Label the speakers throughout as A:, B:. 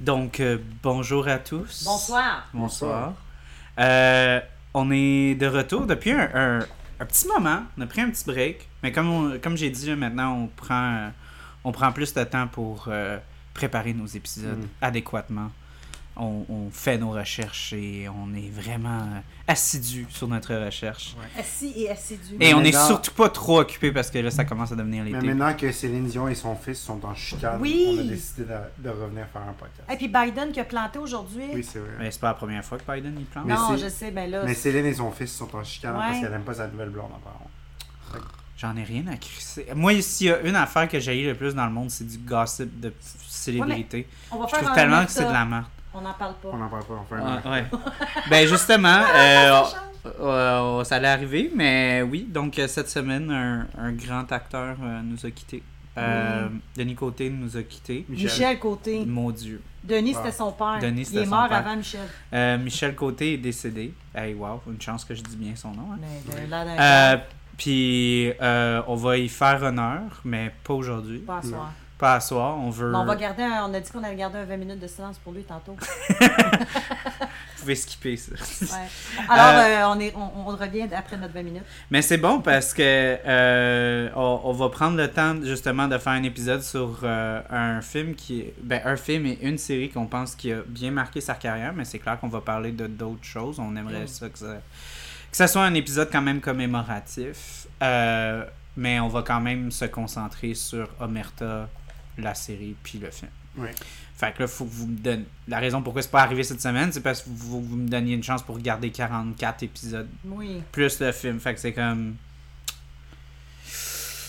A: Donc, euh, bonjour à tous.
B: Bonsoir.
A: Bonsoir. Euh, on est de retour depuis un, un- un petit moment. On a pris un petit break. Mais comme, on- comme j'ai dit, maintenant, on prend, euh, on prend plus de temps pour euh, préparer nos
C: Mm.
A: épisodes adéquatement. On, on fait nos recherches et on est vraiment euh, assidus sur notre recherche.
B: Assis et assidu.
A: Et on est
C: Maintenant-
A: surtout pas trop occupé parce que là, ça commence à devenir
C: Mais
A: l'été.
C: maintenant que Céline Dion et son fils sont en chicane,
B: Oui.
C: on a décidé de, de revenir faire un podcast.
B: Et puis Biden qui a planté aujourd'hui.
C: Oui, c'est vrai.
A: Mais c'est pas la première fois que Biden y plante.
C: Mais
B: non,
C: c'est-
B: je sais, mais là.
C: Mais Céline et son fils sont en chicane
B: Ouais.
C: parce qu'elle n'aime pas sa nouvelle blonde, apparemment.
A: J'en ai rien à crisser. Moi, s'il y a une affaire que j'ai le plus dans le monde, c'est du gossip de célébrité.
B: on va
A: Je
B: faire
A: trouve
B: un
A: tellement
B: autre
A: que c'est de
B: ça.
A: la merde.
B: On n'en parle pas.
C: On n'en parle pas, on fait un...
A: Ouais. ben justement, euh, euh, ça allait arriver, mais oui. Donc euh, cette semaine, un, un grand acteur euh, nous a quittés. Euh, Denis Côté nous a quittés.
B: Michel. Côté.
A: Mon Dieu.
B: Denis,
C: Ah.
B: c'était son père.
A: Mm. Denis,
B: Il
A: c'était
B: est
A: son
B: mort
A: père.
B: avant Michel.
A: Euh, Michel Côté est décédé. Hey, wow, une chance que je dis bien son nom. hein.
B: Mais ben, il a l'air d'un
A: Euh, Puis euh, on va y faire honneur, mais pas aujourd'hui.
B: pas à soir.
A: Pas à soir. On veut.
B: Mais on va garder un- on a dit qu'on allait garder un 20 minutes de silence pour lui tantôt.
A: Vous pouvez skipper ça.
B: Ouais. Alors, euh, on, est, on, on revient après notre 20 minutes.
A: Mais c'est bon parce que euh, on, on va prendre le temps justement de faire un épisode sur euh, un film qui ben un film et une série qu'on pense qui a bien marqué sa carrière, mais c'est clair qu'on va parler de d'autres choses. On aimerait
B: Mm.
A: ça que ça que ça soit un épisode quand même commémoratif, Euh, mais on va quand même se concentrer sur Omerta, la série puis le film.
C: Ouais.
A: Fait que là, faut que vous me donnez. La raison pourquoi c'est pas arrivé cette semaine, c'est parce que vous, vous me donniez une chance pour regarder 44 épisodes
B: Oui.
A: plus le film. Fait que c'est comme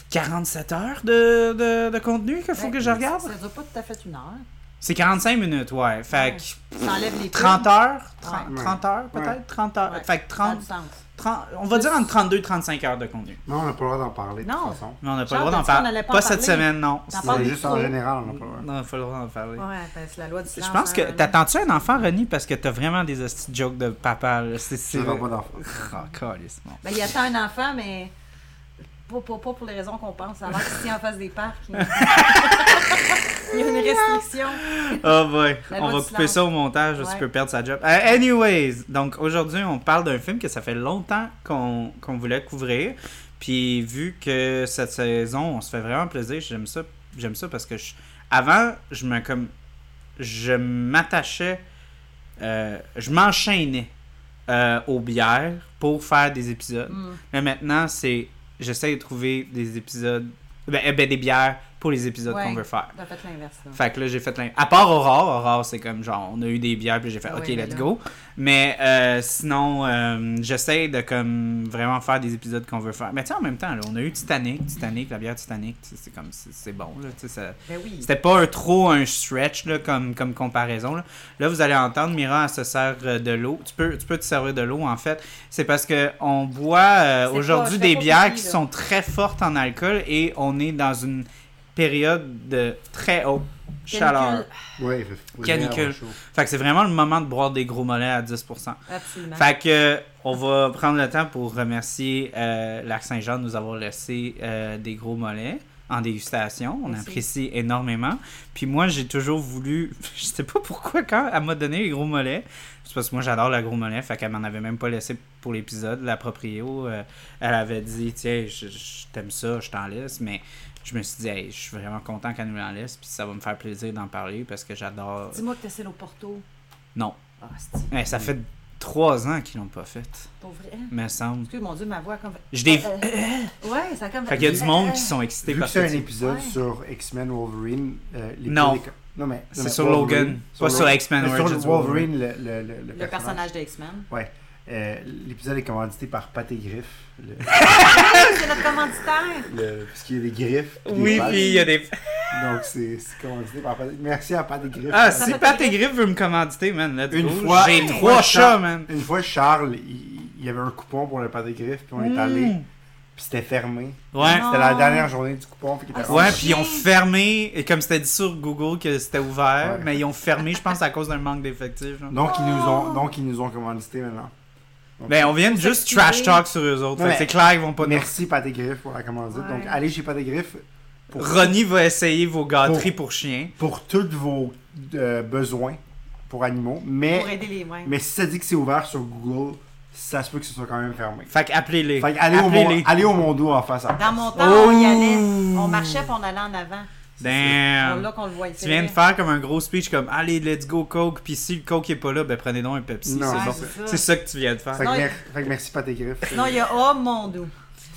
A: 47 heures de, de, de contenu qu'il faut
B: Ouais,
A: que je regarde.
B: Ça ne dure pas tout à fait une heure.
A: C'est 45 minutes, ouais. Fait
B: Ouais.
A: que
B: Ça enlève les
A: 30 heures, 30,
C: Ouais.
A: 30 heures peut-être,
C: Ouais.
A: 30 heures.
B: Ouais.
A: Fait que
B: Ça a
A: 30,
B: du sens.
A: 30 on va dire entre 32 et 35 heures de contenu.
C: Non, on n'a pas le droit d'en parler, de
B: Non.
C: toute façon.
A: Mais on n'a pas
B: Genre,
A: le droit d'en
B: t'as dit qu'on
A: parler.
B: allait
A: Pas,
B: pas en
A: cette
B: parler.
A: semaine, non.
B: T'en
A: C'est-
B: parles
C: C'est juste en
B: trop.
C: général, on n'a pas le droit.
A: Non, on n'a pas le droit d'en parler.
B: Ouais, ben, c'est la loi du silence.
A: Je pense que
B: hein.
A: t'attends-tu un enfant, René, parce que t'as vraiment des hosties de jokes de papa. là. C'est
C: Tu
A: c'est
C: n'auras pas d'enfant.
A: Ah, calisse, bon.
B: Ben, il attend un enfant, mais pas, pas- pas pour les raisons qu'on pense. Alors que si en face des parcs, il il y a une restriction.
A: Oh boy,
B: La
A: on
B: loi
A: va
B: du
A: couper
B: silence.
A: ça au montage, parce
B: Ouais.
A: peut perdre sa job. Euh, anyways, donc aujourd'hui, on parle d'un film que ça fait longtemps qu'on qu'on voulait couvrir. Puis vu que cette saison, on se fait vraiment plaisir, j'aime ça, j'aime ça parce que je- avant, je me comme je m'attachais euh, je m'enchaînais euh, aux bières pour faire des épisodes.
B: Mm.
A: Mais maintenant, c'est j'essaie de trouver des épisodes ben, eh ben, des bières pour les épisodes
B: Ouais.
A: qu'on veut faire.
B: T'as fait Ben, l'inverse. là.
A: Fait que là, j'ai fait l'in- À part Aurore, Aurore, c'est comme genre, on a eu des bières, puis j'ai fait,
B: Ah
A: OK,
B: ouais, mais
A: let's
B: là-
A: go. Mais euh, sinon, euh, j'essaie de comme vraiment faire des épisodes qu'on veut faire. Mais tu sais, en même temps, là, on a eu Titanic, Titanic, la bière Titanic, tu sais, c'est comme, c'est c'est bon, là, tu sais, ça-
B: Ben oui.
A: C'était pas un, trop un stretch là, comme, comme comparaison. Là. Là, vous allez entendre, Mira elle se sert euh, de l'eau. Tu peux, tu peux te servir de l'eau en fait. C'est parce que on boit euh,
B: C'est pas-
A: aujourd'hui
B: je fais
A: des
B: pas
A: bières
B: pipi,
A: qui
B: là.
A: sont très fortes en alcool et on est dans une période de très haute chaleur.
C: Ouais, il fait- il fait
A: Canicule.
C: vraiment chaud.
A: Fait que c'est vraiment le moment de boire des gros mollets à 10%.
B: Absolument.
A: Fait que euh, on va prendre le temps pour remercier euh, Lac Saint-Jean de nous avoir laissé euh, des gros mollets en dégustation. On
B: Merci.
A: apprécie énormément. Puis moi, j'ai toujours voulu. Je sais pas pourquoi quand elle m'a donné les gros mollets. C'est parce que moi j'adore la gros mollet, fait qu'elle m'en avait même pas laissé pour l'épisode. La proprio, euh, elle avait dit Tiens, je, je t'aime ça, je t'en laisse, mais. Je me suis dit, Hey, je suis vraiment content qu'elle nous en laisse, puis ça va me faire plaisir d'en parler parce que j'adore.
B: Dis-moi que t'as celle au Porto.
A: Non.
B: Ah, c'est
A: Eh, ça fait trois ans qu'ils l'ont pas fait,
B: pour vrai.
A: me semble.
B: Excuse mon Dieu, ma voix comme.
A: Je l'ai-
B: Euh, euh, Ouais, ça a comme.
A: Fait qu'il y a du monde qui
B: Euh,
A: sont excités
C: Vu que
A: par
C: c'est
A: ça.
C: un épisode
B: Ouais.
C: sur X-Men Wolverine, euh, l'épisode
A: Non.
C: est- Non, mais. non,
A: C'est
C: mais
A: sur
C: Wolverine.
A: Logan, pas sur
C: Logan.
A: X-Men
C: Mais Sur
A: Origins
C: Wolverine, le, le, le,
B: Le personnage de X-Men.
C: Ouais. Euh, L'épisode est commandité par Pat et Griff. Le,
B: Ah, C'est notre commanditaire.
C: le- parce qu'il y a des griffes. puis des
A: Oui,
C: pattes.
A: puis il y a des.
C: Donc c'est c'est commandité par Pat. Merci à Pat et Griff.
A: Ah,
B: Ça
A: si
B: fait
A: Pat et
B: plaisir.
A: Griff veut me commanditer, man, let's
C: Une
A: go.
C: fois-
A: J'ai
C: une
A: trois
C: fois,
A: chats,
C: Charles-
A: man.
C: Une fois, Charles, il, il y avait un coupon pour le Pat et Griff, puis on est allé.
A: Mm.
C: Puis Puis c'était fermé.
A: Ouais.
B: Non.
C: C'était la dernière journée du coupon. Fait qu'il était
B: Ah,
A: Ah. Ouais,
B: c'est
A: puis ils ont
B: chiant.
A: fermé, et comme c'était dit sur Google que c'était ouvert,
C: Ouais.
A: mais ils ont fermé, je pense, à cause d'un manque d'effectifs. genre.
C: Donc, ils nous
A: Ah.
C: ont, donc, ils nous ont commandité maintenant. Donc,
A: Ben, on vient de juste
B: Effectivement.
A: trash talk sur eux autres.
C: Ouais.
A: Fait que C'est clair qu'ils vont pas nous.
C: Merci, Pâté Griffes, pour la commandite.
B: Ouais.
C: Donc, allez chez Pâté Griffes pour,
A: Ronnie va essayer vos gâteries pour, chiens.
C: pour tous vos euh, besoins pour animaux.
B: Pour
C: Mais,
B: aider les mains.
C: mais si ça dit que c'est ouvert sur Google, ça se peut que ce soit quand même fermé.
A: Fait que appelez-les.
C: Fait que allez, au,
A: Appelez-les.
C: mon- allez au Mondo en face à
B: Dans
C: face.
B: mon temps,
A: Oh!
B: on y allait.
A: Ouh.
B: On marchait puis on allait en avant. C'est
A: Damn.
B: là qu'on le voyait.
A: Ah. Tu viens de faire comme un gros speech comme Allez, let's go Coke, puis si le Coke est pas là, ben prenez donc un Pepsi.
C: Non,
A: C'est
C: c'est
A: bon.
B: ça.
A: C'est ça que tu viens de faire.
C: Fait que,
B: Ah. Non, il-
C: mer- fait que merci, Pâté Griffes.
B: Non, il y a Oh mon doux.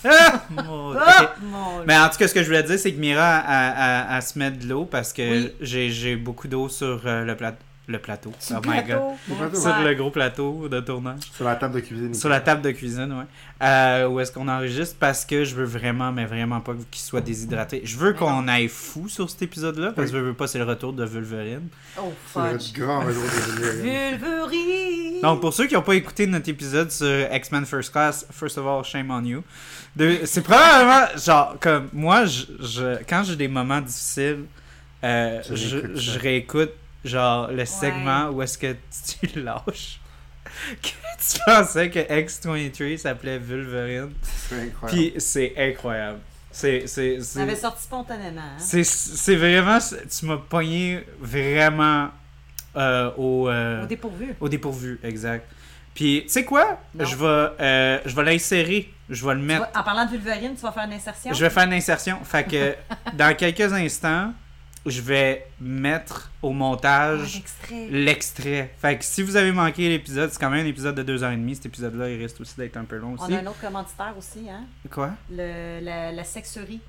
A: Ah! Mon- ok.
B: Ah, mon doux.
A: Mais en tout cas, ce que je voulais dire, c'est que Mira a, a- a- a se met de l'eau parce que
B: Oui.
A: j'ai j'ai beaucoup d'eau sur euh, le, plat- le plateau.
B: Sur
A: oh
B: le
A: my god.
B: plateau.
C: Le plateau.
B: Ouais.
A: Sur le gros plateau de tournage.
C: Sur la table de cuisine.
A: Sur la table de cuisine, ouais. Euh, où est-ce qu'on enregistre parce que je veux vraiment, mais vraiment pas qu'il soit déshydraté. Je veux qu'on aille fou sur cet épisode-là parce que je veux pas, c'est le retour de Vulverine.
B: Oh
C: C'est
B: fudge.
C: notre grand réseau de lumière.
B: Vulverie.
A: Donc, pour ceux qui n'ont pas écouté notre épisode sur X-Men First Class, first of all, shame on you. Deux, c'est probablement, genre, comme moi, je, je- quand j'ai des moments difficiles, euh,
C: Tu
A: je,
C: réécoutes
A: je
C: ça.
A: réécoute, genre, le segment où est-ce que tu lâches. que tu pensais que X-23 s'appelait Vulverine.
C: C'est incroyable.
A: Puis c'est incroyable. C'est, c'est,
B: On
A: c'est,
B: avait sorti spontanément. hein.
A: c'est, c'est vraiment, c'est- tu m'as pogné vraiment euh, au. euh,
B: Au dépourvu.
A: au dépourvu, exact. Puis, tu sais quoi?
B: Non.
A: Je vais, euh, je vais l'insérer. Je vais le
B: Tu
A: mettre.
B: vas- En parlant de Vulverine, tu vas faire une insertion.
A: Je vais faire une insertion. Fait que dans quelques instants, je vais mettre au
B: Un
A: montage
B: extrait.
A: l'extrait. Fait que si vous avez manqué l'épisode, c'est quand même un épisode de deux heures et demie. Cet épisode-là, il risque aussi d'être un peu long
B: On
A: aussi.
B: a un autre commanditaire aussi, hein?
A: Quoi?
B: Le, la, la sexerie.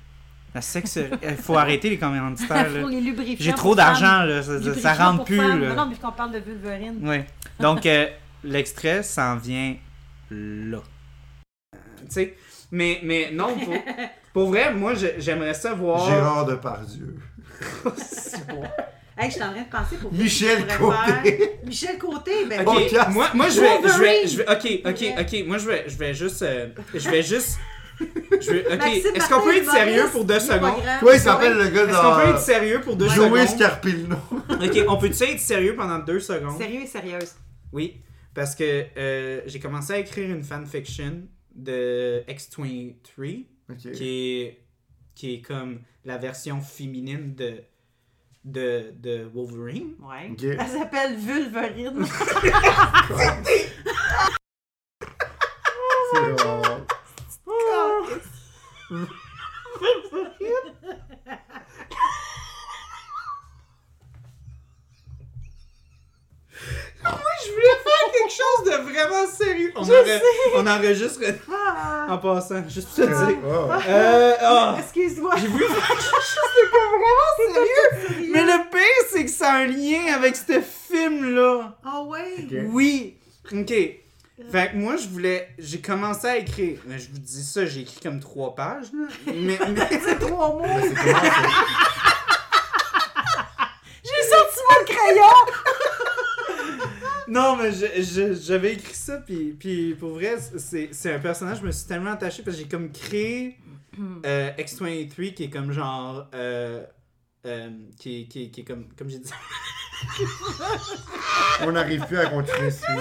A: La sexe... Il faut arrêter les commanditaires, là.
B: Pour les lubrifiants.
A: J'ai
B: pour
A: trop
B: femmes.
A: d'argent, là. Ça, ça- ça
B: Lubrifiants
A: rentre
B: pour
A: plus,
B: femmes.
A: là.
B: Non, non, mais qu'on parle de Vulverine.
A: Ouais. Donc, euh, l'extrait s'en vient là. Euh, Tu sais, mais, mais non, pour, pour vrai, moi, je- j'aimerais ça
B: Oh.
A: voir...
C: Gérard Depardieu.
B: Hey, je suis en train de penser pour
C: Michel
B: Pour
C: Côté.
B: faire- Michel Côté, ben
A: Ok,
C: Oh, yes.
A: moi, moi je, vais, je, vais, je vais- Ok, ok,
B: Wolverine.
A: ok. Moi, je vais, je vais juste. euh, je vais juste. Je vais- ok,
B: Maxime
A: est-ce qu'on peut être
B: Martin,
A: sérieux
B: humoriste,
A: pour deux
B: il est pas
A: secondes?
B: grand.
C: Toi, il s'appelle le gars
A: Est-ce qu'on peut être
C: dans
A: sérieux pour deux
C: Joey
A: secondes?
C: Scarpino.
A: Ok, on peut-tu être sérieux pendant deux secondes?
B: Sérieux et sérieuse.
A: Oui, parce que euh, j'ai commencé à écrire une fanfiction de X-23.
C: Ok.
A: qui est, qui est comme la version féminine de, de, de Wolverine.
B: Ouais.
C: Ok.
B: Elle s'appelle Vulverine.
C: C'est drôle.
A: Oh. Ah Je voulais faire quelque chose de vraiment sérieux. On, enre- on enregistre
B: Ah,
A: en passant, juste pour te dire.
C: Oh.
A: Euh, ah.
B: Excuse-moi.
A: J'ai voulu faire quelque chose de pas vraiment sérieux. Mais le pire, c'est que ça a un lien avec ce film-là.
B: Ah ouais.
C: Ok.
A: Oui. Ok. Fait que moi, je voulais. J'ai commencé à écrire. Mais je vous dis ça, j'ai écrit comme trois pages. là. Mais, mais-
B: C'est trois mots.
C: C'est comment ça?
B: J'ai sorti mon crayon.
A: Non, mais je- je- j'avais écrit ça, puis, puis pour vrai, c'est c'est un personnage, je me suis tellement attaché parce que j'ai comme créé euh, X23 qui est comme genre. euh, euh, qui, qui, qui est comme. Comme j'ai dit.
C: On n'arrive plus à continuer ce film.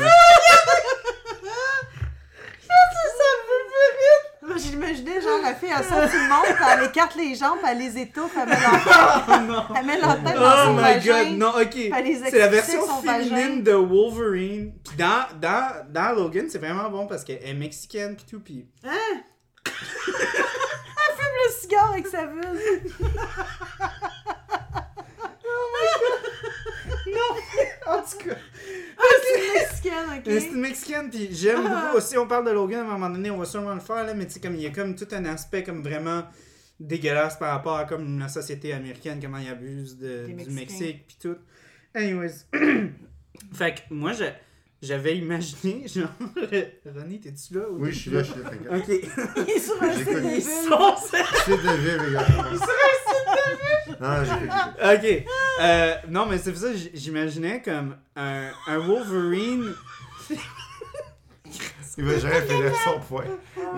B: Moi, j'imaginais genre la fille, elle sort tout le monde, puis elle écarte les jambes, puis elle les étouffe, elle met leur,
A: Oh non!
B: elle met leur tête dans
A: Oh
B: son
A: my
B: vagin.
A: god! Non, ok.
B: Fallait les
A: C'est la
B: exorciser
A: version
B: de son
A: féminine
B: vagin.
A: de Wolverine. Puis dans, dans, dans Logan, c'est vraiment bon parce qu'elle est mexicaine, puis tout, puis.
B: Le cigare avec sa vuse. Oh
A: En tout cas.
B: C'est une mexicaine,
A: Mais C'est une
B: ok? Ah.
A: mexicaine, puis j'aime beaucoup aussi. On parle de Logan à un moment donné, on va sûrement le faire, là, mais tu sais, comme il y a comme tout un aspect comme vraiment dégueulasse par rapport à comme la société américaine, comment ils abusent de, du
B: Des Mexicains.
A: Mexique, puis tout. Anyways. fait que moi, je- j'avais imaginé, genre, René, t'es-tu là? ou
C: Oui,
A: t'es
C: je suis
A: plus
C: là, je suis là. fait que-
A: Ok.
B: Il est sur un
C: J'ai
B: site de
C: connu
A: Ils
B: bulles.
A: sont-
C: Je suis de vivre, les gars. Non, non, j'ai- j'ai-
A: Ok. Euh, non, mais c'est pour ça que j- j'imaginais comme un, un Wolverine.
C: Il va gérer faire son point.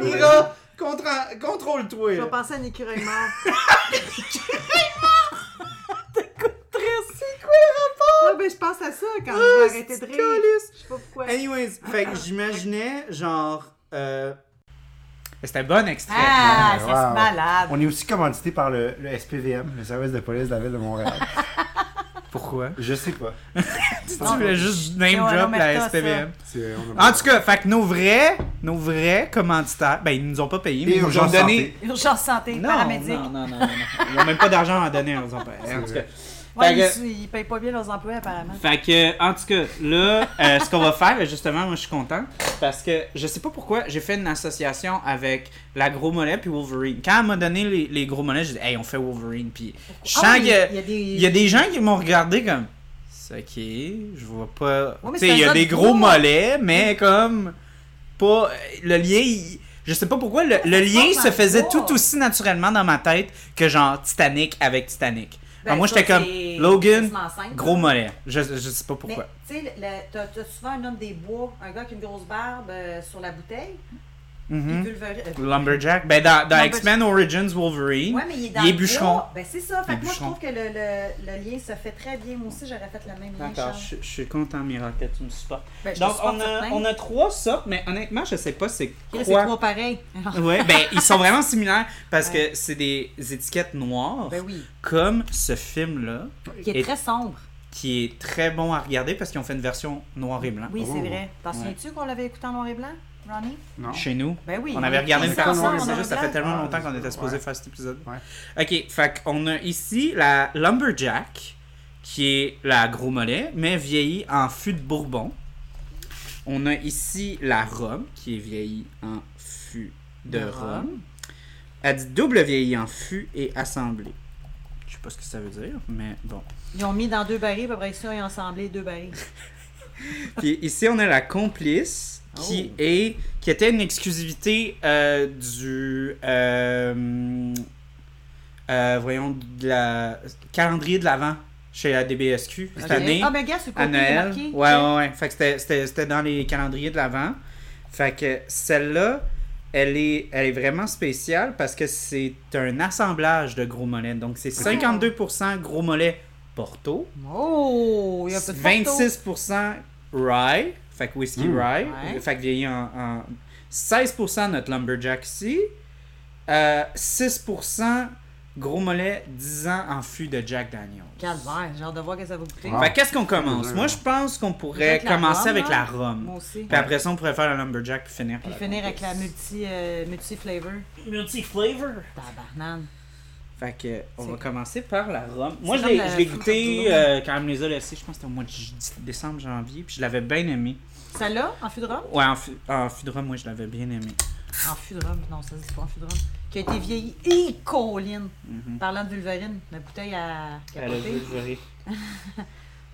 A: Mira, Contra- Contrôle-toi.
D: Je vais
A: là.
D: passer à un écureuil mort.
A: C'est quoi le rapport? Ah,
D: Ouais, ben, je pense à ça quand je vais arrêter de
A: c'est
D: rire.
A: calice.
D: Je sais pas pourquoi.
A: Anyways, fait que j'imaginais genre. Euh... C'était un bon extrait.
B: Ah,
C: Ouais,
B: ça
C: wow.
B: c'est malade.
C: On est aussi commandité par le, le SPVM, le service de police de la ville de Montréal.
A: Pourquoi?
C: Je sais pas.
A: Tu voulais juste name
B: Mais ouais,
A: drop
B: non, mais
A: la
B: t'as
A: SPVM.
C: C'est- on a-
A: En tout cas, fait que nos vrais, nos vrais commanditaires, ben ils nous ont pas payé, mais
C: Et
A: ils nous ont
C: Urgence
A: donné.
B: Urgence santé, paramédic.
A: non, non, non, non, non. Ils ont même pas d'argent à donner, ils ont pas. En tout cas.
B: Ouais,
A: Fait que-
B: ils, ils payent pas bien leurs emplois apparemment.
A: Fait que, en tout cas, là, euh, ce qu'on va faire, ben, justement, moi je suis content, parce que je sais pas pourquoi, j'ai fait une association avec la Gros Mollet puis Wolverine. Quand elle m'a donné les, les Gros Mollets, j'ai dit, hey, on fait Wolverine, puis je sens
B: Ah oui,
A: que-
B: il y a des-
A: il y a des gens qui m'ont regardé comme, c'est ok, je vois pas.
B: Ouais,
A: tu
B: mais
A: sais,
B: c'est
A: il y
B: un
A: a des
B: autre
A: gros
B: gros.
A: mollets, mais comme, pas. Le lien, il- je sais pas pourquoi, le, le lien
B: forme
A: se
B: un
A: faisait
B: gros.
A: tout aussi naturellement dans ma tête que genre Titanic avec Titanic. Alors
B: Ben,
A: Ah, moi,
B: ça,
A: j'étais comme,
B: c'est-
A: Logan,
B: c'est enceinte.
A: gros mollet. Je, je sais pas pourquoi.
B: Mais tu sais, le- le- t'as t'as souvent un homme des bois, un gars avec une grosse barbe euh, sur la bouteille,
A: Mhm.
B: puis Wolverine- euh,
A: Lumberjack. Ben, dans, dans
B: Lumberjack.
A: X-Men Origins Wolverine,
B: Ouais, mais il est dans
A: il est
B: le
A: bûcheron.
B: bois. Ben, c'est ça. Fait
A: Il est
B: que moi, je
A: bûcheron.
B: trouve que le, le- le lien se fait très bien. Moi aussi, j'aurais fait le même lien.
A: D'accord,
B: Charles.
A: je, je suis content, Miracle, que tu me supportes.
B: Ben, je te
A: Donc,
B: supporte
A: on a,
B: certain.
A: on a trois sortes, mais honnêtement, je sais pas c'est
B: Chris, C'est
A: quoi.
B: trois pareils.
A: Ouais, ben, ils sont vraiment similaires parce que c'est des étiquettes noires,
B: Ben oui.
A: comme ce film-là,
B: Qui est
A: Et-
B: très sombre.
A: qui est très bon à regarder parce qu'ils ont fait une version noir et blanc.
B: Oui, c'est
C: Oh.
B: vrai. T'en
A: Ouais.
B: souviens-tu qu'on l'avait écouté en noir et blanc, Ronnie?
C: Non.
A: Chez nous,
B: Ben oui.
A: on avait regardé une
B: écouté ça
A: version,
C: noir et
A: mais
B: ensemble,
A: c'est
B: en
A: juste, ça
B: noir et
A: fait
B: blanc.
A: tellement
C: blanc.
A: longtemps qu'on était supposé
C: Ouais.
A: faire cet épisode.
C: Ouais.
A: Ok, fait qu'on a ici la Lumberjack, qui est la gros mollet, mais vieillie en fût de Bourbon. On a ici la Rome, qui est vieillie en fût de
B: De
A: Rome.
B: rhum.
A: Elle dit double vieillie en fût et assemblée. Je sais pas ce que ça veut dire, mais bon.
B: Ils ont mis dans deux barils, puis après ça, ils ont assemblé deux barils.
A: Puis ici, on a la complice
B: Oh.
A: qui est qui était une exclusivité euh, du euh, euh, voyons de la calendrier de l'avant chez la DBSQ cette
B: Ok.
A: année
B: Ah, ben, gars, c'est le
A: à
B: côté il est
A: Noël.
B: marqué.
A: Ouais, ouais, ouais. Fait que c'était- c'était c'était dans les calendriers de l'avant. Fait que celle-là, elle est, elle est vraiment spéciale parce que c'est un assemblage de gros mollets. Donc c'est 52% gros mollets Porto,
B: Oh, il y a un peu de photos.
A: 26% rye, fait que whisky
C: Mm.
A: rye,
B: Ouais.
A: fait que vieilli en, en- 16% notre lumberjack ici, euh, 6% gros mollet 10 ans en fût de Jack Daniels.
B: Calvaire, j'ai hâte de voir que ça va goûter.
C: Ah.
A: Fait que qu'est-ce qu'on commence? Moi, je pense qu'on pourrait
B: Avec la
A: commencer
B: rhum,
A: avec
B: là.
A: la rhum.
B: Moi aussi.
A: Puis après ça, on pourrait faire le lumberjack puis finir par
B: Puis finir avec la multi, euh, multi-flavor.
A: multi-flavor.
B: Tabarnane.
A: Fait que, euh, on
B: C'est-
A: va commencer par la rhum. Moi, je
B: comme
A: l'ai-
B: la
A: je l'ai
B: fruit
A: goûté
B: of the
A: euh, quand elle me les a laissés, je pense que c'était au mois de j- décembre, janvier, puis je l'avais bien aimé.
B: Ça là, en fût de rhum?
A: Ouais, en, fu- en fût de rhum, moi, je l'avais bien aimé.
B: En fût de rhum, non, ça se dit pas en fût de rhum. Qui a été vieilli et colline.
A: Mm-hmm.
B: Parlant de Vulvarine, la bouteille à capoter. Euh,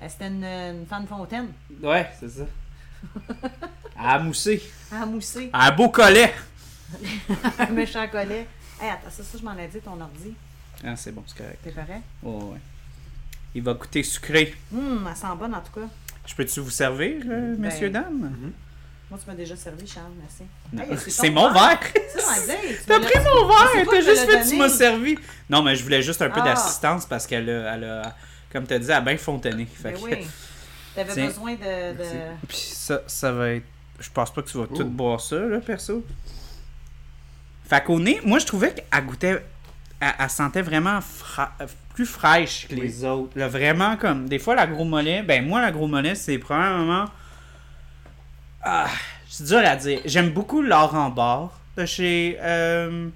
B: C'était une, une fan fontaine.
A: Ouais, c'est ça. À mousser.
B: À mousser,
A: À beau collet.
B: un méchant collet. Hé, attends, ça, ça, je m'en ai dit, ton ordi.
A: Ah, c'est bon, c'est correct.
B: T'es pareil?
A: Ouais, ouais. Il va coûter sucré.
B: Hum, elle sent bonne en tout cas.
A: Je peux-tu vous servir,
B: Ben,
A: euh, messieurs, dames?
B: Moi, tu m'as déjà servi, Charles, merci.
A: Non.
B: Hey, ben, c'est
A: C'est
B: ton
A: mon verre!
B: Ça, j'en ai dit, tu
A: T'as
B: me
A: pris
B: l'as-
A: mon
B: Mais
A: verre!
B: c'est
A: T'as
B: toi qui me
A: juste
B: l'as
A: fait, tu
B: donné.
A: m'as servi! Non, mais je voulais juste un peu
B: Ah.
A: d'assistance parce qu'elle a, elle a, comme t'as dit, elle a bien fontané. Fait
B: Ben
A: que-
B: oui. T'avais
A: Tiens.
B: besoin de. de...
A: Puis ça, ça va être. Je pense pas que tu vas tout boire ça, là, perso. Fait qu'au nez, moi, je trouvais qu'elle goûtait. Elle, elle sentait vraiment fra- plus fraîche que les autres. Là, vraiment, comme. Des fois, la gros mollet. Ben, moi, la gros mollet, c'est probablement. Ah, c'est dur à dire. J'aime beaucoup l'or en bord de chez euh,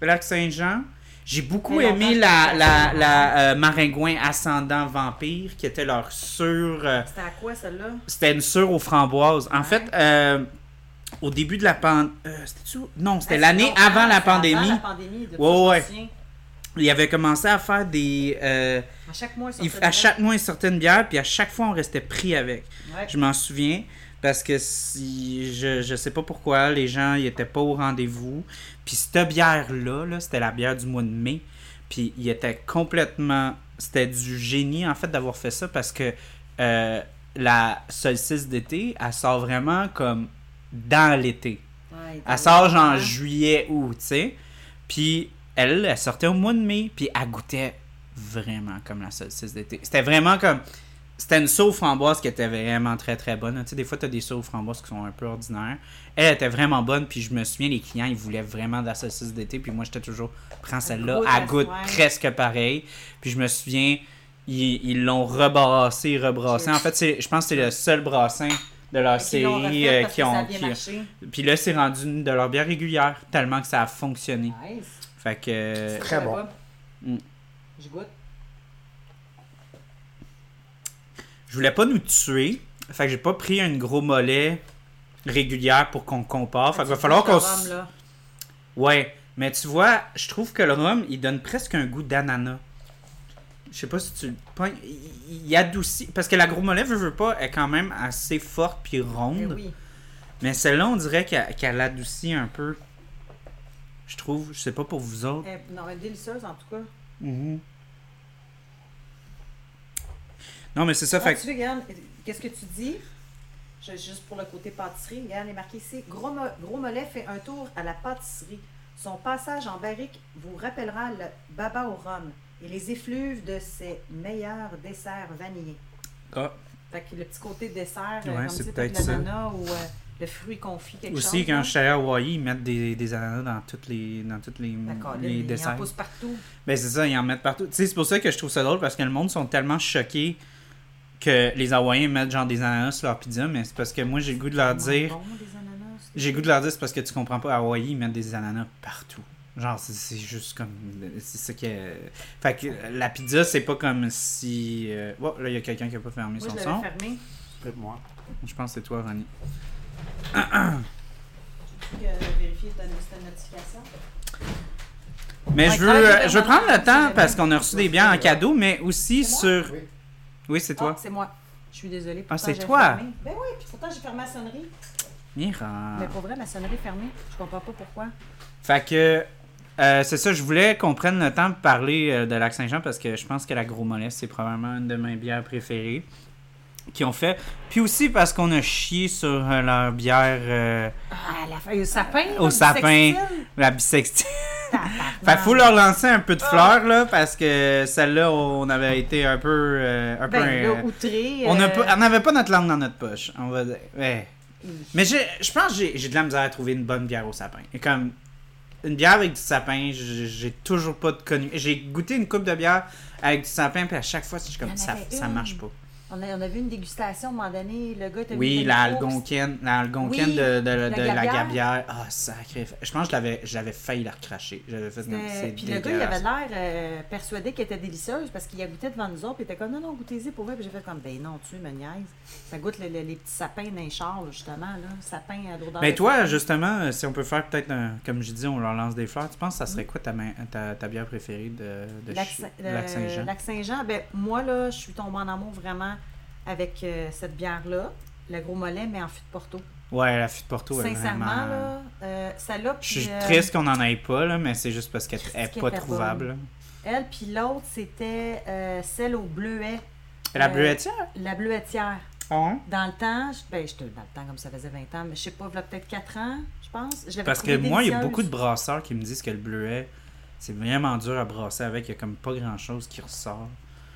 A: Lac-Saint-Jean. J'ai beaucoup
B: Mais longtemps,
A: aimé
B: je
A: la,
B: pense que
A: la,
B: c'est
A: la, euh, maringouin ascendant vampire qui était leur sur. euh,
B: C'était à quoi celle-là?
A: c'était une sure aux framboises. En fait, euh, au début de la pandémie. Non, c'était
B: Ah,
A: l'année
B: longtemps,
A: avant la
B: c'est
A: pandémie.
B: Avant la pandémie, de
A: Ouais, ouais.
B: tout, je me souviens.
A: Il avait commencé à faire des. euh,
B: À chaque mois, ils
A: il-
B: sortaient
A: à
B: des
A: chaque mois, il sortait une bière, puis à chaque fois, on restait pris avec.
B: règles. Ouais.
A: Je m'en souviens. Parce que si, je, je sais pas pourquoi, les gens ils étaient pas au rendez-vous. Puis cette bière-là, là, c'était la bière du mois de mai. Puis il était complètement. C'était du génie, en fait, d'avoir fait ça parce que euh, la solstice d'été, elle sort vraiment comme dans l'été.
B: Ouais,
A: Elle sort genre juillet, août, tu sais. Puis elle, elle sortait au mois de mai, puis elle goûtait vraiment comme la saucisse d'été. C'était vraiment comme. C'était une sauce framboise qui était vraiment très très bonne. hein. Tu sais, des fois, tu as des sauces framboises qui sont un peu ordinaires. Elle était vraiment bonne, puis je me souviens, les clients, ils voulaient vraiment de la saucisse d'été, puis moi, j'étais toujours, prends celle-là,
B: Goûte à-
A: elle goûte
B: ouais.
A: presque pareil. Puis je me souviens, ils ils l'ont rebrassé, rebrassé. En fait, c'est- je pense que c'est le seul brassin de leur
B: Qui l'ont
A: série
B: refait
A: euh,
B: parce
A: qui
B: que ça a
A: ont.
B: bien
A: qui-
B: marché.
A: puis là, c'est rendu une de leur bière régulière, tellement que ça a fonctionné.
B: Nice.
A: Fait que. euh,
C: Très bon.
A: Mm.
B: Je goûte.
A: je voulais pas nous tuer. Fait que j'ai pas pris une gros mollet régulière pour qu'on compare. Ah,
B: Ah,
A: Fait que va falloir qu'on. s- Ouais. Mais tu vois, je trouve que le rhum, il donne presque un goût d'ananas. Je sais pas si tu le pognes. Il, il adoucit. Parce que la gros mollet, veut, veut pas, est quand même assez forte puis ronde.
B: Eh oui.
A: Mais celle-là, on dirait qu'elle qu'elle adoucit un peu. Je trouve. Je sais pas pour vous autres.
B: Eh, non, elle est délicieuse en tout cas.
A: Mhm. Non, mais c'est ça.
B: Ah,
A: fait que-
B: tu veux, regarde, qu'est-ce que tu dis? Je- juste pour le côté pâtisserie, regarde, il est marqué ici. Gros, Mo- Gros Mollet fait un tour à la pâtisserie. Son passage en barrique vous rappellera le baba au rhum et les effluves de ses meilleurs desserts vanillés.
A: Ah,
B: Fait que le petit côté dessert, euh,
A: Ouais,
B: comme
A: c'est
B: tu sais,
A: peut-être
B: peut-être l'ananas ou euh, le fruit confit, quelque chose. hein?
A: Aussi,
B: là.
A: quand je suis allé à Hawaï, ils mettent des, des ananas dans toutes les, dans toutes les,
B: La colline,
A: les
B: il en
A: desserts.
B: pousse partout.
A: Ben, c'est ça, ils en mettent partout. Tu sais, c'est pour ça que je trouve ça drôle parce que le monde sont tellement choqués que les Hawaïens mettent genre des ananas sur leur pizza, mais c'est parce que moi, j'ai le goût de leur dire.
B: Bon, des ananas.
A: J'ai le goût de leur dire, c'est parce que tu comprends pas, à Hawaï, ils mettent des ananas partout. Genre, c'est- c'est juste comme. C'est ça que. Fait que la pizza, c'est pas comme si. euh, Oh, là, il y a quelqu'un qui a pas fermé
B: Moi,
A: son
B: je
A: son.
B: l'avais fermé.
C: Peut-être moi.
A: Je pense que c'est toi, Ronnie.
B: J'ai que euh, vérifier ta ta notification.
A: Mais
B: Ouais,
A: je veux,
B: Claire,
A: euh, je veux
B: vraiment,
A: prendre le
B: c'est
A: temps
B: vraiment-
A: parce qu'on a reçu des biens en cadeau, mais aussi
B: C'est moi?
A: sur. Oui, c'est toi.
B: Ah, c'est moi. Je suis désolée.
A: Ah,
B: pourtant,
A: c'est
B: j'ai
A: toi?
B: fermé. Ben oui, puis pourtant j'ai fermé la sonnerie.
A: Mira.
B: Mais pour vrai, ma sonnerie est fermée. Je comprends pas pourquoi.
A: Fait que. euh, c'est ça, je voulais qu'on prenne le temps de parler euh, de Lac Saint-Jean parce que je pense que la Gros Mollet, c'est probablement une de mes bières préférées qu'ils ont fait. Puis aussi parce qu'on a chié sur euh, leur bière, euh,
B: Ah, la feuille au sapin.
A: Au
B: là, du
A: sapin.
B: sextile.
A: la bisextile.
B: Tabarnak.
A: Fait qu'il faut leur lancer un peu de
B: Ah.
A: fleurs, là, parce que celle-là, on avait été un peu. euh, un peu
B: Ben,
A: euh,
B: là, outré.
A: on n'a
B: euh,
A: pas- on n'avait pas notre langue dans notre poche, on va dire. Ouais.
B: il-
A: Mais je, je pense que j'ai- j'ai de la misère à trouver une bonne bière au sapin. Et comme une bière avec du sapin, j'ai j'ai toujours pas de connu. J'ai goûté une coupe de bière avec du sapin, puis à chaque fois, je suis
B: Il y
A: comme
B: en
A: ça,
B: avait
A: ça
B: une.
A: marche pas.
B: On, a, on a vu une dégustation à un moment donné. Le gars t'a mis
A: Oui,
B: des
A: la
B: micros,
A: algonquine, la algonquine
B: Oui,
A: de, de-
B: la
A: de la
B: gabière.
A: gabière. Ah, sacré. Je pense que je l'avais- j'avais failli la recracher. J'avais fait
B: puis c'était-
A: c'est
B: Puis le gars, il avait
A: dégueulasse.
B: l'air euh, persuadé qu'elle était délicieuse parce qu'il a goûté devant nous autres. Puis il était comme, non, non, goûtez-y pour vrai. Puis j'ai fait comme, ben non, tu me niaises. Ça goûte le- le- les petits sapins d'un char, là, justement. Là. Sapin à l'odeur.
A: Ben
B: de
A: toi,
B: sapin.
A: justement, euh, si on peut faire peut-être, un- comme je dis, on leur lance des fleurs, tu penses que ça serait quoi ta, main- ta, ta bière préférée de, de
B: Lac-
A: chez-
B: euh,
A: Lac Saint-Jean?
B: Lac Saint-Jean, ben, moi, là, je suis tombée en amour vraiment avec euh, cette bière-là, le gros mollet, mais en fût de Porto.
A: Ouais, la fût de Porto est
B: Sincèrement,
A: vraiment...
B: là, euh, celle-là,
A: Je
B: puis
A: suis
B: euh,
A: triste qu'on n'en ait pas, là, mais c'est juste parce qu'elle
B: Christ,
A: est
B: qu'elle
A: pas
B: était
A: trouvable.
B: elle, puis l'autre, c'était euh, celle au bleuet,
A: Elle La hein?
B: Euh,
A: bruetière?
B: la bleuetière.
A: Hein?
B: Dans le temps, je- ben, j'étais dans le temps comme ça faisait 20 ans, mais je sais pas, voilà, peut-être 4 ans, je pense. Je l'avais
A: Parce que
B: trouvée
A: moi, il y a
B: délicieuse.
A: beaucoup de brasseurs qui me disent que le bleuet, c'est vraiment dur à brasser avec. Il y a comme pas grand-chose qui ressort.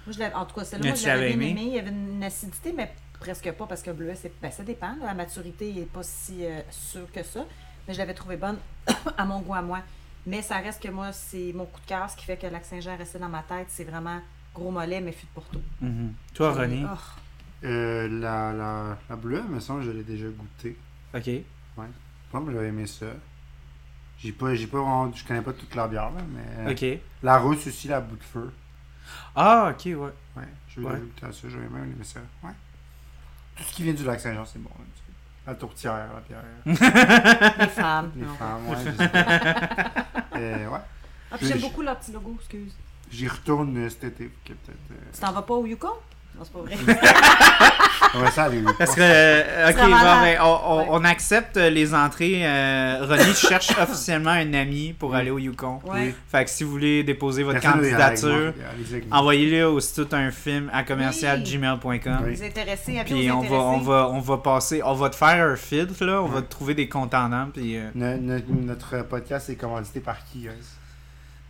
B: Moi, je l'avais- en tout cas, celle-là,
A: Mais
B: moi,
A: tu
B: je l'avais
A: l'avais
B: bien
A: aimé?
B: aimée. Il y avait une acidité, mais presque pas, parce que le bleuet, c'est, ben, ça dépend. là. La maturité n'est pas si euh, sûre que ça. Mais je l'avais trouvée bonne à mon goût à moi. Mais ça reste que moi, c'est mon coup de cœur, ce qui fait que Lac Saint-Jean restait dans ma tête. C'est vraiment gros mollet, mais fut de Porto.
A: Mhm. Toi,
B: Et-
A: René?
B: oh,
C: Euh, la, la, la bleue, me semble, je l'ai déjà goûtée.
A: OK.
C: Je pense que j'avais aimé ça. J'ai pas, j'ai pas vraiment- je connais pas toute la bière, là, mais.
A: OK.
C: La rousse aussi, la bout de feu.
A: Ah, OK, ouais.
C: Ouais, je vais
A: Ouais.
C: goûter à ça, j'avais même aimé ça. Ouais. Tout ce qui vient du lac Saint-Jean, c'est bon. là, tu sais. La tourtière, la pierre,
B: les femmes.
C: les
B: Non.
C: femmes, ouais, je sais pas. Euh, ouais.
B: Ah, puis j'aime beaucoup leur petit logo, excuse.
C: J'y retourne euh, cet été, que peut-être. euh,
B: Tu t'en vas pas au Yukon? Non, c'est pas vrai.
C: Ouais, ça, elle est
A: Ah! Parce que, euh, ok,
B: serait
A: bon,
B: malade.
A: ben, on, on-
B: Ouais.
A: on accepte les entrées. euh, Ronnie cherche officiellement un ami pour aller au Yukon.
B: Ouais.
A: Fait que si vous voulez déposer votre
C: Personne ne est avec moi,
A: candidature, Ah
C: allez-y avec moi.
A: envoyez-le au tout un film à commercialgmail.com.
C: Oui.
B: Vous intéressez, avez
A: Puis
B: vous
A: on va, on,
B: intéressé?
A: va, on va passer, on va te faire un filtre, là. On va
C: Ouais.
A: te trouver des comptes en an, puis... euh,
C: Ne- ne- Notre podcast est commandité par qui guys?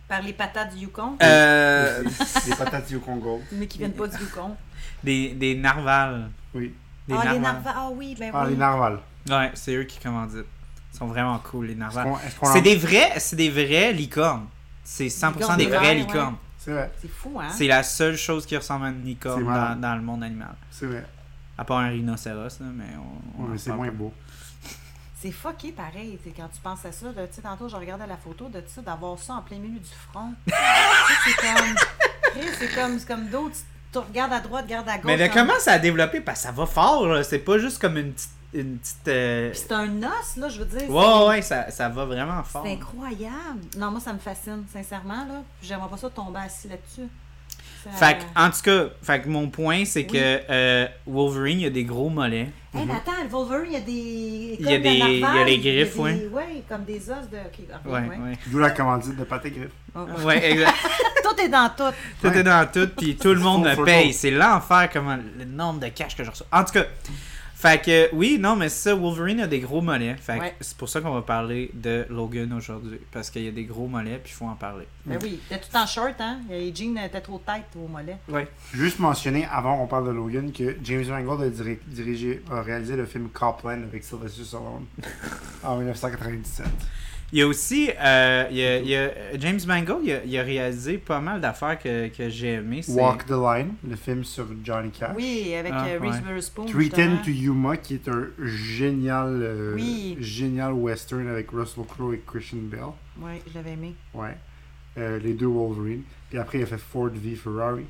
B: Par les patates du Yukon,
A: Euh,
C: Les patates au Congo.
B: mais qui viennent pas du Yukon.
A: des, des narvals.
C: Oui.
A: Des
B: ah, les
A: narvals.
B: narvals. Ah oui, ben
C: Ah,
B: oui.
C: les narvals.
A: Ouais, c'est eux qui commanditent. Ils sont vraiment cool, les
C: Est-ce
A: narvals.
C: qu'on- est-ce qu'on en-
A: C'est des vrais, c'est des vrais licornes. C'est 100% des
B: Licornes,
A: vrais
B: ouais, ouais.
A: licornes.
C: C'est vrai,
B: C'est fou, hein?
A: C'est la seule chose qui ressemble à une licorne
C: C'est
A: dans,
C: malade.
A: dans le monde animal.
C: c'est vrai.
A: À part un rhinocéros, là, mais on. on
C: Ouais,
A: en
C: mais c'est
A: parle
C: moins
A: pas.
C: beau.
B: C'est fucké pareil, c'est quand tu penses à ça. là, Tu sais, tantôt, je regardais la photo de ça, d'avoir ça en plein milieu du front. Tu sais, c'est comme. Chris, C'est comme, c'est comme d'autres. Tu te regardes à droite, regardes à gauche.
A: Mais elle
B: comme-
A: commence à développer, parce que ça va fort, là. C'est pas juste comme une petite. Une petite euh,
B: Puis c'est un os, là, je veux dire.
A: Ouais, ouais, ouais, ça, ça va vraiment fort.
B: C'est incroyable. Non, moi, ça me fascine, sincèrement, là. J'aimerais pas ça tomber assis là-dessus. Ça-
A: Fait que, en tout cas, fait que mon point, c'est que euh, Wolverine, il a des gros mollets.
B: Hey, mais attends, le Wolverine, il y a des.
A: Mhm. Il y a
B: comme
A: des-
B: le
A: il y a
B: narval,
A: les griffes,
B: il y a
A: ouais.
B: des- Ouais, comme des os de. Ok,
A: Ouais,
B: ok, ouais.
A: ouais.
C: D'où la commandite de Pâté Griff.
B: Oh, ouais.
A: Ouais, exact.
B: Tout est dans tout.
A: Tout est dans tout, puis tout le monde
C: Faut- faut
A: paye.
C: le-
A: C'est l'enfer, comment le nombre de cash que je reçois. En tout cas, fait que oui, non, mais c'est ça, Wolverine a des gros mollets. Fait que
B: Ouais.
A: c'est pour ça qu'on va parler de Logan aujourd'hui. Parce qu'il y a des gros mollets, puis il faut en parler.
B: Ben oui, t'es tout en short, hein? Les jeans étaient trop tête au mollet.
A: Ouais.
C: Juste mentionner, avant qu'on parle de Logan, que James Mangold a, diri- dirigé, a réalisé le film Copland avec Sylvester Stallone en 1997.
A: Il y a aussi, euh, il y a- il y a- James Mangold, il a, il a réalisé pas mal d'affaires que, que j'ai aimé. C'est-
C: Walk the Line, le film sur Johnny Cash.
B: Oui, avec
A: Ah,
B: euh, Reese
A: ouais.
B: Witherspoon. justement.
C: 310 to Yuma, qui est un génial, euh,
B: Oui.
C: génial western avec Russell Crowe et Christian Bell.
B: Oui, je l'avais aimé.
C: Ouais. Euh, les deux Wolverine. Puis après, il a fait Ford v Ferrari.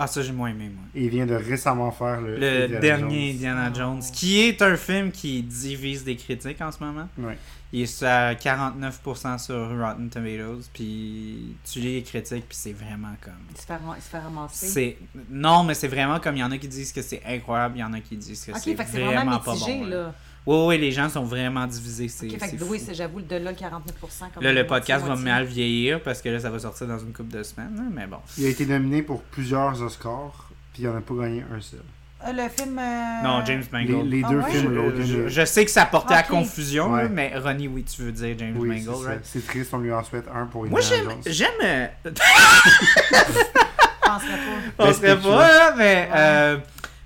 A: Ah, ça, j'ai moins aimé, moi.
C: Et il vient de récemment faire le,
A: Le
C: Euh, Indiana
A: dernier
C: Jones.
A: Indiana
B: Oh.
A: Jones, qui est un film qui divise des critiques en ce moment.
C: Ouais.
A: Il est à 49% sur Rotten Tomatoes, puis tu lis les critiques, puis c'est vraiment comme...
B: Il se fait, ram- il se fait ramasser.
A: C'est non, mais c'est vraiment comme il y en a qui disent que c'est incroyable, il y en a qui disent que
B: Ok,
A: c'est
B: fait que c'est
A: vraiment,
B: vraiment
A: pas
B: mitigé,
A: bon. là.
B: là.
A: Oui, oui, les gens sont vraiment divisés. C'est,
B: Ok, fait
A: c'est
B: que oui,
A: fou.
B: c'est- j'avoue, le de là, le 49%. Comme
A: Là, le
B: moitié,
A: podcast va
B: moitié.
A: mal vieillir parce que là, ça va sortir dans une couple de semaines, hein, mais bon.
C: Il a été nominé pour plusieurs Oscars, puis il n'en a pas gagné un seul.
B: Ah, le film. euh,
A: Non, James
C: Les,
A: Mangold.
C: les
B: Ah
C: deux
B: ouais?
C: films,
A: Je,
C: Logan.
A: je-
C: et-
A: je sais que ça portait à
B: Ok.
A: confusion,
C: Ouais.
A: là, mais Ronnie, oui, tu veux dire James
C: oui,
A: Mangold,
C: c'est
A: right?
C: ça. c'est triste, on lui en souhaite un pour
A: Moi, j'aime.
C: Indiana Jones.
A: J'aime. euh,
B: Je penserais pas.
A: On serait
C: Respectueux.
A: pas, mais. euh,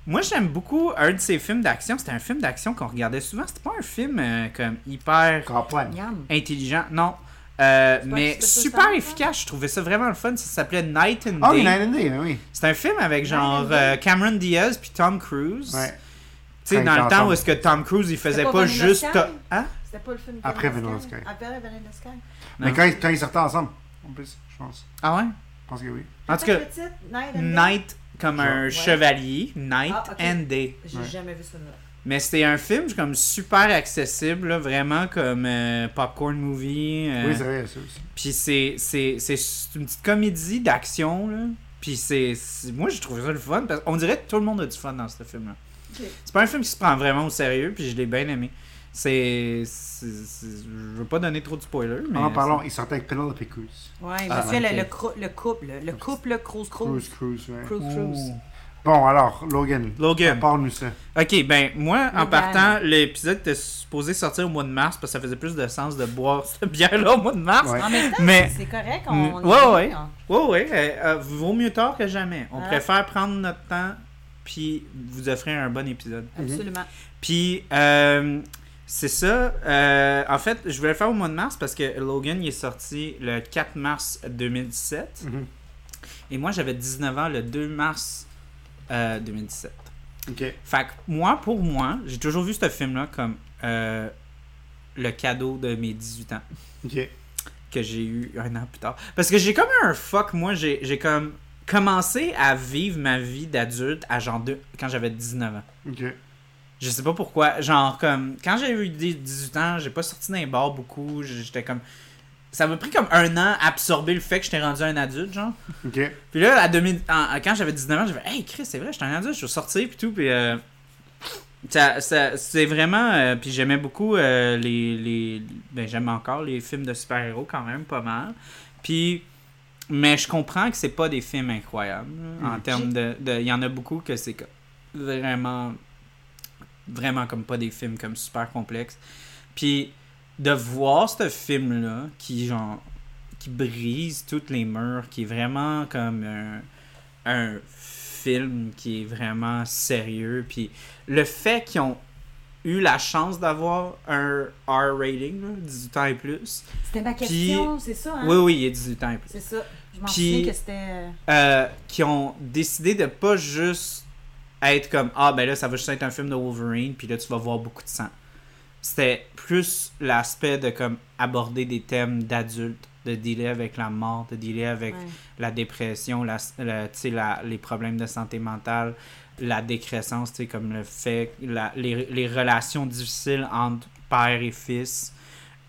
A: moi, j'aime beaucoup un de ses films d'action. C'était un film d'action qu'on regardait souvent. C'était pas un film euh, comme hyper.
C: Copland.
B: Miam.
A: intelligent, non. Euh,
B: C'est pas
A: mais
B: un petit peu
A: super
B: ça,
A: efficace, je trouvais ça vraiment le fun. Ça s'appelait Night and
C: Ah oui,
A: Day.
C: Night and Day, ben oui.
A: C'est un film avec
B: Night
A: genre
B: and Day.
A: euh, Cameron Diaz puis Tom Cruise.
C: Ouais.
A: Tu sais,
C: Cinq
A: dans le temps
C: ensemble.
A: où est-ce que Tom Cruise il faisait
B: pas
A: pas
B: Vanilla
A: juste.
B: Sky?
A: to- Hein?
B: C'était pas le film.
C: Après
B: Vanilla
C: Vanilla Sky.
B: Après Vanilla Sky.
C: Mais
A: Non.
C: quand, ils- quand ils sortaient ensemble, en plus, je pense.
A: Ah ouais?
C: Je pense que oui.
A: En tout cas,
B: Répète le titre, Night. and Day.
A: Night comme
C: Genre,
A: un
B: ouais.
A: chevalier, Night
B: Ah, ok.
A: and Day.
B: J'ai
C: Ouais.
B: jamais vu ça là.
A: Mais c'était un film comme super accessible, là, vraiment comme euh, popcorn movie. euh,
C: Oui, c'est vrai, ça aussi.
A: Puis c'est, c'est, c'est une petite comédie d'action, là. Puis c'est, c'est- Moi, j'ai trouvé ça le fun. Parce qu'on dirait que tout le monde a du fun dans ce film-là.
B: Ok.
A: C'est pas un film qui se prend vraiment au sérieux, puis je l'ai bien aimé. C'est, c'est- c'est- Je veux pas donner trop de spoilers, mais...
C: En parlant, ils sortaient avec Penelope Cruz.
B: Ouais,
A: Ah,
B: je me souviens,
A: ok.
B: le, le, cro- le couple, le couple Cruise
C: Cruz,
B: Cruise.
C: Cruz, ouais.
B: Cruise
A: Ouh.
B: Cruise.
C: Bon, alors, Logan.
A: Logan.
C: Parle-nous ça.
A: OK, ben, moi, en
B: Logan.
A: partant, l'épisode était supposé sortir au mois de mars, parce que ça faisait plus de sens de boire cette bière-là au mois de mars.
C: Ouais.
B: En même temps,
A: Mais-
B: c'est correct. On,
A: Mm,
B: on
A: ouais,
B: est
A: ouais.
B: bien, hein.
A: Oui, oui, vaut mieux tard que jamais. On
B: Ah.
A: préfère prendre notre temps, puis vous offrir un bon épisode.
B: Absolument.
A: Puis, euh, c'est ça. euh, en fait, je voulais le faire au mois de mars parce que Logan il est sorti le 4 mars 2017.
C: Mhm.
A: Et moi, j'avais 19 ans le 2 mars euh, 2017.
C: Ok.
A: Fait que moi, pour moi, j'ai toujours vu ce film-là comme euh, le cadeau de mes 18 ans
C: Ok.
A: que j'ai eu un an plus tard. Parce que j'ai comme eu un fuck, moi, j'ai j'ai comme commencé à vivre ma vie d'adulte à genre deux, quand j'avais 19 ans.
C: Ok.
A: Je sais pas pourquoi. Genre, comme, quand j'ai eu des 18 ans, j'ai pas sorti d'un bar beaucoup. J'étais comme. ça m'a pris comme un an à absorber le fait que j'étais rendu un adulte, genre.
C: Ok.
A: Puis là, à 2000, en- en- quand j'avais 19 ans, j'avais Hey Chris, c'est vrai, j'étais un adulte, je suis sorti, puis tout, puis. euh, ça, ça- c'est vraiment. euh, puis j'aimais beaucoup euh, les, les. Ben, j'aime encore les films de super-héros quand même, pas mal. Puis. Mais je comprends que c'est pas des films incroyables. là, En
C: Mm.
A: termes de. de- Il y en a beaucoup que c'est co- vraiment. Vraiment comme pas des films comme super complexes. Puis de voir ce film-là qui, genre. qui brise toutes les murs, qui est vraiment comme un, un film qui est vraiment sérieux. Puis le fait qu'ils ont eu la chance d'avoir un R rating, là, 18 ans et plus.
B: C'était ma
A: Puis-
B: question, c'est ça, hein?
A: Oui, oui, il est 18 ans et plus.
B: C'est ça. Je m'en
A: Puis-
B: souviens que c'était...
A: Euh, qui ont décidé de pas juste être comme ah ben là ça va juste être un film de Wolverine puis là tu vas voir beaucoup de sang. C'était plus l'aspect de comme aborder des thèmes d'adultes, de dealer avec la mort, de dealer avec
B: Ouais.
A: la dépression, la, la- tu sais, la- les problèmes de santé mentale, la décrescence, tu sais, comme le fait, la- les, les relations difficiles entre père et fils,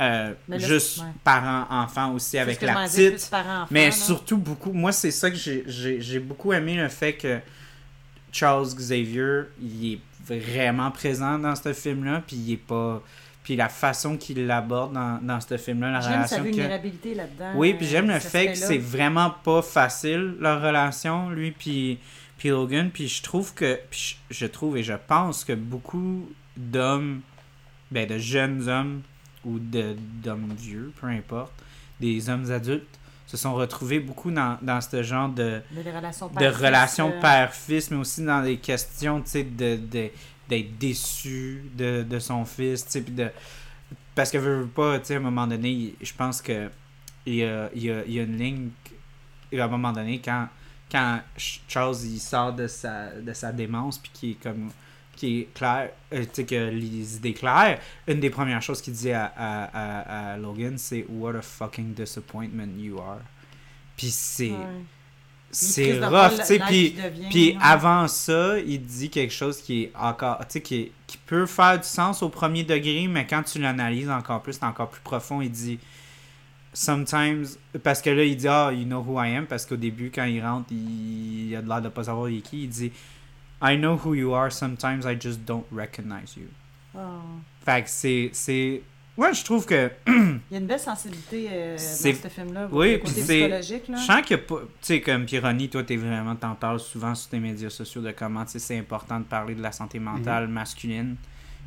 A: euh,
B: Mais là,
A: juste
B: ouais.
A: parents-enfants aussi avec
B: C'est ce que je
A: la
B: m'en disais,
A: petite.
B: plus parents-enfants,
A: Mais
B: là.
A: surtout beaucoup, moi c'est ça que j'ai j'ai- j'ai beaucoup aimé le fait que Charles Xavier, il est vraiment présent dans ce film-là, puis il est pas... Puis la façon qu'il l'aborde dans, dans ce film-là, la
B: J'aime sa
A: relation que...
B: vulnérabilité là-dedans.
A: Oui, puis
B: euh,
A: j'aime le
B: cet
A: fait que
B: aspect-là.
A: c'est vraiment pas facile leur relation, lui puis puis Logan, puis je trouve que puis je je trouve et je pense que beaucoup d'hommes ben de jeunes hommes ou de d'hommes vieux, peu importe, des hommes adultes se sont retrouvés beaucoup dans, dans ce genre de
B: Mais les relations
A: de
B: père-fils,
A: relations
B: euh,
A: père-fils, mais aussi dans des questions, tu sais, de, de- d'être déçu de, de son fils, tu sais, puis de... Parce que, veut, veut pas, tu sais, à un moment donné, il- je pense que il y a, il y a- il y a une ligne... que- À un moment donné, quand, quand Ch- Charles, il sort de sa, de sa démence, puis qui est comme... qui est clair, euh, tu sais, que les idées claires, une des premières choses qu'il dit à, à- à- à Logan, c'est « What a fucking disappointment you are ». Puis c'est
B: ouais.
A: c'est
B: Une prise de hein.
A: rough,
B: rôle,
A: tu sais,
B: l'âge
A: puis
B: qui devient,
A: puis
B: ouais.
A: avant ça, il dit quelque chose qui est encore, tu sais, qui, est- qui peut faire du sens au premier degré, mais quand tu l'analyses encore plus, c'est encore plus profond, il dit sometimes, parce que là, il dit, ah, you know who I am, parce qu'au début, quand il rentre, il, il a l'air de pas savoir il est qui, il dit, I know who you are, sometimes I just don't recognize you.
B: Oh.
A: Fait que c'est, c'est, ouais, je trouve que,
B: Il y a une belle sensibilité euh, dans
A: C'est-
B: ce film-là.
A: Oui,
B: le
A: puis
B: côté
A: c'est-
B: psychologique, là.
A: Je sens qu'il y a pas. Tu sais, comme Pironi, toi, t'es vraiment. T'en parles souvent sur tes médias sociaux de comment tu sais, c'est important de parler de la santé mentale masculine.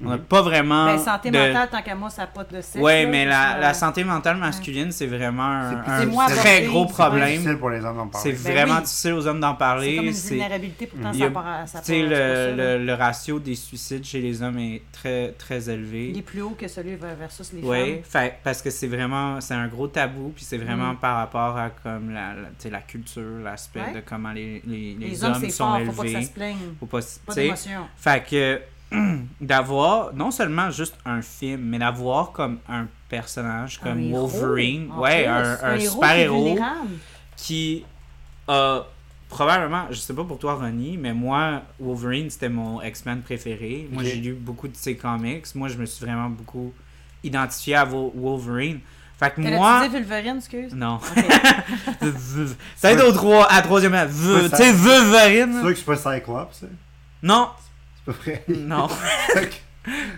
A: On n'a
C: Mhm.
A: pas vraiment.
B: Mhm. Ben, santé
A: de-
B: mentale, tant qu'à moi, ça n'a pas de sexe.
A: Ouais,
B: là,
A: mais la,
B: euh,
A: la santé mentale masculine, c'est vraiment un,
C: C'est-
A: un
B: c'est moins
A: très
B: abordé,
A: gros
B: c'est
C: C'est
A: problème.
C: difficile pour les hommes d'en
A: C'est
C: parler.
B: Ben
A: vraiment
B: oui.
A: difficile aux hommes d'en
B: C'est comme
A: parler.
B: une
A: C'est
B: vulnérabilité, pourtant,
A: Il y
B: ça
A: a-
B: n'a ça
A: tu sais,
B: pas- c'est pas ça,
A: le,
B: là.
A: le, le ratio des suicides chez les hommes est très, très élevé.
B: Il est plus haut que celui versus les
A: Oui,
B: femmes.
A: fait- parce que c'est vraiment, c'est un gros tabou, puis c'est vraiment
B: Mm.
A: par rapport à comme la, la- tu sais, la culture, l'aspect
B: Ouais.
A: de comment les, les, les
B: Les,
A: hommes,
B: hommes, c'est
A: sont
B: fort, faut pas que ça
A: élevés.
B: se plaigne.
A: Faut pas, s-
B: Pas
A: tu sais.
B: d'émotion.
A: fait que d'avoir non seulement juste un film, mais d'avoir comme un personnage
B: Un
A: comme
B: héros,
A: Wolverine,
B: en
A: ouais,
B: plus.
A: un, un
B: héros qui est
A: super-héros
B: vulnérable.
A: qui a probablement, je sais pas pour toi Ronnie, mais moi Wolverine c'était mon X-Men préféré. Moi
C: Ok.
A: j'ai lu beaucoup de ses comics. Moi je me suis vraiment beaucoup identifié à Wo- Wolverine. Fait que
B: T'as
A: moi Mm,
B: dit Wolverine, excuse?
A: non,
B: Ok.
A: ça aide au trois à troisième, à- tu sais
C: C'est
A: Wolverine.
C: sûr que c'est pas Cyclops, ça.
A: Non,
C: C'est pas vrai.
A: non,
C: Ok.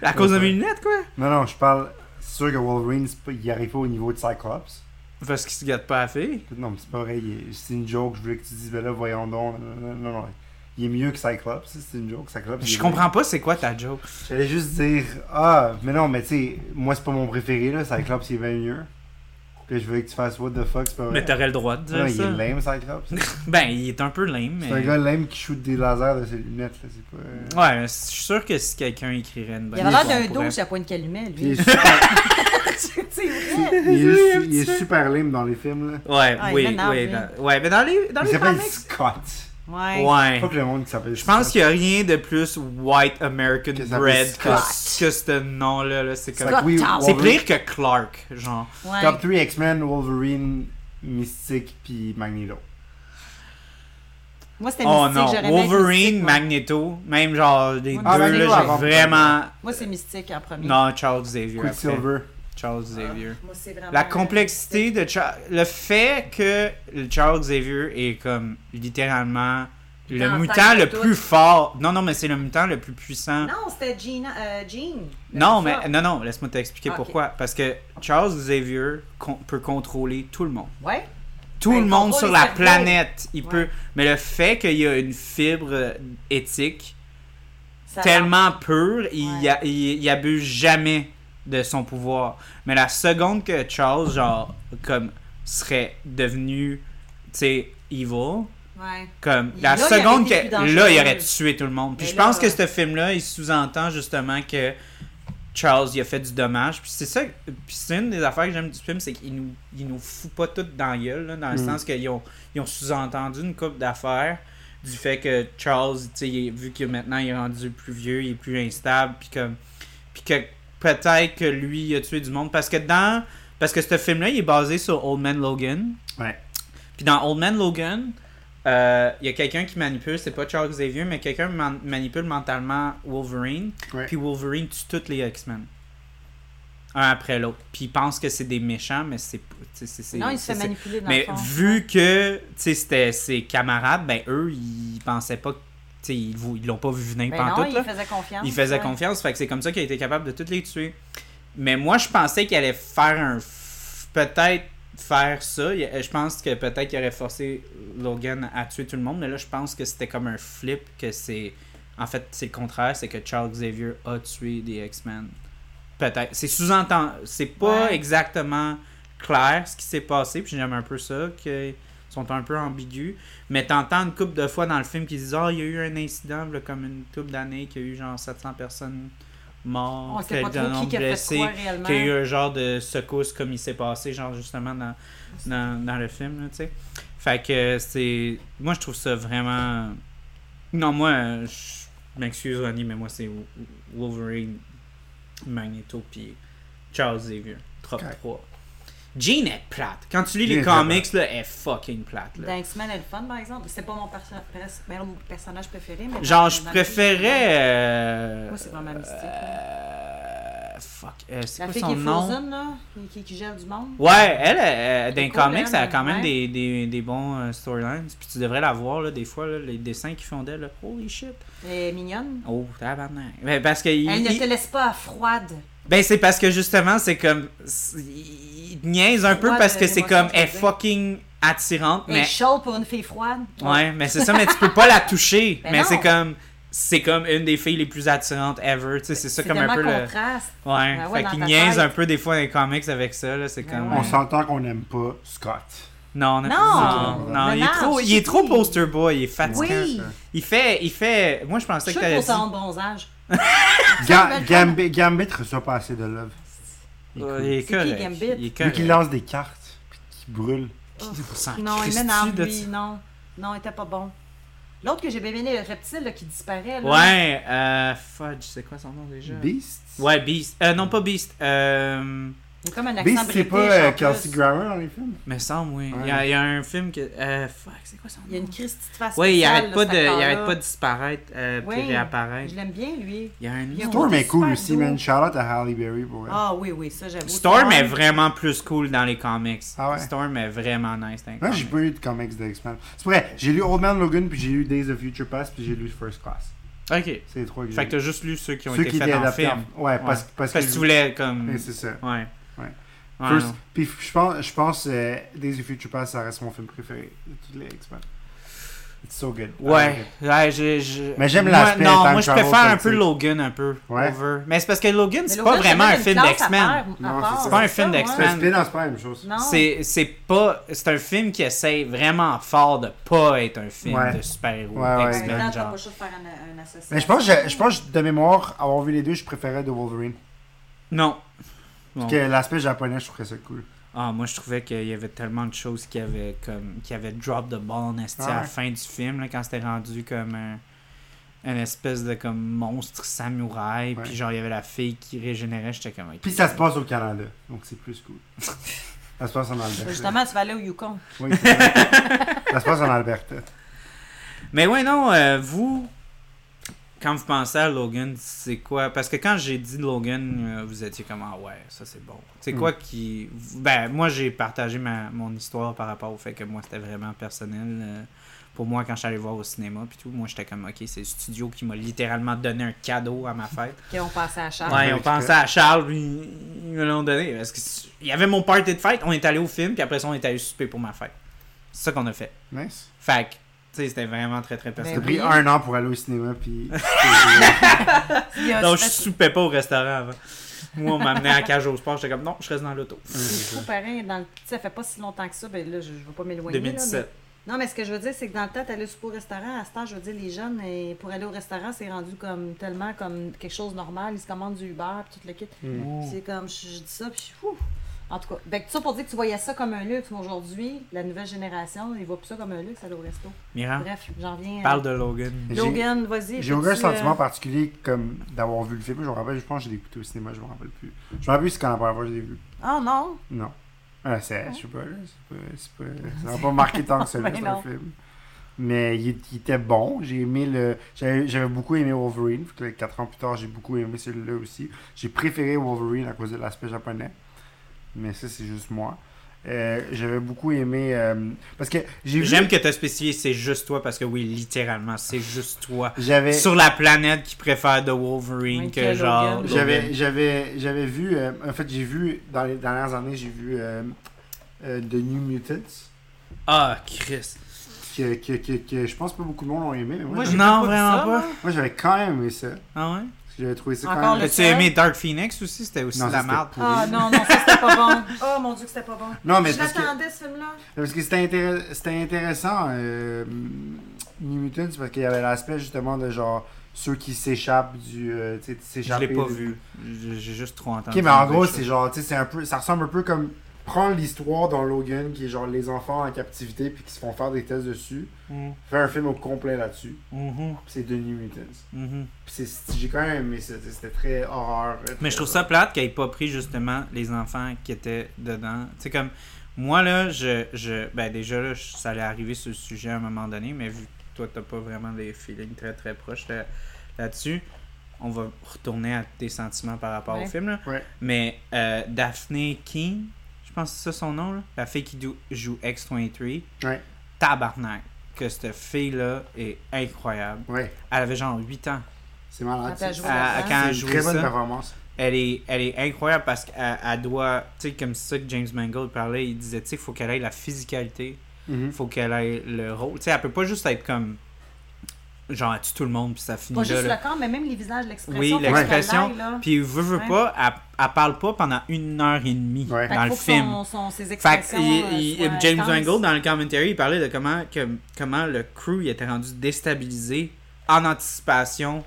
A: à cause de mes lunettes quoi.
C: non, non, je parle. C'est sûr que Wolverine, c'est pas- il arrive pas au niveau de Cyclops.
A: Parce qu'il se gâte pas à la fille.
C: Non, mais c'est pas vrai. il est- C'est une joke. Je voulais que tu dises, ben là, voyons donc. Non, non, non. non. Il est mieux que Cyclops. C'est une joke. Cyclops. il
A: Je
C: est
A: comprends pas c'est quoi ta joke.
C: J'allais juste dire, ah, mais non, mais tu sais, moi c'est pas mon préféré, là, Cyclops il est bien mieux. Puis je voulais que tu fasses what the fuck, c'est pas vrai.
A: Mais t'aurais le droit de dire
C: Non, il est
A: ça.
C: lame, Cyclops.
A: ben, il est un peu lame, mais.
C: C'est un gars lame qui shoot des lasers de ses lunettes, là, c'est pas. euh,
A: Ouais, mais je suis sûr que si quelqu'un écrirait une bonne
B: Il avait l'air d'un
A: histoire, on
B: dos sur la pointe calumet,
C: Puis il
B: lui.
C: est super,
B: C'est vrai.
C: il est, il est super lame dans les films, là.
A: pourrait- Ouais,
B: Ah, il
A: oui,
B: est énorme,
A: oui.
B: lui.
A: dans- Ouais, mais dans les, dans
C: Il
A: les
C: s'appelle
A: comics.
C: Scott.
B: Ouais.
A: Ouais.
C: Pas que le monde qui s'appelle
A: Je pense
C: Scott.
A: qu'il y a rien de plus white American
C: Que ça s'appelle
A: bread que,
C: Scott.
A: que ce nom-là. là, c'est comme.
C: Fait que oui,
B: Scott Town.
A: C'est
C: Wolverine-
A: pire que Clark, genre.
B: ouais.
C: Top 3 X-Men, Wolverine, Mystique, puis Magneto.
B: Moi, c'était
A: Oh
B: mystique,
A: non,
B: j'aurais aimé être
A: Wolverine,
B: mystique, moi.
A: Magneto, même genre les
B: Ah,
A: deux,
B: Magneto
A: là, j'ai
C: avant.
A: vraiment.
B: Moi, c'est mystique en premier.
A: Non, Charles Xavier. après.
C: Quicksilver.
A: Charles
B: Ah.
A: Xavier.
B: Moi, c'est vraiment.
A: La complexité de Char- le fait que le Charles Xavier est comme littéralement le
B: Dans la
A: mutant
B: tête de
A: le
B: tous.
A: plus fort. Non non mais c'est le mutant le plus puissant.
B: Non, c'était Gina, euh, Jean. le
A: Non,
B: plus
A: mais
B: fort.
A: non, non, laisse-moi t'expliquer
B: Ah, ok.
A: pourquoi. Parce que Charles Xavier con- peut contrôler tout le monde.
B: Ouais.
A: Tout
B: Ben,
A: le
B: il
A: monde
B: contrôle
A: sur
B: les
A: la
B: cerveaux.
A: planète. Il
B: Ouais.
A: peut. Mais le fait qu'il y a une fibre euh, éthique
B: ça
A: tellement pure, il,
B: Ouais.
A: a- il- il abuse jamais de son pouvoir. Mais la seconde que Charles, genre, comme, serait devenu, tu sais, evil,
B: Ouais.
A: comme,
B: Là,
A: la
B: il aurait
A: seconde
B: été
A: que.
B: plus dangereux.
A: Là, il aurait tué tout le monde. Puis
B: Mais
A: je
B: là,
A: pense que
B: ouais.
A: ce film-là, il sous-entend justement que Charles, il a fait du dommage. Puis c'est ça. Puis c'est une des affaires que j'aime du film, c'est qu'il nous, il nous fout pas tout dans la gueule, là, dans le
C: Mm.
A: sens qu'ils ont, ils ont sous-entendu une coupe d'affaires du fait que Charles, tu sais, il est- vu que maintenant il est rendu plus vieux, il est plus instable, puis comme. Puis que peut-être que lui, il a tué du monde. Parce que dans. Parce que ce film-là, il est basé sur Old Man Logan.
C: Ouais.
A: Puis dans Old Man Logan, euh, il y a quelqu'un qui manipule, c'est pas Charles Xavier, mais quelqu'un man- manipule mentalement Wolverine.
C: Ouais.
A: Puis Wolverine tue tous les X-Men. Un après l'autre. Puis il pense que c'est des méchants, mais c'est. p- tu sais, c'est- c'est-
B: Non, il se fait
A: c'est- c'est-
B: manipuler dans
A: Mais
B: le fond.
A: vu que tu sais, c'était ses camarades, ben eux, ils pensaient pas. que- tu sais, Ils vou- ils l'ont pas vu venir
B: Ben non,
A: pantoute. là.
B: il faisait confiance.
A: Il faisait
B: ouais.
A: confiance, fait que c'est comme ça qu'il a été capable de toutes les tuer. Mais moi, je pensais qu'il allait faire un. f- Peut-être faire ça. Il- Je pense que peut-être qu'il aurait forcé Logan à tuer tout le monde, mais là, je pense que c'était comme un flip, que c'est. En fait, c'est le contraire, c'est que Charles Xavier a tué des X-Men. Peut-être. C'est sous-entendu. C'est pas
B: Ouais.
A: exactement clair ce qui s'est passé, puis j'aime un peu ça, qu'ils sont un peu ambigus. Mais t'entends une couple de fois dans le film qui disent « Ah, il y a eu un incident, là, comme une couple d'années, qu'il y a eu genre 700 personnes
B: On
A: mortes,
B: sait pas
A: quelques
B: trop
A: nombre
B: qui qui a fait
A: blessés,
B: quoi réellement.
A: qu'il y a eu un genre de secousse comme il s'est passé, genre justement dans, dans, dans le film, là, tu sais. Fait que c'est... Moi, je trouve ça vraiment... Non, moi, euh, je m'excuse, Ronnie, mais moi, c'est Wolverine, Magneto, puis Charles Xavier, top
C: Correct.
A: 3. Jean est plate. Quand tu lis
C: Jean
A: les
C: est très
A: comics, là, elle est fucking plate. là.
B: Dans X-Men, elle est fun, par exemple. C'est pas mon, perso- pres- ben, mon personnage préféré. Mais dans-
A: Genre, je
B: dans-
A: préférais. euh,
B: Moi, c'est vraiment mystique. là.
A: euh, fuck. euh, c'est
B: La
A: quoi
B: fille
A: son
B: qui est
A: nom?
B: frozen, là, qui, qui, qui gèle du monde.
A: Ouais, elle, euh, dans les
B: cool,
A: comics,
B: elle,
A: elle a quand même
B: ouais.
A: des, des, des bons euh, storylines. Puis tu devrais la voir, là, des fois, là, les dessins qu'ils font d'elle. là. Holy shit.
B: Elle est mignonne.
A: Oh, tabarnak. Ben, parce que. il-
B: Elle ne
A: il-
B: te laisse pas à froide.
A: Ben, c'est parce que justement, c'est comme. c'est- Il il niaise un peu
B: Ouais, ben,
A: parce
B: mais
A: que c'est
B: l'émotion,
A: comme.
B: je
A: Elle est
B: veux dire.
A: fucking attirante,
B: Elle est
A: mais.
B: chaude pour une fille froide.
A: Ouais, mais c'est ça, mais tu peux pas la toucher.
B: Ben
A: mais
B: non.
A: c'est comme. C'est comme une des filles les plus attirantes ever. Tu sais, c'est ça comme un peu
B: Ben, tellement
A: le.
B: contraste.
A: Ouais,
B: Ben ouais,
A: fait
B: dans
A: qu'ils
B: ta
A: niaisent
B: tête.
A: un peu des fois dans les comics avec ça, là, c'est
B: Ben
A: comme...
B: ouais.
C: On s'entend qu'on n'aime pas Scott.
A: Non,
B: Non!
A: non, non,
B: Mais
A: il, est
B: non,
A: trop,
B: je
A: il est
B: sais
A: trop
B: qui.
A: poster boy, il est fatigant.
B: Oui,
A: Il fait, il fait... Moi, je
B: je
A: pensais
B: suis
A: que t'allais
B: pour
A: dire...
B: son bronzage.
C: Ga-
B: belle
C: Gambit, Gambit reçoit pas assez de love. Il est
A: Euh,
C: cool.
A: Il est
B: C'est qui,
A: correct,
B: Gambit?
A: il est
C: Vu qu'il
A: correct.
C: lance des cartes, puis qu'il brûle.
A: On s'en
B: Non, il
A: crisse-tu
B: m'énerve,
A: Ah, de
B: lui.
A: ça?
B: Non, non, il était pas bon. L'autre que j'ai bien aimé, le reptile là, qui disparaît. Là.
A: Ouais, euh... Fudge, c'est quoi son nom déjà?
C: Beast
A: Ouais, Beast. Euh, non, pas Beast. Euh...
B: Il a comme un accent
C: Beast, c'est
B: british,
C: pas euh,
B: en plus.
C: Kelsey Grammer dans les films
A: Me semble, oui. Il y, a,
C: Ouais.
A: il y a un film que... Euh... Fuck, c'est quoi son
B: Il y a
A: nom?
B: une christie de face.
A: Ouais, il
B: spéciale,
A: arrête
B: là,
A: pas
B: cet
A: de, il
B: acteur-là.
A: arrête pas de disparaître, euh, puis
B: Ouais.
A: réapparaître.
B: Je l'aime bien, lui.
A: Il y a un
B: Il y a-
C: Storm
B: il
C: est cool
B: super
C: aussi,
B: doux.
C: man. Shout out à Halle Berry pour elle.
B: Ah oui, oui, ça j'avoue.
A: Storm est vraiment plus cool dans les comics.
C: Ah ouais?
A: Storm est vraiment nice dans les
C: Moi,
A: comics.
C: j'ai pas lu de comics de X-Men. C'est vrai, j'ai lu Old Man Logan, puis j'ai lu Days of Future Past, puis j'ai lu First Class.
A: Ok.
C: C'est les trois que j'ai
A: Fait que
C: lu.
A: t'as juste lu ceux qui ont
C: Ceux
A: été
C: qui
A: faits
C: étaient
A: dans le
C: adaptés.
A: film.
C: en- Ouais, parce, parce
A: Parce que
C: que.
A: tu voulais comme.
C: Ouais,
A: Ouais.
C: C'est ça.
A: Ouais.
C: Ouais.
A: Mm. Ouais,
C: First-
A: non.
C: Puis je pense, je pense euh, Days of Future Past, ça reste mon film préféré de tous les X-Men. It's so good. I like
A: Ouais,
C: it.
A: ouais, je- je-
C: Ah, Mais j'aime
A: Moi,
C: l'aspect
A: Non,
C: time
A: moi je
C: travel,
A: préfère un
C: tu sais.
A: peu Logan un peu.
C: Ouais.
A: Over. Mais c'est parce que Logan, c'est pas vraiment un film d'X-Men.
C: Non, c'est
A: pas un film
C: C'est un
A: d'X-Men.
C: spin-off, c'est pas la même chose.
B: Non.
A: C'est c'est pas. C'est un film qui essaie vraiment fort de pas être un film
C: Ouais.
A: de super-héros.
C: Ouais, ouais.
B: Mais
A: X-Men,
B: non, t'as
A: genre.
B: pas le choix de faire un, un assassin.
C: Mais je pense, que je, je pense que de mémoire, avoir vu les deux, je préférais The Wolverine.
A: Non.
C: Parce
A: Non.
C: que l'aspect japonais, je trouverais ça cool.
A: Ah, moi, je trouvais qu'il y avait tellement de choses qui avaient, comme, qui avaient drop the ball nasty à
C: Ah
A: la
C: ouais.
A: fin du film, là, quand c'était rendu comme un, une espèce de comme monstre samouraï.
C: Ouais.
A: Puis genre, il y avait la fille qui régénérait. J'étais comme. ok.
C: Puis ça se passe au Canada, donc c'est plus cool. ça se passe en Alberta.
B: Justement, tu vas aller au Yukon.
C: Oui, c'est vrai. ça se passe en Alberta.
A: Mais ouais, non, euh, vous. quand vous pensez à Logan, c'est quoi Parce que quand j'ai dit Logan, euh, vous étiez comme ah ouais, ça c'est bon. C'est
C: Hmm.
A: quoi qui Ben moi j'ai partagé ma mon histoire par rapport au fait que moi c'était vraiment personnel. euh, pour moi quand je suis allé voir au cinéma puis tout, moi j'étais comme ok c'est le studio qui m'a littéralement donné un cadeau à ma fête.
B: Qui ont passé à Charles.
A: Ah. Ouais, on pensait à Charles, puis ils me l'ont donné. Parce que c- il y avait mon party de fête, on est allé au film, puis après ça, on est allé souper pour ma fête. C'est ça qu'on a fait.
C: Nice.
A: Fait que, tu sais, c'était vraiment très, très
C: T'as
A: personnel.
B: Ben
C: pris
B: oui.
C: un an pour aller au cinéma, puis.
B: Il y a-
A: Non, je
B: Ah, c'est-
A: soupais pas au restaurant avant. Moi, on m'amenait à la cage au sport, j'étais comme non, je reste dans l'auto.
C: Mm.
B: c'est trop pareil. Dans le- tu sais, Ça fait pas si longtemps que ça, ben là, je, je vais pas m'éloigner. là, mais-
A: 2017.
B: Non, mais ce que je veux dire, c'est que dans le temps, t'allais souper au restaurant. À ce temps, je veux dire, les jeunes, eh, pour aller au restaurant, c'est rendu comme tellement comme quelque chose de normal. Ils se commandent du Uber, puis tout le kit.
C: Mm.
A: Oh.
B: Puis C'est comme, je, je dis ça, puis je- ouf. En tout cas, ben, tout ça pour dire que tu voyais ça comme un luxe. Mais aujourd'hui, la nouvelle génération, ils voient plus ça comme un luxe, aller au resto.
A: Mira,
B: Bref, j'en viens. à-
A: Hein? parle de Logan.
C: J'ai-
B: Logan, vas-y.
C: J'ai aucun
B: fais-tu,
C: sentiment
B: euh,
C: particulier comme d'avoir vu le film. Je me rappelle, je pense que j'ai écouté au cinéma, je me rappelle plus. Je me rappelle plus c'est quand la première fois que je l'ai vu.
B: Ah non!
C: Non. Ah, c'est, je sais pas, là, c'est pas, c'est pas- ça m'a pas marqué tant que ça, là,
B: Ben
C: c'est un
B: non.
C: film. Mais il, est- il était bon. J'ai aimé le. J'avais, j'avais beaucoup aimé Wolverine. Fait que là, quatre ans plus tard, j'ai beaucoup aimé celui-là aussi. J'ai préféré Wolverine à cause de l'aspect japonais. Mais ça, c'est juste moi. Euh, j'avais beaucoup aimé. euh, parce que j'ai vu-
A: J'aime que t'as spécifié c'est juste toi, parce que oui, littéralement, c'est juste toi.
C: J'avais.
A: Sur la planète qui préfère The Wolverine
B: Oui,
A: que
B: que
A: genre.
B: Logan.
A: Logan.
C: J'avais, j'avais, j'avais vu, euh, en fait, j'ai vu, dans les dernières années, j'ai vu euh, euh, The New Mutants,
A: Ah, Chris.
C: que, que, que, que je pense pas beaucoup de monde ont aimé, mais moi,
D: Moi,
C: j'ai-
D: j'ai
A: Non,
D: pas vu
A: vraiment
D: ça,
A: pas.
D: moi.
C: moi, j'avais quand même aimé ça.
A: Ah ouais?
C: parce que J'avais trouvé ça
B: Encore
C: quand
B: le-
C: même...
A: As-tu
B: seul?
A: aimé Dark Phoenix aussi? C'était aussi
C: Non,
A: de
C: ça,
A: la
C: c'était
A: merde.
C: pourri.
B: Ah non, non, ça c'était pas bon. Oh mon dieu, que c'était pas bon.
C: Non, mais
B: je
C: parce que,
B: l'attendais, ce film-là.
C: parce que c'était, intéress- c'était intéressant, euh, New Mutants, parce qu'il y avait l'aspect justement de genre ceux qui s'échappent du. euh, tu sais,
A: Je
C: de
A: l'ai
C: s'échapper
A: pas
C: du-
A: vu. Je- J'ai juste trop entendu.
C: Ok, mais en
A: des
C: gros,
A: choses.
C: c'est genre, tu sais, c'est un peu, ça ressemble un peu comme prendre l'histoire dans Logan, qui est genre les enfants en captivité puis qui se font faire des tests dessus,
A: Mm,
C: faire un film au complet là-dessus.
A: mhm,
C: Puis c'est The New Mutants.
A: mhm.
C: Puis c'est- j'ai quand même aimé ça, tu sais, c'était très horreur. très-
A: Mais je trouve ça plate qu'ils n'aient pas pris justement les enfants qui étaient dedans. Tu sais, comme moi, là, je. je ben, déjà, là, je- ça allait arriver sur le sujet à un moment donné, mais vu que toi, t'as pas vraiment des feelings très très proches là- là-dessus, on va retourner à tes sentiments par rapport
B: Ouais.
A: au film. Là.
C: Ouais.
A: Mais euh, Daphne King, je pense que c'est ça son nom, là, la fille qui dou- joue X23,
C: Ouais.
A: tabarnak, que cette fille-là est incroyable.
C: Ouais,
A: Elle avait genre 8 ans
C: c'est malade.
B: Quand elle
C: c'est-
B: joue
A: à-
B: là-dedans.
A: à-
B: C'est
A: quand
C: c'est
A: elle
C: une
A: jouait
C: très bonne
A: ça
C: performance.
A: elle est, elle est incroyable parce qu'elle elle doit, tu sais, comme c'est ça que James Mangold parlait, il disait, tu sais, faut qu'elle ait la physicalité,
C: Mhm.
A: faut qu'elle ait le rôle. Tu sais, elle peut pas juste être comme, genre, elle tue tout le monde puis ça finit
B: Pas
A: là.
B: juste
A: là.
B: le corps, mais même les visages, l'expression.
A: Oui,
B: faut que ça
A: l'expression.
B: l'aille, là.
A: Puis, veut, veut
B: Ouais.
A: pas, elle, elle parle pas pendant une heure et demie
C: Ouais.
B: Fait
A: dans
B: qu'il
A: le
B: faut que
A: film.
B: Son, son, ses
A: Fait
B: expressions,
A: que il-
B: euh,
A: il-
B: soient
A: James
B: intenses.
A: Mangold, dans le commentary, il parlait de comment, que, comment le crew il était rendu déstabilisé en anticipation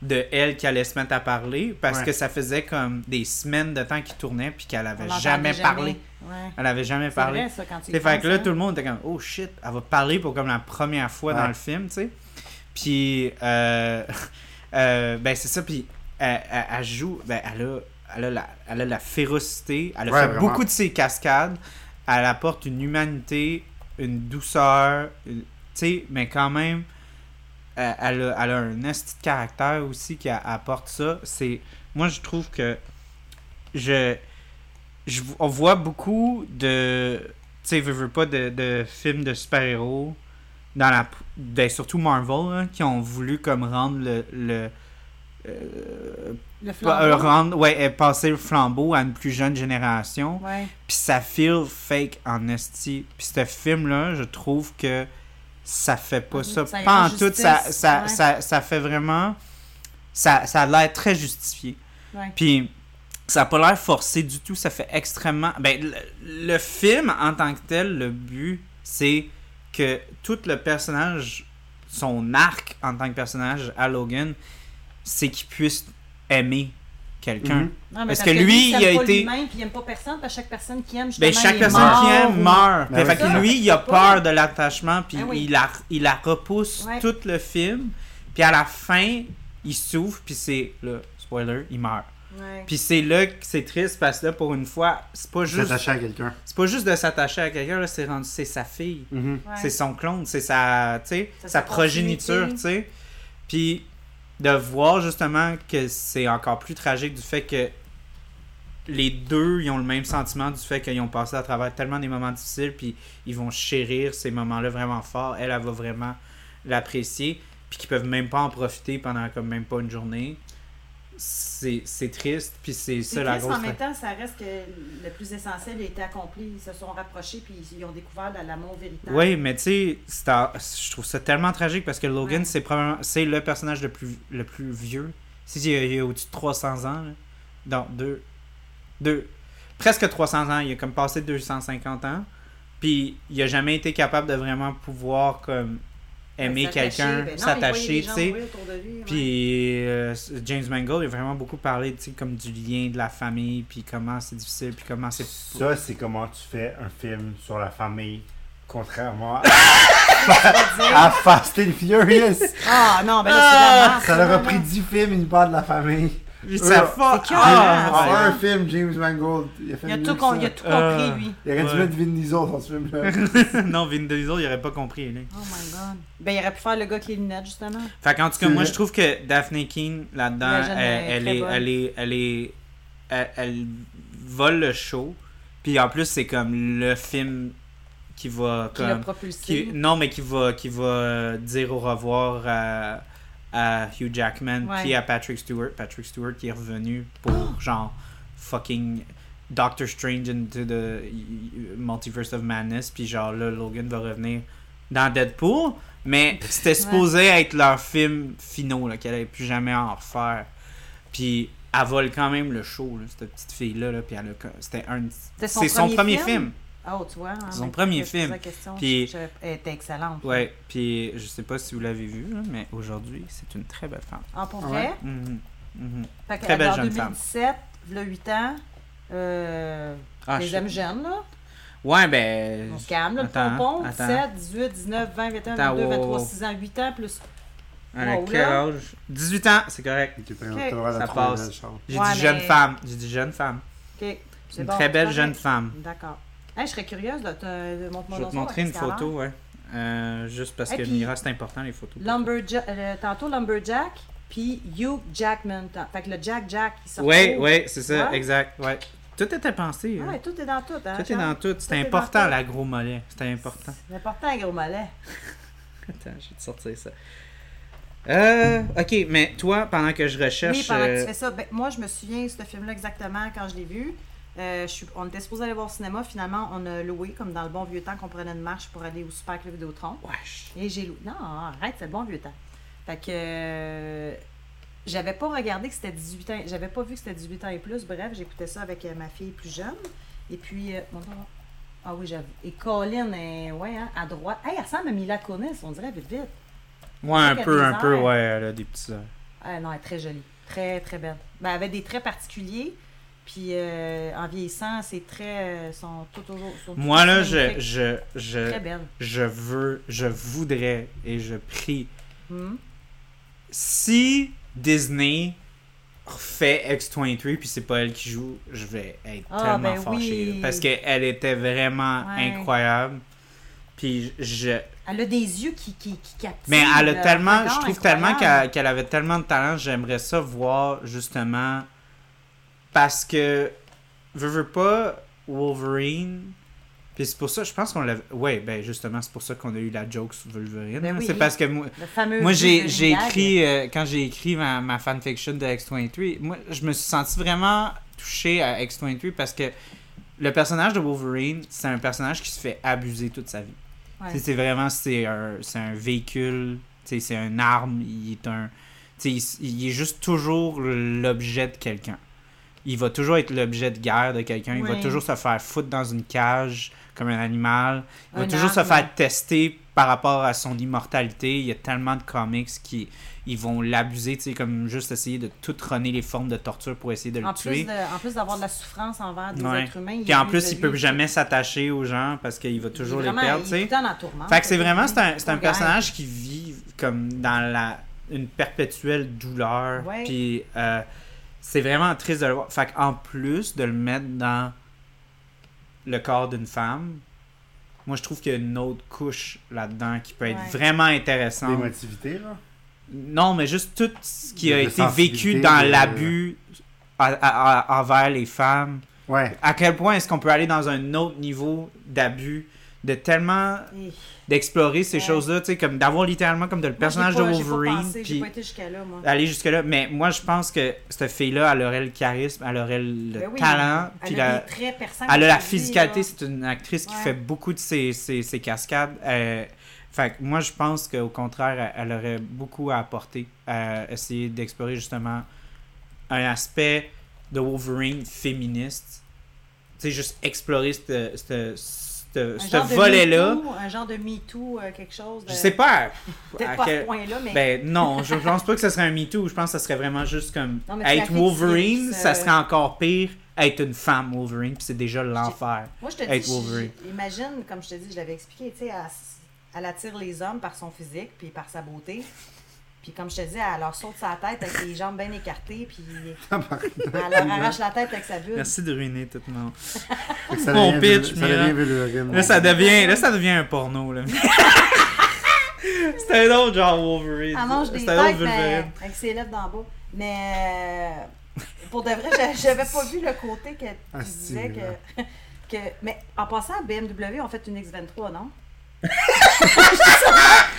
A: de elle qui allait se mettre à parler parce
C: Ouais.
A: que ça faisait comme des semaines de temps qu'il tournait puis qu'elle
B: On
A: avait
B: l'entendait
A: jamais parlé.
B: Ouais.
A: Elle avait jamais
B: C'est
A: parlé.
B: vrai, ça, quand tu y
A: T'sais, fait que
B: penses,
A: là,
B: hein.
A: tout le monde était comme, oh shit, elle va parler pour comme la première fois
C: Ouais.
A: dans le film, tu sais. Puis, euh, euh, ben c'est ça, puis elle, elle- elle joue, ben elle a, elle a, la, elle a la férocité, elle a
C: Ouais,
A: fait
C: vraiment.
A: beaucoup de ses cascades, elle apporte une humanité, une douceur, une- tu sais, mais quand même, elle, elle a, elle a un esti de caractère aussi qui a- apporte ça. C'est, moi, je trouve que je, je on voit beaucoup de, tu sais, veux, veux pas, de, de films de super-héros, dans la, ben, surtout Marvel, là, qui ont voulu comme rendre le, le euh,
B: Le
A: pa- euh,
B: flambeau.
A: rendre, ouais, euh, passer le flambeau à une plus jeune génération.
B: Ouais.
A: Puis ça feel fake en esti. Puis ce film-là, je trouve que ça fait pas
B: Mhm,
A: ça.
B: ça y
A: pas en
B: rend
A: tout, ça,
B: justice,
A: ça,
B: ouais.
A: ça, ça fait vraiment. Ça, ça a l'air très justifié.
B: Ouais.
A: Puis ça a pas l'air forcé du tout, ça fait extrêmement ben le, le film en tant que tel, le but c'est que tout le personnage son arc en tant que personnage à Logan, c'est qu'il puisse aimer quelqu'un.
C: Mhm.
B: Non, mais
A: Parce
B: parce
A: que lui,
B: aime
A: il a
B: pas
A: été-
B: lui-même, puis il aime pas personne, parce que chaque personne qui aime, justement,
A: Ben, chaque
B: il
A: personne
B: meurt.
A: qui aime meurt.
C: Ben
A: fait
C: oui.
A: que lui, il a
B: C'est pas-
A: peur de l'attachement, puis
B: Ben oui.
A: il, la, il la repousse
B: Ouais.
A: tout le film. Puis à la fin, il s'ouvre, puis c'est, là, spoiler, il meurt.
B: Ouais.
A: Puis c'est là que c'est triste, parce que là, pour une fois, c'est pas juste
C: S'attacher à quelqu'un.
A: c'est pas juste de s'attacher à quelqu'un, là, c'est rendu, c'est sa fille,
C: Mhm.
B: Ouais.
A: c'est son clone, c'est sa, tu sais, sa
B: C'est sa continuité.
A: progéniture, tu sais. Puis de voir justement que c'est encore plus tragique du fait que les deux ils ont le même sentiment du fait qu'ils ont passé à travers tellement des moments difficiles puis ils vont chérir ces moments-là vraiment fort. Elle, elle va vraiment l'apprécier puis qu'ils peuvent même pas en profiter pendant comme même pas une journée. C'est c'est triste puis c'est
B: C'est
A: ça la
B: triste, mais
A: grosse.
B: en même temps, ça reste que le plus essentiel a été accompli. Ils se sont rapprochés puis ils ont découvert de l'amour véritable.
A: Oui, mais tu sais, c'est en- je trouve ça tellement tragique parce que Logan,
B: Ouais.
A: c'est probablement- c'est le personnage le plus, le plus vieux. Si il y a, il y a au-dessus de 300 ans, là. non, deux, deux, presque 300 ans, il a comme passé 250 ans. Puis il a jamais été capable de vraiment pouvoir comme aimer
B: S'attacher,
A: quelqu'un,
B: ben non, il voyait
A: s'attacher,
B: les gens
A: tu sais.
B: mourir autour de lui, ouais.
A: Puis euh, James Mangold a vraiment beaucoup parlé, tu sais, comme du lien de la famille, puis comment c'est difficile, puis comment c'est
C: Ça, c'est comment tu fais un film sur la famille, contrairement à, à Fast and Furious.
B: Ah non, ben là, c'est
C: Ça
B: la
C: leur a
B: marque,
C: pris 10 films, une part de la famille.
A: Puis
C: ça
A: fuck-
B: c'est
A: Euh, Ah,
B: cœur,
C: En
A: ouais.
C: un film, James Mangold, il a fait
B: Il a
C: mieux
B: tout,
C: que
B: con-
C: ça.
B: il a tout
A: Euh.
B: compris, lui.
C: Il aurait dû
A: Ouais.
C: mettre Vin Diesel dans ce film-là.
A: ah, non, Vin Diesel, il aurait pas compris. Là.
B: Oh my god. Ben, il aurait pu faire le gars qui a les lunettes, justement.
A: Fait qu'en tout cas,
C: C'est
A: moi,
C: vrai.
A: je trouve que Daphne King, là-dedans,
B: La jeune est
A: elle, elle
B: très
A: est,
B: bonne.
A: elle, est, elle, est, elle, elle vole le show. Puis en plus, c'est comme le film qui va...
B: Qui l'a
A: Comme,
B: propulsé.
A: qui- non, mais qui va, qui va euh, dire au revoir à, à Hugh Jackman
B: Ouais.
A: puis à Patrick Stewart. Patrick Stewart qui est revenu pour, genre, fucking... Doctor Strange into the Multiverse of Madness, puis genre là, Logan va revenir dans Deadpool, mais c'était supposé être leur film finaux, là, qu'elle n'allait plus jamais en refaire. Puis elle vole quand même le show, là, cette petite fille-là, là, puis elle a co- c'était un...
B: C'était
A: C'est son premier film.
B: Oh, tu vois. hein,
A: Son
B: mais
A: premier
B: je te posais
A: film.
B: la question,
A: Puis-
B: je- Elle était excellente.
A: Ouais, puis je sais pas si vous l'avez vu, là, mais aujourd'hui, c'est une très belle femme.
B: En Ah, pour
C: Ouais.
B: vrai.
A: Mhm, mhm.
B: Fait que,
A: Très belle
B: en
A: jeune
B: 2017, v'là 8 ans, euh,
A: Ah,
B: les
A: je-
B: hommes jeunes, là.
A: Ouais, ben...
B: On se calme, là, le
A: Attends,
B: pompon.
A: attends.
B: 17, 18, 19, 20, 21,
A: Attends,
B: 22,
A: wow,
B: 23,
A: wow.
B: 6 ans, 8 ans, plus.
A: Elle a
B: Wow,
A: quel
B: là.
A: âge? 18 ans, c'est correct.
C: Ok, t'as- t'as le droit de
A: Ça
C: trouver
A: passe.
C: le char.
A: J'ai
B: Ouais,
A: dit jeune
B: mais-
A: femme. J'ai dit jeune femme.
B: OK.
A: Une très belle jeune femme.
B: D'accord. Hey, je serais curieuse, là. t'as- de- Montre-moi
A: Je vais
B: donc
A: te
B: ça,
A: montrer une
B: parce qu'à
A: photo, ouais. Euh, juste parce
B: Et
A: que
B: puis-
A: Mira, c'est important, les photos.
B: Lumberja- euh, tantôt Lumberjack, puis Hugh Jackman. Tant- Fait que le Jack Jack, il sort.
A: Ouais, ouais, c'est ça,
B: Ouais.
A: exact. Ouais. Tout était pensé. hein.
B: Ouais, tout est dans tout. Hein,
A: tout est dans tout. C'était
B: est dans
A: important,
B: tout.
A: la gros mollet. C'était important.
B: C'est important, gros malais.
A: Attends, je vais te sortir ça. Euh, ok, mais toi, pendant que je recherche.
B: Oui, pendant que
A: euh,
B: tu fais ça, ben, moi, je me souviens de ce film-là exactement quand je l'ai vu. Euh, je suis, on était supposé aller voir au cinéma. Finalement, on a loué, comme dans le bon vieux temps, qu'on prenait une marche pour aller au Super Club Vidéotron.
A: wesh.
B: Et j'ai loué. Non, arrête, c'est le bon vieux temps. Fait que. euh, J'avais pas regardé que c'était 18 ans. J'avais pas vu que c'était 18 ans et plus. Bref, j'écoutais ça avec euh, ma fille plus jeune. Et puis. euh, mon- ah oui, j'avoue. Et Colin, est, ouais, hein, à droite. Hey, elle ressemble à Mila Kunis, on dirait vite vite.
A: Ouais, un
B: qu'elle
A: peu,
B: a
A: un
B: des
A: peu,
B: airs.
A: ouais, elle a des petits. euh. airs.
B: Ah non, elle est très jolie. Très, très belle. Ben, elle avait des traits particuliers. Puis euh, en vieillissant, ses traits euh, sont tout toujours. sont tout
A: Moi, là,
B: aussi
A: je,
B: magnifiques.
A: je, je,
B: Très belle.
A: je veux, je voudrais et je prie
B: Hmm.
A: si Disney refait X23 puis c'est pas elle qui joue, je vais être
B: Ah,
A: tellement
B: ben
A: fâché là,
B: oui.
A: parce qu'elle était vraiment
B: Ouais.
A: incroyable. Puis je
B: Elle a des yeux qui, qui, qui captivent.
A: mais elle a
B: euh,
A: tellement,
B: regard
A: je trouve
B: incroyable.
A: tellement qu'elle qu'elle avait tellement de talent, j'aimerais ça voir justement parce que veux veux pas Wolverine puis c'est pour ça, je pense qu'on l'avait. Ouais, ben justement, c'est pour ça qu'on a eu la joke sur Wolverine. hein.
B: Ben oui.
A: C'est parce que moi,
B: Le fameux
A: moi,
B: jeu
A: j'ai,
B: de
A: j'ai
B: gag.
A: écrit, euh, quand j'ai écrit ma, ma fanfiction de X-23, moi, je me suis senti vraiment touché à X-23 parce que le personnage de Wolverine, c'est un personnage qui se fait abuser toute sa vie.
B: Ouais.
A: Tu sais, C'est vraiment, c'est un, c'est un véhicule, tu sais, c'est une arme, il est un... tu sais, Il, il est juste toujours l'objet de quelqu'un. Il va toujours être l'objet de guerre de quelqu'un. Il va
B: Oui.
A: toujours se faire foutre dans une cage comme un animal. Il va
B: Un
A: toujours se
B: arbre.
A: faire tester par rapport à son immortalité. Il y a tellement de comics qui ils vont l'abuser, tu sais, comme juste essayer de tout runner les formes de torture pour essayer de le
B: En plus,
A: tuer.
B: de- en plus d'avoir de la souffrance envers des
A: Ouais.
B: êtres humains. il
A: Puis
B: y a
A: en
B: eu
A: plus,
B: de
A: il peut
B: lui-
A: jamais s'attacher aux gens parce qu'il va
B: il est
A: toujours
B: vraiment-
A: les perdre, tu
B: Il est
A: sais.
B: tout le temps en tourment.
A: Fait que c'est vraiment, c'est un, c'est un
B: Ouais.
A: personnage qui vit comme dans la, une perpétuelle douleur.
B: Ouais.
A: Puis euh, c'est vraiment triste de le voir. Fait qu'en plus de le mettre dans le corps d'une femme, moi je trouve qu'il y a une autre couche là-dedans qui peut être
B: Ouais.
A: vraiment intéressante.
C: L'émotivité, là.
A: Non, mais juste tout ce qui
C: De-
A: a
C: de
A: été vécu
C: sensibilité,
A: dans
C: de-
A: l'abus à- à- à- envers les femmes.
C: Ouais.
A: À quel point est-ce qu'on peut aller dans un autre niveau d'abus, de tellement
B: Eh,
A: d'explorer ces
B: Ouais.
A: choses-là, tu sais, comme d'avoir littéralement comme de le personnage
B: moi, j'ai
A: de
B: pas- j'ai pas
A: Wolverine,
B: pensé, J'ai
A: puis
B: pas été jusqu'à là, moi.
A: aller jusque-là. Mais moi, je pense que cette fille-là, elle aurait le charisme, elle aurait le
B: Ben oui,
A: talent, puis
B: Elle
A: la...
B: a des traits perçants,
A: Elle
B: comme
A: a
B: tu
A: la
B: dis,
A: physicalité,
B: là.
A: c'est une actrice qui
B: Ouais.
A: fait beaucoup de ses, ses- ses cascades. Euh, fait que moi, je pense qu'au contraire, elle elle aurait beaucoup à apporter à essayer d'explorer justement un aspect de Wolverine féministe. Tu sais, juste explorer ce ce- ce-
B: Un
A: ce
B: genre de
A: volet-là.
B: Me Too, Un genre de Me Too, euh, quelque chose. De...
A: Je sais pas.
B: Peut-être
A: à
B: pas à
A: quel-
B: ce point-là, mais.
A: Ben non, je pense pas que ce serait un MeToo. Je pense que ce serait vraiment juste comme
B: Non, mais tu
A: être
B: l'as
A: Wolverine,
B: fait, euh, c'est-
A: ça serait encore pire être une femme Wolverine, puis c'est déjà l'enfer.
B: Moi, je te
A: Avec
B: dis,
A: Wolverine.
B: j- imagine, comme je te dis, je l'avais expliqué, tu sais, elle, s- elle attire les hommes par son physique, puis par sa beauté. Puis comme je te dis, elle leur saute sa tête avec les jambes bien écartées, puis elle leur arrache la tête avec sa bulle.
A: Ah, Merci de ruiner tout le monde.
C: Fait que ça
A: Mon
C: devient
A: pitch,
C: vul- ça
A: Mira.
C: devient Wolverine.
A: Là, ça devient, là, ça devient un porno. là. C'était un autre genre Wolverine.
B: Elle mange des
A: C'était un autre
B: têtes, mais
A: Wolverine.
B: avec ses lèvres d'en bas. Mais euh, pour de vrai, j'a- j'avais pas vu le côté que tu
C: Ah,
B: disais
C: stimulant.
B: que, que. Mais en passant, BMW ont fait une X23, non? Je dis ça,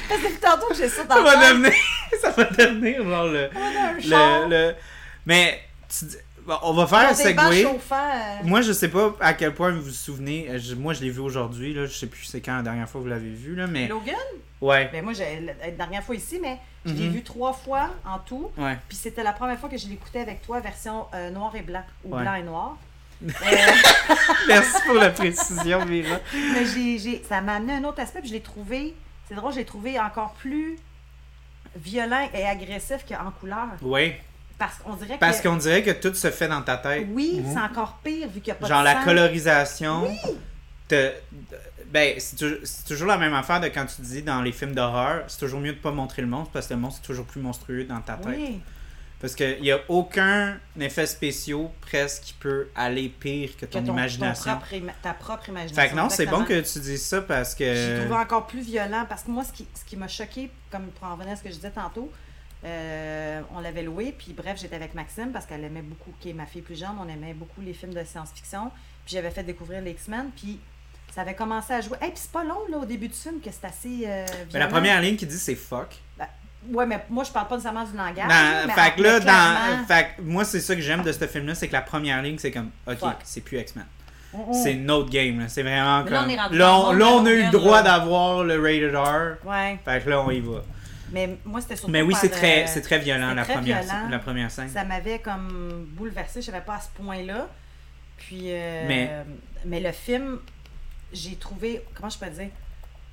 B: Parce que depuis tantôt que j'ai ça dans
A: Ça
B: le
A: va
B: tête.
A: devenir, ça va devenir genre le,
B: un char.
A: le, le- Mais tu dis- bon, on va faire
B: Ils
A: un
B: ont des bancs
A: segway.
B: chauffants, euh,
A: Moi, je sais pas à quel point vous vous souvenez. euh, je- moi, je l'ai vu aujourd'hui. Là, je sais plus c'est quand la dernière fois que vous l'avez vu là, mais
B: Logan?
A: ouais,
B: Ben moi, j'ai la dernière fois ici, mais je l'ai
A: Mhm.
B: vu trois fois en tout.
A: ouais.
B: Puis c'était la première fois que je l'écoutais avec toi, version euh, noir et blanc, ou
A: Ouais.
B: blanc et noir. Euh,
A: Merci pour la précision, Mira.
B: mais j'ai, j'ai- ça m'a amené un autre aspect, puis je l'ai trouvé, c'est drôle, je l'ai trouvé encore plus violent et agressif qu'en couleur.
A: Ouais,
B: Parce qu'on dirait
A: parce
B: que...
A: qu'on dirait que tout se fait dans ta tête.
B: Oui,
C: Mhm.
B: c'est encore pire, vu qu'il n'y a pas
A: Genre
B: de
A: la
B: sang.
A: colorisation. te- ben, c'est tou- c'est toujours la même affaire de quand tu dis dans les films d'horreur, c'est toujours mieux de pas montrer le monstre parce que le monstre est toujours plus monstrueux dans ta tête.
B: Oui.
A: Parce qu'il n'y a aucun effet spécial presque qui peut aller pire que
B: Que
A: ton,
B: ton- ton
A: imagination.
B: propre ima- ta propre imagination.
A: Fait que non, c'est bon
B: exactement.
A: que tu dises ça parce
B: J'ai
A: que.
B: trouvé encore plus violent parce que moi, ce qui, ce qui m'a choqué, comme pour en revenir à ce que je disais tantôt, euh, on l'avait loué, puis bref, j'étais avec Maxime parce qu'elle aimait beaucoup, qui est ma fille plus jeune, on aimait beaucoup les films de science-fiction, puis j'avais fait découvrir les X-Men, puis ça avait commencé à jouer. Et puis c'est pas long, là, au début du film, que c'est assez euh,
A: Mais la
B: violent.
A: première ligne qui dit c'est fuck.
B: Ouais, mais moi, je parle pas nécessairement du langage.
A: Dans-
B: mais
A: fait que là,
B: mais clairement,
A: dans, fait que moi, c'est ça que j'aime de ce film-là, c'est que la première ligne, c'est comme, ok,
B: Fuck.
A: c'est plus X-Men.
B: on- on-
A: C'est notre game, là. C'est vraiment
B: Mais
A: comme.
B: là, on est rendu
A: là,
B: dans
A: on,
B: le
A: là,
B: monde de
A: on a eu le
B: Logan,
A: droit
B: là.
A: d'avoir le rated R.
B: Ouais,
A: Fait que là, on y va.
B: mais moi, c'était surtout.
A: Mais oui,
B: par,
A: c'est très,
B: euh,
A: c'est très violent,
B: c'était
A: la,
B: très
A: première,
B: violent.
A: la première scène.
B: Ça m'avait comme bouleversée, je savais pas à ce point-là. Puis, euh,
A: Mais-
B: mais... le film, j'ai trouvé, comment je peux dire,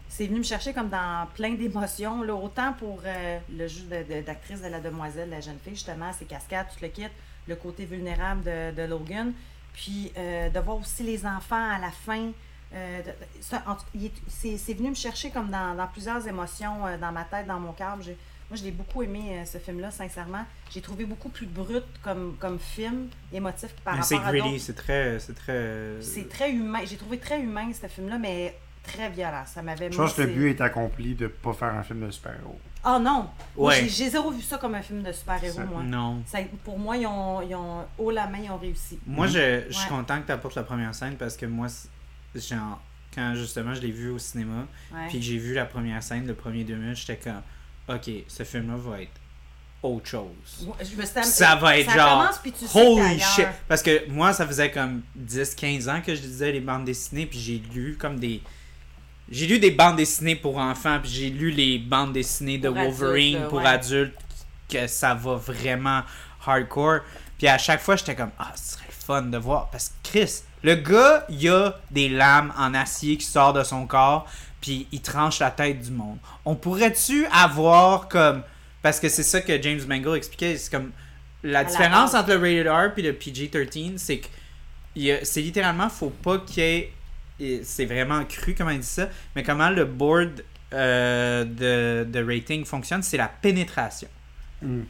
B: c'est venu me chercher comme dans plein d'émotions, là, autant pour euh, le jeu de- de- d'actrice de, la demoiselle, la jeune fille, justement, ses cascades, tout le kit, le côté vulnérable de, de Logan, puis euh, de voir aussi les enfants à la fin. euh, de- ça, en tout- il est- c'est c'est venu me chercher comme dans, dans plusieurs émotions, euh, dans ma tête, dans mon cœur. J'ai- Moi, je l'ai beaucoup aimé, euh, ce film-là, sincèrement. J'ai trouvé beaucoup plus brut comme, comme film, émotif par
A: Mais c'est
B: rapport à
A: gritty,
B: d'autres.
A: c'est très. C'est très. euh,
B: C'est très humain. J'ai trouvé très humain, ce film-là, mais très violent. Ça m'avait...
C: Je pense que le
B: c'est-
C: but est accompli de pas faire un film de super-héros.
B: Ah non! Moi,
A: Ouais.
B: j'ai- J'ai zéro vu ça comme un film de super-héros,
C: Ça-
B: moi.
A: Non.
B: Ça- pour moi, ils ont, ils ont haut la main, ils ont réussi.
A: Moi, je, je suis
B: Mm-hmm. Ouais.
A: content que tu apportes la première scène parce que moi, c'est- genre, quand justement je l'ai vu au cinéma,
B: Ouais.
A: puis que j'ai vu la première scène, le premier deux minutes, j'étais comme, ok, ce film-là va être autre chose.
B: Moi, je me suis-
A: ça va être
B: ça
A: genre
B: commence, puis tu sais
A: holy
B: que t'es
A: shit
B: ailleurs.
A: parce que moi ça faisait comme 10 15 ans que je lisais les bandes dessinées puis j'ai lu comme des j'ai lu des bandes dessinées pour enfants puis j'ai lu les bandes dessinées de
B: Pour adultes,
A: Wolverine
B: euh,
A: pour
B: ouais.
A: adultes que ça va vraiment hardcore puis à chaque fois j'étais comme ah ce serait le fun de voir parce que Chris le gars il a des lames en acier qui sortent de son corps puis il tranche la tête du monde on pourrait-tu avoir comme parce que c'est ça que James Mangold expliquait c'est comme la
B: la
A: différence
B: base.
A: entre le rated R puis le PG-13 c'est que il y a- c'est littéralement faut pas qu'il y ait et c'est vraiment cru comment il dit ça mais comment le board euh, de, de rating fonctionne c'est la pénétration
B: Mm.
C: Hmm.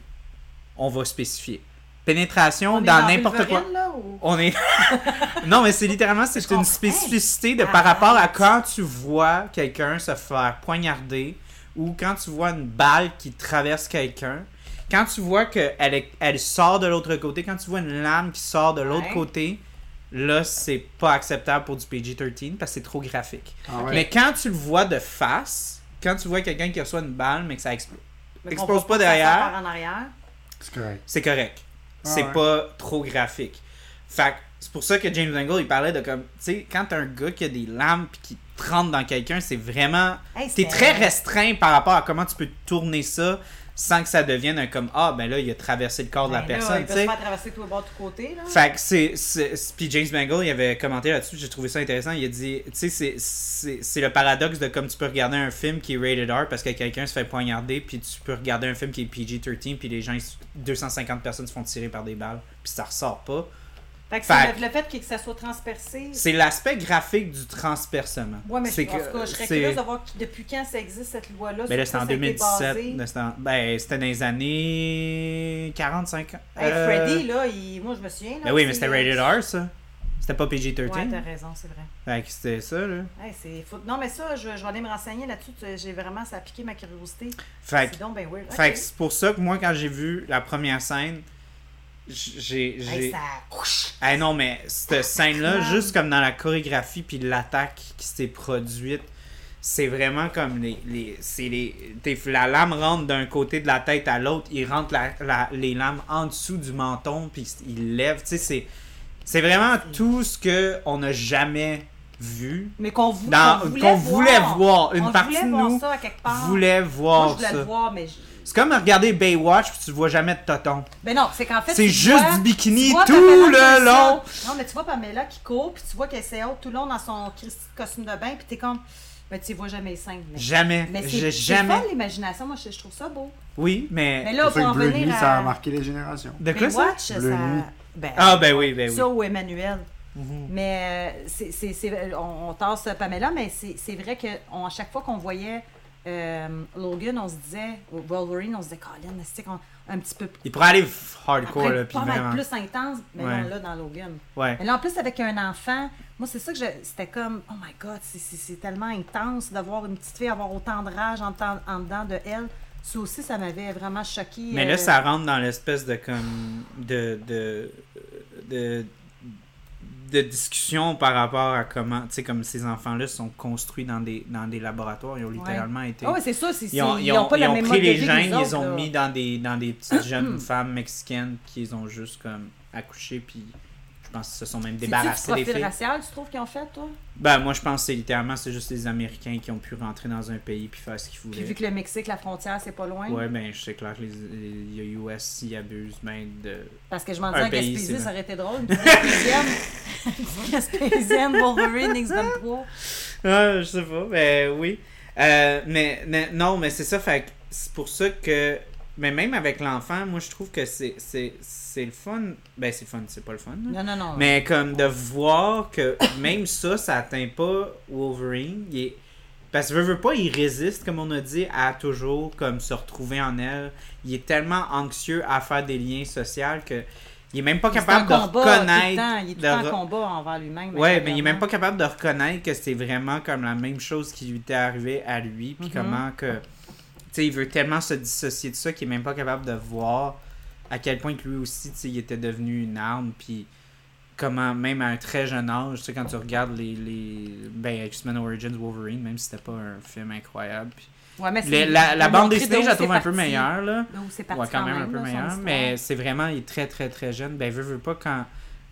A: on va spécifier pénétration
B: On est
A: dans n'importe quoi
B: Wolverine, là, ou-
A: on est non mais c'est littéralement
B: Je
A: c'est
B: comprends.
A: une spécificité de
B: Ah,
A: par rapport à
B: arrête.
A: quand tu vois quelqu'un se faire poignarder ou quand tu vois une balle qui traverse quelqu'un, quand tu vois qu'elle est- elle sort de l'autre côté, quand tu vois une lame qui sort de l'autre
B: Ouais.
A: côté, là, c'est pas acceptable pour du PG-13 parce que c'est trop graphique.
C: Ah ouais.
A: Mais quand tu le vois de face, quand tu vois quelqu'un qui reçoit une balle mais que ça explose,
B: Mais qu'on
A: explose
B: voit
A: pas
B: que ça sort
A: derrière,
B: par en arrière.
C: C'est correct.
A: c'est correct.
C: Ah
A: c'est
C: ouais.
A: pas trop graphique. Fait que c'est pour ça que James Angle, il parlait de comme, tu sais, quand t'as un gars qui a des lames pis qui te rentre dans quelqu'un, c'est vraiment.
B: Hey,
A: T'es
B: c'était-
A: très restreint par rapport à comment tu peux tourner ça sans que ça devienne un comme, ah, ben là, il a traversé le corps de la
B: Ben là,
A: personne,
B: Il
A: tu
B: peut se
A: sais.
B: faire traverser tout le bord, tout côté. Là.
A: Fait que c'est. c'est- c'est- Puis James Mangle, il avait commenté là-dessus, j'ai trouvé ça intéressant. Il a dit, tu sais, c'est- c'est c'est le paradoxe de comme tu peux regarder un film qui est rated R parce que quelqu'un se fait poignarder, puis tu peux regarder un film qui est PG-13, puis les gens, ils se- 250 personnes se font tirer par des balles, puis ça ressort pas.
B: Fait que
A: Fait
B: c'est
A: que-
B: le, le fait que, que ça soit transpercé.
A: C'est l'aspect graphique du transpercement.
B: Moi, mais je,
A: C'est
B: en tout cas, je serais
A: c'est-
B: curieuse de voir qui- depuis quand ça existe cette loi-là.
A: Ben là,
B: sur
A: c'était en
B: quoi ça a été
A: 2017.
B: basé.
A: là, c'était en- Ben, c'était dans les années 45 ans.
B: Hey, Freddy, là, il- moi, je me souviens. là,
A: Euh, Ben oui,
B: tu
A: mais
B: sais,
A: c'était
B: euh,
A: rated R, ça. C'était pas
B: Ouais,
A: PG-13.
B: t'as raison, c'est vrai.
A: fait que c'était ça, là.
B: Hey, c'est fou. Non, mais ça, je, je vais aller me renseigner là-dessus. Tu- J'ai vraiment, ça a piqué ma curiosité.
A: Fait que
B: C'est donc ben weird.
A: Fait
B: Ok.
A: que c'est pour ça que moi, quand j'ai vu la première scène, j- j'ai.
B: Hey,
A: j'ai-
B: ça...
A: Ah non, mais cette scène-là,
B: Crème.
A: juste comme dans la chorégraphie puis l'attaque qui s'est produite, c'est vraiment comme les. les, c'est les t'es- la lame rentre d'un côté de la tête à l'autre, il rentre la- la- les lames en dessous du menton puis il lève. Tu sais, c'est. C'est vraiment tout ce que on n'a jamais vu,
B: Mais qu'on vou-
A: Dans-
B: qu'on voulait,
A: qu'on voulait voir. Une
B: On
A: partie
B: voulait
A: de
B: voir
A: nous
B: ça à quelque part.
A: voulait voir
B: Moi, je voulais
A: ça.
B: le voir, mais. je-
A: C'est comme regarder Baywatch puis tu vois jamais de toton.
B: Ben non, c'est qu'en fait.
A: C'est
B: tu
A: juste
B: vois-
A: du bikini
B: tu vois
A: tout
B: Pamela
A: le long.
B: Anderson. Non, mais tu vois Pamela qui court, puis tu vois qu'elle s'est haute tout le long dans son Christy de costume de bain, puis t'es comme. Mais tu vois jamais les seins. Mais,
A: Jamais.
B: mais c'est
A: J'ai
B: c'est
A: jamais.
B: fun, l'imagination. Moi, je, je trouve ça beau.
A: Oui,
B: Mais
C: C'est
B: là,
C: pour
B: pour
C: ça
B: en
C: que Bleu Nuit,
B: revenir à. Bah,
C: ça a marqué les générations.
A: De quoi ça?
B: Baywatch,
C: Bleu nuit.
B: Ben,
A: Ah ben oui, ben oui. Mhm.
B: ça ou Emmanuel. Mais euh, c'est- c'est- c'est- on, on tasse Pamela, mais c'est c'est vrai que on- à chaque fois qu'on voyait euh, Logan, on se disait, ou Wolverine, on se disait, Colin, c'est qu'on- un petit peu plus.
A: Il pourrait aller f- hardcore
B: Après,
A: là, puis
B: pas mal
A: vraiment.
B: plus intense, mais
A: Ouais.
B: non, là, dans Logan.
A: Ouais.
B: Mais là, en plus, avec un enfant, moi, c'est ça que je- c'était comme, oh my God, c'est- c'est c'est tellement intense de voir une petite fille avoir autant de rage en, temps- en dedans de elle. Ça aussi, ça m'avait vraiment euh, choqué.
A: Mais là, ça rentre dans l'espèce de comme de de, de de discussion par rapport à comment, tu sais, comme ces enfants-là sont construits dans des dans des laboratoires, ils ont littéralement été.
B: Oh, c'est ça, c'est
A: Ils ont,
B: c'est-
A: ils ont-
B: pas
A: ils
B: la
A: ont
B: même
A: pris
B: mode de
A: les
B: vie que
A: gènes,
B: nous
A: ils les
B: autres,
A: ont
B: là.
A: mis dans des, dans des petites jeunes femmes mexicaines qu'ils ont juste comme accouchées, puis je pense qu'ils se sont même débarrassés
B: C'est-tu
A: des
B: du profil
A: filles.
B: racial, tu trouves qu'ils ont fait, toi?
A: Ben, moi, je pense que c'est littéralement, c'est juste les Américains qui ont pu rentrer dans un pays puis faire ce qu'ils
B: Puis
A: voulaient.
B: vu que le Mexique, la frontière, c'est pas loin.
A: Ouais, ben, c'est clair que les, les les US, s'ils abusent, ben, de.
B: Parce que je m'en
A: Un
B: dis, en
A: pays,
B: Gaspésie,
A: c'est
B: ça aurait été drôle. Une petite Gaspésienne. Gaspésienne, Wolverine, X-23.
A: Ah, je sais pas, ben oui. Euh, mais, mais- non, mais c'est ça, fait que c'est pour ça que. Mais même avec l'enfant, moi, je trouve que c'est c'est- c'est le fun. Ben, c'est le fun, c'est pas le fun. là.
B: Non, non, non.
A: Mais comme de voir que même ça, ça atteint pas Wolverine. Il est- Parce que veut, veut pas, il résiste, comme on a dit, à toujours comme se retrouver en elle. Il est tellement anxieux à faire des liens sociaux que il est même pas
B: Il est
A: capable de
B: en combat tout le
A: reconnaître.
B: temps, Il est tout
A: de
B: le temps
A: re-
B: en combat envers lui-même.
A: Ouais, mais il est même pas capable de reconnaître que c'est vraiment comme la même chose qui lui était arrivée à lui, puis
B: Mhm.
A: comment que, tu sais, il veut tellement se dissocier de ça qu'il est même pas capable de voir à quel point que lui aussi, tu sais, il était devenu une arme, puis comment même à un très jeune âge, tu sais, quand tu regardes les, les ben X-Men Origins Wolverine, même si c'était pas un film incroyable, puis-
B: Ouais, mais c'est-
A: Les- la, la
B: de
A: bande
B: montrer
A: dessinée,
B: d'où
A: je la
B: c'est
A: trouve un peu
B: parti.
A: meilleure là.
B: D'où c'est parti
A: Ouais, quand même un peu
B: là, son
A: meilleur,
B: histoire.
A: mais c'est vraiment, il est très très très jeune. Ben, veut, veut pas quand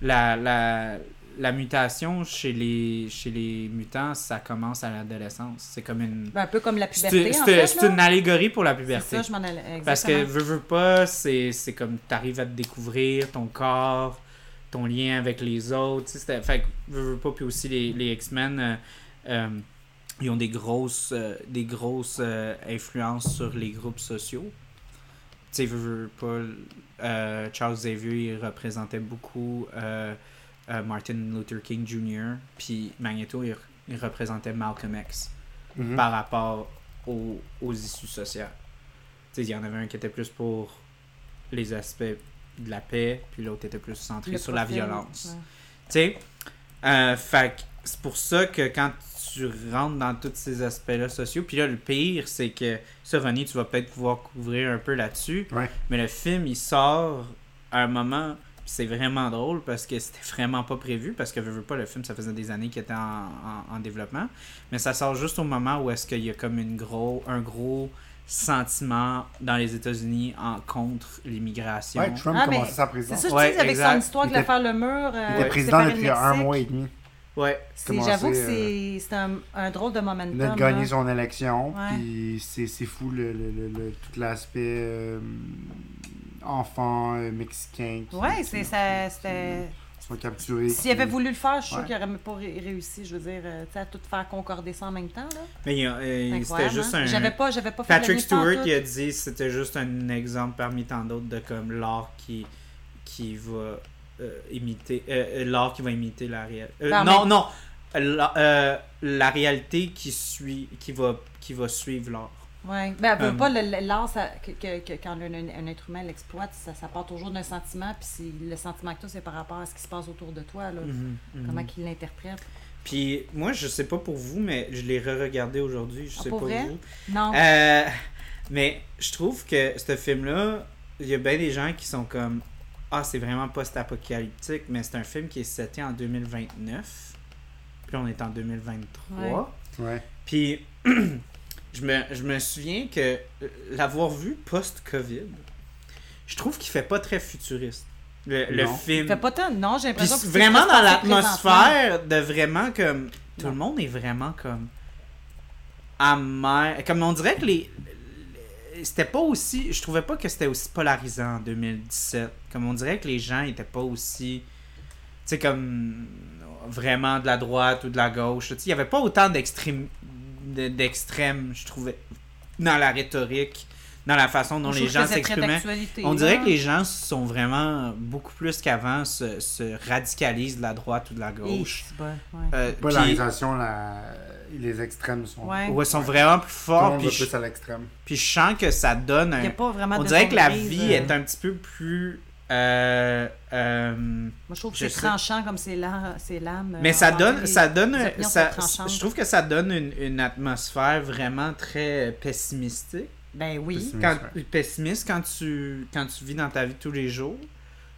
A: la, la, la mutation chez les, chez les mutants, ça commence à l'adolescence. C'est comme une.
B: Ben, Un peu comme la
A: C'est
B: puberté, en
A: c'est-
B: fait.
A: c'est une
B: là.
A: allégorie pour la
B: C'est
A: puberté.
B: ça, je m'en allais... Exactement.
A: Parce que veux, veux pas, c'est c'est comme t'arrives à te découvrir ton corps, ton lien avec les autres. tu sais, c'était- Fait que veux, veux pas, puis aussi les, les X-Men, euh, euh, ils ont des grosses, euh, des grosses euh, influences sur les groupes sociaux. Tu sais, veux, veux pas, euh, Charles Xavier, il représentait beaucoup euh, euh, Martin Luther King Jr., puis Magneto, il, il représentait Malcolm X
C: Mhm.
A: par rapport aux, aux issues sociales. Tu sais, il y en avait un qui était plus pour les aspects de la paix, puis l'autre était plus centré
B: Le
A: sur la
B: profil,
A: violence.
B: ouais.
A: Tu sais, euh, fait que c'est pour ça que quand tu tu rentres dans tous ces aspects-là sociaux. Puis là, le pire, c'est que ça, René, tu vas peut-être pouvoir couvrir un peu là-dessus.
C: Ouais.
A: Mais le film, il sort à un moment. puis C'est vraiment drôle parce que c'était vraiment pas prévu. Parce que, veux, veux pas, le film, ça faisait des années qu'il était en, en- en développement. Mais ça sort juste au moment où est-ce qu'il y a comme une gros, un gros sentiment dans les États-Unis en contre l'immigration.
C: Ouais, Trump
B: Ah, mais
C: commençait sa
B: C'est
C: présidence.
B: ça, je
A: Ouais,
B: te dis, avec
A: exact.
B: son histoire de
C: Il était-
B: l'affaire Le Mur. euh,
C: Il était président
B: séparé le
C: depuis un
B: Mexique.
C: mois et demi.
A: Ouais.
B: C'est-
C: commencé,
B: J'avoue que
C: euh,
B: c'est c'est un, un drôle de momentum.
C: Il a
B: là.
C: gagné son élection,
B: hein. Ouais.
C: puis c'est c'est fou le, le- le- le- tout l'aspect euh, enfant euh, mexicain. qui-
B: Ouais,
C: qui-
B: c'est ça. c'était-
C: qui sont capturés.
B: S'il avait
C: qui-
B: voulu le faire, je suis sûr
C: Ouais.
B: qu'il n'aurait même pas ré- réussi, je veux dire, euh, tu sais, à tout faire concorder ça en même temps. là.
A: Mais il y a- euh, c'était
B: Incroyable,
A: juste
B: hein?
A: un.
B: J'avais pas, j'avais pas fait le
A: Patrick
B: lien
A: Stewart
B: pantoute.
A: qui a dit c'était juste un exemple parmi tant d'autres de comme l'art qui qui va euh, imiter euh, euh, l'art qui va imiter la réalité.
B: Parmi-
A: non non la, euh, la réalité qui suit qui va qui va suivre l'art.
B: Ouais. Ben, elle veut
A: Euh,
B: pas le- le- l'art, ça- que, que- que- quand un, un- un être humain l'exploite, ça, ça part toujours d'un sentiment, puis c'est- le sentiment que tu as, c'est par rapport à ce qui se passe autour de toi, là.
A: Mhm, mhm.
B: Euh, comment qu'il l'interprète.
A: Puis moi je sais pas pour vous mais je l'ai re-regardé aujourd'hui je
B: Ah,
A: sais
B: pour
A: pas
B: vrai?
A: vous.
B: Non,
A: Euh, mais je trouve que ce film-là, il y a bien des gens qui sont comme Ah, c'est vraiment post-apocalyptique, mais c'est un film qui est seté en 2029. Puis on est en 2023.
B: Ouais.
C: Ouais.
A: Puis je, me, je me souviens que euh, l'avoir vu post-Covid, je trouve qu'il fait pas très futuriste. Le, le
C: Non.
A: film.
B: fait pas tant. Non, j'ai
A: Puis
B: l'impression que c'est
A: vraiment
B: presque
A: dans
B: passé présentement.
A: l'atmosphère de vraiment comme. Tout
B: Non.
A: le monde est vraiment comme. amer. Comme on dirait que les. les- C'était pas aussi. Je trouvais pas que c'était aussi polarisant en 2017. Comme on dirait que les gens étaient pas aussi. Tu sais, comme. Vraiment de la droite ou de la gauche. Tu sais, il y avait pas autant d'extrême. de- d'extrême, je trouvais. Dans la rhétorique, dans la façon dont
B: Je
A: les
B: trouve que
A: gens
B: c'est très
A: s'exprimaient.
B: d'actualité,
A: On
B: là.
A: dirait que les gens sont vraiment beaucoup plus qu'avant se, se radicalisent de la droite ou de la
B: Et-
A: gauche.
B: c'est bon, ouais.
A: Euh,
C: La
A: puis-
C: Polarisation, la... les extrêmes sont.
B: Ouais.
A: ouais, sont vraiment plus
C: Tout le
A: forts.
C: monde
A: Puis
C: va
A: je,
C: plus à l'extrême.
A: puis je sens que ça donne
B: Il
A: un.
B: y a pas vraiment
A: On
B: de
A: dirait que la
B: surprise,
A: vie
B: euh.
A: est un petit peu plus. euh, euh,
B: Moi, je trouve que
A: Je
B: c'est
A: sais.
B: tranchant comme c'est l'âme. Euh,
A: mais ça donne,
B: Ah,
A: ça donne,
B: les opinions
A: ça-
B: sont tranchantes.
A: je trouve que ça donne une, une atmosphère vraiment très pessimistique.
B: Ben oui.
C: Pessimiste,
A: quand,
C: ouais.
A: pessimiste quand tu quand tu vis dans ta vie de tous les jours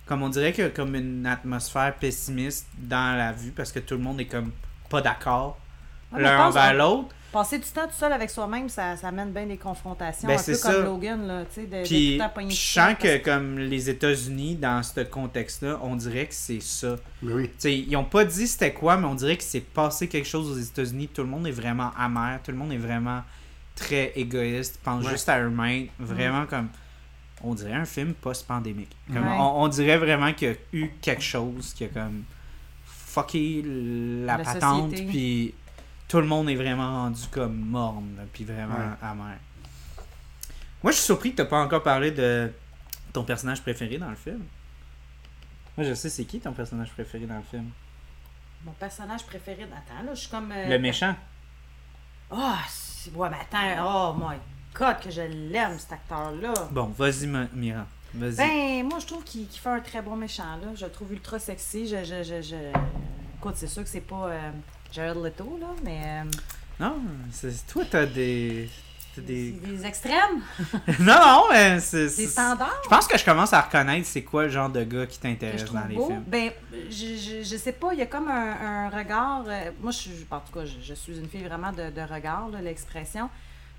A: comme on dirait qu'il y a comme une atmosphère pessimiste dans la vue parce que tout le monde est comme pas d'accord
B: Ouais, mais
A: l'un
B: pense-
A: envers l'autre
B: Passer du temps tout seul avec soi-même, ça, ça amène bien des confrontations.
A: Ben,
B: un peu
A: c'est
B: comme
A: ça.
B: Logan, là, tu sais, de,
A: puis
B: de tout le temps pogner
A: puis
B: du
A: je
B: temps
A: sens
B: parce
A: que comme les États-Unis dans ce contexte là on dirait que c'est ça
C: Mais oui.
A: Tu sais, ils ont pas dit c'était quoi, mais on dirait que c'est passé quelque chose aux États-Unis. Tout le monde est vraiment amer, tout le monde est vraiment très égoïste, pense
C: Ouais.
A: juste à eux-mêmes,
B: Mm.
A: vraiment comme on dirait un film post-pandémique. Comme
B: Ouais.
A: on, on dirait vraiment qu'il y a eu quelque chose qui a comme fucké la,
B: La
A: patente,
B: société.
A: puis tout le monde est vraiment rendu comme morne, là, puis vraiment
C: Ouais.
A: amer. Moi, je suis surpris que t'as pas encore parlé de ton personnage préféré dans le film. Moi, je sais c'est qui ton personnage préféré dans le film.
B: Mon personnage préféré. Attends, là, je suis comme. euh,
A: Le méchant.
B: Ah, c'est- ouais, mais attends, oh my god, que je l'aime, cet acteur-là.
A: Bon, vas-y, Ma- Mira. Vas-y.
B: Ben, moi, je trouve qu'il qu'il fait un très bon méchant, là. Je le trouve ultra sexy. Je, je, je, je... Écoute, c'est sûr que c'est pas euh, Jared Leto, là, mais. euh,
A: Non, c'est toi, t'as des. t'as
B: des...
A: des...
B: extrêmes,
A: non, non, mais c'est.
B: des
A: c'est-
B: standards
A: Je pense que je commence à reconnaître c'est quoi le genre de gars qui
B: que je
A: t'intéresse
B: trouve
A: Euh, dans les
B: beau.
A: films.
B: Ben, je, je, je sais pas, il y a comme un, un regard. euh, moi, je suis, en tout cas, je, je suis une fille vraiment de, de regard, là, l'expression.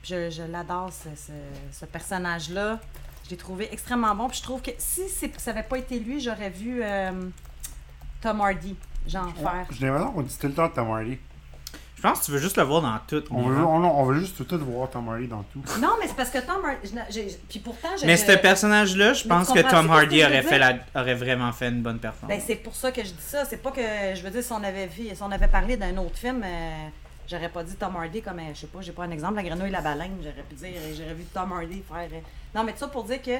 B: Puis Je, je l'adore, ce, ce, ce personnage-là. Je l'ai trouvé extrêmement bon. Puis je trouve que si c'est- ça n'avait pas été lui, j'aurais vu euh, Tom Hardy, genre faire.
C: J'ai l'impression qu'on dit tout le temps Tom Hardy.
A: Je pense que tu veux juste le voir dans tout.
C: On
A: Mira.
C: veut, on, on veut juste tout, tout voir Tom Hardy dans tout.
B: Non, mais c'est parce que Tom Hardy. je n'a- j'ai- Puis pourtant, je-
A: Mais
B: je-
A: ce personnage-là, je
B: Mais tu
A: pense que Tom
B: comprends-tu ce que
A: Hardy
B: je veux
A: aurait,
B: dire?
A: fait la... aurait vraiment fait une bonne performance.
B: Ben, c'est pour ça que je dis ça. C'est pas que, je veux dire, si on avait, vu, si on avait parlé d'un autre film, euh, j'aurais pas dit Tom Hardy comme, euh, je sais pas, j'ai pas un exemple, La grenouille et la baleine. J'aurais pu dire, euh, j'aurais vu Tom Hardy faire. euh, Non, mais tout ça pour dire que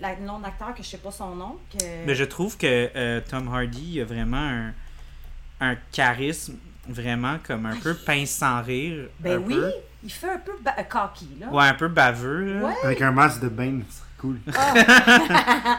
B: la- le nom d'acteur, que je sais pas son nom, que.
A: Mais je trouve que euh, Tom Hardy a vraiment un, un charisme vraiment comme un peu pince sans rire.
B: ben
A: un
B: oui,
A: peu.
B: il fait un peu ba- euh, cocky, là.
A: Ouais, un peu baveux. là.
B: Ouais.
C: Avec un masque de Bane, ce serait Cool.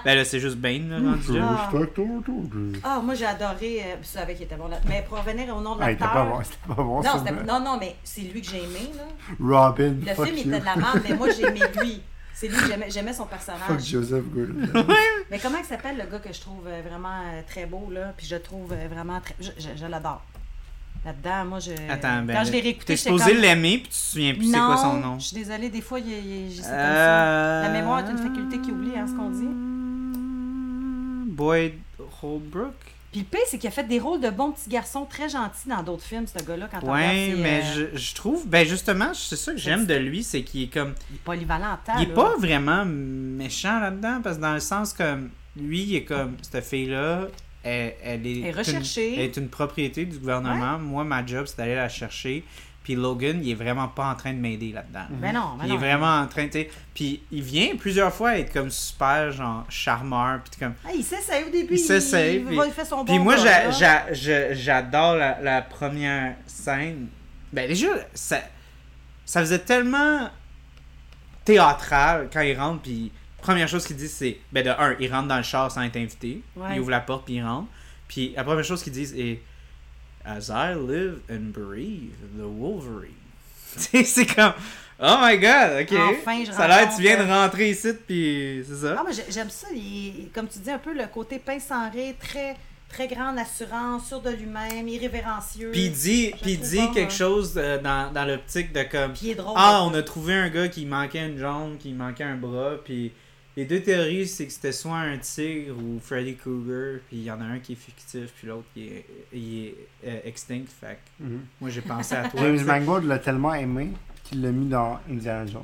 A: Ben là, c'est juste Bane, là, rendu là.
B: Ah.
C: Ah,
B: Ah, moi j'ai adoré. euh, vous savez qu'il était bon là. Mais pour revenir au nom de
C: il était pas bon,
B: l'acteur.
C: c'était pas bon.
B: Non,
C: ça.
B: c'était- non, non, mais c'est lui que j'ai aimé. Là.
C: Robin,
B: Le
C: fuck
B: film
C: you.
B: était de la merde, mais moi j'ai aimé lui. C'est lui que j'aimais, j'aimais son
C: Fuck
B: personnage.
C: Joseph Gordon.
B: Mais comment il s'appelle le gars que je trouve euh, vraiment euh, très beau, là? Puis je trouve euh, vraiment très. Je, je- je l'adore. Là-dedans, moi, je.
A: Attends, ben.
B: Quand je l'ai
A: là,
B: réécouté,
A: T'es
B: j'étais
A: supposé
B: comme-
A: l'aimer, puis tu te souviens plus c'est
B: Non,
A: quoi son nom.
B: Je suis désolée, des fois, il, y a- il, y a- c'est comme ça.
A: Euh,
B: La mémoire est une faculté qui oublie, hein, ce qu'on dit.
A: Boyd Holbrook?
B: Puis le pire, c'est qu'il a fait des rôles de bon petit garçon très gentil dans d'autres films, ce gars-là, quand on regarde.
A: Ouais,
B: ses,
A: mais
B: euh,
A: je, je trouve. Ben justement, c'est ça que j'aime de lui, c'est qu'il est comme.
B: Il est polyvalent en temps,
A: Il est
B: là.
A: pas vraiment méchant là-dedans, parce que dans le sens comme. Lui, il est comme. Cette fille-là, elle, elle est.
B: Elle est recherchée.
A: une- elle est une propriété du gouvernement. Moi, ma job, c'est d'aller la chercher. Puis Logan, il est vraiment pas en train de m'aider là-dedans.
B: Ben non, ben
A: Puis il
B: non.
A: est vraiment en train, tu sais. Puis il vient plusieurs fois être comme super, genre, charmeur. Puis t'es comme.
B: Ah, il s'essaye au début.
A: Il s'essaye,
B: Il,
A: puis-
B: va- il fait son
A: Puis
B: bon
A: moi,
B: rôle,
A: j'a-
B: là.
A: j'a- je- j'adore la, la première scène. Ben déjà, ça, ça faisait tellement théâtral quand il rentre. Puis première chose qu'il dit, c'est ben de un, il rentre dans le char sans être invité.
B: Ouais.
A: Il ouvre la porte puis il rentre. Puis la première chose qu'ils disent est As I live and breathe the Wolverine. Tu sais, c'est comme Oh my God, ok.
B: Enfin, je
A: ça a l'air que
B: rencontre-
A: tu viens de rentrer ici puis c'est ça.
B: Ah, moi, j'ai- j'aime ça. il- comme tu dis, un peu le côté pince sans rire, très, très grande assurance, sûr de lui-même, irrévérencieux.
A: Puis il dit,
B: Je
A: puis il
B: trouve
A: dit
B: bon,
A: quelque
B: hein.
A: chose euh, dans, dans l'optique de comme
B: Puis il est drôle.
A: Ah, on a trouvé un gars qui manquait une jambe, qui manquait un bras, puis les deux théories, c'est que c'était soit un tigre ou Freddy Krueger, puis il y en a un qui est fictif, puis l'autre qui est, il est euh, extinct. Fait que
C: Mhm.
A: moi j'ai pensé à toi.
C: James
A: tu sais.
C: Mangold l'a tellement aimé qu'il l'a mis dans Indiana Jones.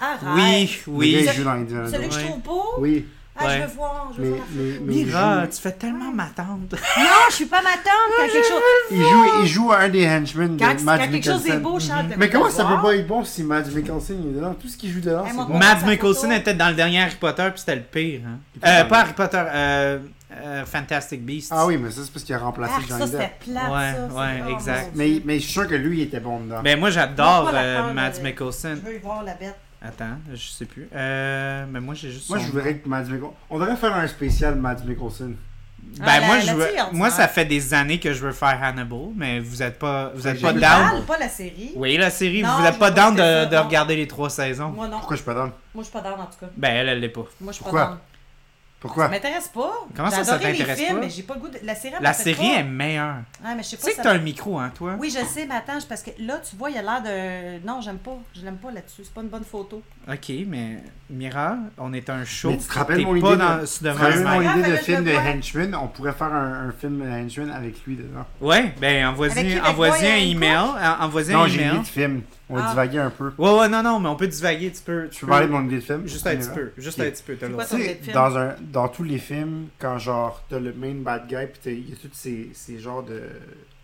B: Arrête.
A: Oui,
C: Le
A: oui.
C: gars, il joue dans Indiana
B: Celui
C: Jones.
B: que je
A: Ouais.
B: trouve beau.
C: Oui,
B: Ah,
A: Ouais.
B: je veux voir. Je veux
C: mais,
B: voir. la
C: mais,
B: photo.
C: mais il,
A: Mira,
C: joue,
A: tu fais tellement ma tante.
B: Non, je suis pas ma tante quand quelque chose.
C: il, joue, il joue à un des henchmen de
B: Quand,
C: Matt
B: quand quelque chose est
C: Mikkelsen.
B: beau, Charles,
C: Mais comment ça peut pas être bon si Matt Mikkelsen il est dedans? Tout ce qu'il joue dedans,
B: Eh,
C: c'est
B: moi,
C: bon.
B: moi-
A: Mads
B: sa
A: Mikkelsen
B: photo.
A: était dans le dernier Harry Potter, puis c'était le pire. hein.
C: était
A: Euh,
C: pas
A: pas Harry Potter, euh, euh, Fantastic Beasts.
C: Ah oui, mais ça, c'est parce qu'il a
B: Ah,
C: remplacé
B: ça,
C: Johnny
B: c'était
C: Depp.
B: plat.
A: Ouais,
B: ça, c'est-
A: ouais,
B: oh, mon
A: exact.
B: Dieu.
C: Mais, mais je suis sûr que lui, il était bon dedans.
A: Ben moi j'adore
B: Moi, pas la
A: euh,
B: peur,
A: Mads
B: euh,
A: Mikkelsen.
B: Je veux y voir la bête.
A: Attends, je sais plus. Euh, mais moi j'ai juste.
C: Moi,
A: son-
C: je voudrais que Mads Mikkelsen... On devrait faire un spécial Mads Mikkelsen.
A: Ben
B: Ah, la-
A: moi je
B: la
A: veux-
B: tire, tu
A: moi
B: vois.
A: ça fait des années que je veux faire Hannibal, mais vous êtes pas vous êtes
C: j'ai
A: pas
C: vu
A: down.
B: Parle pas la série.
A: Oui la série,
B: Non,
A: vous
B: je
A: êtes pas
B: veux pas
A: down
B: que c'est
A: de,
B: ça,
A: de
B: non.
A: regarder les trois saisons.
B: Moi non.
C: Pourquoi je suis pas down?
B: Moi, je suis pas d'âme, en tout cas.
A: Ben elle elle l'est pas.
B: Moi, je suis
C: Pourquoi?
B: pas d'âme. Ça
C: Pourquoi?
B: m'intéresse pas.
A: Comment ça,
B: J'ai
A: ça
B: adoré les
A: t'intéresse
B: films,
A: pas?
B: mais j'ai pas le goût de... La série, elle
A: La
B: m'appelle
A: série
B: pas.
A: est meilleure.
B: Ah, mais je sais
A: Tu
B: pas.
A: sais
B: ça
A: que t'as un micro hein toi.
B: Oui, je sais, mais attends, je- parce que là, tu vois, il a l'air d'un. Non, j'aime pas. Je l'aime pas là-dessus. C'est pas une bonne photo.
A: Ok mais Mira, on est un show.
C: Mais tu te rappelles
A: t'es
C: mon
A: pas
C: idée
A: dans,
C: de-
A: devant
C: Vraiment,
A: un
C: mon
A: mic.
B: grave,
C: idée de
B: mais je
C: film
B: le
C: de
B: vois.
C: henchman, on pourrait faire un, un film de henchman avec lui dedans.
A: Ouais ben
B: Avec
A: envoyez
B: Québécois,
A: envoyez
B: il y a
A: un
B: une
A: email en- envoyez
C: Non,
A: un
C: j'ai une
A: email.
C: idée de film. On
B: Ah.
C: va divaguer un peu.
A: Ouais ouais non non mais on peut divaguer tu peux.
C: Tu veux parler de mon idée de film?
A: Hmm. Juste un petit peu, juste un
C: Ok.
A: petit peu. t'as
B: C'est
A: le
B: quoi
A: droit.
B: ton
C: Tu
B: idée
C: sais,
B: de film?
C: dans, un, dans tous les films, quand genre t'as le main bad guy, pis t'as- il y a tous ces, ces genres de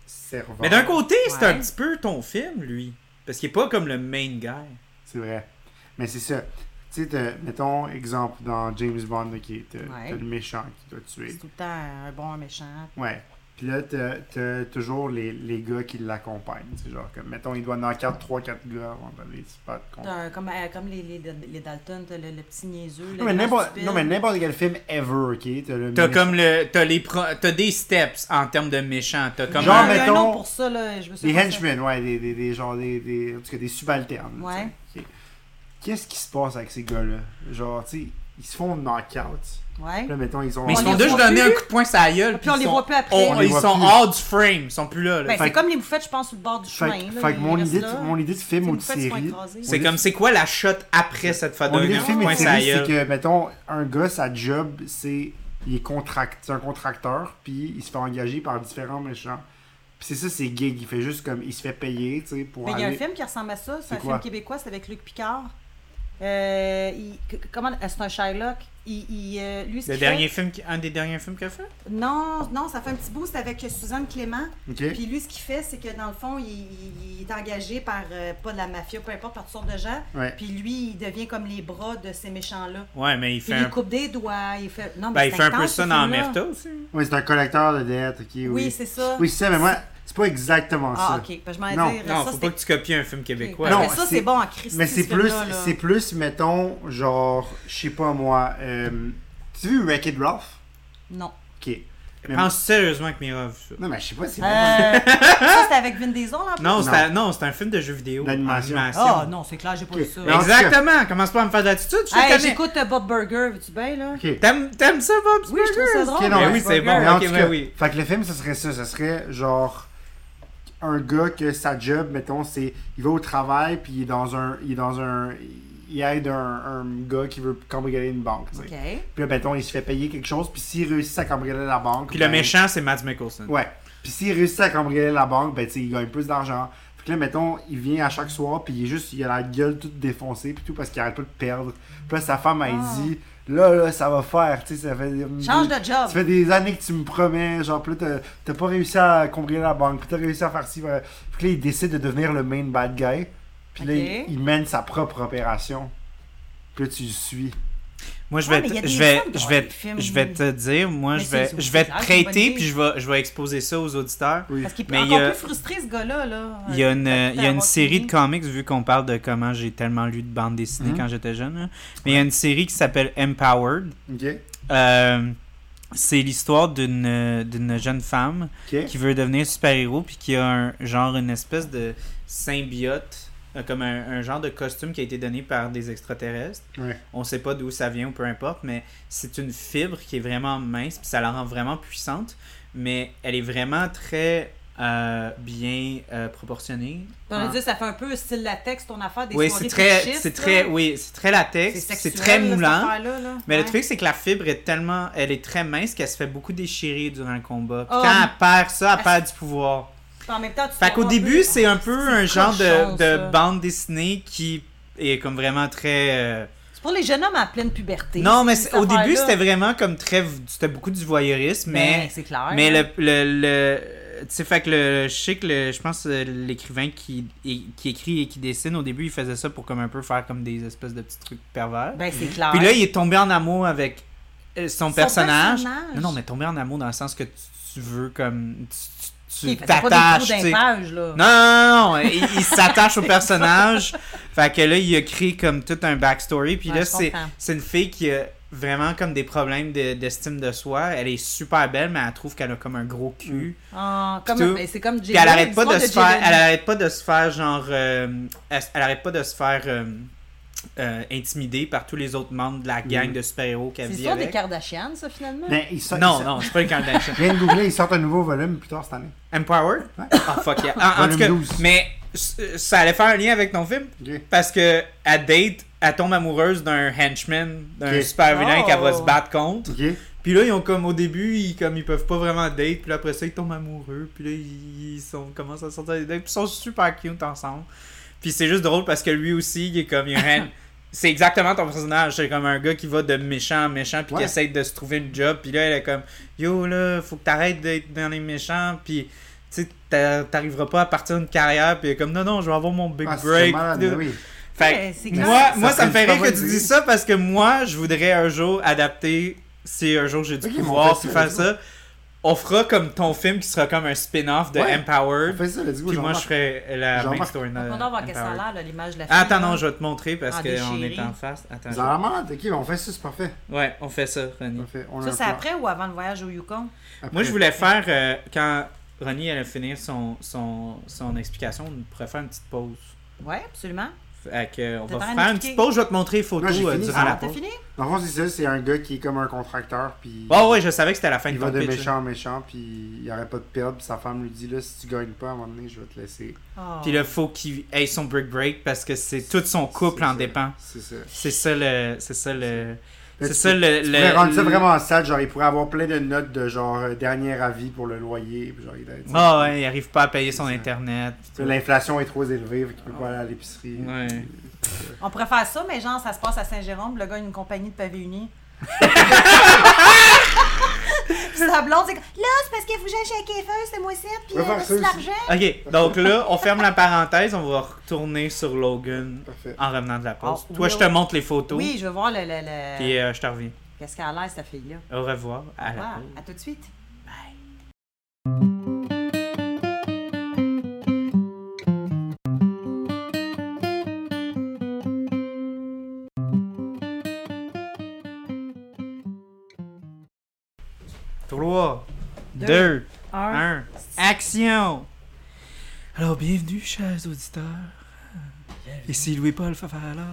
C: servants.
A: Mais d'un côté, c'est
B: Ouais.
A: un petit peu ton film, lui. Parce qu'il est pas comme le main guy.
C: C'est vrai. Mais c'est ça. Tu sais, t'as- mettons, exemple, dans James Bond, ok, t'as
B: Ouais.
C: t'as le méchant qui doit tuer.
B: C'est tout le temps un bon, un méchant.
C: Ouais. Puis là, t'as t'as toujours les, les gars qui l'accompagnent. C'est genre comme, mettons, il doit knock out 3-4 gars avant d'aller se battre contre.
B: T'as un- comme, euh, comme les, les, les Dalton, t'as le, le petit niaiseux.
C: Non mais, n'importe, non, mais n'importe quel film ever, ok? T'as le
A: T'as
C: méchant-
A: comme le. T'as les pro- t'as des steps en termes de méchant. T'as comme
C: Genre,
A: un-
B: mais.
C: mettons,
B: euh, pour ça, là. Je me
C: Des
B: souviens pas ça.
C: henchmen, ouais, des, des, des genre des, des- en tout cas, des subalternes. là,
B: Ouais.
C: tu sais. Ok. Qu'est-ce qui se passe avec ces gars-là? Genre, tu sais, ils se font knock-out.
B: Ouais.
C: Là, mettons, ils ont...
A: Mais ils
B: On
A: se font
B: les
A: déjà
B: voit
A: donner un
B: plus. Ah,
A: coup de poing sur la gueule.
B: Puis on
A: ils
B: les
A: sont-
B: voit plus après.
A: on-
C: On les
A: ils
C: voit
A: sont
C: plus.
A: hors du frame. Ils sont plus là. là.
B: Ben,
A: Fait
B: c'est
C: Fait-
B: comme les bouffettes, je pense, sur le bord du
C: Fait,
B: chemin.
C: fait
B: là,
C: que
B: ils
C: mon
B: restent
C: idée,
B: là.
C: de, mon idée de film
B: C'est
C: ou
B: une
C: de
B: fois qu'ils sont
C: série...
B: écrasés.
A: que- c'est comme c'est quoi la shot après cette fois
C: Mon
A: donner
C: idée
A: un
C: de
A: coup de
C: film et
A: poing
C: de
A: sur la
C: série, c'est
A: gueule.
C: que, mettons, un gars, sa job, c'est... Il est contract... c'est un contracteur, puis il se fait engager par différents méchants. Puis c'est ça, c'est gig. Il fait juste comme... Il se fait payer, tu sais, pour
B: Mais il y a un
C: aller...
B: film qui ressemble à ça,
C: C'est
B: c'est un
C: quoi?
B: film québécois, c'est avec Luc Picard. Euh, il- que- que- comment c'est un Shylock. Il, il, euh, lui, ce
A: Le
B: qu'il
A: dernier film, qui- un des derniers films qu'il a fait
B: fait- Non, non, ça fait un petit bout, c'est avec Suzanne Clément.
C: OK?
B: Puis lui, ce qu'il fait, c'est que dans le fond, il, il- il est engagé par euh, pas de la mafia, peu importe, par toutes sortes de gens.
C: Ouais.
B: Puis lui, il devient comme les bras de ces méchants-là.
A: Ouais, mais il
B: Puis
A: fait
B: il lui
A: un,
B: coupe des doigts, il fait. Non, mais
A: ben, il
B: c'est
A: fait un peu
B: intense,
A: ça
B: ce
A: dans
B: film-là.
A: Merta aussi.
C: Oui, c'est un collecteur de dettes, OK, oui.
B: Oui, c'est ça.
C: Oui, c'est ça, mais moi, C'est pas exactement
B: Ah,
C: ça.
B: ok. Parce que je m'en
C: Non.
B: vais dire.
A: Non,
B: ça,
A: faut
B: c'est-
A: pas que tu copies un film
B: ok.
A: québécois.
B: Parce que
C: Non,
B: ça,
C: c'est-
B: c'est bon en Christie.
C: Mais c'est
B: ce
C: plus,
B: film-là, là.
C: c'est plus, mettons, genre, je sais pas moi. euh, tu as vu Wreck-It Ralph?
B: Non.
C: Ok.
A: Je pense sérieusement que Mirov. ça.
C: Non, mais je sais pas, c'est
B: Euh,
C: vraiment
B: ça, c'était avec Vin Diesel, là.
A: Non,
C: Non.
A: c'est un- non, c'est un film de jeux vidéo.
C: D'animation.
B: Ah, non, c'est clair, j'ai pas
C: Ok.
B: vu ça.
C: Mais en-
A: Exactement. Commence pas à me faire d'attitude. Je te
B: Hey,
A: connais.
B: j'écoute euh, Bob Burger, veux-tu bien, là?
C: Ok.
A: T'aimes t'aimes ça, Bob
B: Oui, je trouve ça
A: Burgers?
B: drôle.
C: Ok, non,
A: Ben
C: mais
A: oui,
B: Bob
A: c'est
B: Burger.
A: bon.
C: Mais en
A: ok,
C: tout
A: ben
C: cas,
A: oui.
C: Fait que le film, ce serait ça. Ce serait genre un gars que sa job, mettons, c'est. Il va au travail, puis il est dans un. Il est dans un. Il aide un, un gars qui veut cambrioler une banque. tu sais.
B: Ok.
C: Puis là, mettons, il se fait payer quelque chose, puis s'il réussit à cambrioler la banque.
A: Puis le
C: ben,
A: méchant, c'est Matt Mickelson.
C: Ouais. Puis s'il réussit à cambrioler la banque, ben, tu sais, il gagne plus d'argent. Fait que là, mettons, il vient à chaque soir, puis il est juste, il a la gueule toute défoncée, puis tout, parce qu'il arrête pas de perdre. Puis là, sa femme, elle
B: Ah.
C: dit, là, là, ça va faire, tu sais, ça fait.
B: Change de job.
C: Ça fait des années que tu me promets, genre, puis là, t'as- t'as pas réussi à cambrioler la banque, puis t'as réussi à faire ci. voilà. Puis là, il décide de devenir le main bad guy, puis là,
B: Ok.
C: il- il, mène sa propre opération. Puis là, tu le suis.
A: Moi, je
B: Ouais,
A: vais,
B: mais il y a
A: te-
B: des
A: je vais,
B: femmes qui
A: je
B: ont
A: vais,
B: des films.
A: je vais te dire, moi,
B: Mais
A: je vais,
B: c'est-
A: je vais
B: c'est
A: te
B: une bonne
A: traiter,
B: idée.
A: puis je vais, je vais exposer ça aux auditeurs.
C: Oui.
B: Parce qu'il peut
A: Mais il y
B: encore
A: a-
B: plus frustré, ce gars-là, là.
A: Il y a une,
B: Euh,
A: il y a une
B: d'avoir
A: série
B: fini.
A: de comics, vu qu'on parle de comment j'ai tellement lu de bandes dessinées
C: Mhm.
A: quand j'étais jeune, là. mais il y a une série qui s'appelle Empowered.
C: Ok?
A: Euh, c'est l'histoire d'une d'une jeune femme
C: Ok?
A: qui veut devenir super-héros, puis qui a un, genre une espèce de symbiote, euh, comme un, un genre de costume qui a été donné par des extraterrestres.
C: Ouais.
A: On sait pas d'où ça vient ou peu importe, mais c'est une fibre qui est vraiment mince, puis ça la rend vraiment puissante, mais elle est vraiment très euh, bien euh, proportionnée.
B: On a
A: En-
B: dit, ça fait un peu style latex, ton affaire, des
A: oui,
B: soirées
A: c'est très,
B: fétichistes,
A: c'est très,
B: là.
A: oui, c'est très latex,
B: C'est
A: c'est
B: sexuel,
A: très
B: là, cette
A: moulant.
B: affaire-là, là.
A: Mais le
B: Ouais.
A: truc, c'est que la fibre est tellement. Elle est très mince qu'elle se fait beaucoup déchirer durant le combat. Puis
B: Oh.
A: quand elle perd ça, elle
B: Elle-
A: perd du pouvoir.
B: Puis En même temps, tu te
A: Fait qu'au
B: rends un peu-
A: début, c'est un peu
B: c'est
A: un genre de,
B: cochon,
A: de
B: ça.
A: bande dessinée qui est comme vraiment très. euh,
B: C'est pour les jeunes hommes à pleine puberté.
A: Non, mais
B: ces
A: c'est- au début,
B: affaires-là.
A: c'était vraiment comme très. C'était beaucoup du voyeurisme, mais.
B: Ben, c'est clair.
A: Mais
B: là.
A: le. le, le- tu sais, fait que le, je sais que le- je pense euh, l'écrivain qui, qui écrit et qui dessine, au début, il faisait ça pour comme un peu faire comme des espèces de petits trucs pervers.
B: Ben, c'est clair.
A: Puis là, il est tombé en amour avec euh, son,
B: Son
A: personnage.
B: personnage.
A: Non, non, mais tombé en amour dans le sens que tu, tu veux comme. Tu tu-
B: Il
A: tu
B: fait pas des
A: t'attaches.
B: trous
A: tu sais.
B: d'un page, là.
A: Non, non, non, non, il, il s'attache au personnage. Fait que là, il a créé comme tout un backstory. Puis
B: Ouais,
A: là,
B: je
A: c'est
B: comprends.
A: c'est une fille qui a vraiment comme des problèmes de- d'estime de, soi. Elle est super belle, mais elle trouve qu'elle a comme un gros cul.
B: Ah,
A: Puis
B: comme,
A: tout.
B: ben, c'est comme
A: Puis elle arrête pas de se faire, elle arrête pas de se faire genre, euh, elle, elle arrête pas de se faire euh, euh, intimider par tous les autres membres de la gang
C: Mm.
A: de super-héros
B: C'est
A: qu'elle vit
B: l'histoire des
A: avec.
B: Kardashians, ça, finalement?
C: Ben, il sort- il
A: Non,
C: sort-
A: non, c'est pas une Kardashian.
C: Je viens de googler, il sort un nouveau volume plus tard cette année.
A: Empowered?
C: Ouais.
A: Ah, fuck yeah. En, en tout cas,
C: Volume 12.
A: mais c- ça allait faire un lien avec ton film
C: Ok.
A: parce que à date, elle tombe amoureuse d'un henchman, d'un
C: Ok.
A: super vilain
B: Oh.
A: qu'elle va se battre contre.
C: Ok?
A: Puis là, ils ont comme au début, ils, comme, ils peuvent pas vraiment date, puis là, après ça, ils tombent amoureux, puis là, ils, ils sont, commencent à sortir des dates, puis ils sont super cute ensemble. Puis c'est juste drôle parce que lui aussi, il est comme, il a un- c'est exactement ton personnage, c'est comme un gars qui va de méchant en méchant, puis
C: Ouais.
A: qui essaie de se trouver une job, puis là, elle est comme, yo, là, faut que t'arrêtes d'être dans les méchants, puis. Tu sais, t'a- t'arriveras pas à partir d'une carrière, puis elle est comme non, non, je vais avoir mon big
C: Ah, c'est
A: break.
C: malade,
A: Puis
C: mais
A: là-
C: oui.
A: Fait que
B: Ouais, c'est clair.
A: moi,
C: Ça
A: moi, ça me fait
C: serait une
A: rire
C: super
A: que tu
C: bonne
A: dis
C: idée.
A: ça parce que moi, je voudrais un jour adapter, si un jour j'ai du
C: Ok, mais on
A: pouvoir, puis
C: fait ça,
A: faire
C: let's
A: ça. On fera comme ton film qui sera comme un spin-off de
C: Ouais, On
A: Empowered.
C: fait ça, let's go.
A: Puis moi, je
C: Jean-Marc.
A: ferai la main
C: Jean-Marc.
A: story de
B: On va voir qu'est-ce que ça a
A: Empowered.
B: l'air, là, l'image de la Ah, fille.
A: euh, Attends,
B: là.
A: non, je vais te montrer parce
B: En
A: qu'on
B: déchiré.
A: est en face. Attends.
C: Vous avez la malade, ok, on fait ça, c'est parfait.
A: je- Ouais, on fait ça, Ronnie.
C: Parfait, on a
B: Ça,
C: un
B: c'est
C: plan.
B: après ou avant le voyage au Yukon?
C: Après.
A: Mm. Moi, je voulais faire, euh, quand Ronnie allait finir son, son, son explication, on pourrait faire une petite pause.
B: Oui, absolument.
A: Fait que, on
B: T'as
A: va
B: pas rien
A: faire une petite
B: expliqué.
A: pause, je vais te montrer les photos
C: Non, j'ai
A: euh,
C: fini,
A: durant
C: ça.
A: la
B: Ah,
A: pause.
B: t'as fini?
C: Dans le fond, c'est ça, c'est un gars qui est comme un contracteur, puis
A: Oh ouais, je savais que c'était la fin
C: il
A: de ton
C: va de
A: pitch, hein. là.
C: méchant en méchant, puis il arrête pas de perdre, puis sa femme lui dit, là, si tu gagnes pas, à un moment donné, je vais te laisser.
B: Oh.
A: Puis là, faut qu'il ait son break break parce que c'est tout son couple
C: C'est
A: en
C: ça,
A: dépend.
C: C'est ça.
A: C'est ça le. C'est ça le.
C: Là,
A: C'est
C: tu-
A: ça le.
C: Tu
A: le-
C: pourrais rendre ça
A: le-
C: vraiment sale, genre, il pourrait avoir plein de notes de genre, euh, dernier avis pour le loyer, puis genre, il a-
A: Ah ouais, il arrive pas à payer son
C: C'est ça.
A: internet. pis tout.
C: L'inflation est trop élevée, fait qu'il peut pas aller à l'épicerie.
A: Ouais.
B: On pourrait faire ça, mais genre, ça se passe à Saint-Jérôme, le gars a une compagnie de pavés unis. Puis sa blonde, c'est comme, là, c'est parce qu'il faut que j'aille chez Kefeu, c'est moi ici, puis
C: On va
B: euh,
C: faire ça
B: veux-tu de
C: aussi.
B: l'argent?
A: Ok, donc là, on ferme la parenthèse, on va retourner sur Logan
C: Parfait.
A: en revenant de la pause.
B: Ah,
A: Toi,
B: oui,
A: je te
B: oui.
A: montre les photos.
B: Oui, je veux voir le. le- le-
A: Puis euh, je te reviens.
B: Qu'est-ce qu'elle a l'air, cette fille-là?
A: Au revoir. À la
B: Ah,
A: pause.
B: à tout de suite.
A: 3,
B: Deux.
A: 2,
B: Un.
A: 1, action! Alors, bienvenue, chers auditeurs. Ici Louis-Paul Fafala.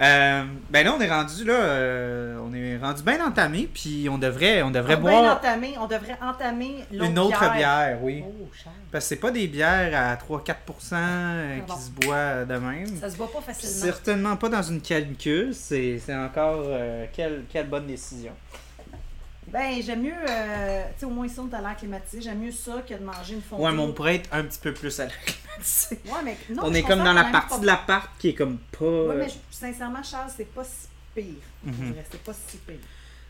A: Euh, ben là, on est rendu là, euh, on est rendu bien entamé, puis on devrait, on devrait
B: on,
A: boire
B: entamer, on devrait entamer l'autre
A: Ah, une autre bière, oui.
B: Oh, cher.
A: Parce que c'est pas des bières à 3-4% euh,
B: Pardon.
A: qui se boivent de même.
B: Ça se voit pas
A: Puis
B: facilement.
A: Certainement pas dans une canicule, c'est c'est encore euh, quelle, quelle bonne décision.
B: Ben, j'aime mieux, euh, tu sais, au moins ici, on est à l'air climatisé. J'aime mieux ça que de manger une fondue.
A: Ouais, mais on pourrait être un petit peu plus à la climatisée.
B: Ouais, mais non,
A: on
B: je
A: est comme
B: considère
A: dans
B: qu'on
A: la
B: aime
A: partie
B: pas-
A: de l'appart qui est comme pas.
B: Ouais,
A: euh,
B: mais je- sincèrement, Charles, c'est pas si pire.
A: Mhm.
B: Je dirais, c'est pas si pire.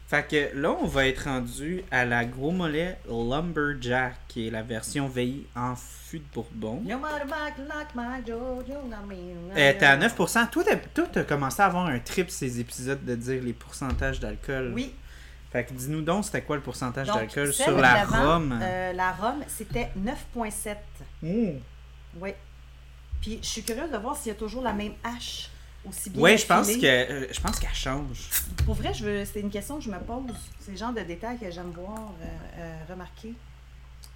A: Fait que là, on va être rendu à la gros mollet Lumberjack, qui est la version veillée en fût de Bourbon.
B: No matter back like my Jojo, I mean,
A: Euh, T'es à 9%. Toi, t'as- toi, t'as commencé à avoir un trip ces épisodes de dire les pourcentages d'alcool.
B: Oui,
A: Fait que dis-nous donc, c'était quoi le pourcentage
B: donc
A: d'alcool
B: celle
A: sur la
B: d'avant,
A: rhum?
B: euh, la Rome, c'était 9,7.
A: Ouh.
B: Oui. Puis je suis curieuse de voir s'il y a toujours la même hache aussi bien.
A: Ouais, je pense
B: affilée.
A: que euh, je pense qu'elle change.
B: Pour vrai, je veux... c'est une question que je me pose. C'est le genre de détails que j'aime voir euh, euh, remarquer.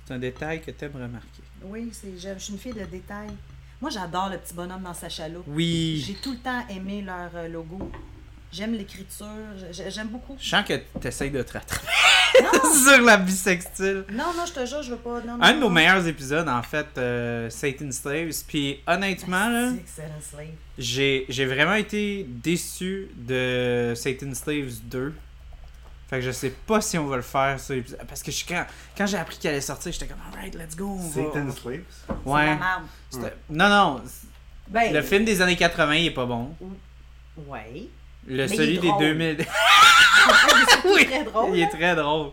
A: C'est un détail que t'aimes remarquer.
B: Oui, c'est... j'aime- je suis une fille de détails. Moi, j'adore le petit bonhomme dans sa chaloupe. J'ai
A: Oui.
B: tout le temps aimé leur euh, logo. J'aime l'écriture. J'ai- J'aime beaucoup.
A: Je sens que t'essayes de te rattraper
B: Non,
A: sur la bisextile.
B: non, non, je te jure, je veux pas. Non, non,
A: Un de nos
B: non.
A: meilleurs épisodes, en fait, euh, Satan Slaves. Puis honnêtement, là,
B: C'est excellent, Slave.
A: j'ai j'ai vraiment été déçu de Satan Slaves 2. Fait que je sais pas si on va le faire. ça, l'épisode- Parce que je, suis- quand, quand j'ai appris qu'il allait sortir, j'étais comme, alright, let's go. on va-
C: Satan Slaves.
B: C'est de la
A: Ouais.
B: merde.
A: c'était- Non, non. c-
B: Ben,
A: Le film des années 80, il est pas bon.
B: Oui.
A: Le
B: il est
A: celui des
B: drôle.
A: 2000.
B: C'est très drôle.
A: il est très drôle.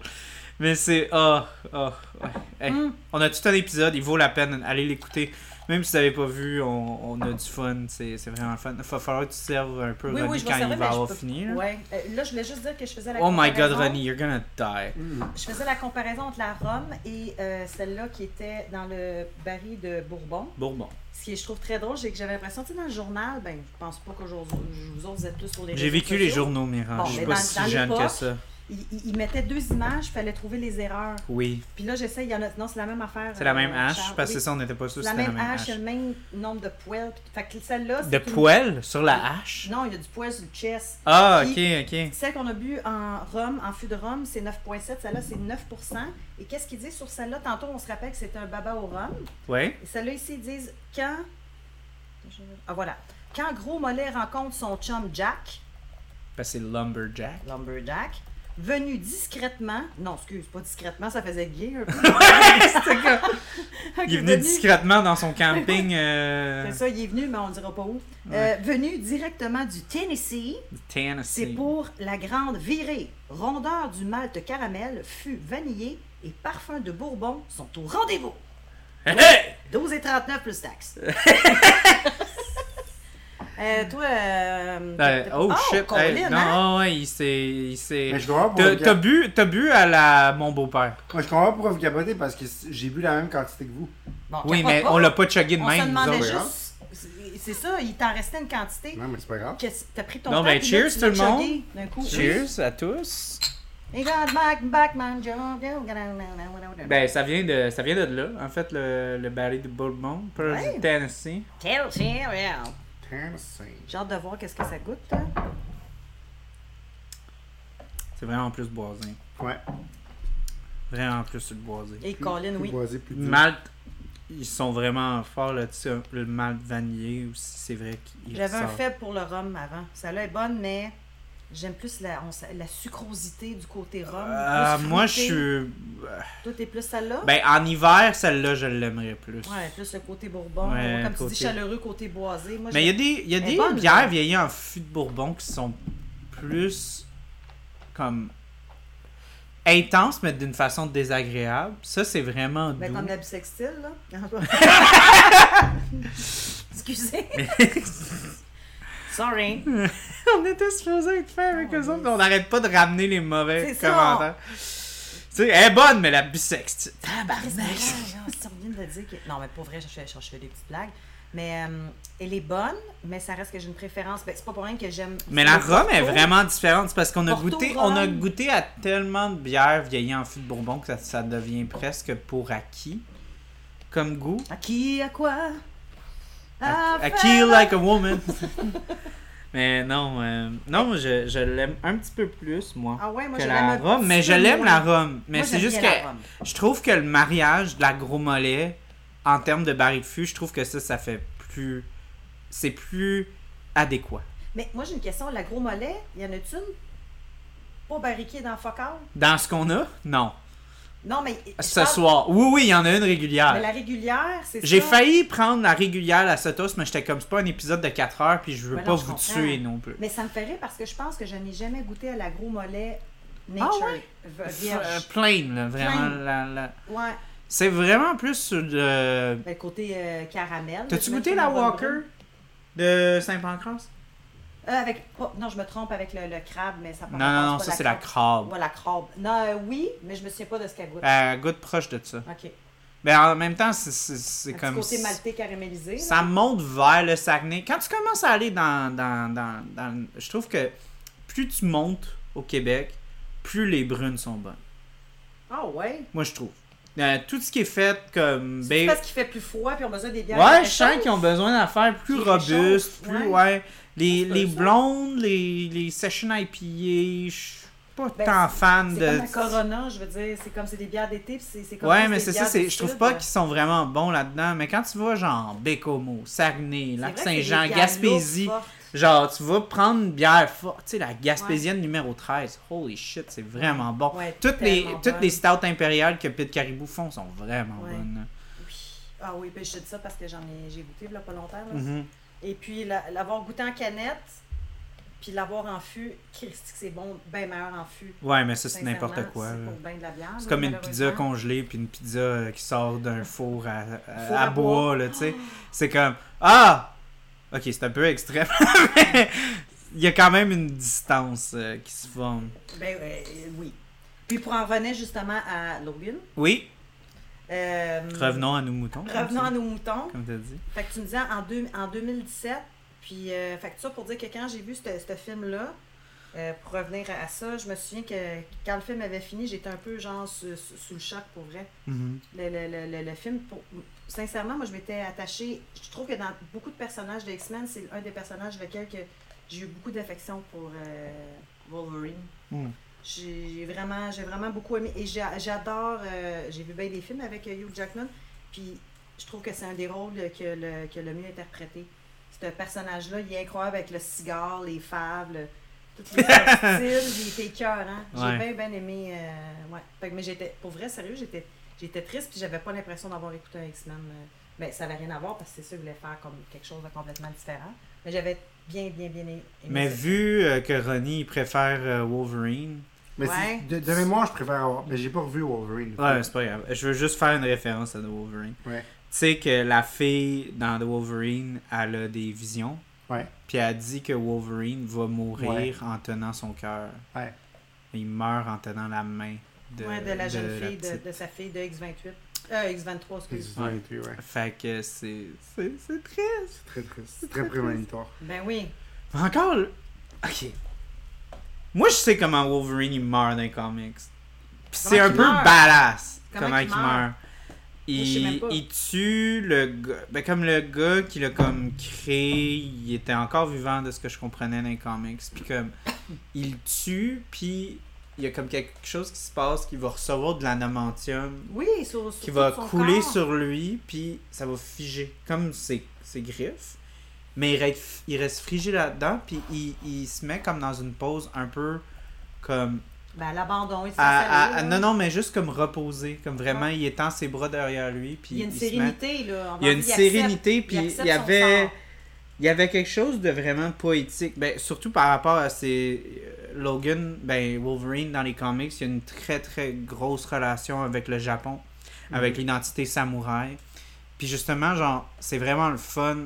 A: Mais c'est. Ah, ah, ouais. Hey,
B: Mm.
A: On a tout un épisode, il vaut la peine. Allez l'écouter. Même si vous n'avez pas vu, on, on a du fun. C'est c'est vraiment le fun. Il va falloir que tu serves un peu
B: Oui,
A: Ronnie
B: oui, je vais
A: quand
B: servir,
A: il va
B: mais je
A: avoir
B: peux-
A: fini. là.
B: Ouais. Euh, là, je voulais juste dire que je faisais la
A: Oh my god,
B: comparaison-
A: Ronnie, you're gonna die.
B: Je faisais la comparaison entre la Rome et euh, celle-là qui était dans le baril de Bourbon.
A: Bourbon.
B: Ce qui je trouve très drôle, c'est que j'avais l'impression, tu sais, dans le journal, ben, je pense pas qu'aujourd'hui, vous autres, vous êtes tous sur les
A: J'ai
B: réseaux
A: vécu les
B: sociaux.
A: journaux, Mira.
B: Bon,
A: je suis
B: mais
A: pas
B: dans- dans
A: si jeune que
B: l'époque-
A: ça.
B: Ils il, il mettaient deux images, fallait trouver les erreurs.
A: Oui,
B: Puis là, j'essaie, il y en a. Non, c'est la même affaire.
A: c'est la
B: euh,
A: même hache.
B: Charles.
A: Parce que
B: Oui,
A: ça, on n'était pas sûr que
B: la
A: c'était la
B: même
A: même
B: hache,
A: hache.
B: il y a le même nombre de poils. Puis- Fait que celle-là.
A: De
B: c'est une-
A: poêle sur la hache?
B: Non, il y a du poil sur le chest.
A: Ah, ok,
B: Puis-
A: ok.
B: Celle qu'on a bu en rhum, en fût de rhum, c'est 9,7. Celle-là, c'est 9 Et qu'est-ce qu'ils disent sur celle-là? Tantôt, on se rappelle que c'est un baba au rhum.
A: Ouais.
B: Et celle-là, ici, ils disent quand. Ah, voilà. Quand Gros Mollet rencontre son chum Jack,
A: Parce que c'est Lumberjack.
B: Lumberjack, venu discrètement. Non, excuse, pas discrètement, ça faisait gay un peu.
A: Il est
B: Ok,
A: venu discrètement dans son camping euh,
B: C'est ça, il est venu, mais on ne dira pas où. Euh, venu directement du Tennessee. C'est
A: Tennessee.
B: pour la grande virée. Rondeur du malt caramel, fût vanillé et parfum de bourbon sont au rendez-vous.
A: Hey!
B: 12 et 39 plus taxes. Euh, toi, euh,
A: Euh,
B: t'as-
A: oh, shit!
B: Colin,
A: hey, non,
B: hein?
A: ah ouais, il s'est. il s'est-
C: Mais je comprends pourquoi
A: T'as
C: vous,
A: t'as
C: cap-
A: bu, t'as bu à la mon beau-père.
C: Moi, je comprends pourquoi vous capotez parce que c- j'ai bu la même quantité que vous.
B: Bon,
A: Oui,
B: capote
A: mais
B: pas.
A: on l'a pas chuggé de
B: On se
A: même, nous
B: demandait
A: autres.
B: juste. c'est- C'est ça, il t'en restait une quantité.
C: Non, mais c'est pas grave.
B: que c- T'as pris ton
A: Non,
B: temps,
A: ben,
B: puis là,
A: cheers,
B: tu l'as
A: tout le monde.
B: chuggé d'un coup.
A: Cheers à tous.
B: Et God, back, back, man, John, John, John,
A: Ben, ça vient de, ça vient de là, en fait, le, le baril de Bourbon, Pearl
B: Ouais.
A: du Tennessee.
B: Tell, tell, yeah.
C: Tennessee.
B: J'ai hâte de voir qu'est-ce que ça goûte. hein.
A: C'est vraiment plus boisé.
C: Ouais.
A: Vraiment plus sur le boisé.
B: Et Colin,
C: Plus
B: oui.
C: boisé, plus dur.
A: Malte, ils sont vraiment forts là-dessus. Le malt vanillé aussi, c'est vrai qu'il
B: J'avais un
A: ressort.
B: faible pour le rhum avant. Celle-là est bonne, mais j'aime plus la, on s- la sucrosité du côté rhum.
A: Euh,
B: plus
A: moi, je
B: hein, fruité.
A: suis.
B: Toi, t'es plus celle-là?
A: Ben, en hiver, celle-là, je l'aimerais plus.
B: Ouais, plus le côté bourbon.
A: Ouais,
B: comme tu
A: côté-
B: dis, chaleureux, côté boisé. Moi,
A: Mais il y a
B: j'ai-
A: des, il y a
B: Elle est
A: des
B: bonne,
A: bières
B: là.
A: vieillies en fût de Bourbon qui sont plus comme intenses, mais d'une façon désagréable. Ça, c'est vraiment doux.
B: ben, comme la bisextile, là. Excusez. Sorry.
A: on était supposé être fair avec
B: Oh,
A: eux autres,
B: yes.
A: mais on n'arrête pas de ramener les mauvais
B: C'est ça,
A: commentaires. Tu sais, elle est bonne, mais la bisexte.
B: Tabarnak. Si on vient de dire que... Non, mais pour vrai, je fais, je fais des petites blagues. Mais euh, elle est bonne, mais ça reste que j'ai une préférence. Ben, c'est pas pour rien que j'aime.
A: Mais la
B: le
A: rhum est
B: Porto.
A: vraiment différente. C'est parce qu'on a
B: Porto
A: goûté,
B: rhum.
A: on a goûté à tellement de bières vieillies en fût de bourbon que ça, ça devient presque pour acquis comme goût.
B: À qui, à quoi
A: À, à
B: faire-
A: kill like a woman. mais non, euh, non, je, je l'aime un petit peu plus moi
B: Ah ouais, moi
A: que
B: je
A: la
B: l'aime un
A: rhum.
B: petit
A: Mais je
B: peu
A: l'aime
B: moins.
A: la rhum. Mais
B: Moi,
A: c'est
B: j'aime
A: juste que
B: bien la rhum.
A: je trouve que le mariage de la gros mollet en termes de baril de fût, je trouve que ça, ça fait plus, c'est plus adéquat.
B: Mais moi, j'ai une question. La gros mollet, y en a-tu une pas barriquée dans Focal?
A: Dans ce qu'on a, non.
B: Non, mais. je
A: Ce
B: parle-
A: soir, oui, oui, il y en a une régulière.
B: Mais la régulière, c'est ça.
A: J'ai failli prendre la régulière, la Sotos, mais j'étais comme c'est pas un épisode de 4 heures, puis je veux
B: Ouais, non,
A: pas
B: je
A: vous
B: comprends.
A: tuer non plus.
B: Mais ça me ferait parce que je pense que je n'ai jamais goûté à la gros mollet nature.
A: Ah ouais?
B: v-
A: Euh,
B: Vierge.
A: plain, là, vraiment.
B: Plain.
A: la- la-
B: Ouais.
A: C'est vraiment plus sur le.
B: Ben, côté euh, caramel.
A: T'as-tu
B: Je me
A: goûté
B: trompe
A: la
B: pas,
A: Walker
B: Bruno.
A: de Saint-Pancras
B: Euh, avec... oh, non, je me trompe avec le, le crabe, mais ça
A: Non, non, non, ça c'est la crabe. Euh,
B: Voilà, crabe. Non, euh, oui, mais je me souviens pas de ce qu'elle goûte.
A: Elle goûte proche de ça.
B: OK.
A: Mais en même temps, c'est- c'est c'est
B: Un
A: comme.
B: petit côté maltais caramélisé. là.
A: Ça monte vers le Saguenay. Quand tu commences à aller dans. dans, dans, dans- je trouve que plus tu montes au Québec, plus les brunes sont bonnes.
B: Ah ouais.
A: Moi, je trouve. Euh, tout ce qui est fait comme.
B: C'est
A: ba-
B: parce qu'il fait plus froid puis on a besoin des bières.
A: Ouais, je
B: fraîches.
A: sens qu'ils ont besoin d'affaires plus
B: Qui
A: robustes,
B: réchauffent,
A: plus. Ouais.
B: ouais.
A: Les,
B: C'est
A: les
B: ça.
A: blondes, les, les sessions IPA, je suis pas
B: Ben,
A: tant fan
B: C'est
A: de.
B: comme la Corona, je veux dire, c'est comme c'est des bières d'été, puis c'est c'est comme
A: Ouais,
B: si
A: mais
B: des
A: c'est ça,
B: bières
A: c'est,
B: du
A: je trouve
B: Sud.
A: pas qu'ils sont vraiment bons là-dedans. Mais quand tu vas, genre, Bécomo, Saguenay,
B: C'est vrai que c'est des
A: Lac-Saint-Jean,
B: bières
A: Gaspésie,
B: lourdes, fortes.
A: genre, tu vas prendre une bière forte. Tu sais, la Gaspésienne numéro 13, holy shit, c'est vraiment bon.
B: Ouais,
A: toutes les,
B: tellement
A: toutes
B: bonne.
A: les stouts impériales que Pete Caribou font sont vraiment
B: Ouais.
A: bonnes.
B: Oui. Ah oui, ben je te dis ça parce que j'en ai, j'ai goûté il y a pas longtemps. là.
A: Mhm.
B: Et puis la- l'avoir goûté en canette, puis l'avoir en fût, Christy, que c'est bon, bien meilleur en fût.
A: Ouais, mais ça, c'est
B: Sincèrement,
A: n'importe quoi.
B: C'est
A: là.
B: pour ben de la bière.
A: C'est
B: là,
A: comme une pizza
B: malheureusement.
A: congelée puis une pizza euh, qui sort d'un four à, à-
B: Four
A: à
B: à
A: bois,
B: bois.
A: là, tu sais. C'est comme Ah! Ok, c'est un peu extrême, mais il y a quand même une distance euh, qui se forme.
B: Ben euh, oui. Puis pour en revenir justement à Logan.
A: Oui,
B: euh,
A: revenons à nos moutons. comme
B: Revenons
A: tu-
B: à nos moutons.
A: Comme t'as dit.
B: Fait que tu me disais en, deux- en 2017, puis euh, fait que ça pour dire que quand j'ai vu ce ce film-là, euh, pour revenir à à ça, je me souviens que quand le film avait fini, j'étais un peu genre sous, sous- sous le choc pour vrai.
A: Mhm.
B: Le, le- le- le- le film, pour- sincèrement, moi je m'étais attachée. Je trouve que dans beaucoup de personnages de X-Men, c'est un des personnages lequel que j'ai eu beaucoup d'affection pour euh, Wolverine.
A: Mm.
B: J'ai j'ai vraiment, j'ai vraiment beaucoup aimé. Et j'a- j'adore, euh, j'ai vu bien des films avec euh, Hugh Jackman, puis je trouve que c'est un des rôles que le, que le mieux interprété. Ce personnage-là, il est incroyable avec le cigare, les fables, toutes les styles, il était cœur, hein. J'ai
A: Ouais.
B: bien, bien aimé. euh, ouais. Fait que- mais j'étais, pour vrai, sérieux, j'étais, j'étais triste, puis j'avais pas l'impression d'avoir écouté un X-Men. euh. Ben, ça n'avait rien à voir, parce que c'est sûr, je voulais faire comme quelque chose de complètement différent. Mais j'avais bien, bien, bien aimé.
A: Mais
B: ça.
A: vu euh, que Ronnie préfère euh, Wolverine,
C: Mais
B: Ouais.
C: c'est- de, de mémoire, je préfère avoir. Mais j'ai pas revu Wolverine.
A: ouais, c'est pas grave. Je veux juste faire une référence à The Wolverine.
C: Ouais.
A: Tu sais que la fille dans The Wolverine, elle a des visions.
C: Ouais.
A: Puis elle dit que Wolverine va mourir
C: Ouais.
A: en tenant son cœur.
C: Ouais.
A: Il meurt en tenant la main de,
B: Ouais, de la jeune fille, de,
A: petite.
B: de sa fille de X28. Euh, X23, excuse.
C: Ouais. ouais.
A: Fait que c'est. C'est c'est triste.
C: C'est très triste. C'est très prémonitoire.
B: Ben oui.
A: Encore. le- Ok. Moi, je sais comment Wolverine il meurt dans les comics. Puis c'est
B: Comment
A: un
B: qu'il
A: peu
B: meurt?
A: badass comment,
B: Comment
A: il
B: qu'il
A: meurt.
B: meurt? Moi, je sais
A: Il,
B: même pas.
A: il tue le gars. Ben, comme le gars qui l'a comme créé, il était encore vivant de ce que je comprenais dans les comics. Puis comme, il le tue, puis il y a comme quelque chose qui se passe qui va recevoir de l'anamantium
B: Oui, sur, sur
A: qui
B: tout
A: va
B: son
A: couler
B: corps.
A: sur lui, puis ça va figer, comme ses, ses griffes. Mais il reste, il reste frigé là-dedans, puis il, il se met comme dans une pose un peu comme.
B: Ben, à l'abandon. il se
A: à-
B: laisse
A: à-
B: aller,
A: à-
B: là.
A: non, non, mais juste comme reposé, comme vraiment, il étend ses bras derrière lui, puis
B: Il y a une
A: se met-
B: sérénité, là.
A: il y a une sérénité, puis
B: accepte
A: il y
B: son
A: avait.
B: sort.
A: Il y avait quelque chose de vraiment poétique. Ben, surtout par rapport à ces. euh, Logan, ben, Wolverine dans les comics, il y a une très très grosse relation avec le Japon,
B: Mhm.
A: avec l'identité samouraï. Puis justement, genre, c'est vraiment le fun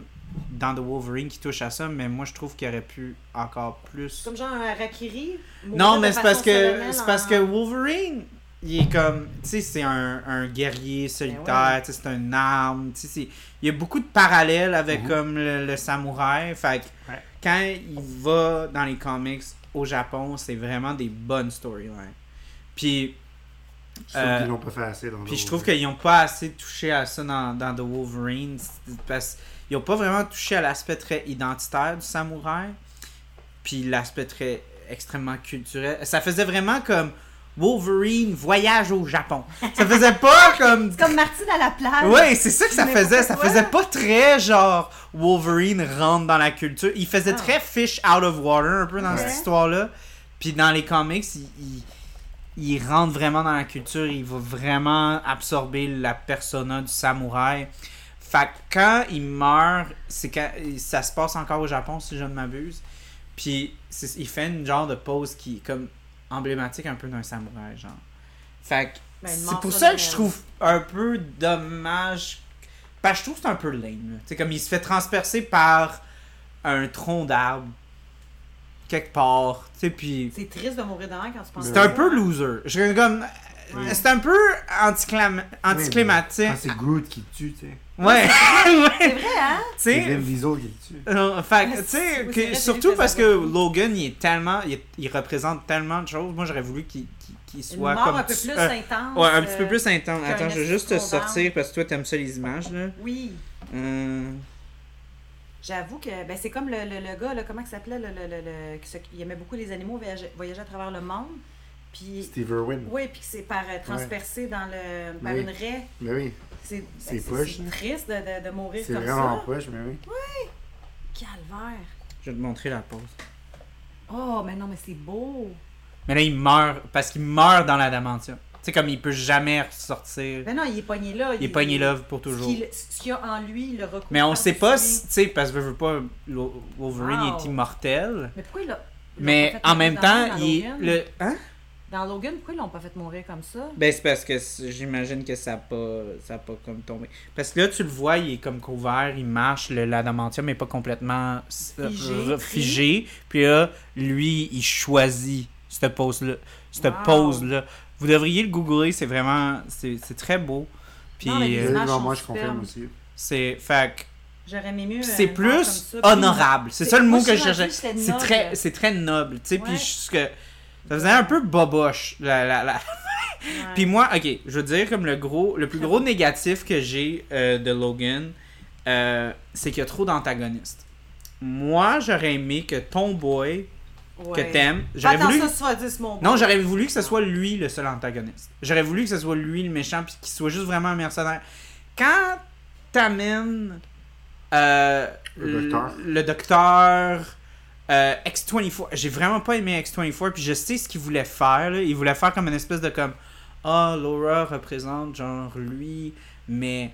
A: dans The Wolverine qui touche à ça, mais moi je trouve qu'il aurait pu encore plus.
B: Comme genre un rakiri.
A: Non, mais c'est parce que c'est parce que Wolverine, il est comme, tu sais, c'est un, un guerrier solitaire, tu sais, c'est une arme, tu sais, c'est- il y a beaucoup de parallèles avec
C: Mhm.
A: comme le, le samouraï. Fait que
C: Ouais.
A: quand il va dans les comics au Japon, c'est vraiment des bonnes storylines. Puis,
C: Je trouve
A: Euh,
C: qu'ils l'ont pas fait assez dans
A: puis je
C: le-
A: trouve qu'ils n'ont pas assez touché à ça dans, dans The Wolverine c'est- parce qu'ils n'ont pas vraiment touché à l'aspect très identitaire du samouraï puis l'aspect très extrêmement culturel. Ça faisait vraiment comme Wolverine voyage au Japon. Ça faisait pas comme
B: C'est comme Martine à la plage.
A: Ouais, c'est ça que ça
B: Mais
A: faisait. Ça
B: pourquoi?
A: faisait pas très genre Wolverine rentre dans la culture. Il faisait
B: Ah.
A: très fish out of water un peu dans
B: Ouais.
A: cette histoire-là. Puis dans les comics, il, il, il rentre vraiment dans la culture. Il va vraiment absorber la persona du samouraï. Fait que quand il meurt, c'est quand ça se passe encore au Japon si je ne m'abuse. Puis c'est- il fait une genre de pose qui est comme emblématique un peu d'un samouraï genre. Fait que
B: Ben, une
A: c'est
B: mort
A: pour
B: sur
A: ça
B: le
A: que je
B: même.
A: trouve un peu dommage. Parce que je trouve que c'est un peu lame. là. C'est comme il se fait transpercer par un tronc d'arbre quelque part. Tu sais, puis
B: C'est triste de mourir dans quand tu penses.
A: c'est
C: Ouais.
B: à
A: un
B: ça.
A: peu loser. Je suis comme
B: Ouais.
A: c'est un peu anticlam- anticlimatique.
C: Ah, c'est Groot qui le tue, tu sais.
A: ouais.
B: Ah, C'est vrai, hein?
A: tu
C: C'est
A: sais,
C: Vin Diesel qui le tue.
A: Euh, fait que,
B: Oui,
A: tu sais,
B: Ah, c'est
A: que-
B: vrai, c'est lui
A: surtout
B: qui
A: parce
B: fait
A: que
B: la voix.
A: Logan, il est tellement, il, est- il représente tellement de choses. Moi, j'aurais voulu qu'il qu'il- qu'il
B: Une
A: soit
B: mort
A: comme
B: un peu
A: tu-
B: plus
A: euh,
B: intense.
A: ouais, un petit
B: euh,
A: peu plus intense.
B: qu'un
A: Attends, je vais juste te
B: esti de
A: sortir parce que toi, t'aimes ça les images là.
B: Oui.
A: Euh,
B: J'avoue que ben, c'est comme le, le- le gars, là, comment il s'appelait, le, le- le- le- qui se- il aimait beaucoup les animaux, voyageait, voyageait à travers le monde. Puis,
C: Steve Irwin.
B: oui, puis que c'est par euh, transpercé dans le, par
C: Oui.
B: une raie.
C: Mais oui,
B: C'est ben,
C: C'est
B: c'est-
C: poche,
B: c'est
C: hein.
B: triste de, de- de mourir
C: c'est
B: comme
C: vraiment
B: ça.
C: proche, mais oui.
B: Calvaire.
A: je vais te montrer la pause.
B: Oh, mais non, mais c'est beau.
A: Mais là, il meurt parce qu'il meurt dans la Damantia. Tu sais, comme il peut jamais ressortir.
B: Ben non, il est pogné là.
A: Il est pogné là pour toujours.
B: Ce qu'il ce qu'il y a en lui, il le recouvre.
A: Mais on
B: par
A: sait
B: le
A: pas,
B: soulier.
A: si- tu sais, parce que je veux pas, Lo- Wolverine il
B: Wow.
A: est immortel.
B: Mais pourquoi il l'a. ils l'ont
A: Mais
B: pas fait
A: en même
B: mourir dans
A: temps,
B: dans
A: il est
B: Logan?
A: le. Hein?
B: Dans Logan, pourquoi ils l'ont pas fait mourir comme ça?
A: Ben, c'est parce que c- j'imagine que ça a pas, ça a pas comme tombé. Parce que là, tu le vois, il est comme couvert, il marche, le l'adamantium est pas complètement s-
B: Figé,
A: re- figé. Puis là, lui, il choisit cette pose-là. Cette
B: Wow.
A: pose-là. Vous devriez le googler, c'est vraiment, c'est c'est très beau. Puis
B: Non, mais les
A: euh,
B: images
C: Là, devant
B: sont
C: moi, je
B: superbes.
C: confirme aussi.
A: c'est, fait que
B: J'aurais aimé mieux.
A: c'est
B: euh, une mort comme
A: plus
B: ça, puis-
A: honorable. C'est
B: C'est-
A: ça le
B: moi,
A: mot
B: je
A: que je
B: suis rendue,
A: cherchais.
B: c'était
A: C'est
B: noble.
A: très, c'est très noble, tu sais. Puis
B: Ouais.
A: je- que- ça faisait un peu boboche la- la- la,
B: Ouais.
A: Puis moi, ok, je veux dire comme le gros, le plus gros négatif que j'ai euh, de Logan, euh, c'est qu'il y a trop d'antagonistes. Moi, j'aurais aimé que ton boy que
B: Ouais.
A: t'aimes,
B: Pas
A: j'aurais
B: Attends,
A: voulu,
B: ça, tu vas dire, c'est mon
A: non, j'aurais voulu que ce soit lui le seul antagoniste. J'aurais voulu que ce soit lui le méchant, puis qu'il soit juste vraiment un mercenaire. Quand t'amènes euh,
C: Le docteur.
A: le docteur, euh, X24, j'ai vraiment pas aimé X24, puis je sais ce qu'il voulait faire. Là. Il voulait faire comme une espèce de comme Ah, Laura représente genre lui, mais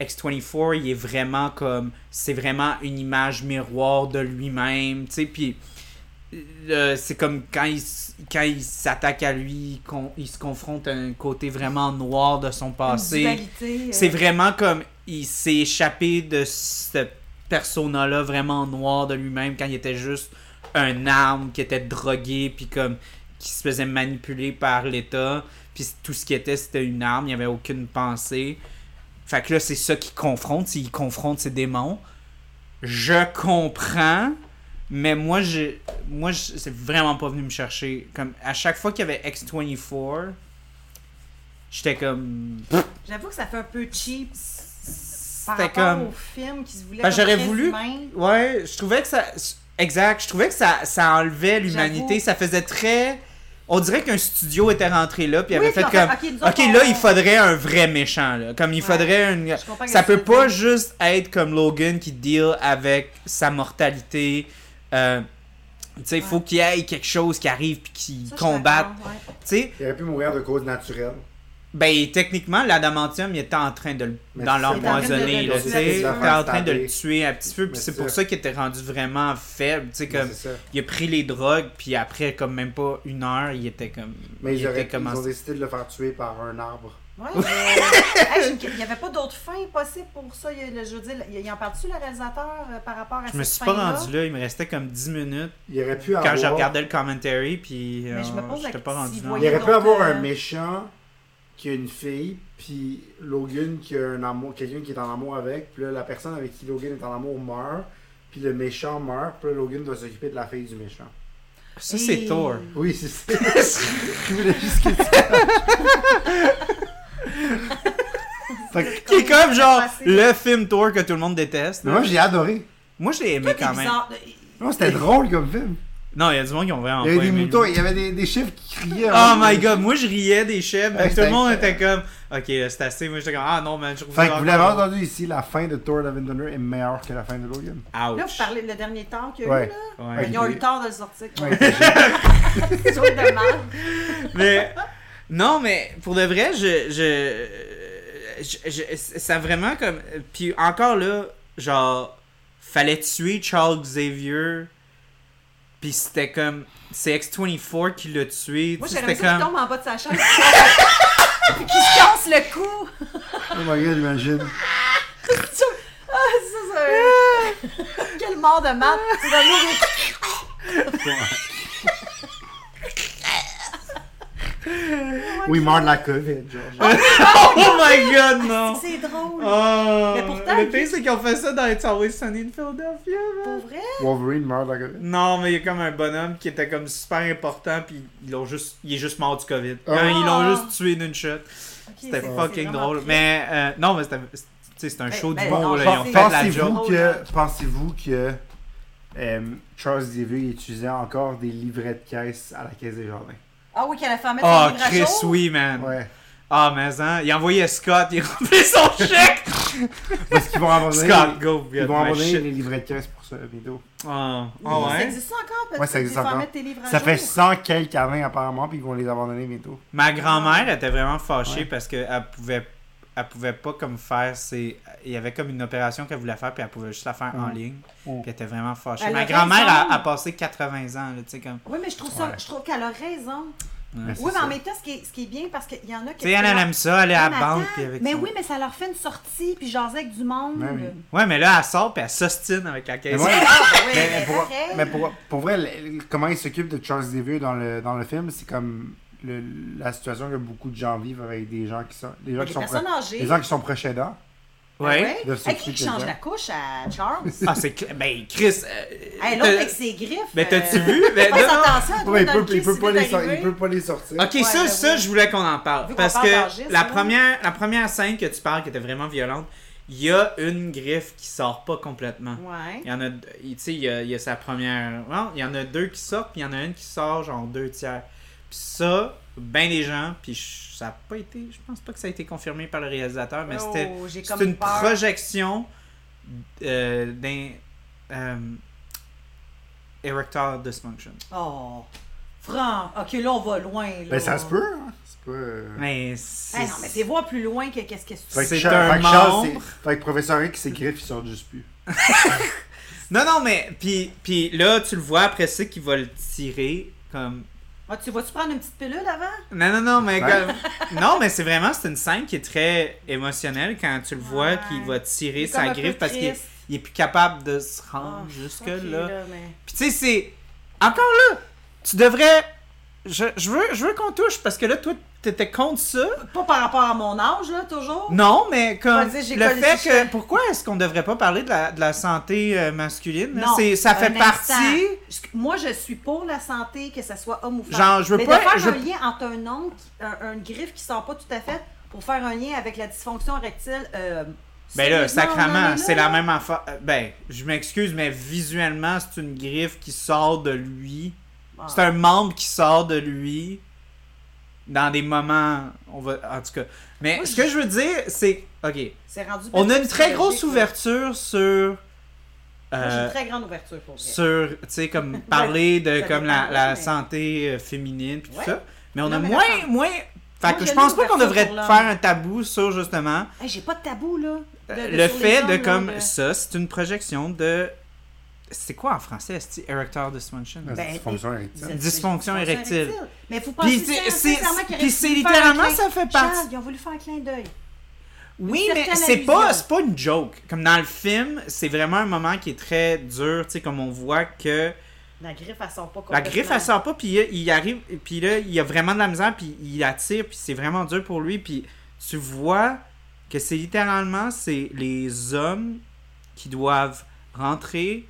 A: X24, il est vraiment comme c'est vraiment une image miroir de lui-même, tu sais, puis euh, c'est comme quand il, s- quand il s'attaque à lui, qu'on- il se confronte à un côté vraiment noir de son
B: Une
A: passé.
B: dualité, euh,
A: C'est vraiment comme il s'est échappé de ce persona-là vraiment noir de lui-même quand il était juste un arme qui était drogué puis comme qui se faisait manipuler par l'État puis c- tout ce qui était c'était une arme il n'y avait aucune pensée fait que là c'est ça qu'il confronte il confronte ses démons je comprends mais moi je moi je- c'est vraiment pas venu me chercher comme à chaque fois qu'il y avait X24 j'étais comme
B: J'avoue que ça fait un peu cheap par
A: c'était
B: rapport
A: comme
B: au film qui se voulait
A: Ben,
B: comme
A: j'aurais
B: très
A: voulu-
B: humain.
A: Ouais, je trouvais que ça. Exact, je trouvais que ça, ça enlevait l'humanité.
B: J'avoue.
A: Ça faisait très. On dirait qu'un studio était rentré là, puis il
B: Oui,
A: avait fait
B: puis en
A: comme.
B: fait, ok, nous
A: Ok,
B: autres, on-
A: là, il faudrait un vrai méchant, là. Comme il
B: Ouais.
A: faudrait une.
B: Je comprends que
A: Ça
B: tu
A: peut
B: veux
A: pas
B: dire.
A: juste être comme Logan qui deal avec sa mortalité. Euh, tu sais, faut
B: Ouais.
A: qu'il y ait quelque chose qui arrive puis qu'il
B: Ça, je suis
A: combatte.
B: d'accord, ouais.
A: Tu sais,
C: Il aurait pu mourir de cause naturelle.
A: Ben, techniquement, l'adamantium, il était en train de le,
C: Mais
A: dans
C: c'est ça.
A: l'empoisonner,
B: Il était en
A: là, tu
B: train de le
A: sais.
B: tuer.
A: Il était en train de le tuer un petit peu,
C: Mais
A: puis c'est
C: c'est
A: pour
C: ça.
A: ça qu'il était rendu vraiment faible, tu sais,
C: Mais
A: comme,
C: c'est ça.
A: il a pris les drogues, puis après, comme même pas une heure, il était comme,
C: Mais
A: il
C: ils, auraient,
A: était comme
C: ils
A: en-
C: ont décidé de le faire tuer par un arbre.
B: Ouais, mais- euh, Hey, j'ai une- il n'y avait pas d'autre fin possible pour ça. Il y a le- je veux dire, il, il en parle-tu, le réalisateur, euh, par rapport à cette
A: Je me suis pas
B: fin-là?
A: rendu là, il me restait comme 10 minutes
C: Il aurait pu
A: quand
C: avoir...
A: je regardais le commentary, puis euh,
B: Mais je me pose la
A: j'étais pas
B: question,
A: rendu
B: s'il
A: là.
B: voyait-
C: Il aurait
B: Donc,
C: pu avoir
B: euh,
C: un méchant qui a une fille, puis Logan qui a un amour, quelqu'un qui est en amour avec, puis là, la personne avec qui Logan est en amour meurt, puis le méchant meurt, puis là, Logan doit s'occuper de la fille du méchant.
A: Ça, c'est
B: Et-
A: Thor.
C: Oui, c'est ça. Je voulais juste que tu-
A: Qui est comme, genre,
B: Passé.
A: le film Thor que tout le monde déteste.
C: Mais moi, j'ai adoré.
A: Moi, je l'ai aimé
B: Toi, t'es
A: quand même.
B: bizarre.
C: Non, c'était drôle comme film.
A: Non, il y a du monde qui ont vraiment
C: Il y avait
A: pas
C: des
A: aimé le
C: moutons, il y avait des, des chiffres qui criaient.
A: Oh my god, moi je riais des chefs,
C: Ouais,
A: mais tout le monde
C: c'était
A: était comme Ok, là, c'est assez. Moi j'étais comme Ah non, man, je
C: Fait que vous l'avez entendu ici, la fin de Thor Love and Thunder est meilleure que la fin de Logan.
B: Là, vous
A: Ouch.
B: parlez le dernier temps qu'il y a eu,
C: Ouais.
B: là.
A: Ouais.
B: Ils ont eu le temps de le sortir.
C: Ouais, c'est juste-
B: C'est toujours de mal.
A: mais non, mais pour de vrai, je, je, je- je- ça vraiment comme puis encore là, genre fallait tuer Charles Xavier puis c'était comme c'est X24 qui l'a tué,
B: Moi,
A: tu sais,
B: j'aurais
A: c'était
B: aimé ça qu'il
A: comme
B: tombe en bas de sa chaise. Puis qu'il se casse le cou.
C: oh my god, j'imagine.
B: Ah, ça, c'est... Quel mort de maths. C'est dans l'eau.
C: Oui, il meurt de la COVID, George.
A: Oh my god, non.
B: Ah, C'est drôle.
A: Oh,
B: Mais pourtant,
A: le pire c'est qu'ils ont fait ça dans It's Always Sunny in Philadelphia. man.
B: Pour vrai?
C: Wolverine meurt de la COVID.
A: Non, mais il y a comme un bonhomme qui était comme super important, puis ils l'ont juste, il est juste mort du COVID.
C: Ah.
A: Hein, Ils l'ont
B: Ah.
A: juste tué d'une shot.
B: Ok,
A: C'était
B: c'est- c'est
A: fucking
B: vraiment
A: drôle.
B: triste.
A: Mais euh, non, mais c'était, c'est- tu sais, c'est un
B: Mais-
A: show
B: mais
A: du
B: non,
A: bon, là. Ils ont
B: pensez-
A: fait la
C: Pensez-vous
A: job.
B: job.
C: que, pensez-vous que euh, Charles Xavier utilisait encore des livrets de caisse à la caisse des jardins?
B: Ah oui, qu'elle a fait mettre
A: Ah,
B: son livre à
A: Chris,
B: jour.
A: oui, man.
C: Ouais.
A: Ah, mais hein, il envoyait Scott, il remplit son chèque.
C: Parce qu'ils vont abandonner,
A: Scott, go,
C: ils
A: get
C: vont
A: my
C: abandonner
A: shit.
C: les livrets de caisse pour ça, bientôt.
A: Ah, ah
B: Ça
A: ouais.
B: existe ça encore? peut-être,
C: Ouais, ça existe
B: des fois,
C: encore.
B: mettre tes livres à
C: Ça
B: jour.
C: fait 100 quelques années apparemment, puis ils vont les abandonner bientôt.
A: Ma grand-mère était vraiment fâchée
C: Ouais.
A: parce qu'elle pouvait elle pouvait pas comme faire ses... il y avait comme une opération qu'elle voulait faire puis elle pouvait juste la faire en
C: Mm.
A: ligne puis
C: Mm.
A: elle était vraiment fâchée
B: Elle
A: ma
B: a
A: grand-mère
B: raison.
A: a, a passé 80 ans là, tu sais comme
B: Oui, mais je trouve, ça,
C: Ouais.
B: je trouve qu'elle a raison.
A: Ouais,
C: c'est
B: Oui, mais
C: ça.
B: en même temps, ce qui est, ce qui est bien, parce qu'il y en a qui.
A: tu sais elle, elle aime ça aller à
B: Mais
A: la banque
B: attends,
A: puis avec
B: Mais
A: son-
B: oui, mais ça leur fait une sortie, puis jaser avec du monde.
C: Ouais, Ben oui.
A: ouais mais là elle sort puis elle s'ostine avec la caisse
C: Mais moi-
B: Ah, ben oui,
C: mais,
B: mais
C: pour,
B: pareil.
C: mais pour, pour vrai, le- le- comment il s'occupe de Charles Xavier dans le, dans le film, c'est comme le- la situation que beaucoup de gens vivent avec des gens qui sont, des gens
B: Des
C: qui sont,
B: personnes
C: pro-
B: âgées.
C: des gens qui sont proches aidants.
A: Ah ouais,
B: Ah Ouais.
C: Ils doivent
B: Hey, qui
C: s'occuper
B: change
C: de
B: la couche à Charles?
A: ah c'est cl- ben Chris euh,
B: hey,
A: t'as-
B: l'autre avec ses griffes.
A: mais t'as-tu
B: euh,
A: vu mais,
B: Fais
A: non, non.
B: attention, à
C: Ouais,
B: toi
C: il,
B: dans
C: peut,
B: le cul,
C: il peut
B: si
C: pas
B: t'es
C: les sor-
B: arrivé.
C: il peut pas les sortir.
A: Ok, ça,
B: ben
A: ça,
B: oui.
A: je voulais qu'on en parle.
B: Vu qu'on
A: Parce
B: parle
A: que
B: d'âgisme,
A: la,
B: là.
A: première, la première scène que tu parles, qui était vraiment violente, il y a une griffe qui sort pas complètement.
B: Ouais.
A: Il y en a, deux- il- tu sais, il y a, il y a sa première. well, il y en a deux qui sortent, puis il y en a une qui sort genre deux tiers. Puis ça, ben des gens, puis je- ça a pas été, je pense pas que ça a été confirmé par le réalisateur, mais
B: Oh,
A: c'était
B: j'ai
A: c'est
B: comme
A: une
B: peur.
A: projection euh, d'un euh, erectile dysfunction.
B: Oh. Franc. Ok, là, on va loin. Là.
C: Ben, ça se peut, hein. C'est pas. euh,
A: Mais c'est
B: Hey, Ben non, mais c'est voir plus loin que qu'est-ce que
C: Fait
B: c'est.
C: que
A: C'est
C: Charles-
A: un
C: fait que Charles,
A: membre.
C: c'est- Fait que Professeur X, ses griffes, ils sortent juste plus.
A: Non, non, mais puis, puis là, tu le vois après ça qu'il va le tirer comme.
B: Ah, tu vas-tu prendre une petite pilule avant?
A: Non, non, non, mais
C: Ouais.
A: comme- non, mais c'est vraiment c'est une scène qui est très émotionnelle quand tu le vois
B: Ouais.
A: qu'il va tirer
B: Il est comme
A: sa
B: un peu
A: griffe parce qu'il
B: triste.
A: il est plus capable de se rendre
B: Ah,
A: jusque
B: ok,
A: là.
B: mais-
A: Puis tu sais, c'est encore là, tu devrais. Je, je veux, je veux qu'on touche parce que là, toi, t'étais contre ça.
B: Pas par rapprapport à mon âge, là, toujours.
A: Non, mais comme
B: Vas-y, j'ai
A: le
B: collé
A: fait
B: sur le
A: que pourquoi est-ce qu'on devrait pas parler de la, de la santé euh, masculine hein? C'est ça
B: un
A: fait
B: instant.
A: partie.
B: Je- Moi, je suis pour la santé, que ça soit homme ou femme.
A: Genre, je veux
B: Mais
A: pas-
B: de faire
A: je
B: un
A: veux-
B: lien entre un ongle, qui- un, une griffe qui sort pas tout à fait, pour faire un lien avec la dysfonction rectile. euh,
A: Ben là,
B: sérieusement, on en est
A: sacrament,
B: là,
A: c'est la
B: là.
A: même affaire. Euh, Ben, je m'excuse, mais visuellement, c'est une griffe qui sort de lui.
B: Ah.
A: C'est un membre qui sort de lui dans des moments. On va, en tout cas. Mais
B: Moi,
A: ce que je veux dire, c'est. Ok.
B: C'est rendu
A: On a
B: plus
A: une très grosse
B: psychologique, là.
A: ouverture sur.
B: Moi, J'ai
A: euh,
B: une très grande ouverture pour vrai.
A: sur, tu sais, comme parler de
B: ça
A: comme
B: dépend,
A: la, la
B: mais-
A: santé euh, féminine puis tout
B: Ouais.
A: ça. Mais on
B: Non,
A: a
B: mais
A: moins,
B: d'accord.
A: moins Fait
B: Moi,
A: que je
B: j'aime
A: pense
B: mieux
A: pas qu'on
B: faire ça
A: devrait
B: pour l'homme.
A: faire un tabou sur justement
B: Hey, J'ai pas de tabou, là. de- de-
A: Euh, le
B: sur les
A: fait de
B: hommes, là,
A: comme
B: de-
A: ça, c'est une projection de. C'est quoi en français, est-ce Erector dysfunction?
C: La
B: Ben,
C: dysfonction
B: Vous êtes-
C: érectile.
A: Dysfonction érectile.
B: Mais vous pensez
A: Puis
B: c'est
A: c'est-
B: sincèrement qu'il
A: c'est
B: aurait
A: puis
B: voulu
A: c'est
B: faire un
A: littéralement,
B: clin-
A: ça fait
B: Charles,
A: partie.
B: ils ont voulu faire un clin d'œil.
A: Oui,
B: une
A: mais
B: certaine
A: c'est pas,
B: allusion.
A: c'est pas une joke. Comme dans le film, c'est vraiment un moment qui est très dur. Tu sais, comme on voit que
B: La griffe, elle sort pas
A: la griffe, elle sort pas, puis il, il arrive, puis là, il a vraiment de la misère, puis il attire, puis c'est vraiment dur pour lui. Puis tu vois que c'est littéralement, c'est les hommes qui doivent rentrer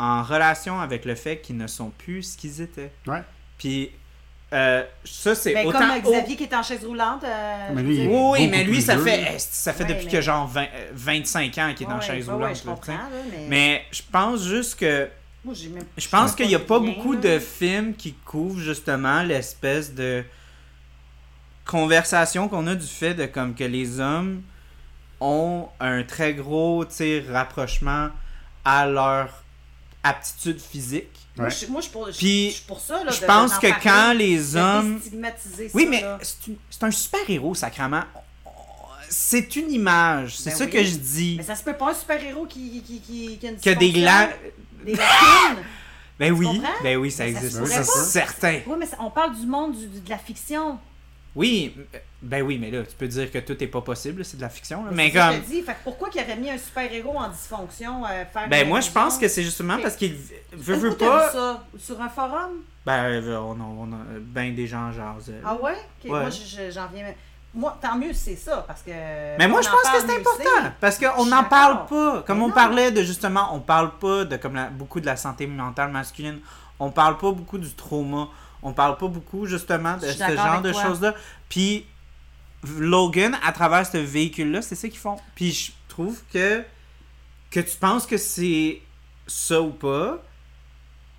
A: en relation avec le fait qu'ils ne sont plus ce qu'ils étaient.
C: Ouais.
A: Puis euh, ça, c'est
B: Ben,
A: autant...
B: comme euh,
A: au-
B: Xavier qui est en chaise roulante. euh,
C: Mais lui,
B: je
C: il
B: veux
C: est
B: dire-
A: Oui, oui,
C: beaucoup
A: mais lui,
C: plus
A: ça
C: vieux,
A: fait,
C: là.
A: eh, ça fait
B: Ouais,
A: depuis
B: mais-
A: que genre 20, euh, 25 ans qu'il est dans
B: Ouais,
A: chaise
B: ouais,
A: roulante.
B: ouais, je
A: là, tu sais.
B: comprends, là, mais...
A: mais je pense juste que.
B: Moi, j'ai même-
A: Je pense
B: Ouais.
A: qu'il n'y a pas
B: Bien,
A: beaucoup
B: là.
A: de films qui couvrent justement l'espèce de conversation qu'on a du fait de comme que les hommes ont un très gros tu sais, rapprochement à leur aptitude physique.
B: Moi,
C: Ouais.
B: je suis- moi, je suis pour, je,
A: Puis,
B: je suis pour ça, là,
A: je
B: de-
A: pense
B: d'en
A: que
B: parler,
A: quand
B: de
A: les hommes
B: déstigmatiser
A: oui,
B: ça,
A: mais
B: là.
A: c'est une- c'est un super-héros, sacrament. C'est une image, c'est
B: Ben
A: ça
B: oui.
A: que je dis.
B: Mais ça se peut pas un super-héros qui, qui, qui, qui a une
A: Que des glands.
B: dysfonction, Des lacunes.
A: Ben oui,
B: comprends?
A: ben oui, ça
B: Mais ça se
A: existe.
C: pourrait
A: Ça,
C: pas.
A: c'est certain.
B: oui, mais ça- on parle du monde du- du- de la fiction.
A: Oui, euh, ben oui, mais là, tu peux dire que tout est pas possible, c'est de la fiction. là. Mais
B: C'est ça que
A: comme.
B: je dis. Fait que pourquoi qu'il aurait mis un super-héros en dysfonction euh, faire
A: Ben
B: une
A: moi, je
B: allusion?
A: pense que c'est justement
B: Mais-
A: parce qu'il veut,
B: Est-ce que
A: veut
B: t'as vu
A: pas.
B: ça sur un forum?
A: Ben, euh, on a, on a- ben des gens jasent. là.
B: Ah ouais? Ok,
A: Ouais.
B: Moi, je- je- j'en viens. Moi, tant mieux, c'est ça, parce que.
A: Mais moi,
B: on
A: je
B: en
A: pense que
B: parle,
A: c'est
B: mieux
A: important. Parce qu'on
B: Je
A: n'en
B: suis
A: parle
B: d'accord.
A: pas. Comme
B: Mais
A: on
B: non.
A: parlait de justement, on parle pas de comme la- beaucoup de la santé mentale masculine. On parle pas beaucoup du trauma. On parle pas beaucoup justement de
B: Je suis
A: ce
B: d'accord
A: genre
B: avec
A: de
B: toi.
A: choses-là. Puis Logan, à travers ce véhicule-là, c'est ça qu'ils font. Puis je trouve que que tu penses que c'est ça ou pas.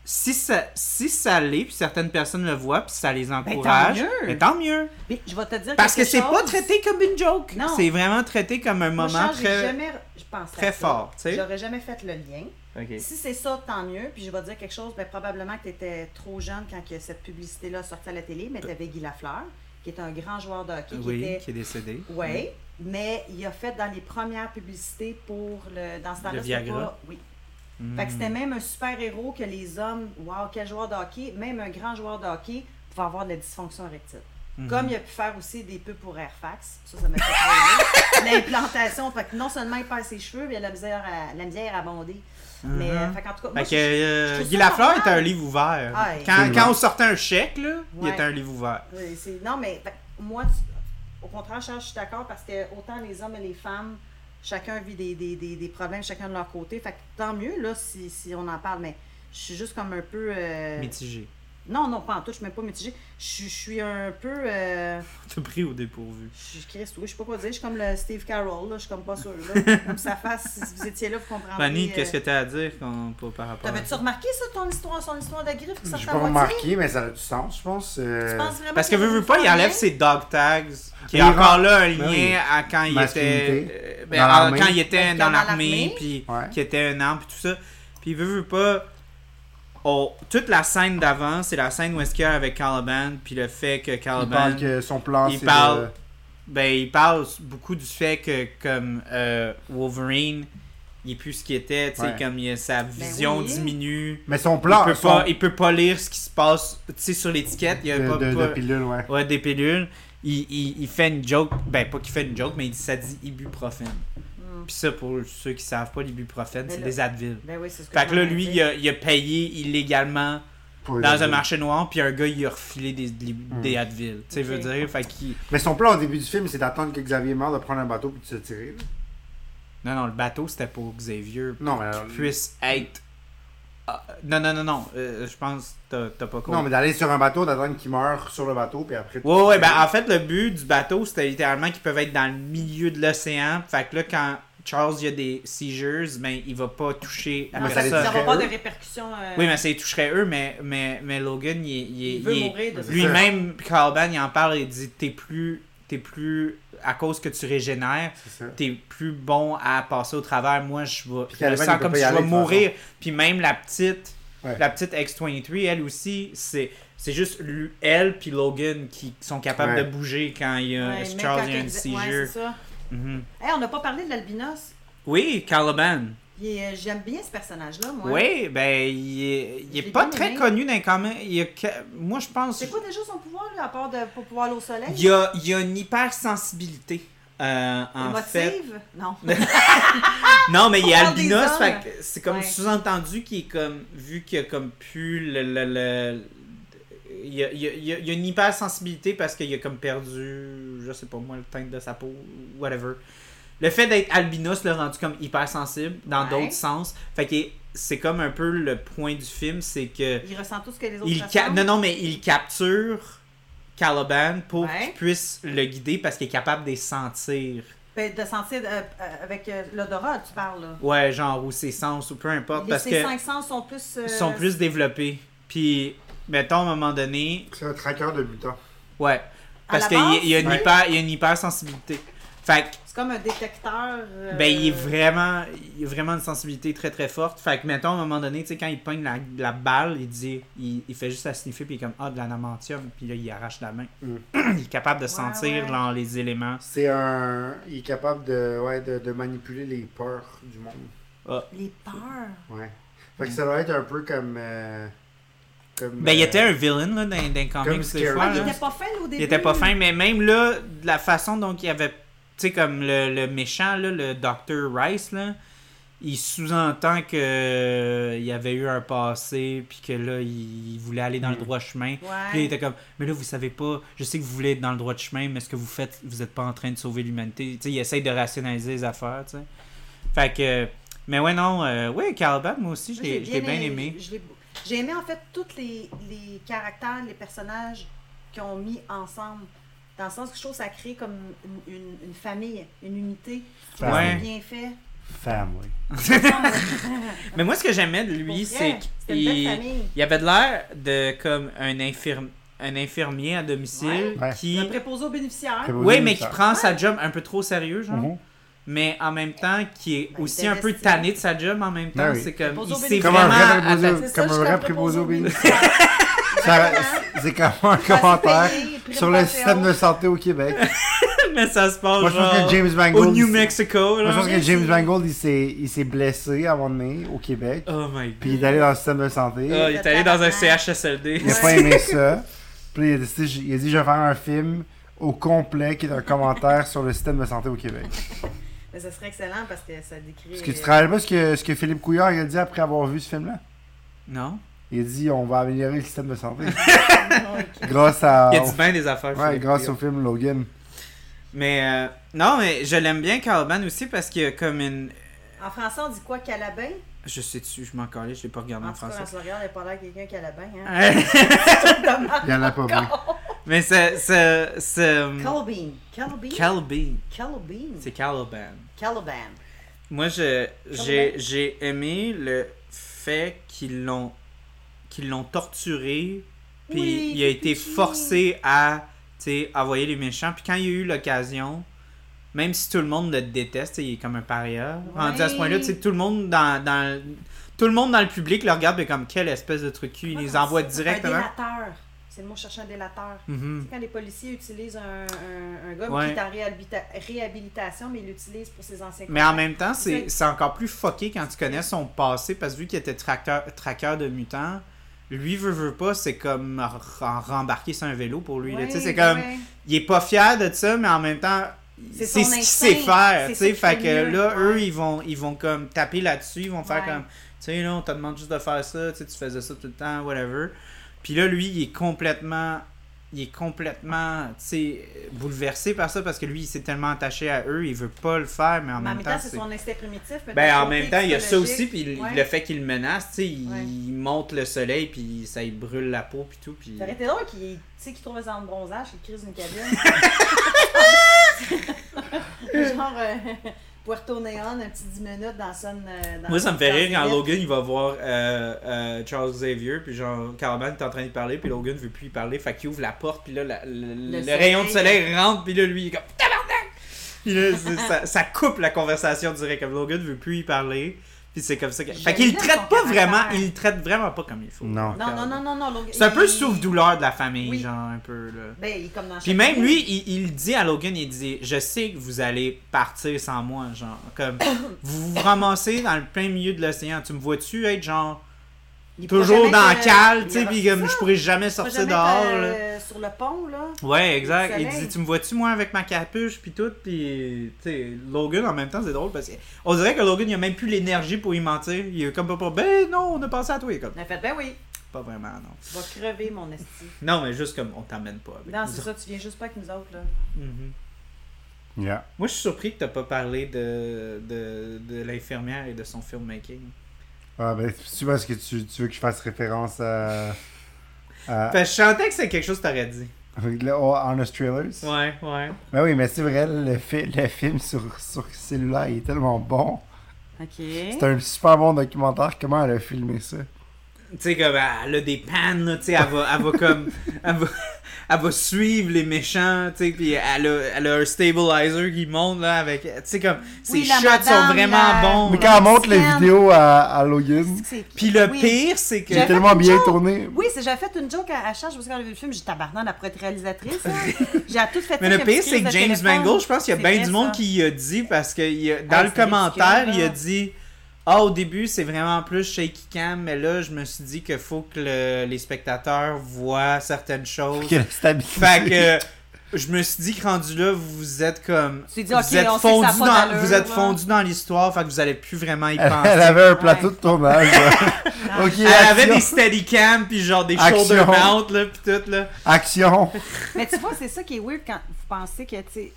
A: Si ça, si ça l'est, puis certaines personnes le voient, puis ça les encourage,
B: Ben, mieux.
A: mais tant mieux.
B: c'est. Mais je vais te dire.
A: Parce que
B: quelque
A: c'est pas
B: chose.
A: traité comme une joke.
B: Non.
A: C'est vraiment traité comme un
B: Moi,
A: moment
B: Charles, j'ai
A: très.
B: jamais je pensais
A: très
B: à ça.
A: fort, tu sais.
B: J'aurais jamais fait le lien.
A: Ok.
B: Si c'est ça, tant mieux. Puis je vais te dire quelque chose. Ben, probablement que tu étais trop jeune quand que cette publicité-là sortait à la télé, mais tu avais Guy Lafleur, qui est un grand joueur de hockey, qui
A: Ah Oui,
B: était
A: qui est décédé.
B: Oui, mais il a fait dans les premières publicités pour le. Dans ce temps-là,
A: Le
B: c'était
A: Viagra.
B: pas- Oui.
A: Mm.
B: Fait que c'était même un super-héros que les hommes. Waouh, quel joueur de hockey, même un grand joueur de hockey, pouvait avoir de la dysfonction érectile.
A: Mhm.
B: Comme il a pu faire aussi des pubs pour Airfax. Ça, ça m'a fait rire. L'implantation. Fait que non seulement il perd ses cheveux, mais il a la misère à, la misère à bonder. Mais, euh,
A: Mhm.
B: fait qu'en tout cas.
A: Fait
B: moi,
A: que
B: je-
A: euh,
B: je trouve
A: Guy
B: ça
A: Lafleur
B: normal.
A: était un livre ouvert.
B: Ah, oui.
A: Quand,
C: Absolument.
A: quand on sortait un chèque, là, il
B: Ouais.
A: était un livre ouvert.
B: Oui, c'est- Non, mais fait- moi, tu- au contraire, Charles, je suis d'accord parce que autant les hommes et les femmes, chacun vit des, des, des, des problèmes, chacun de leur côté. Fait que tant mieux, là, si, si on en parle, mais je suis juste comme un peu. euh,
A: Mitigé.
B: Non, non, pas en tout, je suis même pas mitigée. Je, suis- je suis un peu. euh,
A: On t'a pris au dépourvu.
B: Je suis Christ, oui, je sais pas quoi dire. Je suis comme le Steve Carroll, là, je suis comme pas sûre. Là. Comme sa face, si vous étiez là, vous comprendrez.
A: Fanny, qu'est-ce que
B: euh,
A: t'as à dire quand- pour- par rapport à
B: T'avais-tu
A: ça?
B: remarqué ça, ton histoire, son histoire de griffe qui
C: J'ai
B: sortait
C: pas
B: à moitié?
C: remarqué, mais ça a du sens, je pense. euh,
B: Tu penses vraiment
A: Parce que
B: qu'il
A: veut,
B: aurait
A: veut
B: dû
A: pas, il
B: faire
A: enlève
B: un
A: ses dog tags. Qui est
C: il
A: encore
C: rend-
A: là un lien
C: Ben oui.
A: à quand il était.
C: Masculinité.
A: euh, ben,
C: Dans
A: à-
C: l'armée.
A: quand il était
B: Ben,
A: dans
B: dans
A: l'armée,
B: l'armée.
A: puis
C: Ouais.
A: qui était un arbre, puis tout ça. Puis veut, veut pas. oh, toute la scène d'avant, c'est la scène où est-ce qu'il y a avec Caliban, puis le fait que
C: Il
A: Caliban.
C: parle que son plan,
A: Ah, il
C: c'est
A: parle-
C: de-
A: Ben, il parle beaucoup du fait que, comme euh, Wolverine, il est plus ce qu'il était, tu sais,
C: Ouais.
A: comme il a- sa vision
B: oui.
A: diminue.
C: Mais son
A: il,
C: plan,
A: peut
C: son-
A: pas, il peut pas lire ce qui se passe, tu sais, sur l'étiquette, il y a
C: de,
A: pas,
C: de- de
A: pas-
C: pilule, ouais.
A: ouais, des pilules. Il, il, il fait une joke, ben, pas qu'il fait une joke, mais il, ça dit ibuprofène.
B: Mm.
A: Puis ça, pour ceux qui savent pas, l'ibuprofène,
B: Mais
A: c'est
B: là-
A: des Advil.
B: Ben oui, c'est ce que
A: Fait que là,
B: j'allais
A: lui,
B: dire.
A: il a, il a payé illégalement
C: Pour-
A: dans un marché noir, puis un gars, il a refilé des, des, des Advil. Tu sais,
B: Ok.
A: veut dire, fait qu'il.
C: Mais son plan au début du film, c'est d'attendre que Xavier meure, de prendre un bateau puis de se tirer. là.
A: Non, non, le bateau, c'était pour Xavier,
C: Non, mais euh, alors-
A: puisse être. Ah, non, non, non, non. euh, je pense que t'as- t'as pas compris.
C: Non, mais d'aller sur un bateau, d'attendre qu'il meure sur le bateau, puis après.
A: Ouais, ouais, ben en fait, le but du bateau, c'était littéralement qu'ils peuvent être dans le milieu de l'océan. Fait que là, quand Charles, il y a des seizures, ben il va pas toucher à
C: Mais
B: ça
C: ça
A: personne.
C: les
B: n'aura
C: toucherait
B: pas de
C: eux.
B: répercussions. euh,
A: euh, Oui, mais ça les toucherait eux, mais, mais, mais Logan, il, est- il, est-
B: Il veut
A: il est-
B: mourir de ça.
A: Lui-même, Carlban, il en parle et dit T'es plus. T'es plus. À cause que tu régénères,
C: C'est ça.
A: t'es plus bon à passer au travers. Moi, je vais.
C: Puis
A: Je le
C: Caliban, il
A: sens
C: peut
A: comme
C: pas
A: si
C: y
A: je
C: aller,
A: vais
C: de toute
A: mourir. Puis même la petite,
C: Ouais.
A: la petite X23, elle aussi, c'est C'est juste lui- elle puis Logan qui sont capables
C: Ouais.
A: de bouger quand il y a
B: Ouais,
A: si
B: mais
A: euh, Charles
B: quand
A: il y a
B: il
A: une
B: dit- ouais,
A: seizure.
B: c'est ça.
A: Mhm.
B: Hey, on n'a pas parlé de l'albinos.
A: Oui, Caliban.
B: Il est- euh, J'aime bien ce personnage-là, moi.
A: Oui, ben, il est, il est
B: Je l'ai
A: pas
B: bien
A: très
B: aimé.
A: connu dans les comics. Il y a que- Moi, je pense.
B: C'est quoi déjà son pouvoir, là, à part de pas pouvoir aller au soleil?
A: Il y a, il y a une hypersensibilité. euh, en fait.
B: Émotive? Non.
A: Non, mais il est
B: On parle des
A: albinos,
B: hommes.
A: fait que c'est comme
B: Ouais.
A: sous-entendu qu'il est comme. Vu qu'il a comme pu le. le- le- il y a, il y a- il y a- il y a une hypersensibilité parce qu'il a comme perdu, je sais pas moi, le teint de sa peau, whatever. Le fait d'être albinos l'a rendu comme hypersensible dans
B: Ouais.
A: d'autres sens. Fait que c'est comme un peu le point du film, c'est que.
B: Il ressent tout ce que les autres
A: Il
B: ressentent.
A: cap- non, non, mais il capture Caliban pour
B: Ouais.
A: qu'il puisse le guider parce qu'il est capable de les sentir.
B: Ben, de sentir euh, euh, avec euh, l'odorat, tu parles, là.
A: Ouais, genre, ou ses sens, ou peu importe,
B: Les-
A: parce
B: ses
A: que
B: cinq sens sont plus... euh,
A: ils sont plus développés. Puis, mettons, à un moment donné,
C: C'est un tracker de mutants.
A: ouais,
B: À
A: parce
B: la
A: qu'il y, a- il y a une
C: base, ouais.
A: hyper- il y a une hypersensibilité. Fait que,
B: C'est comme un détecteur... euh,
A: ben, il est vraiment, il a vraiment une sensibilité très très forte. Fait que, mettons, à un moment donné, tu sais, quand il pogne la, la balle, il dit, il, il fait juste la sniffer, puis il est comme, ah, de l'anamantium, puis là, il arrache la main.
C: Mm.
A: il est capable de sentir
B: ouais.
A: dans les éléments.
C: C'est un. Il est capable de, ouais, de, de manipuler les peurs du monde.
B: Les peurs.
C: Ouais. Fait que ça doit être un peu comme. euh, comme
A: Ben, il
C: euh,
A: était un villain là, dans, dans les comics des
C: Scary.
A: fois.
B: Ah,
C: Ouais,
A: là.
B: il était pas fin, là, au début.
A: hein. Il était pas fin, mais même là, de la façon dont il avait. Tu sais, comme le, le méchant, là, le Dr. Rice, là, il sous-entend que euh, il avait eu un passé, puis que là, il, il voulait aller dans le
C: Mm.
A: droit chemin. Puis là, il
B: Ouais.
A: était comme, mais là, vous savez pas, je sais que vous voulez être dans le droit de chemin, mais ce que vous faites, vous êtes pas en train de sauver l'humanité. Tu sais, il essaye de rationaliser les affaires, tu sais. Fait que. Mais ouais, non, euh, ouais, Caliban, moi aussi, je
B: Moi, j'ai
A: l'ai je l'ai bien aimé.
B: je l'ai- J'ai aimé, en fait, tous les, les caractères, les personnages qu'ils ont mis ensemble. Dans le sens que je trouve que ça crée comme une, une- une famille, une unité. Je trouve
A: Ouais.
B: que c'est bien fait.
C: Family.
A: Mais moi, ce que j'aimais de
B: Pour
A: lui,
B: vrai,
A: c'est
B: C'était une belle
A: qu'il
B: famille.
A: il avait de l'air de comme un, infirm- un infirmier à domicile
C: Ouais. Ouais.
A: qui.
B: Le préposé aux bénéficiaires.
A: Oui, mais qui prend sa job un peu trop sérieux, genre.
C: Mhm.
A: Mais en même temps, qui est
B: Ben,
A: aussi un peu
B: investi.
A: tanné de sa job en même temps.
C: Ben oui.
A: C'est comme.
B: Préposé
A: Il
B: au
A: s'est
B: bénéfice.
C: Comme
A: vraiment.
C: un vrai
A: atta-
C: préposé,
B: C'est ça,
C: comme un
B: je
C: vrai
B: suis
C: préposé au
B: préposé
C: bébé.
B: bénéficiaire.
C: Ça- C'est comme un commentaire sur le système de santé au Québec.
A: Mais ça se passe
C: Moi, je pense
A: genre
C: que James Mangold.
A: au New
C: il-
A: Mexico,
C: Moi, je
A: là.
C: pense que James Mangold, il s'est il s'est blessé à un moment donné au Québec.
A: Oh my
C: Puis
A: god.
C: il est allé dans le système de santé.
A: Ah, il est allé dans un
B: Ouais.
A: CHSLD.
C: Il a pas aimé ça. Puis il a décidé, j- il a dit, je vais faire un film au complet qui est un commentaire sur le système de santé au Québec.
B: Mais ce serait excellent parce que ça décrit. euh,
C: Parce que tu travailles pas ce que, ce que Philippe Couillard il a dit après avoir vu ce film-là.
A: Non.
C: Il a dit, on va améliorer le système de santé.
B: Ah, ok.
C: grâce à...
A: Il a dit bien des affaires.
C: Ouais,
A: Philippe
C: grâce
A: Couillard.
C: au film Logan.
A: Mais euh, non, mais je l'aime bien, Caliban aussi, parce qu'il y a comme une.
B: En français, on dit quoi, calabin
A: Je sais dessus, je m'en calais, je l'ai pas regardé en,
B: En tout cas,
A: français. Ah.
B: quand je le regarde, il a pas l'air de quelqu'un calabin. Hein?
C: Il y en a pas moins.
A: Mais c'est. c'est- c'est-
B: Calbean. Calbean.
A: Calby.
B: Calbean.
A: C'est Caliban.
B: Caliban.
A: Moi, je- j'ai
B: Caliban.
A: j'ai aimé le fait qu'ils l'ont qu'ils l'ont torturé, puis
B: Oui,
A: il a été
B: Pipichi.
A: forcé à tu sais, envoyer les méchants. Puis quand il a eu l'occasion, même si tout le monde le déteste, tu sais, il est comme un paria. Rendu à ce
B: Ouais.
A: point-là, tu sais, tout le monde dans, dans tout le monde dans le public le regarde mais comme quelle espèce de truc il les envoie hein?
B: Un
A: directement.
B: délateur. C'est le mot chercher un délateur.
A: Mhm.
B: Tu sais, Quand les policiers utilisent un, un, un gars
A: Ouais.
B: qui est en réhabita- réhabilitation, mais ils l'utilisent pour ses anciens
A: Mais en même temps, c'est
B: Exact.
A: c'est encore plus fucké quand tu connais son passé, parce que vu qu'il était tracteur, traqueur de mutants, lui veut, veut pas, c'est comme re- en rembarquer sur un vélo pour lui. là. Tu sais, c'est comme, il est pas fier de ça, mais en même temps,
B: C'est
A: c'est
B: son
A: ce qu'il
B: instinct.
A: sait faire.
B: C'est
A: Tu
B: ça
A: sais,
B: qu'il
A: fait que
B: fait mieux.
A: là, eux,
B: Ouais.
A: ils vont, ils vont comme taper là-dessus, ils vont faire
B: Ouais.
A: comme, tu sais, là, on te demande juste de faire ça, tu sais, tu faisais ça tout le temps, whatever. Puis là, lui, il est complètement. Il est complètement, tu sais, bouleversé par ça parce que lui, il s'est tellement attaché à eux, il veut pas le faire, mais en
B: En
A: même,
B: même temps,
A: c'est-
B: c'est son instinct primitif. mais
A: ben,
B: d'un
A: en
B: côté
A: même temps, il y a ça aussi,
B: psychologique,
A: puis il-
B: ouais.
A: le fait qu'il le menace, tu sais, il,
B: Ouais.
A: il monte le soleil, puis ça il brûle la peau, puis tout, puis...
B: Ça aurait été drôle qu'il tu sais, qu'il trouve un arbre de bronzage, qu'il crise une cabine. Genre euh, Puerto Neon, un petit 10 minutes dans son. euh, dans
A: Moi, ça me fait
B: dans
A: rire quand
B: Sunette.
A: Logan, il va voir euh, euh, Charles Xavier, puis genre, Caraman est en train de parler, puis Logan veut plus y parler, fait qu'il ouvre la porte, puis là, la- le, le
B: soleil.
A: rayon de soleil rentre, puis là, lui, il est comme... Tabarnak! Puis là, c'est- ça, ça coupe la conversation direct, comme Logan veut plus y parler, puis Puis c'est comme ça que.
B: J'aime
A: Fait qu'il le
B: bien
A: traite
B: son
A: pas vraiment,
B: caractère.
A: il le traite vraiment pas comme il faut.
C: Non.
B: Non, non, non, non, non. Logan-
A: C'est un peu
B: il-
A: souffre-douleur de la famille,
B: Oui.
A: genre, un peu, là.
B: Ben, il est comme dans
A: Puis
B: chaque
A: même
B: film.
A: lui, il, il dit à Logan, il dit Je sais que vous allez partir sans moi, genre, comme, vous vous ramassez dans le plein milieu de l'océan, tu me vois-tu être, genre,
B: Il pourra
A: toujours
B: jamais
A: dans la
B: te-
A: cale, tu
B: il
A: sais,
B: va-
A: puis comme, je pourrais jamais
B: il va
A: sortir
B: jamais
A: dehors,
B: te-
A: là.
B: Sur le pont, là.
A: Ouais, exact.
B: Le
A: Il
B: soleil.
A: dit Tu me vois-tu, moi, avec ma capuche, puis tout, puis, tu sais, Logan, en même temps, c'est drôle parce que on dirait que Logan, il a même plus l'énergie pour y mentir. Il est comme pas pour Ben non, on a pensé à toi, Il est comme.
B: Il a fait, ben oui,
A: Pas vraiment, non.
B: tu vas crever, mon esti.
A: Non, mais juste comme, on t'emmène pas avec
B: Non,
A: nous
B: c'est ça, tu viens juste pas avec nous autres, là.
A: Mhm.
C: Yeah.
A: Moi, je suis surpris que t'as pas parlé de, de, de l'infirmière et de son filmmaking.
C: Ah, ben, c'est parce que tu, tu veux que je fasse référence à. à-
A: Parce que je sentais que c'est quelque chose que t'aurais dit.
C: avec le oh, Honest Trailers.
A: Ouais, ouais.
C: Ben oui, mais c'est vrai, le, fi- le film sur, sur cellulaire, il est tellement bon. C'est
A: Eh?
B: OK.
C: un super bon documentaire. Comment elle a filmé ça?
A: Tu sais, comme, elle a des pannes, là, tu sais, elle va, elle va comme. Elle va, elle va suivre les méchants, tu sais, puis elle a, elle a un stabilizer qui monte, là, avec. Tu sais, comme, ses
B: Oui, la
A: shots
B: madame,
A: sont vraiment
B: la-
A: bons.
C: Mais
A: là.
C: quand elle montre la
B: Mexicaine.
C: vidéo à, à Logan,
A: Puis le
B: Oui.
A: pire, c'est que.
C: qui est
B: J'avais
C: tellement
B: fait
C: bien
B: une
C: tourné.
B: Oui, c'est j'avais fait une joke à, à Charles, parce que quand j'ai vu le film, j'ai dit tabarnak, elle pourrait être réalisatrice. hein. J'ai à tout fait
A: Mais le pire, c'est que James Mangold, je pense qu'il y a
B: C'est
A: bien
B: vrai,
A: du monde
B: ça.
A: qui y a dit parce que il a- dans
B: Ah,
A: le
B: c'est
A: commentaire,
B: ridicule,
A: il a
B: là.
A: dit Ah, au début, c'est vraiment plus shaky cam, mais là, je me suis dit qu'il faut que le- les spectateurs voient certaines choses.
C: Quelle stabilité.
A: Fait que je me suis dit que rendu là, vous vous êtes comme.
B: Tu t'es dit,
A: vous, êtes
B: Ok, on sait que ça a
A: fondu
B: pas
A: dans,
B: d'allure,
A: vous êtes
B: là.
A: fondu dans l'histoire, fait que vous allez plus vraiment y
C: Elle,
A: penser.
C: elle avait un plateau de tournage. là.
B: Ah.
C: ok,
A: Elle
C: action.
A: avait des steadicam puis genre des
C: Action.
A: shoulder mount là puis tout là.
C: Action.
B: Mais tu vois, c'est ça qui est weird quand vous pensez que, tu sais,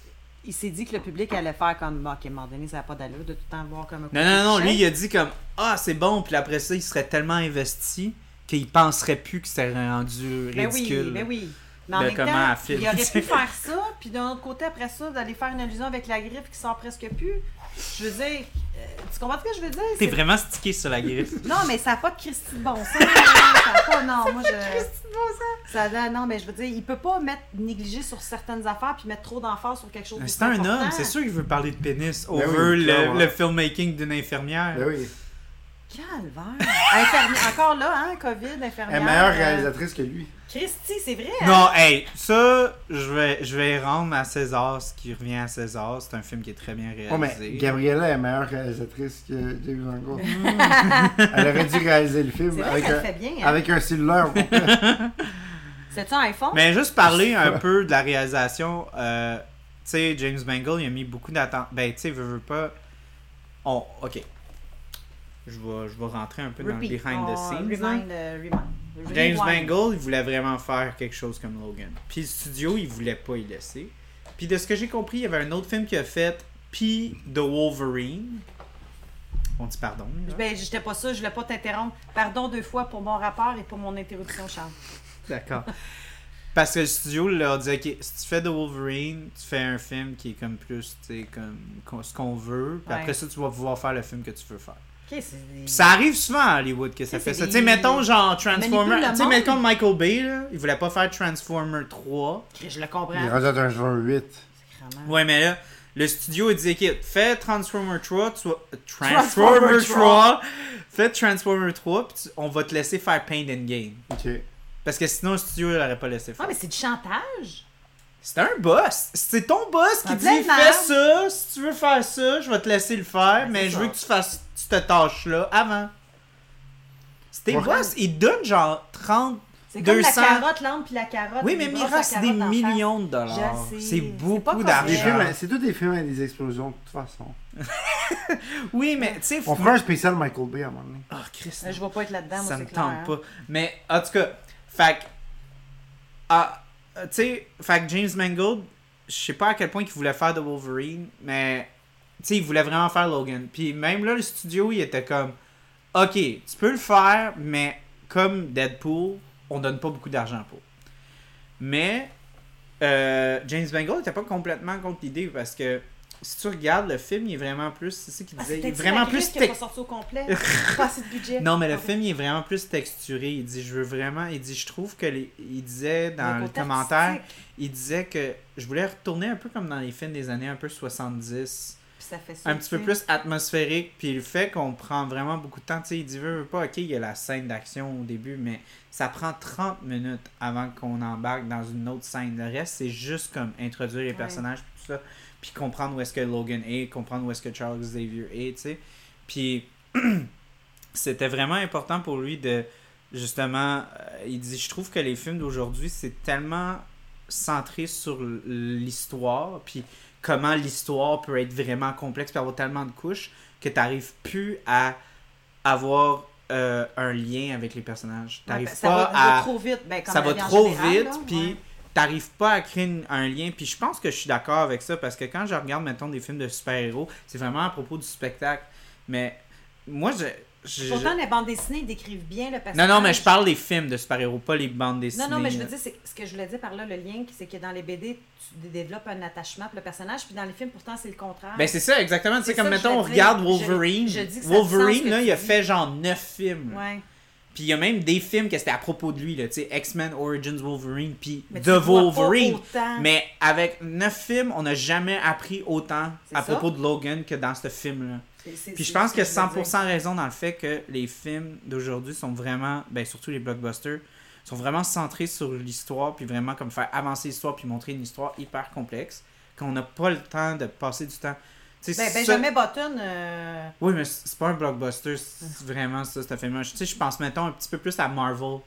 B: il s'est dit que le public allait faire comme, ok, à un moment donné, ça n'a pas d'allure de tout le temps voir comme
A: Non,
B: un
A: non, non,
B: Hein?
A: lui, il a dit comme Ah, c'est bon, puis après ça, il serait tellement investi qu'il penserait plus que c'était rendu
B: Ben oui,
A: ridicule.
B: ben oui. Mais en
A: De
B: même
A: comment
B: temps,
A: elle filme.
B: il aurait pu faire ça, puis d'un autre côté, après ça, d'aller faire une allusion avec la griffe qui sort presque plus. Je veux dire, euh, tu comprends ce que je veux dire?
A: T'es
B: C'est-
A: vraiment stické sur la griffe.
B: Non, mais ça n'a pas de Christy de bon sens. là. ça n'a pas, non, moi je. Ça a- non, mais je veux dire, il peut pas mettre négliger sur certaines affaires puis mettre trop d'emphase sur quelque chose.
A: Mais
B: de
A: c'est un
B: important.
A: homme, c'est sûr qu'il veut parler de pénis
C: Ben oui,
A: over le,
C: clairement.
A: le filmmaking d'une
B: Ah,
A: infirmière.
C: Ben oui.
B: Calvaire. Infirmière- Encore là, hein, COVID,
C: Elle est
B: infirmière.
C: meilleure
B: euh,
C: réalisatrice que lui.
B: Christy, c'est vrai. hein?
A: Non, hey, ça, je vais, je vais rendre à César ce qui revient à César. C'est un film qui est très bien réalisé.
C: Oh, mais Gabriella est meilleure réalisatrice que James Mangold. Elle aurait dû réaliser le
B: Mm. C'est
C: film
B: vrai
C: avec
B: qu'elle
C: un,
B: fait bien. hein.
C: avec un cellulaire. au complet.
B: C'est-tu un iPhone?
A: Mais juste parler un peu de la réalisation, euh, tu sais, James Mangold, il a mis beaucoup d'attente. Ben, tu sais, veut, veut pas. On... Ok. Je vais, je vais rentrer un peu dans le
B: Repeat.
A: behind
B: On
A: the scenes. là.
B: Remind, euh, remind.
A: James
B: Rewind.
A: Mangold, il voulait vraiment faire quelque chose comme Logan. Puis le studio, il voulait pas y laisser. Puis de ce que j'ai compris, il y avait un autre film qu'il a fait, puis The Wolverine. On dit pardon. là.
B: Ben, j'étais pas ça, je voulais pas t'interrompre. Pardon deux fois pour mon rapport et pour mon interruption, Charles.
A: D'accord. Parce que le studio leur dit ok, si tu fais The Wolverine, tu fais un film qui est comme plus, tu sais, comme qu'on- ce qu'on veut, puis
B: Ouais.
A: après ça, tu vas pouvoir faire le film que tu veux faire.
B: Ok, c'est.
A: Puis ça arrive souvent à Hollywood que ça
B: Tu
A: fait
B: sais,
A: ça.
B: c'est
A: Tu sais,
B: des-
A: mettons genre
B: Manipule
A: Transformer.
B: le
A: Tu sais,
B: monde.
A: mettons Michael Bay, là, il voulait pas faire Transformer 3.
B: Je le
C: Il est
B: comprends.
C: rendu à un juin 8.
B: Sacrément.
A: Ouais, mais là, le studio, il dit ok, fais Transformer 3, tu vas-
B: Transformer
A: Transformer 3,
B: 3.
A: fais Transformer 3, puis tu- on va te laisser faire Paint and Game.
C: Ok.
A: Parce que sinon, le studio, il aurait pas laissé faire.
B: Ah, mais c'est du chantage.
A: C'est un boss. C'est ton boss qui
B: Un
A: dit
B: plein de
A: fais
B: merde.
A: ça, si tu veux faire ça, je vais te laisser le faire,
B: hein? Ouais,
A: mais
B: c'est
A: je
B: ça.
A: veux que tu fasses cette tâche-là avant. C'est tes
C: Ouais.
A: boss. Ils te donnent genre 30.
B: C'est comme
A: 200.
B: la carotte, l'ampe puis la carotte.
A: Oui,
B: puis
A: mais
B: il brosse
A: Mira,
B: la
A: c'est
B: carotte
A: des
B: en face.
A: millions de dollars.
B: Je sais.
A: C'est
B: C'est pas
A: beaucoup
B: correct.
C: Des films
A: d'argent.
C: à- C'est tous des films avec des explosions, de toute façon.
A: Oui, mais tu sais.
C: On
A: faut-
C: fera un spécial Michael Bay à un moment donné.
A: Ah, Christ,
B: Euh, Je vais pas être là-dedans, moi,
A: ça me
B: c'est
A: tente
B: clair. hein.
A: pas. Mais en tout cas, fait que- ah, euh, tu sais, fait que James Mangold, je sais pas à quel point il voulait faire de Wolverine, mais tu sais, il voulait vraiment faire Logan. Puis même là, le studio, il était comme, ok, tu peux le faire, mais comme Deadpool, on donne pas beaucoup d'argent pour. Mais euh, James Mangold était pas complètement contre l'idée parce que si tu regardes le film, il est vraiment plus, c'est ça qu'il
B: Ah,
A: disait, il est
B: peut-être
A: vraiment
B: la crise
A: plus
B: qui a
A: tec-
B: pas sorti au complet. pas assez de budget.
A: non, mais le
B: Pardon.
A: film, il est vraiment plus texturé. Il dit, je veux vraiment. Il dit, je trouve que les. Il disait dans
B: Le
A: le
B: côté
A: commentaire,
B: artistique.
A: il disait que je voulais retourner un peu comme dans les films des années un peu 70.
B: puis ça fait ça.
A: un petit peu
B: tu
A: plus
B: sais.
A: atmosphérique. Puis le fait qu'on prend vraiment beaucoup de temps, tu sais, il dit veux, veux pas, ok, il y a la scène d'action au début, mais ça prend 30 minutes avant qu'on embarque dans une autre scène. Le reste, c'est juste comme introduire les
B: Ouais.
A: personnages, puis tout ça, puis comprendre où est-ce que Logan est, comprendre où est-ce que Charles Xavier est, tu sais. Puis c'était vraiment important pour lui de justement, euh, il dit je trouve que les films d'aujourd'hui, c'est tellement centré sur l- l'histoire, puis comment l'histoire peut être vraiment complexe, puis avoir tellement de couches que tu n'arrives plus à avoir euh, un lien avec les personnages. Tu
B: Ouais,
A: n'arrives
B: ben, ça
A: pas
B: va,
A: à
B: va trop vite. Ben, comme
A: ça
B: la
A: va
B: vie en
A: trop
B: général,
A: vite,
B: là,
A: puis
B: ouais.
A: t'arrives pas à créer une- un lien. Puis je pense que je suis d'accord avec ça parce que quand je regarde, mettons, des films de super-héros, c'est vraiment à propos du spectacle. Mais moi, je. je-
B: Pourtant, les bandes dessinées décrivent bien le
A: je-
B: personnage.
A: Non, non, mais je parle des films de super-héros, pas les bandes dessinées.
B: Non, non, mais je veux dire, c'est- ce que je voulais dire par là, le lien, c'est que dans les BD, tu dé- développes un attachement pour le personnage, puis dans les films, pourtant, c'est le contraire.
A: Ben c'est ça, exactement. Tu sais,
B: C'est
A: comme
B: ça que
A: mettons,
B: je
A: on
B: veux
A: regarde
B: dire.
A: Wolverine.
B: Je- je dis que ça a du sens
A: Wolverine,
B: que
A: là,
B: tu
A: il a
B: dis.
A: fait genre neuf films.
B: ouais.
A: Puis il y a même des films que c'était à propos de lui, là, tu sais, X-Men Origins Wolverine, puis
B: Mais
A: The
B: tu le vois pas
A: Wolverine.
B: autant.
A: Mais avec neuf films, on n'a jamais appris autant
B: C'est
A: à
B: ça.
A: propos de Logan que dans ce film-là.
B: C'est- c'est-
A: Puis je
B: c'est
A: pense
B: ce
A: que
B: je veux dire.
A: 100% raison dans le fait que les films d'aujourd'hui sont vraiment, ben surtout les blockbusters, sont vraiment centrés sur l'histoire, puis vraiment comme faire avancer l'histoire, puis montrer une histoire hyper complexe, qu'on n'a pas le temps de passer du temps. Tu sais,
B: Ben,
A: ça-
B: Benjamin Button, euh,
A: Oui, mais c'est c'est pas un blockbuster, c'est vraiment ça, ce film-là. Je- Tu sais, je pense, mettons, un petit peu plus à Marvel. Tu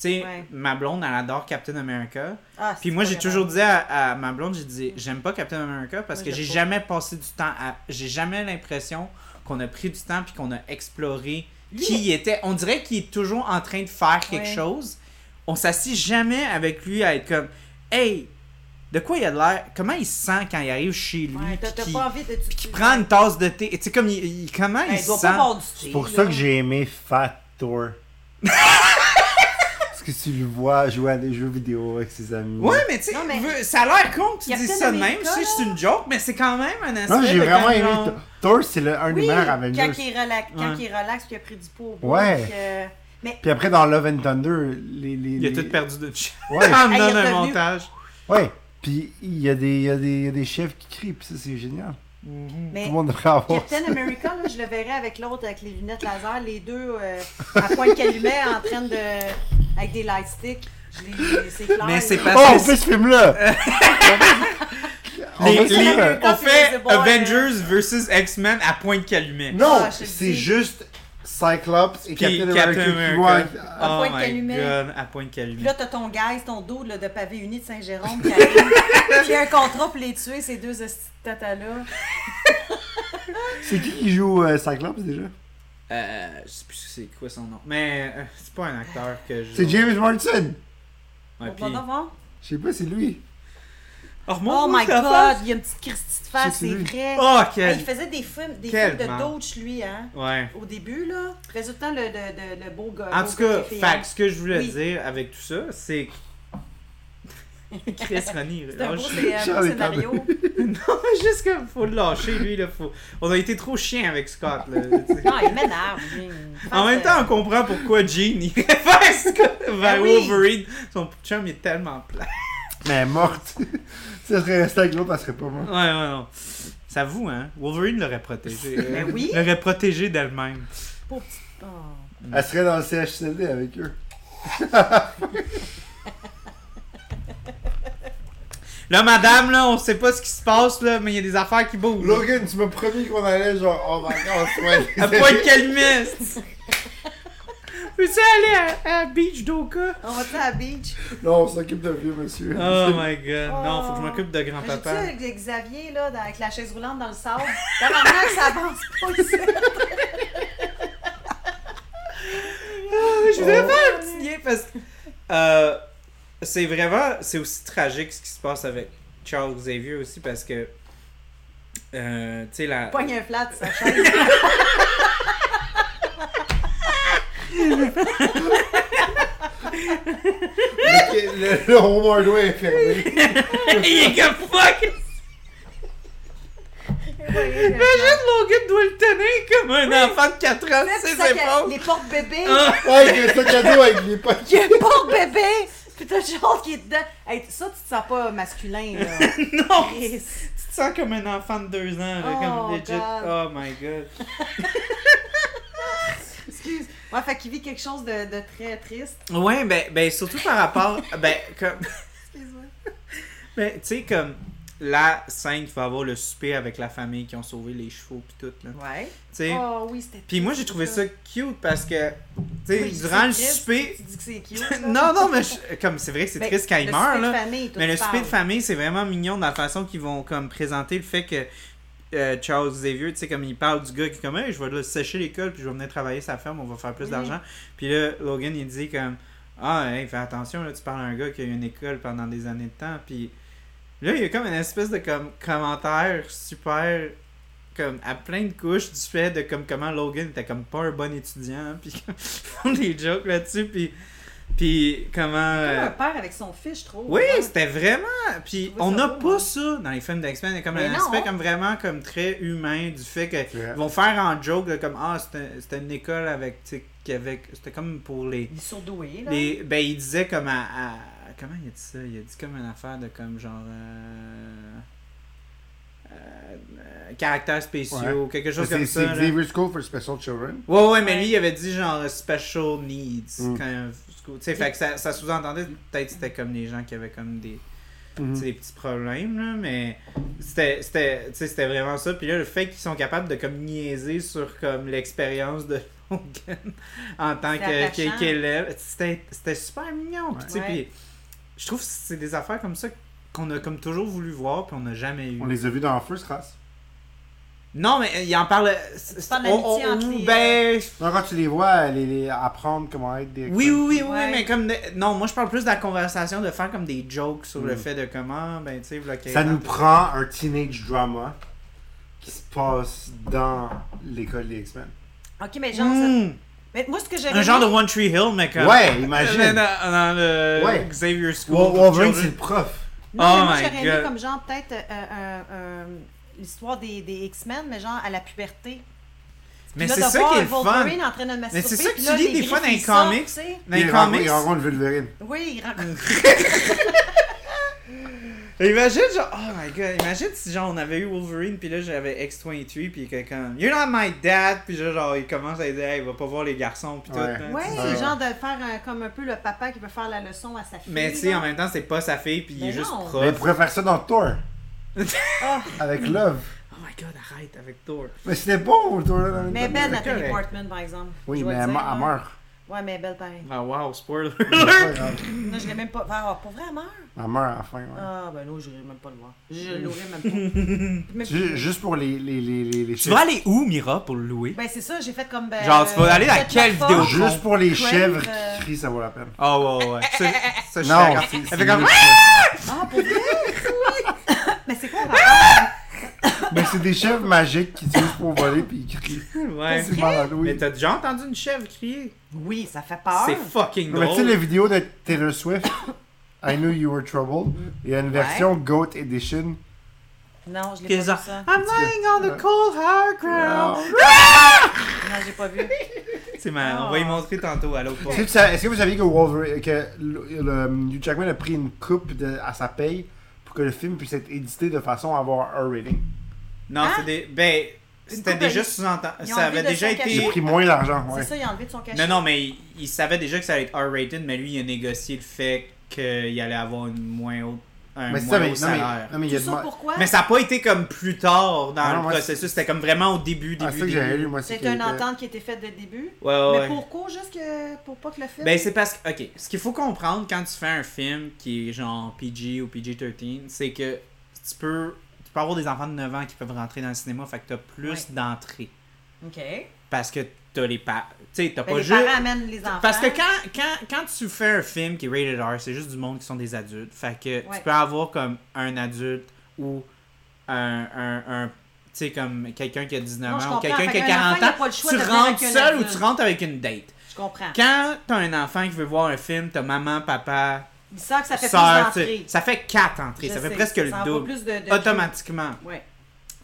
A: sais,
B: Ouais.
A: ma blonde, elle adore Captain America.
B: ah, c'est
A: Puis moi, j'ai
B: pas
A: toujours
B: grave.
A: dit à, à ma blonde, j'ai dit, j'aime pas Captain America parce
B: Moi,
A: que j'ai
B: je l'aime pas.
A: jamais passé du temps à. J'ai jamais l'impression qu'on a pris du temps puis qu'on a exploré
B: Lui,
A: qui il était. On dirait qu'il est toujours en train de faire quelque
B: Ouais.
A: chose. On s'assit jamais avec lui à être comme, hey, de quoi il a de l'air Comment il se sent quand il arrive chez lui
B: Ouais,
A: puis
B: t'as t'as
A: qu'il-
B: pas envie de. Ben,
A: puis qu'il prend une tasse de thé. Tu sais, comme, il, il- comment il
B: il
A: se
B: doit
A: sent
B: pas boire du thé.
C: C'est pour
B: là.
C: ça que j'ai aimé Fat Thor. Parce que tu le vois jouer à des jeux vidéo avec ses amis.
A: Ouais, mais tu sais,
B: Non, mais-
A: veux- ça a l'air con que tu
B: Captain
A: dises ça de même.
B: America,
A: C'est c'est une joke, mais c'est quand même un aspect.
C: Non, j'ai
A: de
C: vraiment
A: comme
C: aimé.
A: genre-
C: Thor. Thor, c'est le- un des
B: Oui,
C: meilleurs
B: quand
C: Avengers.
B: il relaxe, quand
A: Ouais.
B: il relaxe, puis il a pris du pot. au
C: Ouais.
B: bout, euh, puis que- Mais
C: Puis après, dans Love and Thunder, les. les
A: Il a
C: les-
A: tout perdu de chat. en me
C: Ouais.
B: Hey, Ah, il est
A: donne un
B: revenu.
A: montage.
C: Ouais. Puis il y, a des- il y, a des- il y a des chefs qui crient, puis ça, c'est génial.
B: mais-
C: Tout le monde devrait avoir.
B: Captain America, là, je le verrais avec l'autre, avec les lunettes laser, les deux euh, à pointe calumet, en train de. avec des light sticks. Je les- C'est clair.
A: Mais c'est
B: là.
A: parce
C: Oh, on
A: que
C: fait ce film-là! On
A: les-
C: fait ce
A: les-
C: film-là.
A: on
B: Quand c'est
A: fait
B: les boys,
A: Avengers versus X-Men à pointe calumet.
C: Non,
B: Ah, je te le
C: c'est
B: dis.
C: juste Cyclops et
A: Puis Captain
C: Captain America qui
A: America.
C: voient-
A: Oh
B: À pointe
A: my
B: calumet.
A: God, à pointe
B: Puis
A: calumet.
B: là, t'as ton guys, ton dos là, de pavé uni de Saint-Jérôme qui arrive. J'ai un contrat pour les tuer, ces deux hosties de tatas-là.
C: C'est qui qui joue euh, Cyclops déjà?
A: Euh, je sais plus c'est quoi son nom. Mais euh, c'est pas un acteur que je.
C: C'est James Martin!
A: Ouais,
B: Au
A: puis-
B: bon avant.
C: Je sais pas, c'est lui.
A: Oh,
B: Oh
A: remonte-moi
B: my
A: ta
B: god,
A: face.
B: il y a une petite Christie de face,
C: C'est
B: c'est
C: lui.
B: vrai.
A: Oh,
B: Hey,
A: quel.
B: il faisait des films, des
A: Quel
B: films de
A: manque.
B: Doge, lui, hein.
A: Ouais.
B: Au début, là. Résultat, le, le, le, le beau gars.
A: En
B: beau
A: tout
B: gars
A: cas,
B: qui a fait-
A: fait, que ce que je voulais
B: hein. Oui.
A: dire avec tout ça, c'est. que- Chris Ronnie.
B: C'est un
A: oh,
B: beau,
A: je-
B: c'est un beau
C: Charles est tardé.
B: scénario.
A: Non, mais juste comme faut le lâcher, lui. Là, faut... On a été trop chien avec Scott. Là, tu sais.
B: Non, il m'énerve. lui.
A: En
B: euh,
A: même temps, on comprend pourquoi Jean il préfère Scott vers
B: Ben oui.
A: Wolverine. Son chum est tellement plat.
C: Mais elle est morte. si elle serait restée avec l'autre, elle serait pas morte.
A: Ouais, ouais, non. Ça vous, hein? Wolverine l'aurait protégé.
B: Ben
A: euh,
B: oui.
A: L'aurait protégé d'elle-même.
B: Pauvre petit- oh.
C: Elle serait dans le CHCD avec eux.
A: Là, madame, là, on sait pas ce qui se passe, là, mais il y a des affaires qui bougent. là.
C: Logan, tu m'as promis qu'on allait genre oh en vacances. Ouais.
A: À pointe calmée. Peux-tu aller à, à Beach Doka?
B: On va-tu à la beach?
C: non, on s'occupe de vieux monsieur.
A: Oh my god. Non, faut que je
B: Oh.
A: m'occupe de
B: J'ai-tu
A: grand-papa.
B: avec Xavier, là, dans- avec la chaise roulante dans le sable? Tabarnak, ça avance pas ici.
A: Ah, Je voudrais
C: Oh.
A: faire un petit lien parce que euh, c'est vraiment, c'est aussi tragique ce qui se passe avec Charles Xavier aussi parce que euh, tu sais la
B: Poigne un flat, ça chaise.
C: le, le Home Hardway est fermé.
A: il est comme fuck
B: Imagine
A: imagine Logan doit le tenir comme un enfant de 4 ans sur ses
B: les
A: épaules
B: portes bébés.
A: Ah,
C: Ouais, il y a un sac à dos avec les potes.
B: Il y a un porte bébé. Puis t'as Charles qui est dedans. Hey, ça, tu te sens pas masculin, là.
A: non! Tu
B: Chris.
A: te sens comme un enfant de deux ans, là,
B: Oh,
A: comme legit.
B: God.
A: Oh my god.
B: Excuse. Ouais, fait qu'il vit quelque chose de, de très triste.
A: Ouais, ben, ben surtout par rapport. ben, comme.
B: Excuse-moi.
A: Ben, tu sais, comme. La scène qui va avoir le souper avec la famille qui ont sauvé les chevaux pis tout, là. Tu
B: Ouais.
A: sais.
B: Oh oui, c'était
A: Pis moi, j'ai trouvé ça cute parce que. Tu sais, durant le souper.
B: Tu dis que c'est cute. là.
A: non, non, mais je- comme c'est vrai que c'est
B: Ben,
A: triste quand il
B: le
A: meurt,
B: souper de
A: là.
B: famille, toi,
A: Mais
B: tu
A: le souper de
B: parles.
A: famille, c'est vraiment mignon dans la façon qu'ils vont comme présenter le fait que euh, Charles Xavier, tu sais, comme il parle du gars qui est comme Hey, je vais là, sécher l'école, puis je vais venir travailler sa ferme, on va faire plus
B: Mhm.
A: d'argent. Puis là, Logan, il dit comme Ah, hey, fais attention, là, tu parles à un gars qui a eu une école pendant des années de temps. Puis là, il y a comme une espèce de comme, commentaire super comme à plein de couches du fait de comme comment Logan était comme pas un bon étudiant hein, puis ils font des jokes là-dessus puis puis comment
B: Comme
A: euh,
B: un père avec son fils, je trouve.
A: oui,
B: hein.
A: c'était vraiment. Puis
B: trouvais
A: on
B: ça
A: n'a
B: beau,
A: pas
B: moi.
A: ça dans les films d'X-Men. Il y a comme
B: Mais
A: un
B: non.
A: aspect comme vraiment comme très humain du fait que
C: C'est vrai.
A: ils vont faire en joke là, comme ah c'était c'était une école avec tu sais, qu'avec c'était comme pour les
B: Il est surdoué, là.
A: les ben il disait comme à, à- comment il a dit ça il a dit comme une affaire de comme genre euh, euh, euh, caractères spéciaux quelque chose
C: C'est
A: comme
C: c'est
A: ça. là.
C: Xavier School for Special Children.
A: Ouais, ouais, mais
B: Ouais.
A: lui, il avait dit genre special needs.
C: Mm.
A: Quand, tu sais, fait que ça, ça sous-entendait peut-être que c'était comme les gens qui avaient comme des,
B: Mm.
A: tu sais, des petits problèmes, là, mais c'était c'était- tu sais, c'était vraiment ça. Puis là, le fait qu'ils sont capables de comme niaiser sur comme l'expérience de Logan en tant
B: C'est
A: que- que-
B: attachant.
A: qu'élève, c'était c'était super mignon. Puis, tu sais,
B: Ouais.
A: puis je trouve que c'est des affaires comme ça qu'on a comme toujours voulu voir, puis on n'a jamais eu.
C: On les a vus dans First Class.
A: Non, mais euh, il en parle. C'est oh,
B: parles d'amitié entre les- euh,
A: Ben,
C: Non, quand tu les vois, les, les apprendre comment être des.
A: Oui, oui, oui, oui,
B: Ouais.
A: mais comme. de- Non, moi je parle plus de la conversation, de faire comme des jokes sur le
C: Mm.
A: fait de comment, ben tu sais, voilà,
C: Ça
A: que-
C: nous prend un teenage drama qui se passe dans l'école des X-Men.
B: Ok, mais genre, ça-
A: Mm.
B: mais moi, ce que j'aurais
A: Un genre de
B: aimé-
A: One Tree Hill, mais comme.
C: Ouais,
A: Mais
C: imagine.
A: Dans, dans le
C: Ouais.
A: Xavier School.
C: Wa-
A: for
C: Wolverine, c'est
A: Children.
C: le prof.
B: Non,
A: Oh
B: mais moi,
A: my
B: j'aurais aimé
A: God.
B: comme genre, peut-être, euh, euh, euh, l'histoire des, des X-Men, mais genre à la puberté.
A: Mais
B: Puis
A: c'est
B: là, de
A: ça
B: voir
A: qui est le fun.
B: Wolverine en train de masturber,
A: Mais c'est ça que
B: puis
A: tu
B: là,
A: lis
B: les
A: des fois dans les
B: griffes, ils sortent,
A: comics.
B: tu sais.
A: Dans les
C: Il rencontre-
A: comics.
C: Il rencontre Wolverine.
B: Oui, il rencontre.
A: Imagine, genre, oh my god, imagine si genre on avait eu Wolverine, puis là j'avais X-23, puis quelqu'un, You're not my dad, puis là, genre il commence à dire, hey, va pas voir les garçons, puis tout.
C: Ouais.
A: hein,
B: Ouais,
A: tu sais.
B: c'est
C: Ouais.
B: genre de faire un- comme un peu le papa qui veut faire la leçon à sa fille.
A: Mais tu sais,
B: là.
A: en même temps, c'est pas sa fille, puis il est
B: Mais
A: juste
B: non.
A: prof.
C: Mais il pourrait faire ça dans Thor.
B: Ah.
C: Avec Love.
A: Oh my god, arrête avec Thor.
C: Mais c'était bon, Thor. là, dans
B: Mais
C: l'école.
B: belle,
A: c'est
B: Nathalie
A: correct.
B: Portman, par exemple.
C: Oui,
B: je vais
C: mais
B: le
C: elle,
B: dire,
C: me- elle
B: hein.
C: meurt.
B: Ouais, mais belle, pareil.
A: Ah wow, spoiler
C: C'est
A: alert.
C: pas grave.
B: Non, je l'ai même pas. Ah, pour vrai, elle meurt.
C: Elle meurt à la fin, ouais.
B: Ah, ben non, je même pas le voir. Je l'aurais même pas. Même-
C: Ju- Juste pour les, les, les, les, les
A: Tu
C: chefs.
A: vas aller où, Mira, pour le louer?
B: Ben, c'est ça, j'ai fait comme. Ben,
A: Genre, tu vas aller dans
B: faites
A: quelle
B: la
A: vidéo?
B: force.
C: Juste pour les
B: Crave,
C: chèvres
B: euh,
C: qui crient, ça vaut la peine.
A: Ah ouais, ouais. Ça, ça, je suis
C: Non,
A: d'accord.
C: c'est-
A: Elle
C: c'est
A: fait comme...
C: mieux.
B: Ah, pour vrai? Mais c'est quoi le rapport?
C: Mais c'est des chèvres magiques qui utilisent pour voler puis ils crient.
A: Ouais.
C: C'est malade, oui.
A: Mais t'as déjà entendu une chèvre crier?
B: Oui, ça fait peur.
A: C'est fucking
C: Non, mais tu sais,
A: drôle.
C: la vidéo de Taylor Swift, I Knew You Were Troubled, il y a une version Goat Edition.
B: Non, je l'ai
A: Qu'ils
B: pas
A: ont-
B: vu ça.
A: I'm lying on the cold hard
B: Ah.
A: ground.
B: Non, j'ai pas vu.
A: C'est ma... On va y montrer tantôt à l'autre.
C: Est-ce que, tu sa- est-ce que vous saviez que, Wolverine, que le, le- Hugh Jackman a pris une coupe de- à sa paye pour que le film puisse être édité de façon à avoir un rating?
A: Non,
B: Hein?
A: c'est des... Ben, c'était
B: coupe
A: déjà
B: de-
A: sous-entendu.
B: Ils ont
A: Ça
B: enlevé
A: avait
B: de
A: déjà
B: son
A: été...
C: J'ai
B: cachet.
C: pris moins d'argent, ouais.
B: C'est ça, il a enlevé de son cachet.
A: Non, non, mais il, il savait déjà que ça allait être R-rated, mais lui, il a négocié le fait qu'il allait avoir une moins haute... un
C: Mais c'est
A: moins
C: ça, mais,
A: haut
C: non, mais-
A: salaire.
C: non, mais il
B: Tout
C: y a
B: ça
C: demand-
B: pourquoi?
A: Mais ça n'a pas été comme plus tard dans
C: Ah non,
A: le
C: moi,
A: processus,
C: c'est-
A: c'était comme vraiment au début,
C: Ah,
A: début,
C: c'est ça que
A: début.
C: j'avais lu, moi.
B: C'est
C: qu'il
B: une
C: était-
B: entente qui était faite dès le début.
A: Ouais, ouais, Ah ouais.
B: Mais pourquoi? Juste que pour pas que le film.
A: Ben, c'est parce que, ok, ce qu'il faut comprendre quand tu fais un film qui est genre PG ou PG-13, c'est que tu peux, tu peux avoir des enfants de 9 ans qui peuvent rentrer dans le cinéma, fait que t'as plus
B: Ouais.
A: d'entrées.
B: OK. Ben,
A: Parce que t'as les parents. Tu sais, t'as pas
B: les
A: juste.
B: parents amènent les enfants.
A: Parce que quand, quand, quand tu fais un film qui est rated R, c'est juste du monde qui sont des adultes. Fait que
B: Ouais.
A: tu peux avoir comme un adulte ou un. un, un- tu sais, comme quelqu'un qui a 19
B: Non,
A: ans
B: je
A: ou
B: comprends.
A: quelqu'un qui
B: Fait
A: a
B: qu'un
A: 40
B: enfant, il a
A: ans.
B: pas le choix
A: Tu
B: de venir
A: rentres
B: avec un
A: seul ou
B: adulte.
A: tu rentres avec une date.
B: Je comprends.
A: Quand t'as un enfant qui veut voir un film, t'as maman, papa,
B: Ils savent que ça fait
A: sœur,
B: plus
A: tu sais,
B: d'entrées.
A: ça fait quatre entrées,
B: Je
A: ça fait
B: sais,
A: presque
B: ça
A: le
B: en va
A: double.
B: plus de- de-
A: Automatiquement.
B: Ouais.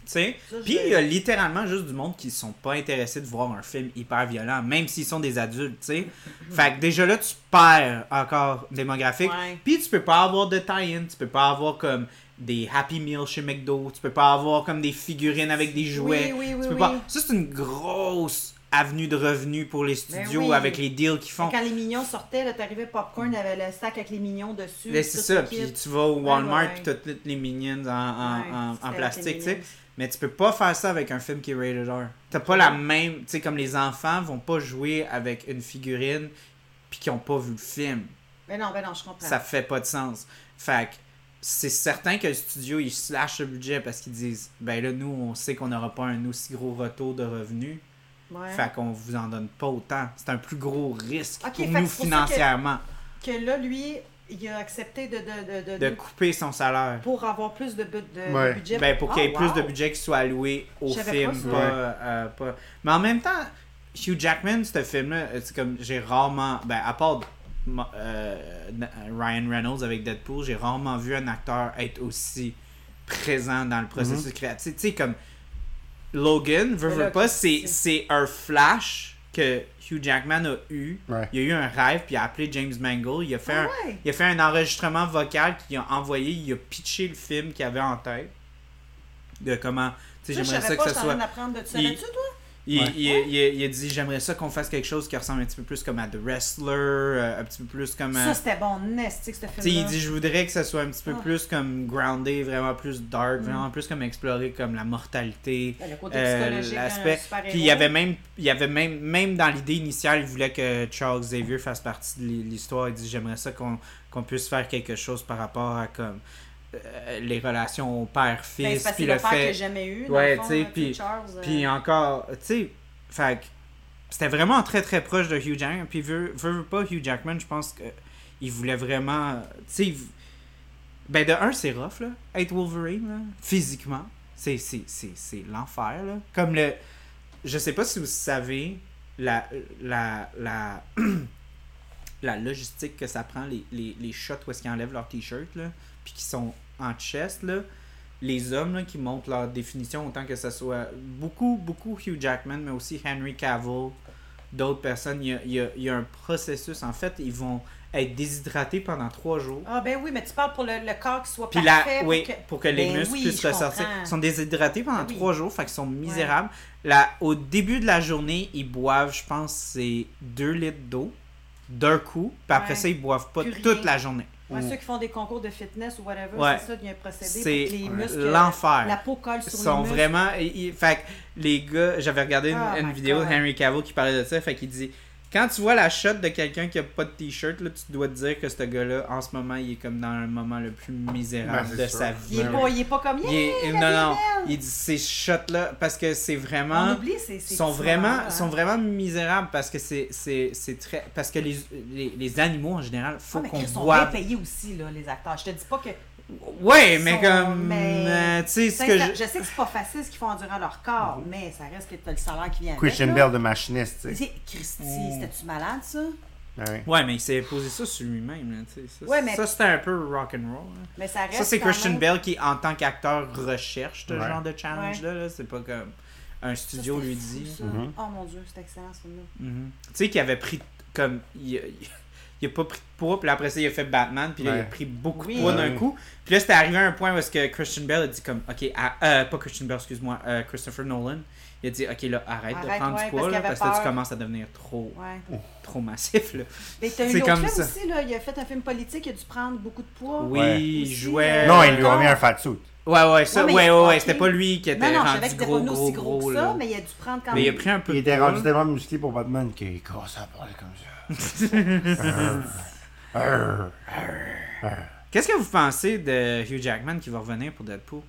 A: sais.
B: Ça, je
A: Puis il y
B: vais-
A: a littéralement juste du monde qui sont pas intéressés de voir un film hyper violent, même s'ils sont des adultes, tu sais. Fait que déjà là, tu perds encore démographique.
B: Ouais.
A: Puis tu peux pas avoir de tie-in, tu peux pas avoir comme des Happy Meal chez McDo, tu peux pas avoir comme des figurines avec des jouets.
B: oui, oui,
A: tu peux
B: oui.
A: pas- Ça, c'est une grosse avenue de revenus pour les
B: Ben
A: studios
B: oui.
A: avec les deals qu'ils font.
B: Quand les mignons sortaient, là, t'arrivais popcorn, il y avait le sac avec les mignons dessus.
A: Mais Ben, c'est
B: tout
A: ça,
B: le kit.
A: puis tu vas au Walmart,
B: ouais.
A: puis t'as toutes les minions en, en-
B: Ouais,
A: en-
B: c'était
A: en
B: avec les
A: plastique, tu sais.
B: Minions.
A: Mais tu peux pas faire ça avec un film qui est rated R. T'as pas la même. Tu sais, comme les enfants vont pas jouer avec une figurine puis qui ont pas vu le film.
B: Mais non, ben non, je comprends.
A: Ça fait pas de sens. Fait que c'est certain que le studio, il slash le budget parce qu'ils disent ben là, nous, on sait qu'on n'aura pas un aussi gros retour de revenus.
B: Ouais.
A: Fait qu'on vous en donne pas autant. C'est un plus gros risque
B: Ok, fait
A: pour
B: que
A: nous
B: c'est pour ça que-
A: financièrement
B: Que là, lui, il a accepté de, de, de, de-
A: de couper son salaire.
B: pour avoir plus de, bu- de- de
C: Ouais.
B: budget.
A: Ben, pour qu'il y ait
B: Ah,
A: plus
B: wow.
A: de budget qui soit alloué au
B: Je savais
A: film.
B: pas ça.
A: Pas, euh, pas- Mais en même temps, Hugh Jackman, ce film-là, euh, c'est comme j'ai rarement. Ben, à part ma- euh, na- Ryan Reynolds avec Deadpool, j'ai rarement vu un acteur être aussi présent dans le processus créatif. Tu sais, comme Logan, veux,
B: Mais
A: veux
B: Ben là,
A: pas, c'est
B: c'est-
A: c'est un flash que Hugh Jackman a eu.
C: Ouais.
A: Il a eu un rêve, puis il a appelé James Mangold. Il a fait,
B: Ah
A: un,
B: ouais.
A: il a fait un enregistrement vocal qu'il a envoyé. Il a pitché le film qu'il avait en tête. De comment. Tu sais,
B: Ça, je
A: j'aimerais
B: savais
A: ça
B: pas,
A: que
B: je
A: ça
B: suis en train
A: soit.
B: d'apprendre de ça.
A: Il-
B: Savais-tu, toi?
A: Il,
C: Ouais.
A: il- il- il a dit J'aimerais ça qu'on fasse quelque chose qui ressemble un petit peu plus comme à The Wrestler, euh, un petit peu plus comme. à-
B: Ça, c'était bon, Nest, ce
A: tu sais, il
B: film-là.
A: dit je voudrais que ça soit un petit peu
B: Ah. Mm.
A: plus comme grounded, vraiment plus dark, vraiment plus comme explorer comme la mortalité,
B: Ben, le côté
A: euh,
B: psychologique d'un
A: l'aspect.
B: super-héros.
A: Puis il y avait même, il y avait même, même dans l'idée initiale, il voulait que Charles Xavier fasse partie de l'hi- l'histoire. Il dit j'aimerais ça qu'on qu'on puisse faire quelque chose par rapport à comme euh, les relations
B: Ben, c'est
A: père-fils,
B: parce que
A: puis
B: le
A: le
B: père que
A: fait.
B: j'ai jamais eu.
A: Ouais,
B: Ouais, tu
A: tu sais,
B: sais,
A: puis-
B: Charles, euh,
A: Puis encore, tu sais, fait que c'était vraiment très très proche de Hugh Jackman. Puis veut, veut, veut pas Hugh Jackman, je pense que il voulait vraiment, tu sais, il- ben de un c'est rough là, être Wolverine là, physiquement, c'est c'est c'est c'est l'enfer là. Comme le, je sais pas si vous savez la la la la logistique que ça prend les, les, les shots où est-ce qu'ils enlèvent leur t-shirt là, puis qui sont en chest là les hommes là, qui montrent leur définition, autant que ce soit beaucoup, beaucoup Hugh Jackman, mais aussi Henry Cavill, d'autres personnes. Il y, a, il y a- il y a un processus. En fait, ils vont être déshydratés pendant trois jours.
B: Ah, ben oui, mais tu parles pour le, le corps qui soit
A: Puis là,
B: parfait. pour
A: oui,
B: que-
A: pour que les
B: Ben
A: muscles
B: oui,
A: puissent
B: je
A: ressortir.
B: comprends.
A: Ils sont déshydratés pendant
B: Ah oui.
A: trois jours, fait qu'ils sont misérables. Là, au début de la journée, ils boivent, je pense, c'est 2 litres d'eau d'un coup. Puis après
B: Ouais.
A: ça, ils boivent pas
B: Plus rien.
A: toute la journée.
B: Ouais, Ceux qui font des concours de fitness ou whatever,
A: Mm. Ouais.
B: c'est ça, il y a un procédé
A: C'est
B: pour que les muscles. euh,
A: l'enfer.
B: La peau colle sur
A: sont
B: les muscles.
A: vraiment. i- i- fait que les gars, j'avais regardé une,
B: Oh
A: une
B: my
A: vidéo
B: God.
A: de Henry Cavill qui parlait de ça, fait qu'il dit quand tu vois la shot de quelqu'un qui a pas de t-shirt, là, tu dois te dire que ce gars-là, en ce moment, il est comme dans le moment le plus misérable
C: Ben, c'est
A: de
C: sûr.
A: sa vie.
B: Il est, pas, il est pas comme
A: Il
B: Yeah,
A: est- non,
B: la vie est
A: non,
B: belle.
A: il dit ces shots-là parce que c'est
B: On
A: vraiment
B: oublie, c'est. c'est-
A: sont
B: c'est
A: vraiment
B: hein.
A: sont vraiment misérables parce que c'est c'est c'est très parce que les, les, les animaux en général
B: Ah,
A: faut
B: mais
A: qu'on
B: qu'ils sont bien
A: boive
B: payés aussi, là, les acteurs. Je te dis pas que.
A: ouais mais
B: sont-
A: comme
B: mais-
A: euh, tu sais ce que
B: Sincère-
A: je- Mhm.
B: je... sais que c'est pas facile ce qu'ils font durant leur corps, mais ça reste que t'as le salaire qui vient avec.
C: Christian
B: là.
C: Bell de machiniste, tu sais. Ah
B: C'est- Christy,
A: Mhm.
B: c'était-tu malade, ça?
C: Ouais.
A: Ouais, mais il s'est posé ça sur lui-même. là, tu sais. Ça,
B: Ouais, mais-
A: ça, c'était un peu rock'n'roll. là.
B: Mais ça reste.
A: Ça, c'est
B: quand
A: Christian
B: même-
A: Bell qui, en tant qu'acteur, recherche ce
C: Ouais.
A: genre de challenge-là. là. C'est pas comme un
B: Ça,
A: studio
B: c'était
A: lui
B: fou,
A: dit.
B: ça.
C: Mhm.
B: Oh mon dieu, c'est excellent ce film-là.
A: Mhm. Tu sais qu'il avait pris comme. Il, il- il a pas pris de poids, puis là, après ça, il a fait Batman, puis là, il a
C: Ouais.
A: pris beaucoup
B: Oui.
A: de poids d'un
C: Ouais.
A: coup. Puis là, c'était arrivé à un point où est-ce que Christian Bell a dit comme, OK, ah, euh, pas Christian Bell, excuse-moi, euh, Christopher Nolan. Il a dit, OK, là, arrête, de
B: Arrête,
A: prendre
B: ouais,
A: du poids,
B: parce qu'il
A: là,
B: avait
A: parce, que là, tu
B: peur.
A: commences à devenir trop,
B: Ouais.
A: trop massif. Là.
B: Mais t'as eu
A: C'est
B: l'autre
A: comme
B: film
A: ça.
B: aussi, là. Il a fait un film politique, il a dû prendre beaucoup de poids.
A: Oui,
C: Ouais.
A: il
B: Aussi,
A: jouait.
B: euh,
C: Non, ils lui ont
B: non.
C: mis un fat suit.
A: Ouais, ouais, ça,
B: Ouais,
A: ouais,
B: mais-
A: ouais, ouais,
B: ok.
A: c'était pas lui qui était
B: Non, non, je savais que
A: rendu
B: c'était
A: gros,
B: pas nous
A: gros,
B: aussi
A: gros,
B: gros, que ça,
A: là.
B: mais il a dû prendre quand
A: Mais il a
B: même.
A: pris un peu
C: Il
A: de
C: était
A: poids.
C: rendu tellement musclé pour Batman qu'il casse à parler comme ça. Arr.
A: Qu'est-ce que vous pensez de Hugh Jackman qui va revenir pour Deadpool?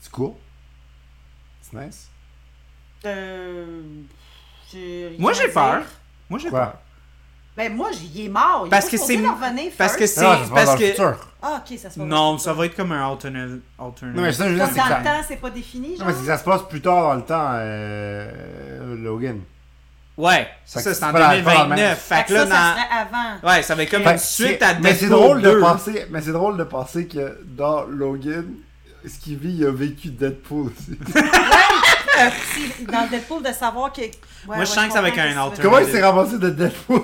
C: C'est cool. C'est nice.
B: Euh, j'ai rien
A: Moi,
B: à
A: j'ai
B: dire.
A: peur. Moi, j'ai peur.
C: Quoi?
B: Ben, moi, j'y ai mort. Il est
A: Parce
B: pas
A: que
B: supposé
A: c'est-
B: d'en revenir
A: Parce que
B: first.
A: c'est...
C: Ah, ça se passe dans
A: parce
C: le
A: que...
C: futur.
B: Ah, ok, ça se passe.
A: Non, ça va être comme un alternate... alternate.
C: Non, mais ça, je veux dire,
B: Comme
C: c'est que
B: dans
C: ça...
B: le temps, c'est pas défini,
C: Non,
B: genre.
C: mais c'est que ça se passe plus tard dans le temps, euh, Logan.
A: Ouais, ça,
C: Fait que
A: c'est en
C: c'est pas la- pas la même.
A: 2029. Fait que là,
B: ça, ça
A: dans...
B: serait avant.
A: Ouais, ça va être comme
C: Fait
A: une
C: que
A: suite
C: c'est-
A: à
C: mais c'est
A: Deadpool
C: drôle de
A: 2.
C: penser mais c'est drôle de penser que dans Logan Skivy, il a vécu Deadpool aussi.
B: Si, dans le Deadpool, de savoir que. Ouais, ouais,
A: je sens que ça va être un
B: comprends
A: alter.
C: Comment il s'est ramassé de Deadpool?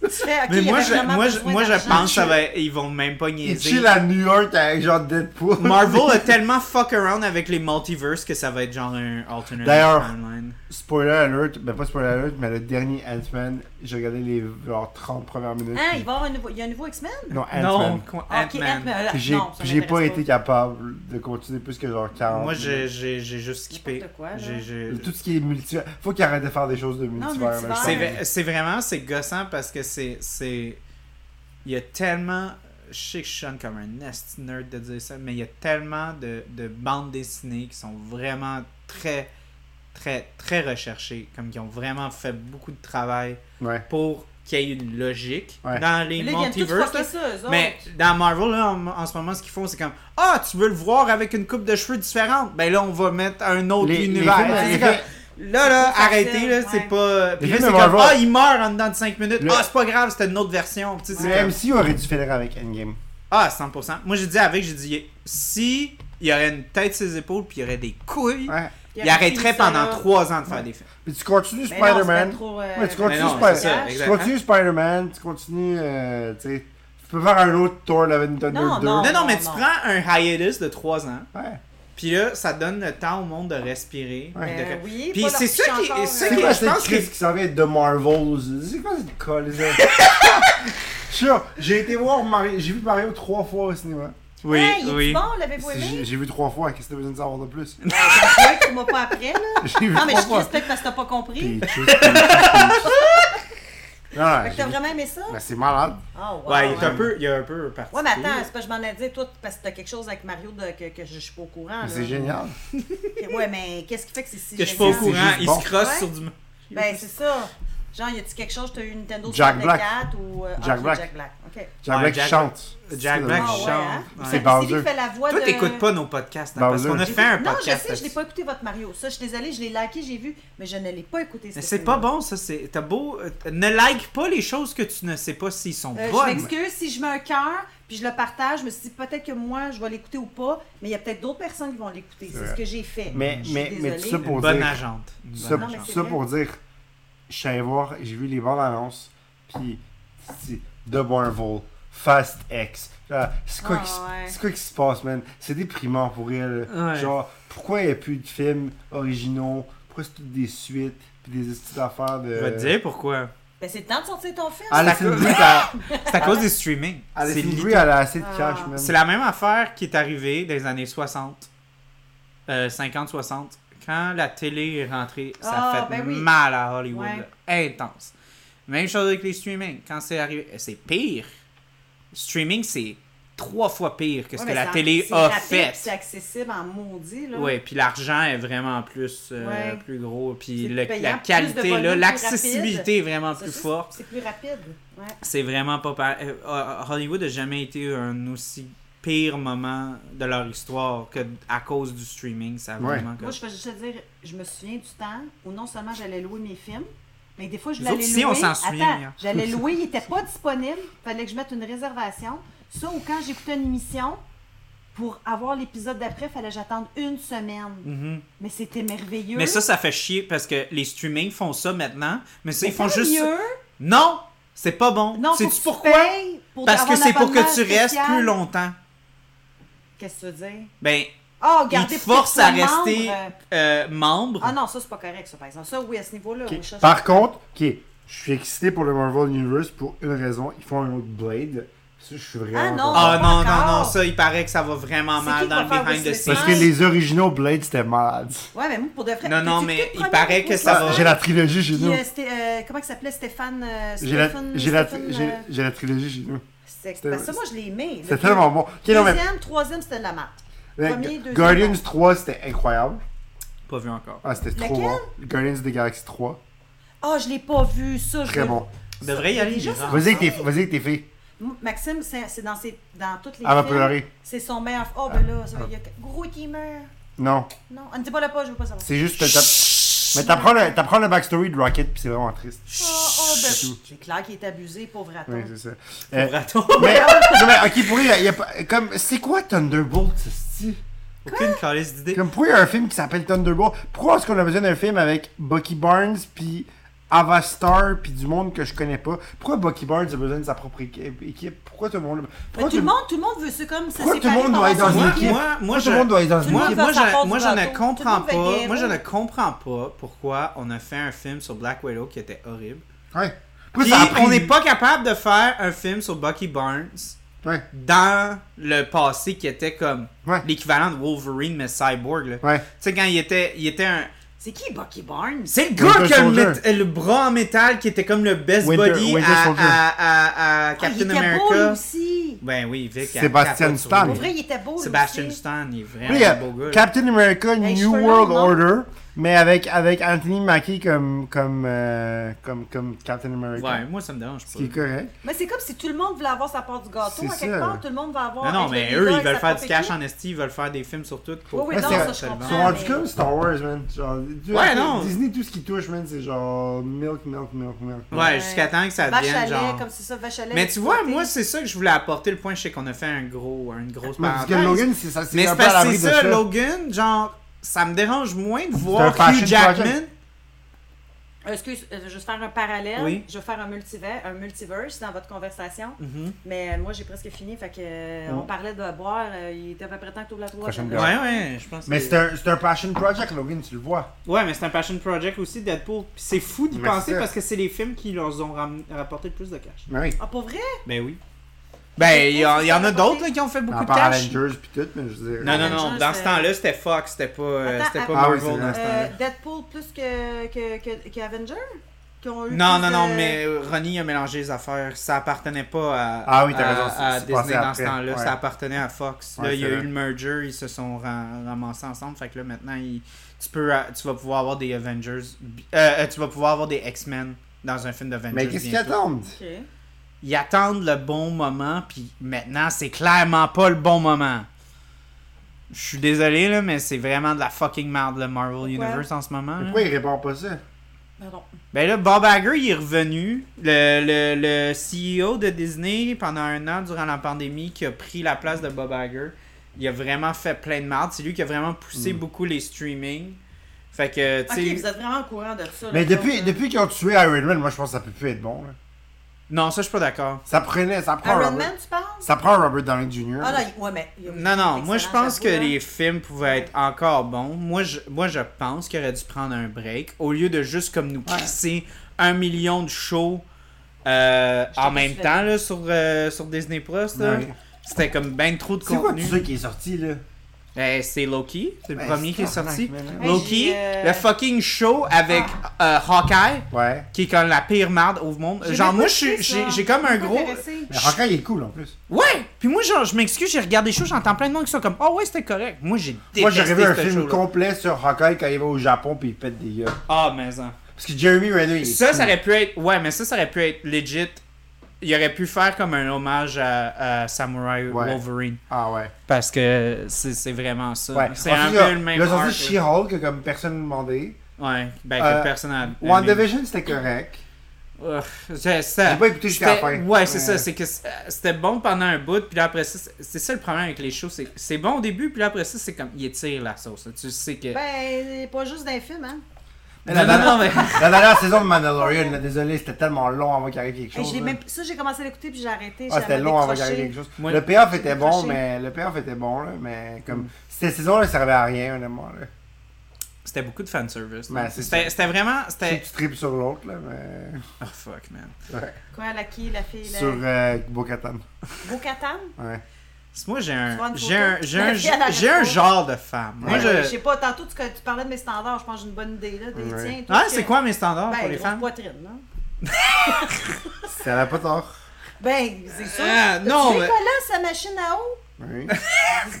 B: Tu fais, ok,
A: Mais
B: il y
A: moi,
B: avait
A: je,
B: vraiment
A: moi, je,
B: besoin
A: moi, je
B: d'argent.
A: pense qu'ils vont même pas
C: il
A: niaiser.
C: chill à New York avec genre Deadpool.
A: Marvel a tellement fuck around avec les multiverses que ça va être genre un alternate
C: D'ailleurs-
A: timeline.
C: Spoiler alert, ben pas spoiler alert, mais le dernier Ant-Man, j'ai regardé les genre 30 premières minutes.
B: Hein,
C: puis-
B: il va y avoir un nouveau, il y a un nouveau X-Men?
C: Non,
A: Non,
C: Ant-Man.
A: quoi,
B: Ah, ok,
A: Ant-Man.
B: Ant-Man, là,
C: Puis j'ai-
B: non, ça
C: puis j'ai pas
B: m'intéresse
C: été capable de continuer plus que genre 40.
A: Moi,
C: minutes.
A: j'ai j'ai- j'ai juste skippé.
B: N'importe quoi, là.
A: J'ai- j'ai-
C: Tout ce qui est multivers. Faut qu'il arrête de faire des choses de multivers.
B: multivers.
A: C'est
C: là.
A: vrai- C'est vraiment, c'est gossant parce que c'est, c'est, il y a tellement, je sais que je sonne comme un nasty nerd de dire ça, mais il y a tellement de, de bandes dessinées qui sont vraiment très, très, très recherchées, comme qui ont vraiment fait beaucoup de travail
C: Ouais.
A: pour qu'il y ait une logique
C: Ouais.
A: dans les
B: Mais là, ils viennent tous
A: multiverses.
B: fucker
A: là.
B: ça, eux autres.
A: Mais dans Marvel, là, en, en ce moment, ce qu'ils font, c'est comme Ah, tu veux le voir avec une coupe de cheveux différente Ben là, on va mettre un autre
C: Les- les
A: univers.
C: films-
A: C'est
C: les
A: comme,
C: films-
A: Là, là,
B: C'est trop
A: arrêtez,
B: facile,
A: là,
B: ouais.
A: c'est pas. Puis là, c'est
C: films de
A: comme
C: Marvel-
A: Ah, il meurt en dedans de 5 minutes. Ah,
C: Le-
A: c'est pas grave, c'était une autre version. Tu sais, c'est
C: Le
A: comme,
C: MCU aurait dû finir avec Endgame.
A: Ah, 100%. Moi, j'ai dit avec, j'ai dit Si il y aurait une tête sur ses épaules, puis il y aurait des couilles,
C: Ouais.
A: il arrêterait pendant
B: trois
A: 3 ans de faire des films.
C: Puis tu continues
B: Mais non, c'est
C: Spider-Man.
B: pas trop, euh,
C: Ouais, tu
A: Mais
C: continues
A: non, c'est ça,
C: Spider-Man. Tu
A: exactement.
C: continues Spider-Man, tu continues. euh, tu sais. Tu peux faire un autre Thor Love and Thunder
B: Non,
C: 2.
B: non.
A: Non, non, mais tu
B: non.
A: prends un hiatus de 3 ans,
C: Ouais.
A: puis là, ça donne le temps au monde de respirer.
C: Ouais.
A: de-
B: Ben oui,
A: Puis
B: pas
A: c'est
B: leur
A: ça
B: coucher
A: qui-
B: encore,
A: c'est ça
B: euh,
C: C'est
A: Ok,
C: quoi
A: je
C: cette
A: pense
C: crise
A: que-
C: qui s'en vient de Marvels? C'est quoi cette colle? ça? Sure, j'ai été voir Mario, j'ai vu Mario trois fois au cinéma.
A: Oui,
B: Ouais, il est
A: oui.
B: bon, l'avez-vous aimé?
C: J'ai j'ai vu trois fois, qu'est-ce que t'as besoin de savoir de plus?
B: Ouais, tu m'as pas après, là.
C: J'ai vu
B: Non, mais je
C: trois
B: te
C: fois.
B: respecte parce que t'as pas compris.
C: Peaches, Peaches, Peaches. Non, non,
B: Fait que t'as
C: j'ai-
B: vraiment aimé ça?
C: mais c'est malade.
B: Ah, wow,
A: Ouais, il est
B: ouais.
A: un peu, il est un peu parti.
B: Ouais, mais attends, c'est pas que je m'en ai dit, toi, parce que t'as quelque chose avec Mario de- que, que je suis pas au courant.
C: Mais
B: Ah, là.
C: C'est génial.
B: Que- Ouais, mais qu'est-ce qui fait que c'est si
A: que je suis pas au
B: génial?
A: courant,
C: juste
A: il
C: bon.
A: se crosse
B: Ouais.
A: sur du.
B: Ben, c'est ça. Genre, y a-tu quelque chose, t'as eu une Nintendo
C: Jack
B: 64
C: Black.
B: ou. euh, ah,
C: Jack
B: c'est
C: Black.
B: Jack Black. OK.
C: Jack
A: Ouais,
C: Black
A: Jack-
C: chante.
A: Jack
C: C'est
A: Black
C: drôle.
B: Ah, ouais, hein?
A: chante.
C: C'est
A: Ouais.
B: C'est lui
C: Bowser.
B: qui fait la voix
A: Toi,
B: de.
A: t'écoutes pas nos podcasts, hein, parce
C: Bowser.
A: qu'on a fait un
B: non,
A: podcast.
B: Ben, je sais, je l'ai
A: là-dessus.
B: pas écouté votre Mario. Ça, je suis désolée, je l'ai liké, j'ai vu, mais je ne l'ai pas écouté. ce
A: Mais c'est pas
B: film-là.
A: bon, ça. C'est... T'as beau. euh, Ne like pas les choses que tu ne sais pas s'ils sont
B: Euh, je
A: bonnes.
B: m'excuse si je mets un cœur puis je le partage. Je me suis dit peut-être que moi je vais l'écouter ou pas, mais il y a peut-être d'autres personnes qui vont l'écouter. C'est
C: vrai.
B: ce que j'ai fait.
C: Mais-
B: Je suis
C: mais- mais
B: désolée.
C: tu sais pour-
A: Une bonne
C: dire-
A: agente. Une
C: Ça,
A: bonne
B: Bah Non, mais
A: agente.
B: c'est
C: ça
B: vrai.
C: pour dire, je suis allé voir, j'ai vu les bandes annonces, puis c'est The Marvel, Fast X. Là, C'est quoi,
B: Ah,
C: qui se-
B: ouais.
C: c'est quoi qui se passe, man? C'est déprimant pour elle.
A: Ouais.
C: Genre, pourquoi il n'y a plus de films originaux? Pourquoi c'est toutes des suites, puis des petites affaires de.
A: Je vais te
B: euh,
A: dire pourquoi.
B: Ben, c'est le temps de sortir ton film.
A: Ah,
C: Alison Brie, elle-
A: C'est à cause des streamings. C'est,
C: Alison
A: li-
C: Brie, elle a assez de cash,
B: Ah.
C: man.
A: c'est la même affaire qui est arrivée dans les années 60. euh, 50-60. Quand la télé est rentrée, ça a
B: Ah,
A: fait
B: ben oui.
A: mal à Hollywood.
B: Ouais.
A: là. Intense. Même chose avec les streamings. Quand c'est arrivé, c'est pire. Streaming, c'est trois fois pire que ce
B: Ouais,
A: que
B: mais
A: la
B: c'est-
A: télé
B: c'est
A: a
B: rapide,
A: fait.
B: C'est accessible en maudit là.
A: Oui, puis l'argent est vraiment plus, euh,
B: Ouais.
A: plus gros, puis
B: C'est
A: le-
B: payant,
A: la
B: plus de
A: qualité,
B: volume,
A: là,
B: plus
A: l'accessibilité est vraiment
B: C'est
A: plus
B: ça,
A: forte.
B: C'est plus rapide. Ouais.
A: C'est vraiment pas par- euh, euh, Hollywood n'a jamais été un aussi pire moment de leur histoire que d- à cause du streaming, ça a
C: Ouais.
A: vraiment
B: Moi, je peux juste te dire, je me souviens du temps où non seulement j'allais louer mes films, mais des fois, je
A: Nous
B: l'allais
A: autres,
B: louer.
A: ici, on s'en souvient,
B: Attends,
A: hein.
B: J'allais louer, il n'était pas disponible. fallait que je mette une réservation. Ça, ou quand j'écoutais une émission, pour avoir l'épisode d'après, fallait que j'attende une semaine.
A: Mhm.
B: Mais c'était merveilleux.
A: Mais ça, ça fait chier parce que les streamings font ça maintenant, mais ça,
B: Mais
A: ils font
B: tant
A: juste. ça.
B: mieux.
A: Non! C'est pas bon!
B: Non, faut que
A: Sais-tu
B: tu
A: pourquoi?
B: payes pour
A: Parce que
B: avoir un
A: c'est pour que
B: abonnement
A: tu restes
B: spécial.
A: plus longtemps.
B: Qu'est-ce que tu veux dire?
A: Ben,
B: Ah,
A: ils
B: gardez
A: te forcent à rester
B: membre.
A: euh, membre.
B: Ah non, ça, c'est pas correct, ça, par exemple. Ça, oui, à ce niveau-là.
C: Ok.
B: oui, ça,
C: Par contre, ok, je suis excité pour le Marvel Universe pour une raison, ils font un autre Blade. Ça, je suis vraiment.
B: Ah non!
C: content.
A: Ah
B: Pas
A: non,
B: encore.
A: non, non, ça, il paraît que ça va vraiment
B: C'est
A: mal
B: qui
A: dans
B: qui
A: le
B: va faire
A: behind the
B: Wesley
A: scenes.
C: Parce que les originaux Blade, c'était malade.
B: Ouais, mais moi, pour de vrai.
A: Non, non,
B: t'as-tu
A: mais
B: écouté le
A: il
B: premier
A: paraît que
B: épisode?
A: ça va-
C: J'ai la trilogie chez
B: Puis,
C: nous.
B: euh, c'était, euh, comment il s'appelait Stéphane euh,
C: J'ai la,
B: Stephen-
C: j'ai la,
B: Stephen,
C: j'ai-
B: euh,
C: j'ai la trilogie chez nous.
B: c'est-
C: c'était-
B: parce que moi je l'ai aimé.
C: C'était tellement bon. Ok, non, mais-
B: Deuxième, troisième, c'était de la marque.
C: mais
B: premier, deuxième,
C: Guardians
B: bon.
C: 3, c'était incroyable.
A: Pas vu encore.
C: Ah, c'était trop
B: Lequel?
C: bon. Guardians de Galaxy 3,
B: Ah, je l'ai pas vu, ça. je
C: très
B: veux-
C: bon.
A: Devrait y
B: Ça,
A: aller,
B: déjà,
A: Gérard.
C: Vas-y avec tes, vas-y avec tes filles.
B: M- Maxime, c'est c'est dans, ses, dans toutes les.
C: Elle va
B: films,
C: pleurer.
B: C'est son meilleur. Oh,
C: Ah.
B: ben là, ça, il y a. Gros qui meurt.
C: Non,
B: Non, on ne dit pas le pas, je veux pas savoir.
C: c'est juste que t'app- Mais t'apprends le, t'apprends le backstory de Rocket, puis c'est vraiment triste.
B: Oh, oh, ben
C: c'est tout.
E: C'est clair qu'il est abusé, pauvre raton.
C: Ouais, c'est ça.
A: Pour
C: Euh,
A: raton.
C: mais, non, mais, ok, pour lui, il y a pas- Comme, c'est quoi Thunderbolt, cest
A: Aucune calice d'idée.
C: Comme pourquoi il y a un film qui s'appelle Thunderbolt Pourquoi est-ce qu'on a besoin d'un film avec Bucky Barnes puis Avastar puis du monde que je connais pas Pourquoi Bucky Barnes a besoin de sa propre équi- équipe Pourquoi tout le monde
B: Mais
C: Pourquoi
B: tout le monde, tout le monde veut se comme se
C: Pourquoi
B: séparer.
C: tout le monde
B: par
C: doit
B: la
C: être dans
B: société.
A: Moi,
C: une équipe
A: moi, moi,
C: Pourquoi tout
A: je,
C: le monde doit être dans
B: Tout
C: une
B: le monde
C: équipe
B: va
A: moi,
B: faire
A: je-
B: part du
A: moi, je ne
B: bateau.
A: comprends
B: Tout le monde fait
A: pas. Moi, je
B: guerre.
A: ne comprends pas pourquoi on a fait un film sur Black Widow qui était horrible.
C: Ouais. Pourquoi
A: Puis
C: ça a pris-
A: on n'est pas capable de faire un film sur Bucky Barnes
C: Ouais.
A: dans le passé qui était comme
C: Ouais.
A: l'équivalent de Wolverine mais cyborg. là.
C: Ouais.
A: Tu sais, quand il était, il était un.
B: C'est qui Bucky Barnes? Ah,
A: C'est le
C: Winter
A: gars qui a le,
C: Soldier.
A: mét- le bras en métal qui était comme le best
C: Winter-
A: body
C: Winter
A: à,
C: Soldier.
A: à- à- à
B: Ah, il
A: Captain
B: était beau lui
A: America.
B: aussi.
A: Ben oui, Vic. elle
C: Sébastien
A: capote sur
C: Stan.
A: lui.
B: Pour vrai, il était beau lui
A: Sebastian
B: aussi.
A: Stan, il est
C: Là,
A: vraiment
C: il y a
A: un beau gars. là.
C: euh, Captain America
B: les
C: New
B: cheveux longs,
C: World
B: non?
C: Order mais avec avec Anthony Mackie comme comme euh, comme comme Captain America.
A: Ouais, moi ça me dérange
C: Ce qui est
A: pas.
C: correct.
B: Mais c'est comme si tout le monde voulait avoir sa part du gâteau.
C: C'est
B: À quelque
C: ça.
B: part, tout le monde va avoir.
A: Non, non,
B: avec
A: mais
B: le
A: eux,
B: leader
A: ils
B: et
A: veulent
B: sa
A: faire du
B: propre
A: cash
B: équipe.
A: en esti, ils veululent faire des films sur tout. pour-
B: Oui, oui,
C: Ouais,
B: non,
C: c'est-
B: ça, je
A: Ils sont
B: comprends.
C: Ils sont rendus
B: mais-
C: comme Star Wars, man. Genre, Dieu,
A: Ouais, non.
C: Disney, tout ce qui touche, man, c'est genre milk, milk, milk, milk.
A: Ouais, jusqu'à temps que ça
B: Vache à
A: devienne
B: lait,
A: genre.
B: comme c'est ça, vache à lait
A: Mais tu vois,
B: exploité.
A: moi, c'est ça que je voulais apporter. Le point, je sais qu'on a fait un gros, une grosse
C: Mais Parce que
A: parenthèse.
C: Logan, c'est ça,
A: Bah, Mais
C: c'est
A: c'est
C: un peu à
A: parce que c'est
C: l'abri de
A: ça,
C: ça.
A: Logan, genre, ça me dérange moins de
C: un
A: voir
C: passion
A: Hugh Jackman.
C: project.
B: Euh, Excuse, euh, je vais juste faire un parallèle.
A: Oui.
B: Je vais faire un, multivers, un multiverse dans votre conversation.
A: Mhm.
B: Mais euh, moi, j'ai presque fini. Fait que, euh,
C: Mm.
B: on parlait de boire. euh, il était à peu près temps que tu la trois.
C: Prochaine
A: Ouais,
C: bière.
A: ouais, je pense.
C: Mais
A: que-
C: c'est un, c'est un passion project, Logan, tu le vois.
A: Ouais, mais c'est un passion project aussi, Deadpool. Puis c'est fou d'y
C: Mais
A: penser
C: c'est-
A: parce que c'est les films qui leur ont ram- rapporté le plus de cash.
C: Mais oui.
B: Ah, pour vrai?
A: Ben oui. Ben, il y, en- il y en a d'autres là, qui ont fait
C: Beaucoup
A: beaucoup
C: à
A: de
C: part
A: cash.
C: Avengers pis tout, mais je veux dire.
A: Non, non, non.
B: Avengers,
A: Dans ce
B: euh,
A: temps-là, c'était Fox, c'était pas, euh,
B: Attends,
A: c'était pas
B: ah,
C: oui,
A: Marvel.
C: c'est
A: dans
C: vrai.
A: ce
B: Euh,
A: temps-là.
B: Deadpool plus que, que, que, que Avenger? Qui ont
A: Non,
B: eu plus
A: non, non,
B: de-
A: mais Ronnie a mélangé les affaires. Ça appartenait pas à,
C: Ah oui, t'as
A: à-
C: raison, c'est-
A: à
C: c'est
A: Disney
C: passé
A: dans
C: après,
A: ce temps-là.
C: ouais.
A: Ça appartenait à Fox. là,
C: Ouais,
A: il y a
C: c'est
A: eu
C: vrai.
A: le merger, ils se sont ram- ramassés ensemble. Fait que là, maintenant, il- tu, peux, euh, tu vas pouvoir avoir des Avengers. bi- euh, euh, tu vas pouvoir avoir des X-Men dans un film d'Avengers.
C: Mais qu'est-ce qu'ils
A: bientôt.
C: attendent
B: Ok.
A: Ils attendent le bon moment, puis maintenant, c'est clairement pas le bon moment. Je suis désolé, là, mais c'est vraiment de la fucking merde, le Marvel Universe en ce moment.
C: Mais
A: là.
C: Pourquoi ils répondent pas ça
B: Pardon.
A: Ben là, Bob Iger, il est revenu, le, le, le CEO de Disney pendant un an durant la pandémie qui a pris la place de Bob Iger. Il a vraiment fait plein de marde. C'est lui qui a vraiment poussé beaucoup les streamings. Fait que, tu
B: Ok,
A: sais.
B: vous êtes vraiment au courant de ça. là,
C: Mais
B: ça,
C: depuis,
B: hein.
C: depuis qu'ils ont tué Iron Man, moi je pense que ça peut plus être bon. Là.
A: Non, ça, je suis pas d'accord.
C: Ça prenait, ça prend
B: euh, Iron
C: Robert.
B: Man, tu parles?
C: Ça prend Robert Downey Jr.
B: Ah, là, il- ouais, mais. il-
A: Non, non, moi, je
B: excellent,
A: pense que
B: j'avoue, hein.
A: les films pouvaient être encore bons. Moi, je, moi, je pense qu'il aurait dû prendre un break au lieu de juste comme nous crisser un million de shows euh,
B: J'étais
A: en même
B: déçue.
A: temps là, sur, euh, sur Disney Plus. là.
C: Ouais.
A: C'était comme ben trop de
C: C'est quoi
A: contenu.
C: tout ça qui est sorti là
A: Eh, c'est Loki, c'est le
C: Ben,
A: premier
C: c'est
A: qui est
C: tabarnak,
A: sorti.
C: man, hein.
B: Hey,
A: Loki,
B: j'ai, euh, Ah.
A: le fucking show avec euh, Hawkeye,
C: Ouais.
A: qui est comme la pire merde au monde.
B: J'ai
A: Genre,
B: même
A: moi,
B: pas
A: je suis-
B: écouté ça.
A: j'ai j'ai comme un
B: Pas
A: gros.
B: intéressée.
C: Mais Hawkeye il est cool en plus.
A: Ouais! Puis moi, genre, je m'excuse, j'ai regardé le show, j'entends plein de monde qui sont comme, oh ouais, c'était correct. Moi, j'ai
C: Moi j'ai
A: détesté
C: rêvé un
A: ce
C: film
A: show-là.
C: complet sur Hawkeye quand il va au Japon puis il pète des gueules.
A: Ah, mais ça.
C: Parce que Jeremy Renner il est
A: Ça,
C: cool.
A: ça aurait pu être. Ouais, mais ça, ça aurait pu être legit. Il aurait pu faire comme un hommage à, à Samurai
C: Ouais.
A: Wolverine.
C: Ah ouais.
A: Parce que c'est c'est vraiment ça.
C: Ouais.
A: C'est
C: Ensuite,
A: un
C: il y a-
A: peu le même.
C: Ils ont sorti
A: arc, là.
C: She-Hulk que comme personne ne demandait.
A: Ouais, ben,
C: Euh,
A: que personne n'a.
C: WandaVision c'était correct.
A: Ugh, c'est ça.
C: J'ai pas écouté jusqu'à la
A: C'était-
C: fin.
A: Ouais, c'est ça. C'est que c'est- c'était bon pendant un bout, puis là, après ça, c'est- c'est ça le problème avec les shows. C'est c'est bon au début, puis là, après ça, c'est comme il étire la sauce. là. Tu sais que.
B: Ben, c'est pas juste d'un film, hein.
C: Mais la,
A: Non, non,
C: dernière-
A: non, mais-
C: la dernière saison de Mandalorian, là, désolé, c'était tellement long avant qu'il arrive quelque
B: Hey,
C: chose.
A: euh,
B: j'ai
C: là.
B: même- Ça, j'ai commencé à l'écouter puis j'ai arrêté. j'ai
C: Ah, c'était
B: jamais
C: long avant qu'il
B: décroché.
C: arrive quelque chose.
A: Moi- Mm.
C: le payoff était bon,
B: Décroché.
C: mais le payoff était bon, là, mais comme cette saison, elle servait à rien, honnêtement. Là.
A: C'était beaucoup de fanservice. là.
C: Ben, c'est
A: C'était
C: ça.
A: c'était vraiment. c'était-
C: Tu tripes sur l'autre, là, mais
A: Oh fuck, man.
B: Quoi, la qui, la fille, la...
C: sur euh, Bo-Katan.
B: Bo-Katan?
C: Ouais.
A: C'est- Moi, j'ai un.
B: prends une
A: J'ai un,
B: photo.
A: j'ai un,
B: Elle a
A: j'ai un
B: raison.
A: genre de femme. Moi,
B: Ouais, Ben,
A: je.
B: je... sais pas, tantôt tu, tu parlais de mes standards, je pense que j'ai une bonne idée là, des
C: Ouais.
B: tiens. toi,
A: Ah,
B: tu-
A: c'est quoi mes standards
B: ben,
A: pour les
B: grosse
A: femmes?
B: poitrine, non?
C: Ça n'a pas tort.
B: Ben, c'est sûr.
A: Ah, non,
B: Tu sais
A: mais- Ah,
B: quoi là, sa machine à eau? Ah,
C: Oui.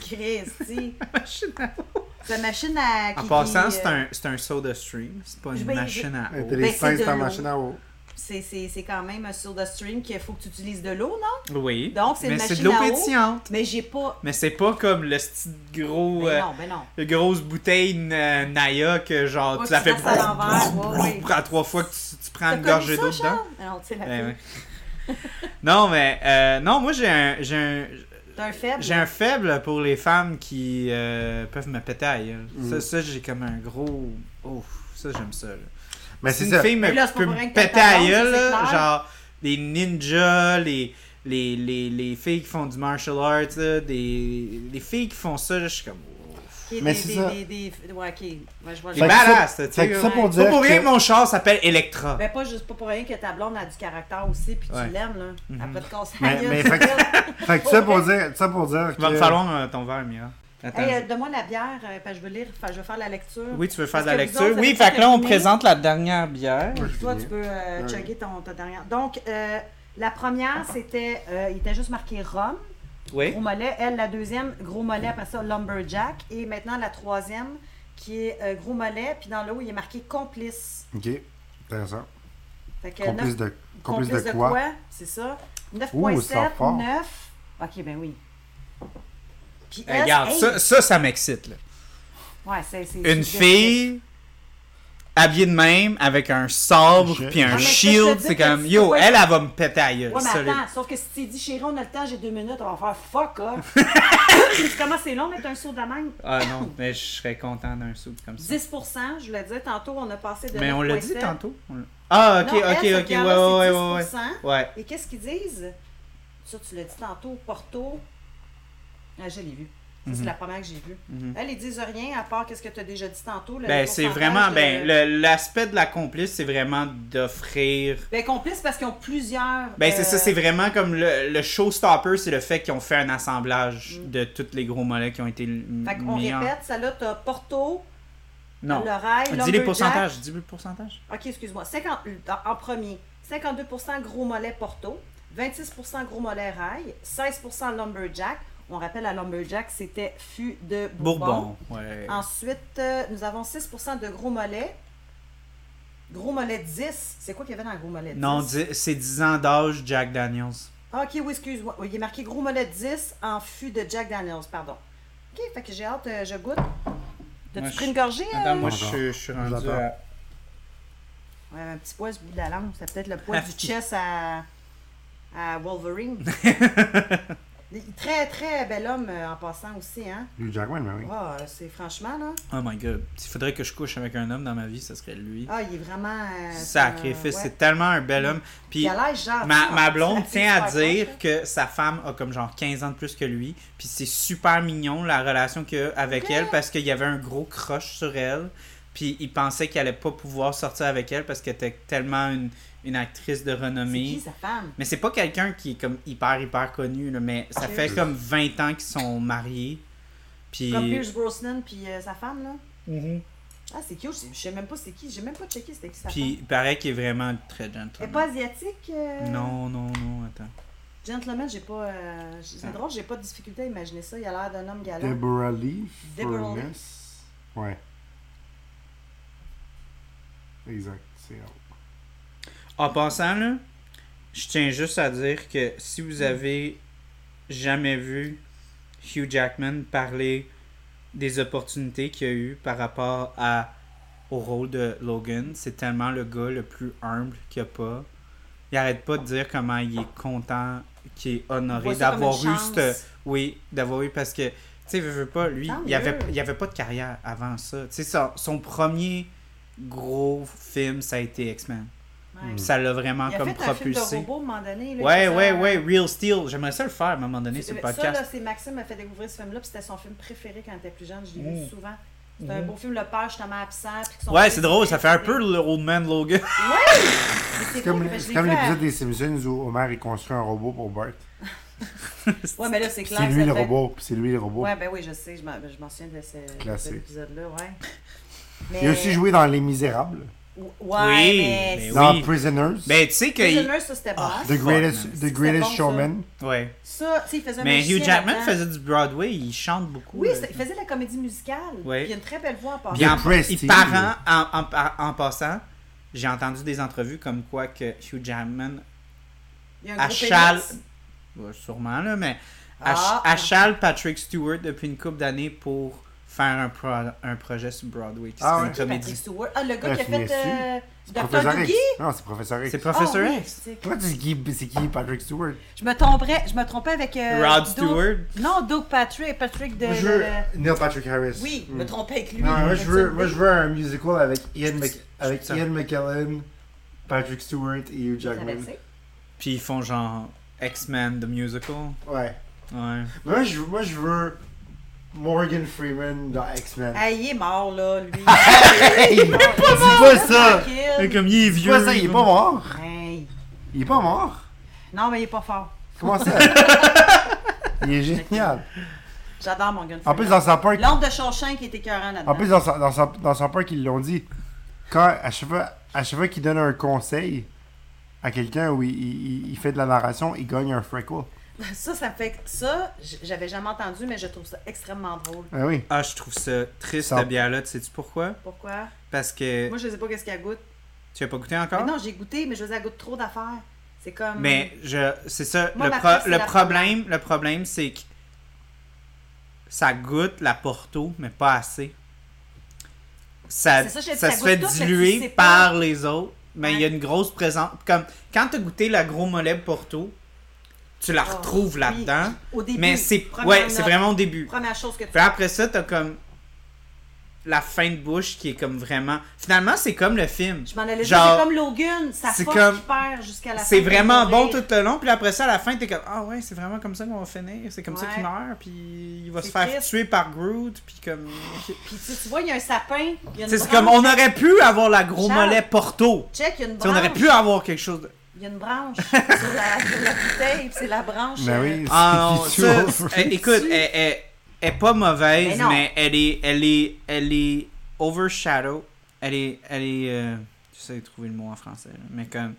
B: Christy. Sa machine à...
A: En
B: qui-
A: passant,
B: qui,
A: c'est un, c'est un soda stream. C'est pas
B: euh, Je
A: une
B: vais-
A: machine à
C: T'as
A: eau.
C: les
B: Ben, c'est
C: seins,
B: de
C: c'est en
B: l'eau.
C: machine à eau.
B: euh, C'est, c'est, c'est quand même euh, sur le stream qu'il faut que tu utilises de l'eau, non?
A: Ben, Oui.
B: Donc, c'est une
A: Mais c'est de
B: machine
A: l'eau
B: à eau.
A: pétillante.
B: Mais j'ai pas...
A: Mais c'est pas comme le petit gros.
B: Ben
A: euh,
B: non, ben non.
A: Une grosse bouteille euh, Naya que genre
B: Ouais,
A: tu la
B: tu
A: fais
B: passes à l'envers, ouais, ouais.
A: à trois fois que tu, tu prends une
B: T'as
A: gorgée
B: connu
A: d'eau
B: ça,
A: dedans.
B: Charles? Ah Non, tu sais, la
A: Ben
B: fille.
A: oui. non, mais euh, non, moi j'ai un, j'ai un,
B: T'as un faible.
A: j'ai un faible pour les femmes qui euh, peuvent me péter à la gueule.
C: Mm.
A: Ça, ça j'ai comme un gros. Ouf, ça j'aime ça. là.
C: Mais
A: Si
C: c'est
A: une
C: ça.
A: fille me,
B: Mais là, c'est pas
A: peut
B: pour
A: me
B: rien que t'as
A: péter
B: ta
A: à
B: blonde,
A: gueule,
B: c'est
A: là,
B: clair.
A: genre les ninjas, les, les, les, les filles qui font du martial arts, là, des, les filles qui font ça, là, je suis comme. ouf.
B: Qui est
C: Mais
B: des-
C: c'est
B: des-
C: ça.
B: des- des- Ouais, ok. Ouais, je vois
A: Des
C: Fait
B: le-
C: que ça-
A: badass, tu
C: Fait
A: sais.
C: que
A: là.
C: ça pour
A: Pas
C: dire
A: pour rien que
C: que...
A: mon char s'appelle Electra.
B: Ben pas juste pas pour rien que ta blonde a du caractère aussi, puis
A: Ouais.
B: tu l'aimes, là. Elle
A: Mhm.
B: va te casser la
C: Mais,
B: gueule.
C: mais fait, que- fait que ça pour dire, ça pour dire
A: Il va
C: que...
A: me falloir euh, ton verre, Mira. Attends.
B: Hey, euh, donne-moi la bière, euh, parce que je veux lire, enfin, je veux faire la lecture.
A: Oui, tu veux faire de la
B: Parce que vous
A: lecture.
B: autres,
A: Oui,
B: vous avez
A: fait que là, on
B: terminé.
A: présente la dernière bière.
C: Moi, je
B: Toi,
C: finis.
B: tu peux euh,
C: Ouais.
B: chugger ton, ta dernière. Donc, euh, la première, c'était, euh, il était juste marqué Rome,
A: Oui.
B: gros mollet. Elle, la deuxième, gros mollet, après ça, Lumberjack. Et maintenant, la troisième, qui est euh, gros mollet, puis dans le haut, il est marqué complice.
C: Ok, intéressant.
B: Fait que neuf-
C: Complice de, complice de
B: complice
C: quoi?
B: C'est ça. 9.7,
C: Ouh, ça sort fort.
B: 9. Ok, ben oui. Puis
A: Eh,
B: elle,
A: regarde,
B: hey!
A: ça, ça, ça m'excite. là.
B: Ouais, c'est- c'est-
A: Une
B: c'est-
A: fille habillée de même, avec un sabre
C: Je-
A: puis
C: Ah,
A: un
B: mais ça, ça
A: shield,
B: veut
A: c'est
B: dire que
A: comme,
B: tu
A: yo,
B: peux pas-
A: elle, elle va me péter à gueule,
B: Ouais, mais
A: solide.
B: attends, sauf que si tu dis, chérie, on a le temps, j'ai deux minutes, on va faire fuck off. Comment c'est long d'être un saut de la mangue?
A: Ah non, mais je serais content d'un sou comme ça.
B: 10 je vous l'ai dit tantôt, on a passé de
A: Mais on l'a dit
B: 9,7.
A: tantôt. on l'a- Ah, ok,
B: Non, elle,
A: ok,
B: cette
A: ok, ouais,
B: bière-là,
A: ouais,
B: c'est
A: ouais, ouais.
B: 10%.
A: Ouais.
B: Et qu'est-ce qu'ils disent? Ça, tu l'as dit tantôt, Porto. Ah, je l'ai vu. Ça, C'est la première que j'ai vue.
A: Mhm.
B: Elles, ils disent rien à part qu'est-ce que tu as déjà dit tantôt. le
A: Ben, c'est
B: pourcentage
A: vraiment,
B: de-
A: ben, le- l'aspect de la complice, c'est vraiment d'offrir
B: Ben, complice parce qu'ils ont plusieurs.
A: Ben, c'est ça,
B: euh,
A: c'est vraiment comme le, le showstopper, c'est le fait qu'ils ont fait un assemblage de tous les gros mollets qui ont été m-
B: Mm. Fait qu'on
A: mis en-
B: répète, ça là, t'as Porto,
A: Non.
B: l'oreille,
A: Dis les
B: Lumberjack.
A: pourcentages, dis le pourcentage.
B: OK, excuse-moi. 50 en- en premier, 52 gros mollet Porto, 26 gros mollet rail, 16 lumberjack. On rappelle à lumberjack, c'était fût de
A: Bourbon.
B: Bourbon.
A: Ouais.
B: Ensuite, euh, nous avons 6 de gros mollet. Gros mollet 10. C'est quoi qu'il y avait dans le gros mollet 10?
A: Non, dix- c'est 10 ans d'âge, Jack Daniels.
B: Ah, OK, oui, excuse-moi. Oui, Il est marqué gros mollet 10 en fût de Jack Daniels, pardon. OK, fait que j'ai hâte, euh, je goûte. T'as-tu
A: Moi,
B: pris
A: je-
B: une gorgée? euh?
A: Attends, moi, je,
C: J'adore.
A: suis- je suis rendu
C: J'adore.
A: à...
B: Ouais, un petit poids sur le bout de la langue. C'est peut-être le poids du chess à, à Wolverine. très, très bel homme euh, en passant aussi, hein?
C: Hugh Jackman, mais oui.
B: Ah, c'est franchement, là.
A: Oh my god. S'il faudrait que je couche avec un homme dans ma vie, ce serait lui.
B: Ah, il est vraiment. euh,
A: Sacrifice,
B: c'est. un- ouais.
A: c'est tellement un bel homme. Puis,
B: Il a l'air genre.
A: Ma,
B: ça,
A: ma
B: ça
A: blonde
B: fait
A: tient à
B: super
A: dire
B: proche, hein.
A: que sa femme a comme genre 15 ans de plus que lui, puis c'est super mignon la relation qu'il a avec elle parce qu'il y avait un gros crush sur elle, puis il pensait qu'il allait pas pouvoir sortir avec elle parce qu'elle était tellement une, une actrice de
B: là. C'est
A: renommée.
B: qui, sa femme?
A: Mais c'est pas quelqu'un qui est comme hyper hyper connu, là, mais ça
B: Ok.
A: fait comme 20 ans qu'ils sont mariés. Puis
B: Comme Pierce Brosnan puis euh, sa femme, là.
A: Mhm.
B: Ah, c'est cute. Je sais- je sais même pas c'est qui. J'ai même pas checké c'était qui sa
A: puis
B: femme.
A: il paraît qu'il est vraiment très
B: Elle est
A: gentleman.
B: pas asiatique? euh,
A: Non, non, non, attends.
B: Gentleman, j'ai pas. euh,
A: Ah.
B: c'est drôle, j'ai pas de difficulté à imaginer ça. Il a l'air d'un homme galant.
C: Deborah Lee
B: Deborah Lee.
C: Furness. Ouais. Exact, c'est elle.
A: En passant, là, je tiens juste à dire que si vous avez jamais vu Hugh Jackman parler des opportunités qu'il a eues par rapport à, au rôle de Logan, c'est tellement le gars le plus humble qu'il n'y a pas. Il arrête pas de dire comment il est content, qu'il est honoré
B: Voit ça comme
A: d'avoir
B: une
A: eu
B: chance.
A: cette... Oui, d'avoir eu parce que, tu sais, veux, veux pas, lui,
B: Tant
A: il avait,
B: mieux.
A: il avait pas de carrière avant ça. Tu sais, son, son premier gros film, ça a été X-Men.
B: Ouais.
A: Puis ça l'a vraiment
B: Il a
A: comme
B: fait un film de
A: propulsé.
B: robot à un moment donné. là,
A: Ouais,
B: il faisait
A: ouais,
B: un-
A: ouais, Real Steel. J'aimerais ça le faire à un moment donné sur le
B: euh, Ça, là,
A: podcast.
B: c'est Maxime m'a fait découvrir ce film-là, puis c'était son film préféré quand il était plus jeune. Je l'ai
A: Mm.
B: vu souvent. C'était un beau film, le père justement absent. puis que son
A: Ouais,
B: fils
A: c'est drôle,
B: était-
A: ça fait un peu le Old Man Logan.
B: Mais C'est
C: C'est comme,
B: cool, mais je
C: c'est
B: l'ai
C: comme
B: vu à-
C: l'épisode des Simpsons où Homer il construit un robot pour Bart.
B: Ouais, mais là, c'est clair.
C: C'est
B: que
C: lui
B: ça
C: le
B: fait-
C: robot, puis c'est lui le robot.
B: Ouais, ben oui, je sais, je m'en je m'en souviens de, ce, de
C: Classique.
B: cet épisode-là, ouais. Mais...
C: Il a aussi joué dans Les Misérables,
B: Ouais,
A: Oui,
B: mais.
A: mais
B: c'est-
A: oui.
C: dans Prisoners,
A: Ben, tu sais que. il-
B: Prisoners, ça, c'était bon.
A: Ah,
C: The
A: fuck,
C: Greatest,
B: man.
C: the greatest
B: C'était bon,
C: Showman.
A: Ouais.
B: Ça, tu sais, il faisait un
A: Mais
B: magicien
A: Hugh Jackman
B: là-dedans.
A: faisait du Broadway, il chante beaucoup.
B: Oui,
A: là.
B: c'est- il faisait de la comédie musicale.
A: Ouais.
B: Puis il a une très belle voix en passant.
A: Puis en,
C: Prestige.
A: et par an, en, en, par- en passant, j'ai entendu des entrevues comme quoi que Hugh Jackman
B: Il y a un gros
A: achale.
B: pénis.
A: Ouais, sûrement, là, mais.
B: Ah.
A: ach- Achale Patrick Stewart depuis une couple d'années pour faire un, pro- un projet sur Broadway qui
C: Ah
A: serait
C: ouais.
A: une
B: Qui, Patrick
A: comédie.
B: Stewart? Ah, le gars
C: Ah,
B: qui a
C: tu
B: fait
C: l'as
B: euh,
C: C'est
B: Docteur
C: Professeur X.
B: Dougie?
C: Non, c'est Professeur X.
A: C'est Professor
B: Ah oui,
A: X.
B: c'est-
C: Toi, tu dis qui, c'est qui Patrick Stewart?
B: Je me tromperais, je me trompais avec... euh,
A: Rod
B: Doug-
A: Stewart.
B: Non, Doug Patrick, Patrick de...
C: Moi, je
B: de-
C: veux Neil Patrick Harris.
B: Oui, je
C: Mm.
B: me trompais avec lui.
C: Non, moi je, veux,
B: Patrick
C: moi, je veux un musical avec Ian, Mc- avec
A: ça.
C: Ian McKellen, Patrick Stewart et Hugh Jackman.
B: Traversé.
A: Puis ils font genre X-Men, The Musical.
C: Ouais.
B: Euh,
A: Ouais.
C: Moi je, moi, je veux Morgan Freeman dans X-Men.
B: Ah, il est mort, là, lui.
C: Hey, dis pas Ah, ça!
A: Et
B: Tranquille.
A: comme il est
C: Dis
A: vieux.
C: pas ça, il est pas mort!
B: Hey.
C: Il est pas mort!
B: Non, mais il est pas fort.
C: Comment ça? il est génial!
B: J'adore Morgan
C: En
B: Freeman.
C: plus, dans sa part,
B: L'ombre de Shawshank est écœurant là-dedans.
C: En plus, dans sa, dans sa, dans sa part qu'ils l'ont dit, quand, à chaque fois, à chaque fois qu'il donne un conseil à quelqu'un où il, il- il- il fait de la narration, il gagne un freckle.
B: Ça, ça fait que ça, j- j'avais jamais entendu, mais je trouve ça extrêmement drôle.
C: Ah oui.
A: Ah, je trouve ça triste,
C: Ça-
A: cette bière-là. Tu sais-tu pourquoi?
B: Pourquoi?
A: Parce que
B: Moi, je sais pas qu'est-ce qu'elle goûte.
A: tu as pas goûté
C: Hein?
A: encore?
B: Mais non, j'ai goûté, mais je veux dire, elle goûte trop d'affaires. C'est comme.
A: Mais je, c'est ça.
B: Moi,
A: le,
B: ma
A: pro-
B: phrase, c'est
A: le
B: la
A: problème, le problème, c'est que ça goûte la Porto, mais pas assez. Ça,
B: C'est ça, j'ai dit,
A: ça
B: ça
A: se
B: goûte
A: fait
B: tout, mais tu
A: diluer
B: sais pas.
A: par les autres. Mais il y a
B: Ouais.
A: une grosse présence. Comme quand t'as goûté la gros mollet Porto, tu la
B: Oh,
A: retrouves
B: oui.
A: là-dedans.
B: Au début.
A: Mais c'est
B: première
A: ouais,
B: note,
A: c'est vraiment au début.
B: Première chose que tu.
A: Puis après ça, t'as comme la fin de bouche qui est comme vraiment. Finalement, c'est comme le film.
B: Je m'en allais dire,
A: Genre-
B: c'est comme Logan, ça
A: C'est
B: force
A: comme-
B: super jusqu'à la fin.
A: C'est
B: pour
A: vraiment bon
B: mourir.
A: tout le long, puis après ça, à la fin, t'es comme Ah ouais, c'est vraiment comme ça qu'on va finir. C'est comme ça
B: Ouais.
A: qu'il meurt, puis il va se
B: C'est
A: faire
B: triste.
A: tuer par Groot, puis comme. Tu
B: Puis tu, tu vois, il y a un sapin. il y a une
A: sais, c'est
B: branche.
A: comme on aurait pu avoir la gros
B: Charles.
A: mollet Porto.
B: Check, il y a une
A: Tu sais,
B: branche.
A: on aurait pu avoir quelque chose de.
B: Il y a une branche sur la, sur la bouteille, puis c'est la branche.
C: Ben
B: euh,
C: oui.
A: Ah non,
C: c'est-
A: ça,
C: c'est-
A: eh, écoute,
B: Tu-
A: elle, elle- elle est pas mauvaise,
B: Mais non.
A: mais, elle est. Elle est. Elle est overshadow. Elle est. Elle est. euh, J'essaie de trouver le mot en français, là, mais comme.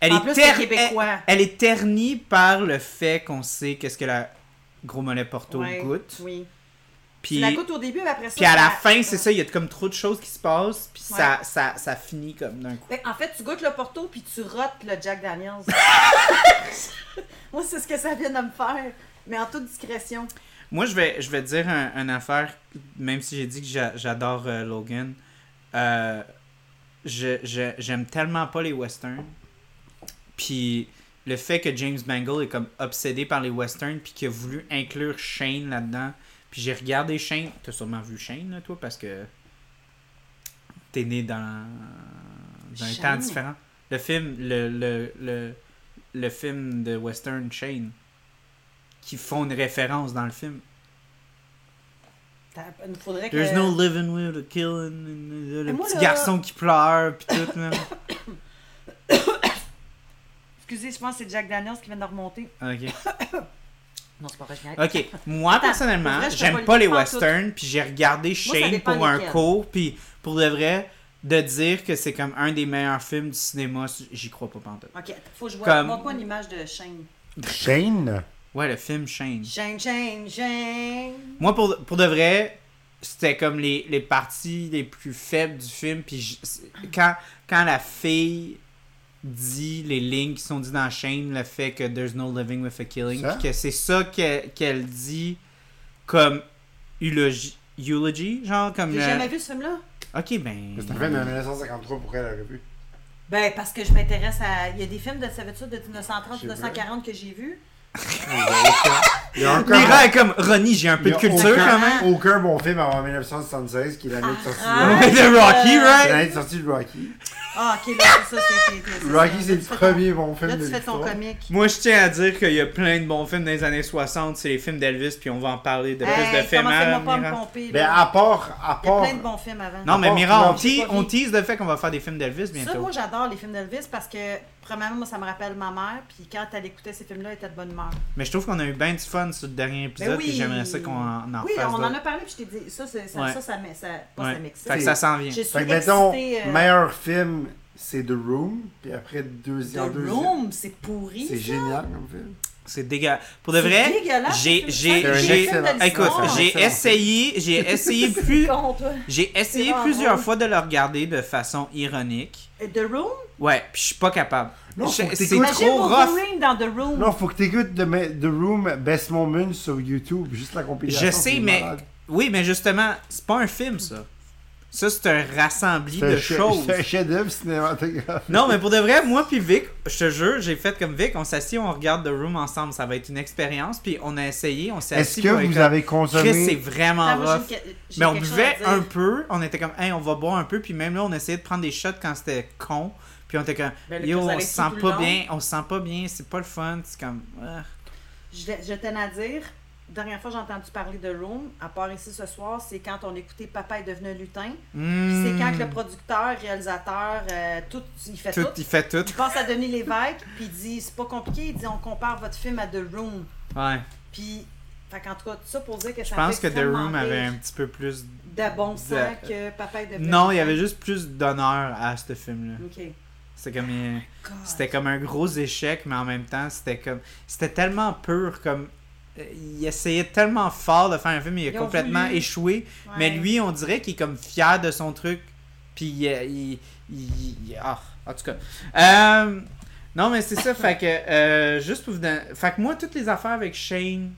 A: Elle
B: En
A: est
B: plus,
A: ter-
B: c'est québécois.
A: Elle, elle est ternie par le fait qu'on sait qu'est-ce que la gros mollet Porto
B: Ouais,
A: goûte.
B: Oui. Tu
A: Puis,
B: la goûtes au début, mais après ça.
A: puis à la
B: ça-
A: fin, c'est ça, il y a de- comme trop de choses qui se passent, puis ça, ça, ça finit comme d'un coup.
B: Ben, en fait, tu goûtes le Porto puis tu rotes le Jack Daniels. Moi, c'est ce que ça vient de me faire, mais en toute discrétion.
A: Moi, je vais, je vais te dire un- une affaire, même si j'ai dit que j'a- j'adore euh, Logan. Euh, je- je- J'aime tellement pas les westerns. Puis le fait que James Mangle est comme obsédé par les westerns, puis qu'il a voulu inclure Shane là-dedans. Puis j'ai regardé Shane. T'as sûrement vu Shane, là, toi, parce que t'es né dans, dans un temps
B: Shane?
A: différent. Le film, le, le, le, le film de western Shane, qui font une référence dans le film.
B: T'as- Il nous faudrait que.
A: There's no living with a killing, and le
B: Mais moi,
A: petit
B: là-
A: garçon qui pleure, puis tout, même.
B: Excusez, je pense que c'est Jack Daniels qui vient de remonter. Euh,
A: Ok.
B: Non, c'est pas vrai, je viens.
A: Ok, moi personnellement,
B: pour vrai, je
A: j'aime
B: peux
A: pas
B: pas
A: les
B: le dire
A: westerns, puis j'ai regardé
B: ça
A: Shane
B: dépend
A: pour un
B: lesquels.
A: cours, puis pour de vrai, de dire que c'est comme un des meilleurs films du cinéma, j'y crois pas pantoute.
B: Ok, faut que je vois.
A: Comme-
B: Montre-moi une image de Shane.
C: Shane?
A: Ouais, le film Shane.
B: Shane, Shane, Shane.
A: Moi, pour, pour de vrai, c'était comme les, les parties les plus faibles du film. Puis je- c'est- quand, quand la fille dit les lignes qui sont dites dans Shane, le fait que there's no living with a killing,
C: Ça?
A: puis que c'est ça qu'elle qu'elle dit comme eulogie, eulogy, genre comme.
C: Euh,
B: J'ai
A: le-
B: jamais vu ce film-là?
A: Ok, ben.
C: C'est un film de 1953 pour elle aurait pu.
B: Ben, parce que je m'intéresse à. Il y a des films de Savage de 1930,
C: J'ai vu.
B: 1940 que j'ai vus.
C: Il y a encore
A: Mira est comme Ronnie, j'ai un peu
C: il y
A: de
C: a
A: culture
C: aucun,
A: quand même.
C: aucun bon film avant 1976 qui est l'année de sortie
B: Arrête.
C: de Rocky.
A: De Rocky,
B: Euh,
C: C'est
A: right?
C: l'année de sortie de Rocky.
B: Ah, ok, là, c'est ça, c'est. c'est-
C: Rocky, c'est le
B: tu fais ton-
C: premier bon film
B: Là,
C: de
B: tu fais ton
C: l'histoire.
B: comique.
A: Moi, je tiens à dire qu'il y a plein de bons films dans les années 60. C'est les films d'Elvis, puis on va en parler de plus de
B: Hey,
A: films. hein,
B: commencez-moi pas à
A: Mira?
B: me pomper.
C: Mais
B: là.
C: Ben, à part, à
B: Il y a
C: part,
B: plein de bons films avant.
A: Non, mais
C: part
A: Mira, on,
C: Pinocchio,
A: te-
B: j'ai pas
A: on
B: vu.
A: tease le fait qu'on va faire des films d'Elvis
B: Ça,
A: bientôt.
B: moi, j'adore les films d'Elvis parce que, premièrement, moi, ça me rappelle ma mère, puis quand elle écoutait ces films-là, elle était de bonne humeur.
A: mais je trouve qu'on a eu bien du fun sur le dernier épisode
B: Ben oui.
A: et j'aimerais ça qu'on en, en
B: oui,
A: refasse
B: on en
A: d'autres.
B: a parlé, puis je t'ai dit, ça, c'est- ça,
A: Ouais.
B: ça, ça, m'est- ça, pas
A: Ouais.
B: ça m'excite.
A: Fait que ça s'en vient.
B: Je suis
C: Fait que mettons,
B: excitée, euh,
C: meilleur film, c'est The Room, puis après deuxième,
B: The Room, c'est pourri.
C: C'est génial comme film.
A: C'est dégueulasse. Pour de
B: C'est
A: vrai,
B: dégueulasse,
A: j'ai
B: ce film.
A: j'ai
C: C'est un
A: j'ai-
C: excellent film.
A: écoute,
C: C'est un
A: j'ai
C: excellent
A: essayé, j'ai essayé plus
B: Con, toi.
A: j'ai essayé
B: vraiment
A: plusieurs
B: drôle.
A: fois de le regarder de façon ironique.
B: Euh, The Room?
A: Ouais, puis je suis pas capable.
C: Non,
A: Je-
C: faut que
A: C'est
C: t'écoutes.
B: Imagine
A: trop rough.
B: Wolverine dans The Room.
C: Non, faut que t'écoutes The, Ma- The Room Best Moments sur YouTube, juste la compilation.
A: Je sais,
C: c'est
A: mais
C: malade.
A: Oui, mais justement, c'est pas un film, ça. Ça, c'est un rassemblement
C: C'est un
A: de
C: chef-
A: choses.
C: C'est un chef-d'œuvre cinématographique.
A: Non, mais pour de vrai, moi puis Vic, je te jure, j'ai fait comme Vic, on s'assit, on regarde The Room ensemble. Ça va être une expérience, puis on a essayé, on s'est
C: Est-ce
A: assis.
C: que
A: pour être
C: vous
A: comme,
C: avez
A: Chris, c'est
C: consommé.
A: vraiment
B: Ah, moi,
A: rough.
B: j'ai une que- j'ai
A: Mais on
B: quelque chose à
A: buvait
B: dire.
A: un peu, on était comme, hey, on va boire un peu, puis même là, on essayait de prendre des shots quand c'était con, puis on était comme,
B: Ben, le
A: yo,
B: plus
A: on
B: Alexis
A: se sent
B: tout
A: pas
B: le long.
A: bien, on se sent pas bien, c'est pas le fun, c'est comme, ah.
B: Je, je tenais à dire, dernière fois j'ai entendu parler de Room, à part ici ce soir, c'est quand on écoutait Papa est devenu un lutin. Puis
A: hmm,
B: C'est quand que le producteur, réalisateur, euh, tout, il fait tout.
A: tout, il fait tout.
B: Il passe à Denis Lévesque, puis il dit, c'est pas compliqué, il dit, on compare votre film à The Room.
A: Ouais.
B: Puis, fait qu'en tout cas, tout ça pour dire que
A: Je
B: ça me
A: pense que
B: fait
A: The Room
B: extrêmement
A: avait
B: rire
A: un petit peu plus.
B: de bon sens
A: de-
B: que Papa est devenu
A: Non,
B: un
A: il y avait
B: lutin.
A: juste plus d'honneur à ce film-là.
B: OK.
A: C'était comme, il-
B: God.
A: c'était comme un gros échec, mais en même temps, c'était comme, c'était tellement pur, comme, euh, il essayait tellement fort de faire un film, mais il
B: Ils
A: a
B: ont
A: complètement
B: voulu.
A: échoué. Mais
B: Ouais.
A: lui, on dirait qu'il est comme fier de son truc. Puis euh, il. il- il- ah, en tout cas. Euh, non, mais c'est ça. fait que. euh, juste pour vous donner. Fait que moi, toutes les affaires avec Shane,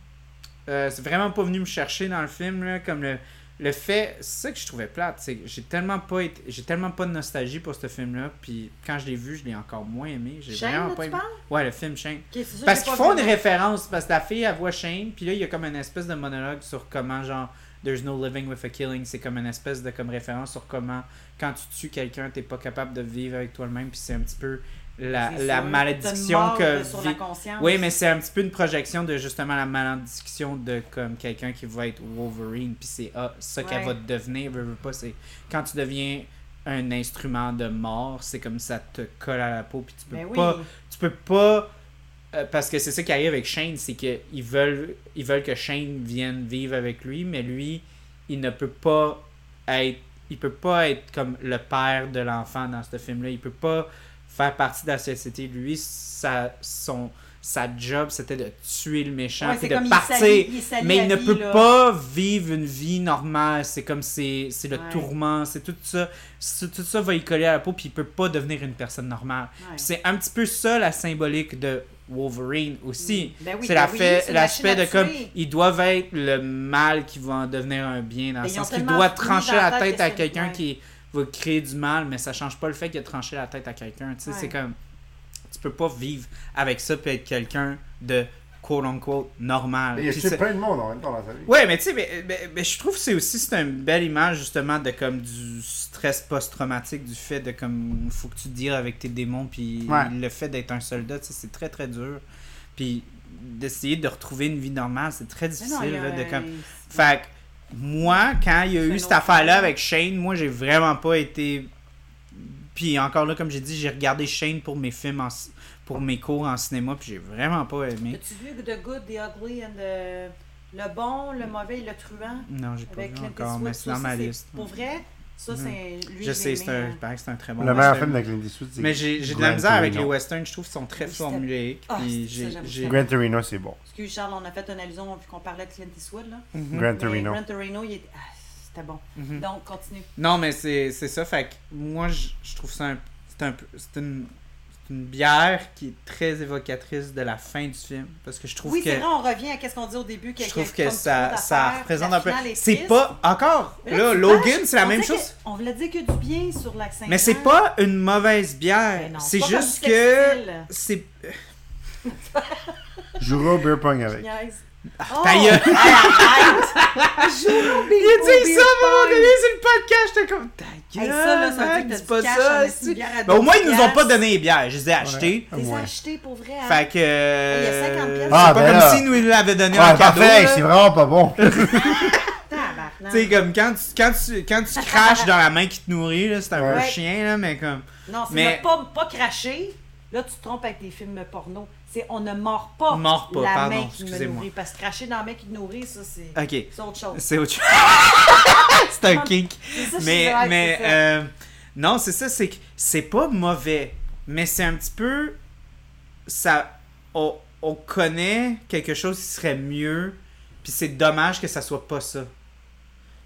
A: euh, c'est vraiment pas venu me chercher dans le film. Là, comme le, le fait. C'est ça que je trouvais plate. c'est que J'ai tellement, pas été- j'ai tellement pas de nostalgie pour ce film-là. Puis quand je l'ai vu, je l'ai encore moins aimé. J'ai
B: Shane,
A: vraiment
B: là,
A: pas
B: tu
A: aimé.
B: parles?
A: Ouais, le film Shane.
B: Ok, c'est sûr,
A: Parce
B: j'ai
A: qu'ils
B: pas
A: font
B: vu.
A: une référence, parce que la fille, elle voit Shane, puis là, il y a comme une espèce de monologue sur comment, genre, there's no living with a killing. C'est comme une espèce de comme référence sur comment, quand tu tues quelqu'un, t'es pas capable de vivre avec toi-même, puis c'est un petit peu la,
B: C'est
A: la
B: sûr.
A: malédiction
B: T'as une
A: que.
B: mort euh, Sur la
A: vit-
B: conscience.
A: Oui, mais c'est un petit peu une projection de justement la malédiction de comme quelqu'un qui va être Wolverine, puis c'est ah, ça qu'elle va
B: Ouais.
A: devenir, veux, veux pas, c'est quand tu deviens un instrument de mort, c'est comme ça te colle à la peau, puis tu peux
B: Ben oui.
A: pas tu peux pas euh, parce que c'est ça qui arrive avec Shane, c'est que ils veulent ils veulent que Shane vienne vivre avec lui, mais lui il ne peut pas être il peut pas être comme le père de l'enfant dans ce film là, il peut pas faire partie de la société. Lui sa son sa job c'était de tuer le méchant
B: Ouais,
A: puis
B: c'est
A: de
B: comme il est
A: partir.
B: sali- il est sali
A: mais
B: à
A: il ne
B: vie,
A: peut
B: là.
A: pas vivre une vie normale. C'est comme c'est c'est le
B: Ouais.
A: tourment, c'est tout ça, c'est- tout ça va y coller à la peau puis il peut pas devenir une personne normale.
B: Ouais.
A: Puis C'est un petit peu ça la symbolique de Wolverine aussi.
B: Ben oui,
A: c'est
B: ben
A: la
B: oui,
A: fait-
B: c'est une
A: l'aspect
B: machine à
A: de comme
B: tuer. Ben
A: ils doivent être le mal qui va en devenir un bien dans le
B: Mais Ben, ils
A: sens
B: ont
A: qu'il
B: tellement
A: doit
B: mis
A: trancher
B: dans
A: la
B: la
A: tête
B: tête que
A: à
B: c'est-
A: quelqu'un
B: ouais.
A: qui va créer du mal, mais ça change pas le fait qu'il a tranché la tête à quelqu'un. Tu sais,
B: Ouais.
A: c'est comme tu peux pas vivre avec ça puis être quelqu'un de quote unquote normal.
C: Il y a
A: Ah, Puis
C: tué
A: c'est-
C: plein de monde en même temps dans sa vie.
A: Ouais, mais tu sais, mais- mais- mais je trouve que c'est aussi c'est une belle image justement de comme du stress post-traumatique, du fait de comme faut que tu deals avec tes démons, puis
C: Ouais.
A: le fait d'être un soldat, tu sais, c'est très très dur. Puis d'essayer de retrouver une vie normale, c'est très
B: Mais non, il
A: difficile.
B: y a
A: là, de
B: un-
A: comme... Fait que moi, quand il y a
B: C'est
A: eu
B: une
A: cette
B: autre
A: affaire-là
B: affaire.
A: avec Shane, moi j'ai vraiment pas été. Puis encore là, comme j'ai dit, j'ai regardé Shane pour mes films, en ci- pour mes cours en cinéma, puis j'ai vraiment pas aimé.
B: As-tu vu The Good, The Ugly and the... Le bon, le mauvais et le truand?
A: Non, j'ai pas
B: Avec
A: vu
B: Clint
A: encore, mais
B: Eastwood,
A: c'est
B: ça
A: dans ma
B: aussi, c'est-
A: liste. Mm-hmm.
B: Pour vrai, ça, c'est... Lui,
A: Je
B: l'ai
A: sais, c'est
B: aimé,
A: un,
B: hein.
A: il paraît que c'est un très bon
C: Le meilleur
A: western.
C: film avec Clint Eastwood, c'est.
A: Mais j'ai j'ai de
C: Gran
A: la misère avec les
C: Torino.
A: westerns, je trouve qu'ils sont très
B: Oui, c'était-
A: formulés.
B: Ah,
A: puis
B: c'est ça,
A: j'ai-
B: j'avoue,
A: j'ai-
B: c'était-
C: Gran Torino, c'est bon.
B: Excuse, Charles, on a fait une allusion vu qu'on parlait de Clint Eastwood, là.
A: Mhm.
C: Gran
B: Mais
C: Torino.
B: Gran Torino, il était... Ah, c'était bon.
A: Mhm.
B: Donc, continue.
A: Non, mais c'est c'est ça, fait que moi, je je trouve ça un, c'est un peu. C'est une, c'est une bière qui est très évocatrice de la fin du film. Parce que je trouve
B: Oui,
A: que.
B: c'est vrai, on revient à qu'est-ce qu'on dit au début.
A: Je trouve que ça, ça représente un peu. C'est
B: pas
A: pas. Encore,
B: Mais là,
A: là,
B: tu
A: Logan, c'est la
B: On
A: même
B: disait
A: chose.
B: que- on voulait dire que du bien sur la Saint-Jean.
A: Mais c'est pas une mauvaise
B: Mais
A: bière.
B: non,
A: C'est
B: pas comme
A: juste
B: du
A: que.
B: textile.
A: C'est.
C: Jouera au beer pong avec.
B: Niaise.
A: Ah,
B: Oh,
A: Ta gueule! Il a dit ça à un moment donné, c'est le podcast. J'étais comme, ta gueule,
B: Hey, ça, là, ça veut
A: man,
B: dire
A: dis
B: que t'as
A: pas
B: du cash,
A: ça.
B: on a
A: esti.
B: une bière à
A: Ben, au
B: 12
A: moins, ils nous ont pas
B: piastres.
A: donné les bières. Je les ai achetées.
B: T'es
C: Ouais.
B: acheté pour vrai. hein?
A: Fait que.
B: Il y a 50 piastres.
A: c'est pas
C: Ah, ben
A: comme
C: là.
A: s'ils nous l'avaient donné
C: Ah,
A: en cadeau.
C: parfait,
A: là.
C: c'est vraiment pas bon.
B: Tabarnak.
A: Tu sais, comme quand tu, quand, tu, quand tu craches dans la main qui te nourrit, là, c'est un peu
C: Ouais.
A: chien, là, mais comme.
B: Non, c'est
A: mais-
B: ne pas, pas cracher. Là, tu te trompes avec tes films porno. C'est on ne mord pas,
A: Mord pas,
B: la
A: pardon,
B: main qui me
A: excusez-moi.
B: nourrit. Parce que cracher dans la main qui te nourrit, ça, c'est
A: Ok,
B: c'est autre chose.
A: c'est autre chose. c'est un kink.
B: C'est ça, je suis
A: mais
B: d'accord,
A: mais
B: c'est ça.
A: euh, non, c'est ça, c'est que c'est pas mauvais, mais c'est un petit peu ça on, on connaît quelque chose qui serait mieux, puis c'est dommage que ça soit pas ça.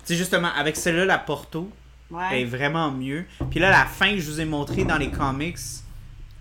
A: Tu sais justement avec celle-là la Porto
B: Ouais.
A: elle est vraiment mieux. Puis là la fin que je vous ai montré dans les comics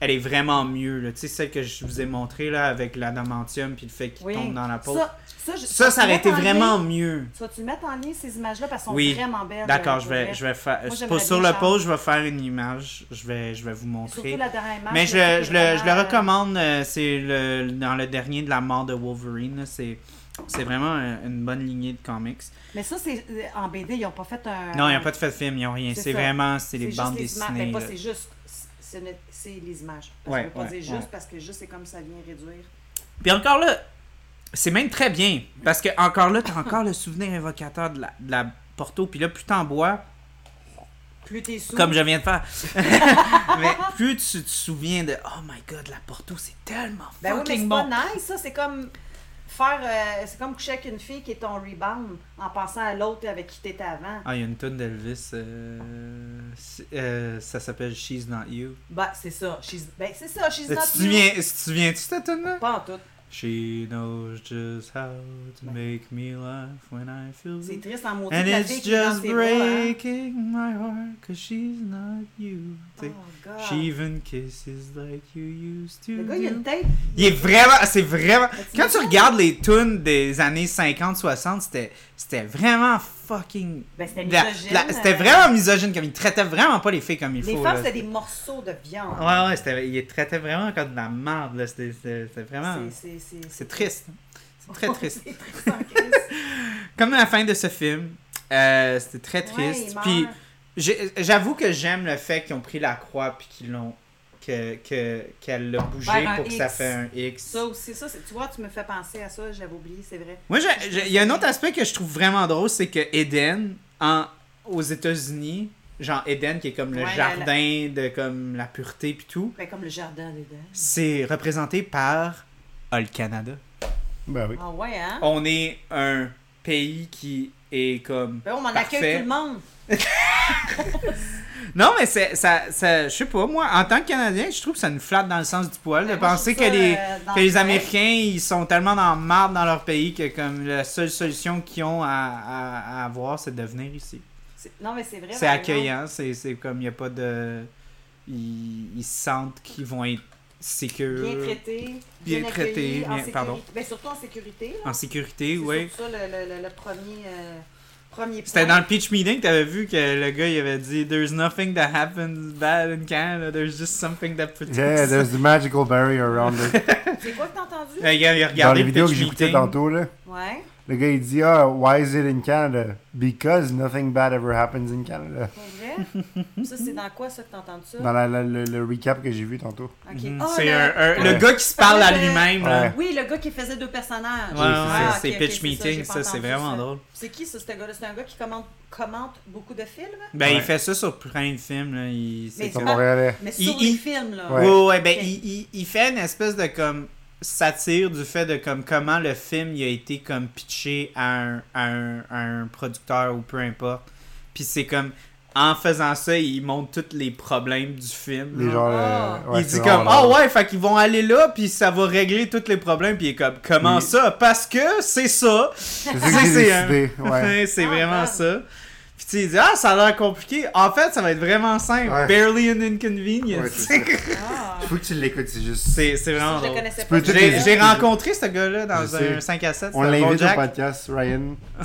A: elle est vraiment mieux. là. Tu sais, celle que je vous ai montrée là, avec l'adamantium puis le fait qu'il
B: Oui.
A: tombe dans la peau. Ça,
B: Ça, ça, je-
A: ça,
B: tu vas
A: aurait été
B: mettre en
A: vraiment
B: lien-
A: mieux.
B: Tu vas-tu le mettre en lien, ces images-là, parce qu'elles sont
A: Oui.
B: vraiment belles.
A: D'accord,
B: euh,
A: je
B: pour
A: vais,
B: vrai.
A: je vais faire.
B: Moi,
A: c'est
B: j'aimerais
A: pas sur
B: bien
A: le
B: ça.
A: pause, je vais faire une image. Je vais, je vais vous montrer.
B: Surtout la dernière image.
A: Mais je,
B: là,
A: le-
B: c'est
A: je, le, je le
B: vraiment, euh,
A: recommande. euh, c'est le, dans le dernier de la mort de Wolverine. là, C'est, c'est vraiment un- une bonne lignée de comics.
B: Mais ça, c'est euh, en BD, ils n'ont pas fait un.
A: non, ils n'ont pas de fait de film, ils n'ont rien.
B: Ah c'est
A: C'est
B: ça.
A: vraiment c'est les
B: juste
A: bandes
B: les images.
A: dessinées.
B: Ben, pas
A: là.
B: c'est juste. c'est- ce n'est- C'est les images. Parce
A: Ouais,
B: qu'on peut pas
A: ouais,
B: dire juste
A: ouais.
B: parce que juste c'est comme ça vient réduire.
A: Puis encore là, c'est même très bien. Parce que encore là, t'as encore le souvenir évocateur de la, de la Porto. Puis là, plus t'en bois,
B: Plus t'es sous.
A: comme je viens de faire, mais plus tu te souviens de Oh my god, la Porto, c'est tellement
B: Ben oui, mais
A: fucking
B: c'est
A: bon.
B: pas nice, ça. C'est comme faire. euh, c'est comme coucher avec une fille qui est ton rebound en pensant à l'autre avec qui t'étais avant.
A: Ah, il y a une tonne d'Elvis. euh, c'est- euh, ça s'appelle She's Not You.
B: Ben, c'est ça. She's- Ben, c'est ça. She's
A: Tu
B: not
A: te
B: you.
A: souviens, tu te souviens-tu de cette tune-là?
B: Pas en tout.
A: She knows just how to make me laugh when I feel
B: C'est
A: weak.
B: triste en maudit.
A: And
B: la
A: it's
B: fille qui est dans
A: just
B: tes bras, hein.
A: breaking my heart cause she's not you.
B: Oh,
A: T'sais,
B: God.
A: She even kisses like you used to
B: Le gars, il a
A: do.
B: une tête.
A: Il est vraiment, c'est vraiment.
B: tu
A: Quand tu
B: m'étonnes.
A: regardes les tunes des années 50-60, c'était, c'était vraiment fucking.
B: Ben, c'était
A: la-
B: misogyne,
A: la- C'était
B: euh.
A: vraiment misogyne comme il traitait vraiment pas les filles comme il
B: Les
A: faut.
B: femmes,
A: là.
B: c'était des morceaux de viande.
A: Ouais, ouais, c'était, il les traitait vraiment comme de la merde. Là. C'était, c'était- c'était vraiment.
B: C'est- c'est- c'est-
A: C'est triste. C'est très triste.
B: c'est triste en crise.
A: Comme la fin de ce film, euh, c'était très
B: Ouais,
A: triste.
B: il meurt.
A: Puis j'ai- j'avoue que j'aime le fait qu'ils ont pris la croix puis qu'ils l'ont. Que, que, qu'elle l'a bougé
B: Faire un
A: pour que ça
B: X.
A: fait un X.
B: Ça aussi, ça, c'est- tu vois, tu me fais penser à ça, j'avais oublié, c'est vrai.
A: Moi, je- je- il y a un autre aspect que je trouve vraiment drôle, c'est que Eden, en, aux États-Unis, genre Eden qui est comme le
B: Ouais, la-
A: jardin de comme la pureté puis tout,
B: Ben, comme le jardin d'Éden.
A: c'est représenté par All Canada.
C: Ben oui.
B: Ah ouais, hein?
A: On est un pays qui est comme
B: Ben, on m'en
A: Parfait.
B: accueille tout le monde.
A: non mais c'est ça, ça je sais pas moi en tant que Canadien je trouve que ça nous flatte dans le sens du poil de
B: Ben, moi, je
A: penser que
B: trouve ça,
A: les
B: euh, dans
A: que
B: le
A: les
B: Québec.
A: Américains ils sont tellement dans la marde dans leur pays que comme la seule solution qu'ils ont à, à- à avoir c'est de venir ici
B: C'est- Non, mais c'est vrai. ben,
A: C'est
B: par exemple.
A: accueillant, c'est c'est comme il n'y a pas de. Ils, ils sentent qu'ils vont être sécures.
B: Bien traité.
A: Bien traité,
B: accueilli, en
A: bien-
B: sécurité.
A: pardon.
B: Ben, surtout en sécurité. là.
A: En sécurité,
B: C'est
A: oui.
B: surtout ça le, le- le- le premier, euh, premier point.
A: C'était dans le pitch meeting que t'avais vu que le gars il avait dit There's nothing that happens bad in Canada, there's just something that protects.
C: Yeah, there's the magical barrier around it.
B: C'est quoi que t'as entendu?
A: Le gars, il a
C: Dans les
A: regardé le
C: vidéos que
A: pitch
C: j'écoutais
A: meeting.
C: tantôt, là,
B: Ouais.
C: le gars il dit Ah, why is it in Canada? Because nothing bad ever happens in Canada.
B: Pour vrai? ça, c'est dans quoi, ça, que t'as entendu ça?
C: Dans la- la- le, le recap que j'ai vu tantôt.
B: Ok.
A: Mhm.
B: Ah,
A: c'est
B: le-
A: un- un-
C: Ouais.
A: le gars qui se parle à
B: Ouais.
A: lui-même. là.
C: Ouais.
B: Oui, le gars qui faisait deux personnages.
A: Ouais,
C: c'est
A: ouais,
C: ça.
A: c'est
B: Ah, ok,
A: pitch
B: ok, c'est ça,
A: meeting,
B: j'ai pas
A: ça, c'est
B: entendu
A: vraiment
B: ça.
A: drôle.
B: C'est qui ça, ce gars-là? C'est un gars qui commente, commente beaucoup de films?
A: Ben, il
C: Ouais.
A: fait ça sur plein de films. Là. Il, c'est
B: Mais
C: C'est
A: comme-
B: ça-
C: Montréalais.
B: Mais
A: Il-
B: sur les
A: il-
B: films, là.
A: Ouais,
C: Ouais.
A: ouais, ben
B: Ok.
A: il, il- il fait une espèce de comme satire du fait de comme comment le film il a été comme pitché à un, à un, à un producteur ou peu importe. Puis c'est comme en faisant ça, il montre tous les problèmes du film.
C: Les
A: là.
C: gens.
B: Ah.
C: euh, ouais,
A: il dit
C: c'est
A: comme
C: vraiment
A: ah
C: drôle.
A: ouais, fait qu'ils vont aller là puis ça va régler tous les problèmes puis il est comme comment
C: Oui.
A: ça parce que c'est ça.
C: C'est ça que j'ai
A: C'est un-
C: décidé. Ouais.
A: c'est
B: Ah,
A: vraiment
B: man.
A: ça. Puis tu sais, il dit ah ça a l'air compliqué. En fait, ça va être vraiment simple.
C: Ouais.
A: Barely an inconvenience.
C: Ouais, c'est ça.
B: Ah.
C: Faut que tu l'écoutes, c'est juste.
A: c'est c'est
B: Ça,
A: vraiment
B: je le
A: drôle.
B: connaissais
C: Tu
B: pas.
C: peux tout
A: J'ai
C: les-
A: j'ai rencontré ce gars-là dans un
C: Je sais.
A: 5 à 7.
C: On
A: c'était un bon
C: l'invite au
A: Jack.
C: podcast, Ryan.
B: Hein?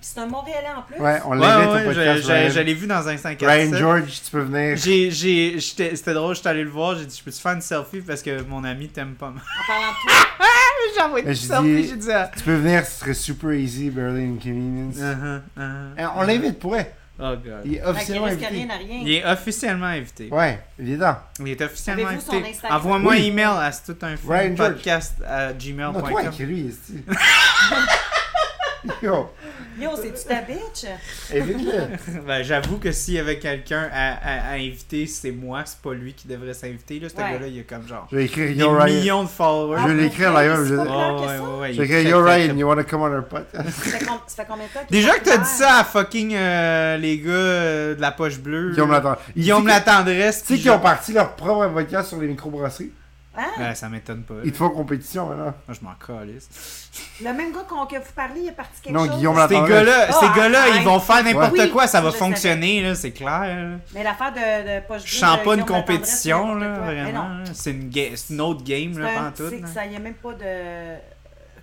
B: C'est un Montréalais en plus.
C: Ouais, on
A: Ouais,
C: l'invite
A: ouais,
C: au podcast.
A: je- je- je
C: Ryan.
A: l'ai vu dans un 5 à
C: Ryan
A: 7.
C: George, tu peux venir.
A: J'ai- j'ai- j'étais- C'était drôle, j'étais allé le voir, j'ai dit je peux te faire une selfie parce que mon ami t'aime pas mal.
B: En parlant de
A: Ah,
B: toi.
A: j'ai envoyé une
C: Mais Ben, j'ai
A: selfie,
C: dit-
A: j'ai dit ah.
C: Tu peux venir, ce serait super easy, barely inconvenience.
A: Uh-huh, uh-huh.
C: Eh, On l'invite pour vrai.
A: Oh god.
C: Il est
B: Fait qu'il
C: officiellement
B: risque rien
C: invité.
B: à rien.
A: Il est officiellement invité.
C: Ouais, évidemment.
A: Il est officiellement
B: Avez-vous son
A: invité.
B: Instagram?
A: Envoie-moi un
C: Oui.
A: email à c'est tout un
C: Ryan
A: film
C: George.
A: podcast à
C: Non, toi,
A: gmail.com.
C: écris-lui, ici. Yo,
B: Yo, c'est-tu ta bitch?
C: évite-le.
A: Ben, J'avoue que s'il y avait quelqu'un à, à- à inviter, c'est moi, c'est pas lui qui devrait s'inviter. là. Ce
B: Ouais.
A: gars-là, il a comme genre
C: Je vais écrire
A: des
C: Yo Ryan.
A: millions de followers.
C: Je vais l'écrire à l'ailleurs, je vais
B: Ah, C'est
A: Ouais,
B: pas
C: dire-
B: clair
A: Ah, ouais,
B: que ça.
A: ouais, ouais,
C: Je
A: il est
C: vais écrire
A: très,
C: Yo
A: très,
C: Ryan,
A: très-
C: you wanna come on our podcast?
B: Ça fait, com- ça fait combien de temps qu'il
A: Déjà
B: est
A: que t'as dit
C: Ah.
B: populaire?
A: ça à fucking euh, les gars euh, de la poche bleue.
C: Guillaume
A: là.
C: l'attend. Il dit
A: Guillaume
C: que-
A: l'attendresse.
C: Tu sais
A: puis
C: qu'ils ont
A: je-
C: parti leur propre podcast sur les microbrasseries?
B: Hein?
A: Ouais, ça m'étonne pas.
C: Ils te font compétition maintenant.
A: Moi, je m'en calisse.
B: Le même gars qu'on- que vous parlez, il est parti quelque
C: Non,
B: chose.
C: Guillaume
A: Ces
C: Latourelle.
A: gars-là,
B: Ah,
A: ces gars-là,
B: arrête.
A: ils vont faire n'importe
B: Oui,
A: quoi, ça va
B: je le
A: fonctionner, là, c'est clair. là.
B: Mais l'affaire de, de pas
A: Je sens
B: de
A: pas une
B: Guillaume Latendresse,
A: compétition,
B: n'importe
A: là,
B: quoi. Mais non.
A: vraiment. là. C'est une, ga- c'est une autre game,
B: C'est
A: là,
B: un-
A: pantoute.
B: c'est que
A: là.
B: ça, il n'y a même pas de euh,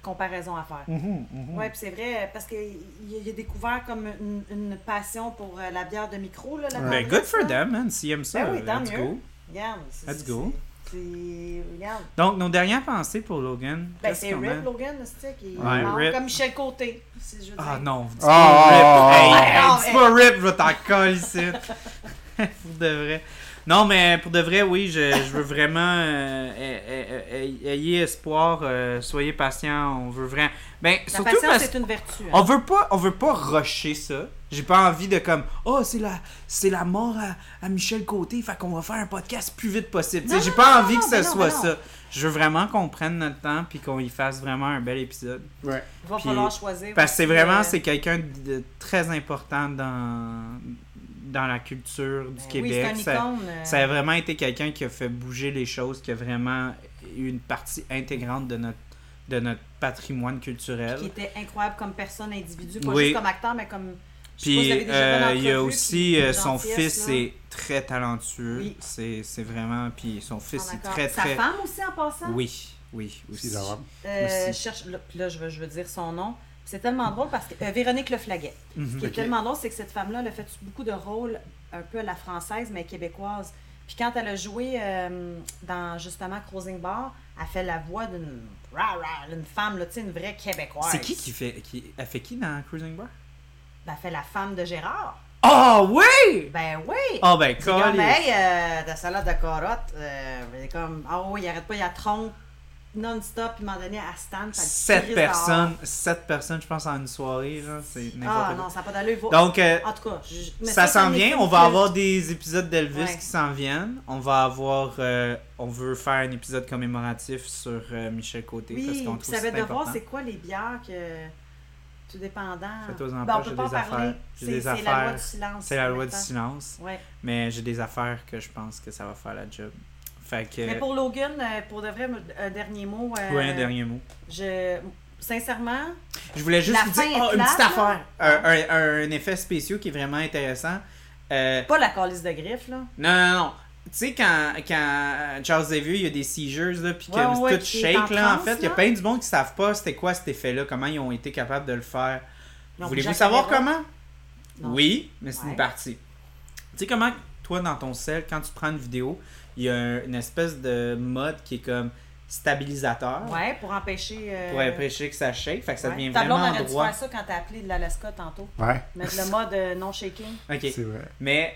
B: comparaison à faire.
A: Mhm, mhm.
B: Oui, puis c'est vrai, parce qu'il a découvert comme une, une passion pour euh, la bière de micro. Là, la
A: Ben,
B: tendresse,
A: good for
B: là.
A: them, man. S'ils aiment ça,
B: Ben oui, tant
A: let's
B: mieux.
A: go.
B: Regarde. c'est-
A: Let's go.
B: c'est- c'est- Regarde.
A: Donc, nos dernières pensées pour Logan.
B: Ben,
A: qu'est-ce
B: c'est
A: qu'on a?
B: Rip Logan, c'est qui
A: Ouais,
B: non,
A: Rip.
B: comme Michel Côté. si je veux
A: Ah
B: dire.
A: non, vous dites
C: Ah,
A: pas
C: ah,
A: Rip.
C: ah,
A: Hey, hey,
B: ah,
A: dis
B: ah,
A: pas Rip, je vais t'en coller ici. pour de vrai. Non, mais pour de vrai, oui, je, je veux vraiment. euh, eh, eh, eh, ayez espoir, euh, soyez patients, on veut vraiment. Ben,
B: La
A: surtout
B: patience,
A: parce Oh,
B: c'est une vertu. hein.
A: on veut pas, on veut pas rusher ça. J'ai pas envie de comme, oh c'est la, c'est la mort à, à Michel Côté, fait qu'on va faire un podcast plus vite possible. Tu sais,
B: Non,
A: J'ai
B: non,
A: pas
B: non,
A: envie
B: non,
A: que ce
B: mais non,
A: soit
B: mais non.
A: ça. Je veux vraiment qu'on prenne notre temps puis qu'on y fasse vraiment un bel épisode.
C: Ouais.
B: Il va
A: Puis-
B: falloir choisir.
A: Parce que c'est
B: aussi,
A: vraiment,
B: euh,
A: c'est quelqu'un de très important dans dans la culture du
B: ben
A: Québec.
B: Oui, c'est
A: Ça-
B: une icône. euh,
A: ça a vraiment été quelqu'un qui a fait bouger les choses, qui a vraiment eu une partie intégrante de notre de notre patrimoine culturel.
B: qui était incroyable comme personne, individu, pas
A: Oui.
B: juste comme acteur, mais comme. je sais pas si vous
A: Puis
B: avez déjà fait
A: euh, il y a
B: l'entrevue,
A: aussi
B: puis
A: euh, son
B: gentillesse,
A: fils
B: là.
A: est très talentueux.
B: Oui.
A: C'est c'est vraiment. Puis son fils
B: Ah,
A: est
B: d'accord.
A: très
B: Sa
A: très.
B: femme aussi en passant.
A: Oui, oui aussi.
C: C'est adorable.
B: Euh,
A: aussi.
B: cherche, là, puis là, je veux, je veux dire son nom. Puis C'est tellement drôle parce que euh, Véronique Le Flaguet.
A: Mhm,
B: Ce qui est
C: Ok.
B: tellement drôle, c'est que cette femme-là, elle a fait beaucoup de rôles un peu à la française, mais québécoise. Puis quand elle a joué euh, dans justement Crossing Bar, elle fait la voix d'une rah, rah, d'une femme, là, tu sais, une vraie québécoise.
A: C'est qui qui fait qui elle fait qui dans Cruising Bar?
B: Ben, elle fait la femme de Gérard.
A: Oh oui!
B: Ben oui!
A: Oh ben
B: Ah, C'est comme,
A: colle.
B: hey, euh, de la salade de carottes, euh, c'est comme, oh, il arrête pas, il la trompe non-stop, puis à un moment donné, à stand.
A: Sept personnes, sept personnes, je pense en une soirée là, c'est
B: Ah
A: n'importe
B: non, ça n'a pas d'allure.
A: quoi.
B: Faut-
A: Donc euh,
B: en tout cas, je- je- mais
A: ça
B: c'est un
A: s'en vient.
B: effet
A: On va
B: culte.
A: avoir des épisodes d'Elvis
B: Ouais.
A: qui s'en viennent. On va avoir, euh, on veut faire un épisode commémoratif sur euh, Michel Côté parce
B: Oui,
A: qu'on
B: puis
A: trouve
B: ça va
A: c'est
B: être de voir
A: important.
B: c'est quoi les bières que. Tout dépendant.
A: Fais-toi-en
B: Ben,
A: pas,
B: on
A: j'ai
B: peut pas en
A: des affaires.
B: parler.
A: J'ai
B: C'est
A: des
B: c'est la loi
A: affaires.
B: du silence.
A: C'est la loi du
B: maintenant.
A: silence.
B: Ouais.
A: Mais j'ai des affaires que je pense que ça va faire la job. Fait que.
B: Mais pour Logan, euh, pour de vrai, un dernier mot. euh,
A: Ouais, un dernier mot.
B: Je, sincèrement,
A: Je voulais juste
B: la
A: vous
B: fin
A: dire
B: est
A: oh, une
B: plate,
A: petite
B: là. Ah.
A: affaire. Un, un- un effet spécial qui est vraiment intéressant. Euh,
B: pas la calice de griffes, là.
A: non, non, non. Tu sais, quand, quand euh, Charles Xavier, il y a des seizures, là, puis que
B: Ouais, ouais,
A: tout
B: qui est
A: shake,
B: en
A: là, en
B: transe,
A: fait, il y a
B: là.
A: plein du monde qui savent pas c'était quoi cet effet-là, comment ils ont été capables de le faire.
B: Donc,
A: Voulez-vous
B: Jacques
A: savoir
B: Ferrero.
A: comment?
B: Non.
A: Oui, mais c'est une
B: Ouais.
A: partie. Tu sais comment, toi, dans ton cell, quand tu prends une vidéo, il y a une espèce de mode qui est comme stabilisateur
B: Ouais, pour empêcher. euh,
A: pour empêcher que ça shake, fait que ça
B: ouais.
A: devient
B: Ta blonde
A: vraiment
B: aurait dû
A: droit.
B: faire ça quand t'as appelé de l'Alaska tantôt.
C: Ouais,
B: Mettre le mode euh, non shaking.
A: OK.
C: c'est vrai.
A: Mais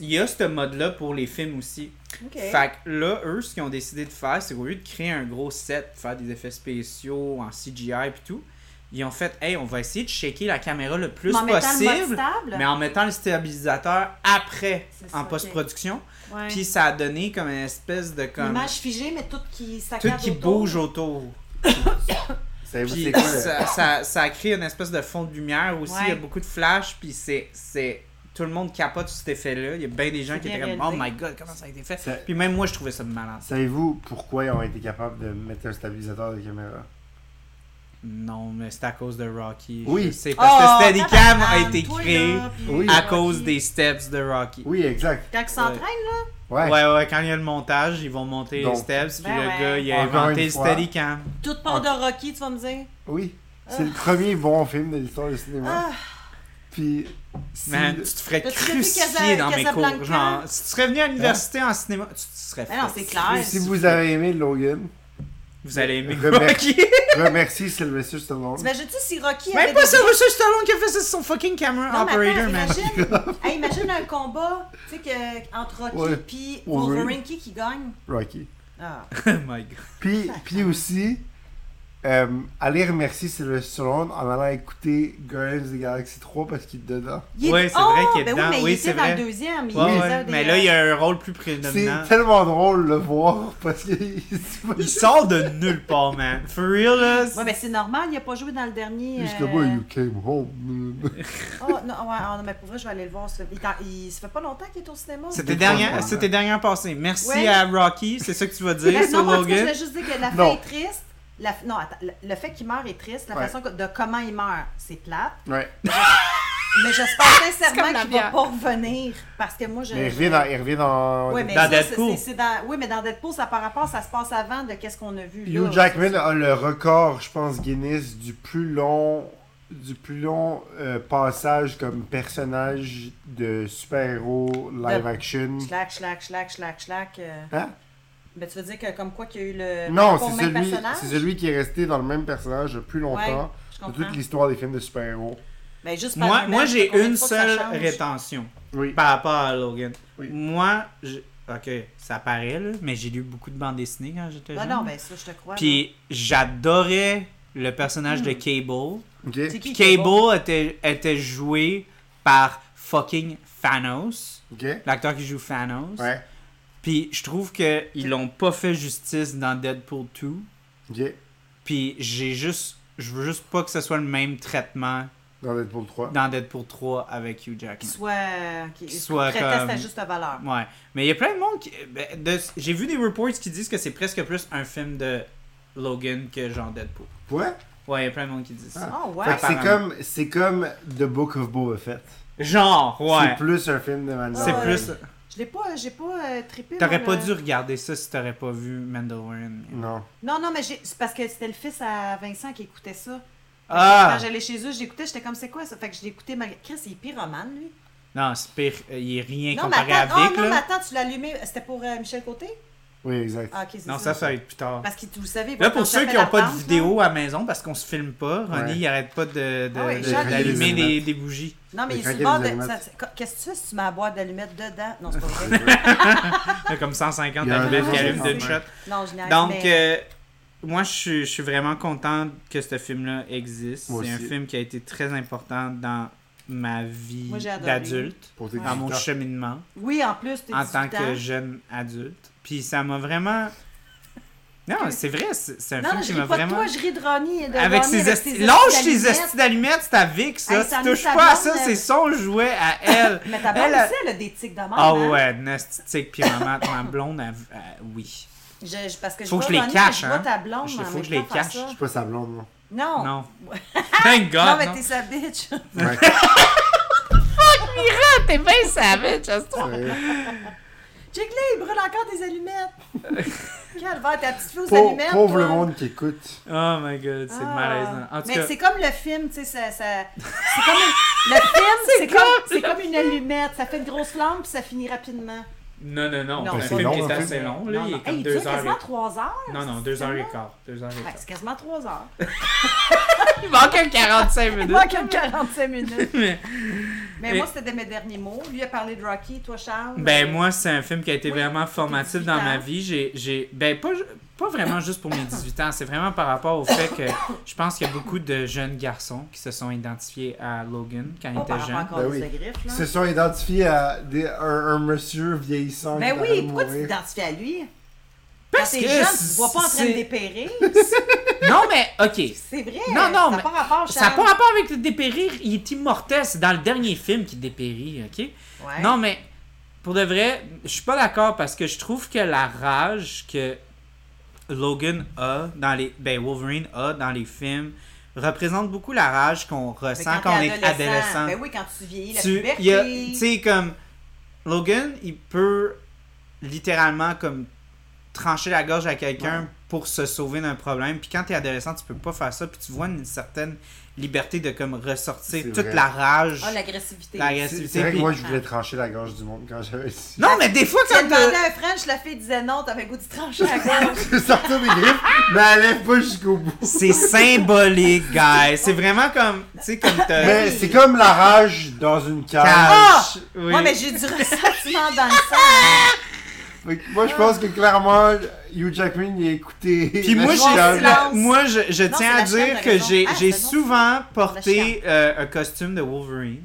A: il y a ce mode-là pour les films aussi.
B: OK.
A: Fait que là, eux, ce qu'ils ont décidé de faire, c'est qu'au lieu de créer un gros set, faire des effets spéciaux en CGI et tout, ils ont fait, hey, on va essayer de shaker la caméra le plus
B: Mais en mettant le mode
A: possible,
B: stable.
A: mais en mettant le stabilisateur après,
B: C'est ça,
A: en
B: ok.
A: post-production.
B: Ouais.
A: Puis ça a donné comme une espèce de comme
B: L'image figée, mais tout qui
A: tout
B: saccade
A: qui
B: autour.
A: bouge autour.
C: Savez-vous
A: Puis
C: c'est quoi le-
A: ça, ça, ça crée une espèce de fond de lumière aussi.
B: Ouais.
A: Il y a beaucoup de flash. Puis c'est, c'est tout le monde capote sur cet effet-là. Il y a bien des gens
B: C'est
A: qui étaient
B: bien
A: comme oh my
B: réalisé.
A: god comment ça a été
C: Ça-
A: fait. Puis même moi je trouvais ça malade.
C: Savez-vous pourquoi ils ont été capables de mettre un stabilisateur de caméra?
A: Non mais c'est à cause de Rocky.
C: Oui.
A: C'est parce que
B: Oh,
A: Steadicam a
B: tabarnak,
A: été
B: toi,
A: créé
B: là, puis
C: Oui.
A: à
B: Rocky.
A: cause des steps de Rocky.
C: Oui, exact.
B: Quand ils s'entraînent, là.
C: Ouais.
A: Ouais, ouais, quand il y a le montage, ils vont monter
C: Donc.
A: les steps, puis
B: Ben
A: le
B: ouais.
A: gars, il a
C: Encore
A: inventé
C: une
A: le
C: fois.
A: Steadicam.
B: Tout part de Rocky, tu vas me dire.
C: Oui. C'est le premier bon film de l'histoire du
B: Ah.
C: cinéma. Puis. si-
A: Man, tu te ferais
B: T'as-tu déjà vu
A: crucifier
B: Casa-
A: dans mes
B: Casablanca?
A: cours. Genre, si tu serais venu à l'université en cinéma, tu te serais fait.
B: Mais non, c'est clair.
C: Si vous avez aimé Logan,
A: Vous allez aimer
C: Remer-
A: Rocky.
C: remercie Sylvester Stallone.
B: T'imagines-tu si Rocky avait
A: Même pas
B: des-
A: Sylvester Stallone qui a fait ça sur son fucking camera
B: Non, mais attends,
A: operator, man.
B: imagine, Hey, imagine un combat, tu sais, que- entre Rocky
C: Ouais.
B: et puis
C: Wolverine.
B: Wolverine qui, qui gagne.
C: Rocky.
B: Ah.
A: oh my god.
C: Puis, puis aussi, Euh, allez remercier Sylvester Stallone en allant écouter Guardians of the Galaxy 3 parce qu'il est dedans.
B: Il est-
A: Ouais, c'est
B: Oh!
A: vrai qu'il est
B: Ben
A: dedans.
B: Oui, mais
A: Oui,
B: il était
A: c'est
B: dans
A: vrai.
B: le deuxième. il
A: Ouais,
B: faisait
A: ouais.
B: des- euh,
A: Mais là, il y a un rôle plus
C: C'est
A: prédominant.
C: tellement drôle de le voir parce qu'il
A: Il sort de nulle part, man. For real, là. c'est-
B: Ouais, mais c'est normal, il n'a pas joué dans le dernier.
C: Jusqu'à
B: euh,
C: moi, you came home.
B: Oh, non, ouais, ah, non, mais pour vrai, je vais aller le voir. ça. Il, t'en- il- ça fait pas longtemps qu'il est au cinéma.
A: C'était
C: Des fois,
A: dernière,
C: ouais.
A: c'était dernière passée. Merci
B: Ouais.
A: à Rocky, c'est ça que tu vas dire
B: Mais
A: sur
B: non, moi, en tout cas, je
A: Logan.
B: voulais juste dire que la fin
C: Non.
B: est triste. La, non, attends, le, le fait qu'il meurt est triste. La
C: Ouais.
B: façon que- de comment il meurt, c'est plate.
C: Ouais.
B: Mais j'espère
F: comme
B: sincèrement
F: la
B: qu'il va
F: bière.
B: pas revenir. Parce que moi, je.
C: Mais il
B: je-
C: revient dans. Il revient dans...
B: Ouais, mais
A: Dans
B: ça, c'est-
A: Deadpool.
B: c'est- c'est dans- Oui, mais dans Deadpool, ça par rapport, ça se passe avant de qu'est-ce qu'on a vu. là.
C: Hugh Jackman a le record, je pense, Guinness du plus long du plus long euh, passage comme personnage de super-héros live
B: De-
C: action.
B: Schlack, schlack, schlack, schlack, schlack. euh.
C: Hein?
B: Ben, tu veux dire que comme quoi qu'il y a eu le.
C: Non,
B: pour le
C: c'est
B: même
C: celui,
B: personnage?
C: c'est celui qui est resté dans le même personnage le plus longtemps
B: Je
C: de
B: comprends.
C: toute l'histoire des films de super-héros.
B: Ben, juste par
A: Moi,
B: lui-même,
A: moi
B: ça
A: j'ai
B: fait
A: une
B: combien de fois que
A: seule
B: ça change?
A: rétention
C: Oui.
A: par rapport à Logan.
C: Oui.
A: Moi, je- ok, ça paraît, là, mais j'ai lu beaucoup de bandes dessinées quand j'étais
B: Non,
A: jeune.
B: non, ben ça, je te crois. là.
A: Puis j'adorais le personnage de Cable.
C: Ok?
B: C'est
A: Puis
B: qui,
A: Cable était, était joué par fucking Thanos,
C: Ok?
A: l'acteur qui joue Thanos.
C: Ouais.
A: Puis je trouve que ils l'ont pas fait justice dans Deadpool 2.
C: Ok.
A: Puis j'ai juste. Je veux juste pas que ce soit le même traitement
C: Dans Deadpool 3.
A: dans Deadpool 3 avec Hugh
B: Qu'il
A: Jackman.
B: soit. Qu'il
A: Qu'il
B: soit
A: soit
B: à
A: comme-
B: juste valeur.
A: Ouais. Mais il y a plein de monde qui. ben, de- J'ai vu des reports qui disent que c'est presque plus un film de Logan que genre Deadpool.
C: Ouais?
A: Ouais, il y a plein de monde qui disent
C: Ah.
A: ça.
B: Oh, ouais.
C: Fait que c'est
A: Apparemment.
C: comme, c'est comme The Book of Boba Fett.
A: Genre, ouais.
C: C'est plus un film de
A: C'est
C: Mandalorian.
B: Ouais.
A: plus.
B: Je l'ai pas, j'ai pas euh, trippé.
A: T'aurais
B: moi,
A: pas
B: le-
A: dû regarder ça si t'aurais pas vu Mandalorian. mais-
C: Non.
B: Non, non, mais j'ai- c'est parce que c'était le fils à Vincent qui écoutait ça.
A: Ah!
B: Quand j'allais chez eux, j'écoutais, j'étais comme c'est quoi ça? Fait que je l'écoutais malgré. Chris, il est pyromane, lui.
A: Non, c'est pire. euh, Il est rien
B: Non, mais
A: comparé
B: attends,
A: à Vic,
B: oh, non, mais
A: là.
B: attends, tu l'as allumé. C'était pour euh, Michel Côté?
C: Oui, exact.
B: Ah, ok, c'est ça.
A: Non, ça, ça va être plus tard.
B: Parce que vous savez.
A: Là,
B: quand
A: pour
B: on
A: ceux
B: tapait
A: qui n'ont
B: la
A: pas
B: pente,
A: de
B: là-
A: vidéo à la maison parce qu'on se filme pas, Ronnie,
C: Ouais.
A: il arrête pas de, de-
B: Ah ouais,
A: de-
B: j'adore.
A: d'allumer
C: Les
A: des, des bougies.
B: Non, mais il
C: Les
B: est sur le
C: craquer
B: bord
C: des
B: de.
C: allumettes.
B: ça- ça- Qu'est-ce que tu fais si tu mets la boîte d'allumettes dedans? Non, c'est pas vrai.
A: Il y a comme 150
C: Il y a un
A: allumettes qui
C: rayon,
A: allument d'une
C: ouais.
A: shot.
B: Non, je n'ai
A: Donc, euh, moi, je suis, je suis vraiment content que ce film-là existe.
C: Moi
A: C'est un
C: aussi.
A: film qui a été très important dans ma vie
B: Moi, j'ai adoré.
A: d'adulte,
C: Pour tes
A: dans Ah, mon
C: 18 ans.
A: cheminement
B: Oui, en plus, t'es
A: en tant
B: 18 ans.
A: que jeune adulte. Puis ça m'a vraiment. Non, c'est vrai, c'est c'est un
B: Non,
A: film
B: non,
A: qui
B: je
A: m'a
B: ris pas de
A: vraiment.
B: toi, je ris de Ronnie et de
A: Avec
B: Ronnie,
A: ses
B: ses
A: esti... Lâche tes
B: allumettes.
A: estis d'allumettes, c'est ta Vic, ça.
B: Hey, ça
A: tu
B: nous
A: touches
B: sa
A: pas à
B: blonde,
A: ça,
B: elle-
A: c'est son jouet à elle.
B: Mais ta blonde
A: Elle a-
B: aussi, elle a des tics de même.
A: Ah
B: hein?
A: ouais, nastique, puis ma, ma blonde, elle- elle- oui.
B: Je- je- parce que
A: Faut
B: je
A: que je
B: vois
A: les
B: Ronnie,
A: cache,
B: je vois
A: hein.
B: ta blonde,
A: Je-
B: mais en
A: faut
B: même
A: que je les
B: temps faire
A: cache.
B: ça.
C: Je suis pas sa blonde, non.
B: Non.
A: Non. Thank God.
B: Non, mais
A: non.
B: t'es sa bitch.
C: Ouais.
F: T'es bien savage, ça se trouve.
C: Ouais.
B: Check là, il brûle encore des allumettes. Calvaire, ta petite fille aux
C: Pau-
B: allumettes.
C: Pauvre
B: toi.
C: le monde qui écoute.
A: Oh my god, c'est
B: Ah.
A: malaisant. En tout
B: Mais
A: cas,
B: c'est comme le film, tu sais, ça. ça- c'est comme une- le film, c'est comme, c'est comme une allumette. Ça fait une grosse lampe puis ça finit rapidement.
A: non, non, non.
B: Non,
A: le
B: c'est
A: film
C: long,
A: est
C: le
A: assez
C: film.
A: long, hein. là.
B: Non,
A: Il est
B: non.
A: comme
B: Hey, dure
A: deux heures.
B: quasiment
A: et-
B: trois heures.
A: Non, non,
B: ce
A: deux heures et
B: film-là.
A: quart. Deux heures et
B: Ouais,
A: quart.
B: c'est quasiment trois heures.
F: Il manque un 45
B: Il
F: minutes.
B: manque un 45 minutes.
A: Mais-
B: Mais
A: Et-
B: moi, c'était de mes derniers mots. Lui a parlé de Rocky, toi, Charles.
A: Ben
B: euh,
A: moi, c'est un film qui a été
B: Oui,
A: vraiment
B: tes
A: formatif
B: 18
A: dans ma
B: ans.
A: vie. J'ai, j'ai, ben pas, pas vraiment juste pour mes 18 ans, c'est vraiment par rapport au fait que je pense qu'il y a beaucoup de jeunes garçons qui se sont identifiés à Logan quand ils
B: Pas par
A: étaient
B: rapport
A: jeunes.
B: à
C: Ben
B: Cordes de
C: oui.
B: Griffes,
C: Ils
B: là.
C: se sont identifiés à des- un, un monsieur vieillissant.
B: Ben
C: qui
B: oui,
C: allait
B: pourquoi tu
C: mourir.
B: t'identifies à lui?
A: Parce
B: Quand
A: que
B: t'es jeune, tu
A: c'est-
B: te vois pas en train de dépérir.
A: Non mais ok,
B: C'est vrai.
A: Non, non,
B: ça
A: mais-
B: n'a pas rapport,
A: ça n'a
B: Charles.
A: pas rapport avec le dépérir. Il est immortel, c'est dans le dernier film qu'il dépérit, ok.
B: Ouais.
A: Non, mais pour de vrai, je suis pas d'accord parce que je trouve que la rage que Logan a dans les. Ben, Wolverine a dans les films représente beaucoup la rage qu'on
B: Mais
A: ressent quand,
B: t'es
A: on est adolescent.
B: Ben oui, quand tu vieillis, la
A: Tu-
B: puberté.
A: il y a- Tu sais, comme. Logan, il peut littéralement comme trancher la gorge à quelqu'un pour se sauver d'un problème. Puis quand t'es adolescent, tu peux pas faire ça. Puis tu vois une certaine liberté de comme ressortir
C: C'est
A: toute
C: vrai.
A: la rage.
B: Ah, l'agressivité.
A: la-
C: C'est c'est vrai que
A: Puis-
C: moi, je voulais trancher la gorge du monde quand j'avais six.
A: Non, mais des fois,
B: Tu as
A: quand
B: demandé
A: t'as-
B: à un French, la fille disait non, t'avais le goût de trancher à gauche.
C: Je sortais des griffes, mais elle allait pas jusqu'au bout.
A: C'est symbolique, guys. C'est vraiment comme, tu sais, comme t'as...
C: Mais c'est comme la rage dans une cage.
A: Cage.
B: Moi,
A: Oui.
B: mais j'ai du ressentiment dans le sang.
C: Fait que moi, je pense que clairement, Hugh Jackman, il a écouté.
A: Puis
C: la
A: moi,
C: chienne.
A: j'ai-
B: silence.
A: moi, je, je
B: Non,
A: tiens
B: c'est
A: à
B: la chienne,
A: dire
B: t'as
A: que
B: raison.
A: j'ai
B: Ah,
A: j'ai
B: c'est bon,
A: souvent
B: La
A: porté euh, un costume de Wolverine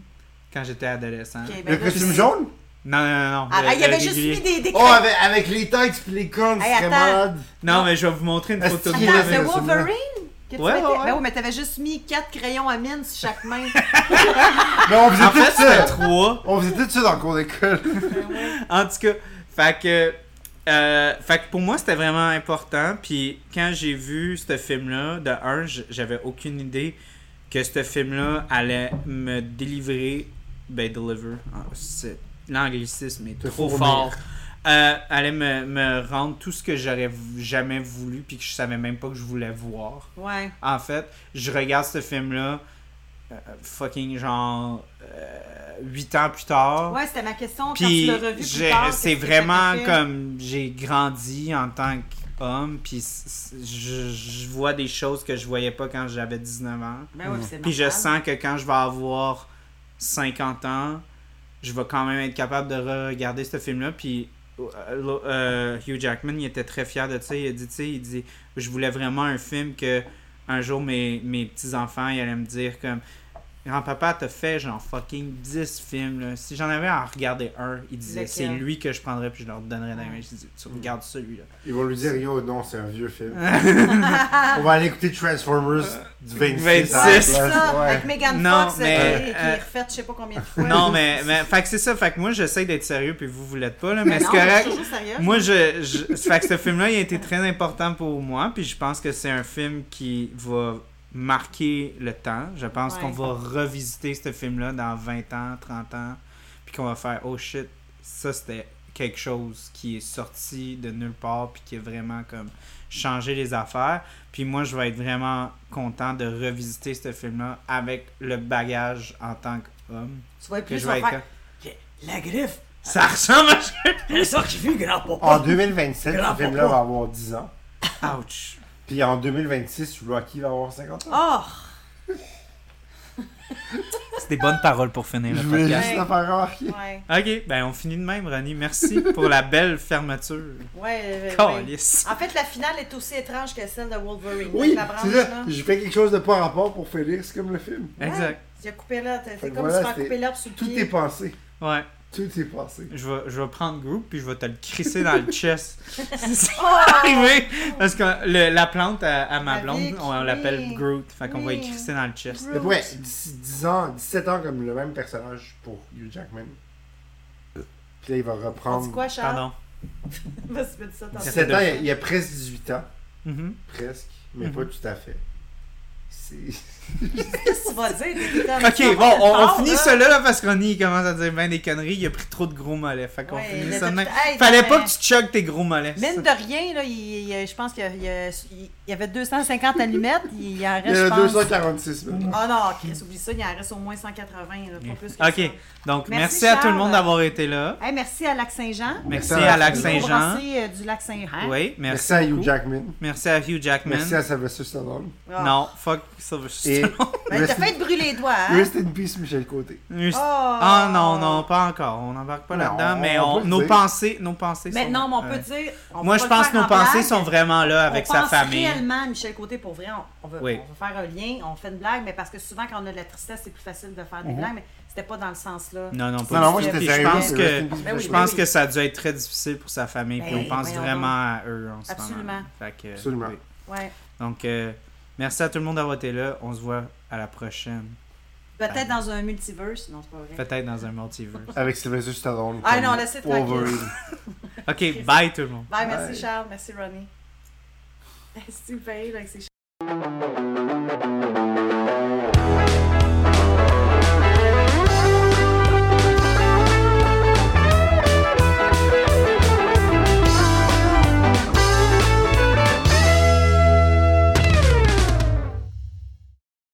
A: quand j'étais adolescent.
B: Ok, ben
C: Le
B: là,
C: costume
B: c'est-
C: jaune
A: Non, non, non, non.
B: Ah,
A: le-
B: il y
A: le
B: avait juste
A: régulier.
B: mis des, des
C: Oh, avec, avec les têtes pis les cornes,
B: Hey,
C: c'est
B: attends.
C: malade.
A: Non, mais je vais vous montrer une
C: Est-ce
A: photo
C: qu'il
A: de
C: y
B: Attends,
C: avait
B: c'est
C: le
B: Wolverine que tu
A: Ouais,
B: mettais?
A: ouais, ouais.
B: Ben oui, mais t'avais juste mis quatre crayons à mine sur chaque main.
C: Mais on faisait
A: En
C: tout
A: fait, c'était
C: ça.
A: trois.
C: On faisait tout ça dans le cours d'école.
A: En tout cas, fait que, euh, fait que pour moi, c'était vraiment important. Puis quand j'ai vu ce film-là, de un, j- j'avais aucune idée que ce film-là allait me délivrer. Ben, deliver. Ah, c'est- L'anglicisme est
C: Te
A: trop
C: fournir.
A: fort. Euh, allait me, me rendre tout ce que j'aurais v- jamais voulu puis que je savais même pas que je voulais voir.
B: Ouais.
A: En fait, je regarde ce film-là euh, fucking genre 8 ans plus tard.
B: Ouais, c'était ma question quand tu
A: Puis
B: l'as revu plus
A: j'ai-
B: tard. qu'est-ce
A: c'est
B: que ça
A: vraiment
B: t'a fait?
A: comme j'ai grandi en tant qu'homme, puis c- c- je, je vois des choses que je voyais pas quand j'avais 19 ans.
B: Ben oui, c'est
A: Puis je
B: normal.
A: sens que quand je vais avoir 50 ans, je vais quand même être capable de regarder ce film-là. Puis euh, euh, Hugh Jackman, il était très fier de ça. Il a dit, tu sais, il dit, je voulais vraiment un film que un jour mes, mes petits-enfants, ils allaient me dire comme, grand-papa t'a fait genre fucking 10 films. là. Si j'en avais à en regarder un, il disait,
B: Lequel?
A: c'est lui que je prendrais puis je leur donnerais dans la main. Je dis, tu regardes celui-là.
C: Ils vont lui dire Yo, non, c'est un vieux film. on va aller écouter Transformers du 26. à la
A: 26.
B: C'est
C: place.
B: ça,
C: Ouais.
B: avec Megan
A: Non,
B: Fox
A: mais,
B: euh, qui, qui
A: euh,
B: est refaite je sais pas combien de fois.
A: Non, mais, mais fait que c'est ça. Fait que moi, j'essaie d'être sérieux puis vous, vous l'êtes pas, là. Mais c'est
B: Non, mais je
A: correct.
B: suis toujours sérieuse.
A: Moi, je, je- fait que ce film-là, il a été très important pour moi, puis je pense que c'est un film qui va marquer le temps. Je pense
B: Ouais.
A: qu'on va revisiter ce film-là dans 20 ans, 30 ans, puis qu'on va faire « Oh shit, ça c'était quelque chose qui est sorti de nulle part, puis qui a vraiment comme changé les affaires. » Puis moi, je vais être vraiment content de revisiter ce film-là avec le bagage en tant qu'homme.
B: Tu vois
A: Que
B: plus
A: je
B: on va
A: vais être...
B: faire.
A: comme,
G: La griffe!
A: Ça ressemble à...
G: C'est ça qui fut grand-papa!
C: En 2027,
G: Grand
C: ce film-là va avoir 10 ans.
A: Ouch!
C: Puis en 2026, Rocky va avoir 50 ans.
B: Oh!
A: C'est des bonnes paroles pour finir
C: Je
A: le
C: voulais
A: podcast.
C: juste la faire remarquer.
B: Ouais.
A: Ok, ben on finit de même, Ronnie. Merci pour la belle fermeture.
B: Ouais. euh, ouais.
A: Calice.
B: En fait, la finale est aussi étrange que celle de Wolverine. Avec
C: Oui,
B: la branche,
C: c'est
B: là.
C: ça. J'ai fait quelque chose de pas rapport pour Félix, comme le film.
A: Exact.
B: Tu as coupé là. t'as-
C: Fait
B: C'est
C: que
B: comme
C: voilà,
B: si tu m'as
C: c'est-
B: coupé l'herbe sous le
C: Tout
B: pied.
C: est pensé.
A: Ouais.
C: Tout est pensé.
A: Je vais, je vais prendre groupe puis je vais te le crisser dans le chest.
B: Oh!
A: C'est arrivé. Parce que le- la plante à, à ma
B: La
A: blonde,
B: Vic,
A: on l'appelle
B: oui.
A: Groot. Fait qu'on va
B: Oui.
A: le crisser dans le chest.
C: Mais ouais, 10, 10 ans, 17 ans comme le même personnage pour Hugh Jackman. Puis là, il va
B: On dit
C: reprendre.
B: quoi, Charles?
A: Pardon.
B: Vas-y, fais ça, t'en-
C: 17 ans, il y a, il y a presque 18 ans.
A: Mhm.
C: Presque, mais
A: Mhm.
C: pas tout à fait. C'est.
B: Qu'est-ce que tu vas dire? T'es comme-
A: Ok, bon, on, on
B: Bon,
A: finit
B: là.
A: cela là parce que Ronnie il commence à dire ben des conneries. Il a pris trop de gros mollets. Fait qu'on
B: Ouais,
A: finit
B: le-
A: ça de même.
B: Hey,
A: Fallait
B: t'as-
A: pas que tu choques tes gros mollets.
B: Mine de rien, là, il, il- je pense qu'il y, a- il y avait 250 allumettes, il y en
C: Il y en
B: reste,
C: a
B: je pense...
C: 246 même.
B: Ah non, Chris, oublie ça, il en reste au moins 180, là, pas plus que
A: Ok, donc merci,
B: Merci,
A: à tout
B: Charles.
A: le monde d'avoir été là.
B: ça. Hey, merci à Lac-Saint-Jean.
A: Merci,
C: Merci
A: à
C: à
A: Lac
C: Lac-Saint-Jean.
A: Saint-Jean.
B: Brasser, euh, du Lac-Saint-Jean.
A: Oui, merci.
C: Merci à Hugh
A: beaucoup.
C: Jackman.
A: Merci à Hugh Jackman.
C: Merci à Sylvester Stallone.
B: Ah.
A: Non, fuck Silver
C: Et.
A: Stallone.
B: Ben, t'as
C: rest,
B: fait te brûler les doigts, hein?
C: rest in peace, Michel Côté.
A: Juste-
B: Oh.
A: Ah non, non, pas encore. On n'embarque pas
C: Non,
A: là-dedans,
C: on-
A: mais
C: on
A: on-
C: peut le
A: nos
C: dire.
A: pensées, nos pensées
B: Mais
A: sont-
B: non, mais on
A: ouais.
B: peut dire... on
A: Euh, Moi,
B: peut
A: je
B: pas le
A: pense que
B: faire
A: nos
B: en blague.
A: pensées sont vraiment là
B: On
A: avec sa
B: pense
A: famille.
B: réellement à Michel Côté, pour vrai, on, on veut,
A: Oui.
B: on veut faire un lien, on fait une blague, mais parce que souvent, quand on a de la tristesse, c'est plus facile de faire
A: Mhm.
B: des blagues, mais c'était pas dans le sens-là.
A: Non, non, pas
C: Non,
A: du
C: non, moi
A: tout.
C: j'étais
A: Puis
C: sérieux. euh,
A: Je pense
C: c'est
A: que
C: rest in peace,
B: Ben oui,
A: je
C: Michel
A: pense
B: oui.
A: que ça a dû être très difficile pour sa famille.
B: Ben
A: puis on
B: oui,
A: pense
B: voyons
A: vraiment à eux en ce moment.
B: Absolument.
A: Fait que, euh,
C: Absolument.
A: oui.
B: Ouais.
A: Donc, euh, merci à tout le monde d'avoir été là. On se voit à la prochaine.
B: Peut-être dans un multiverse, non, c'est pas vrai.
A: Peut-être dans un multiverse.
C: Côté. Avec Sylvester Stallone.
B: Ah
C: comme
B: non, laissez tranquille.
C: Wolverine.
A: OK, bye tout le monde.
B: Bye,
C: Bye.
B: merci Charles, merci Ronnie. Merci, paye, avec ses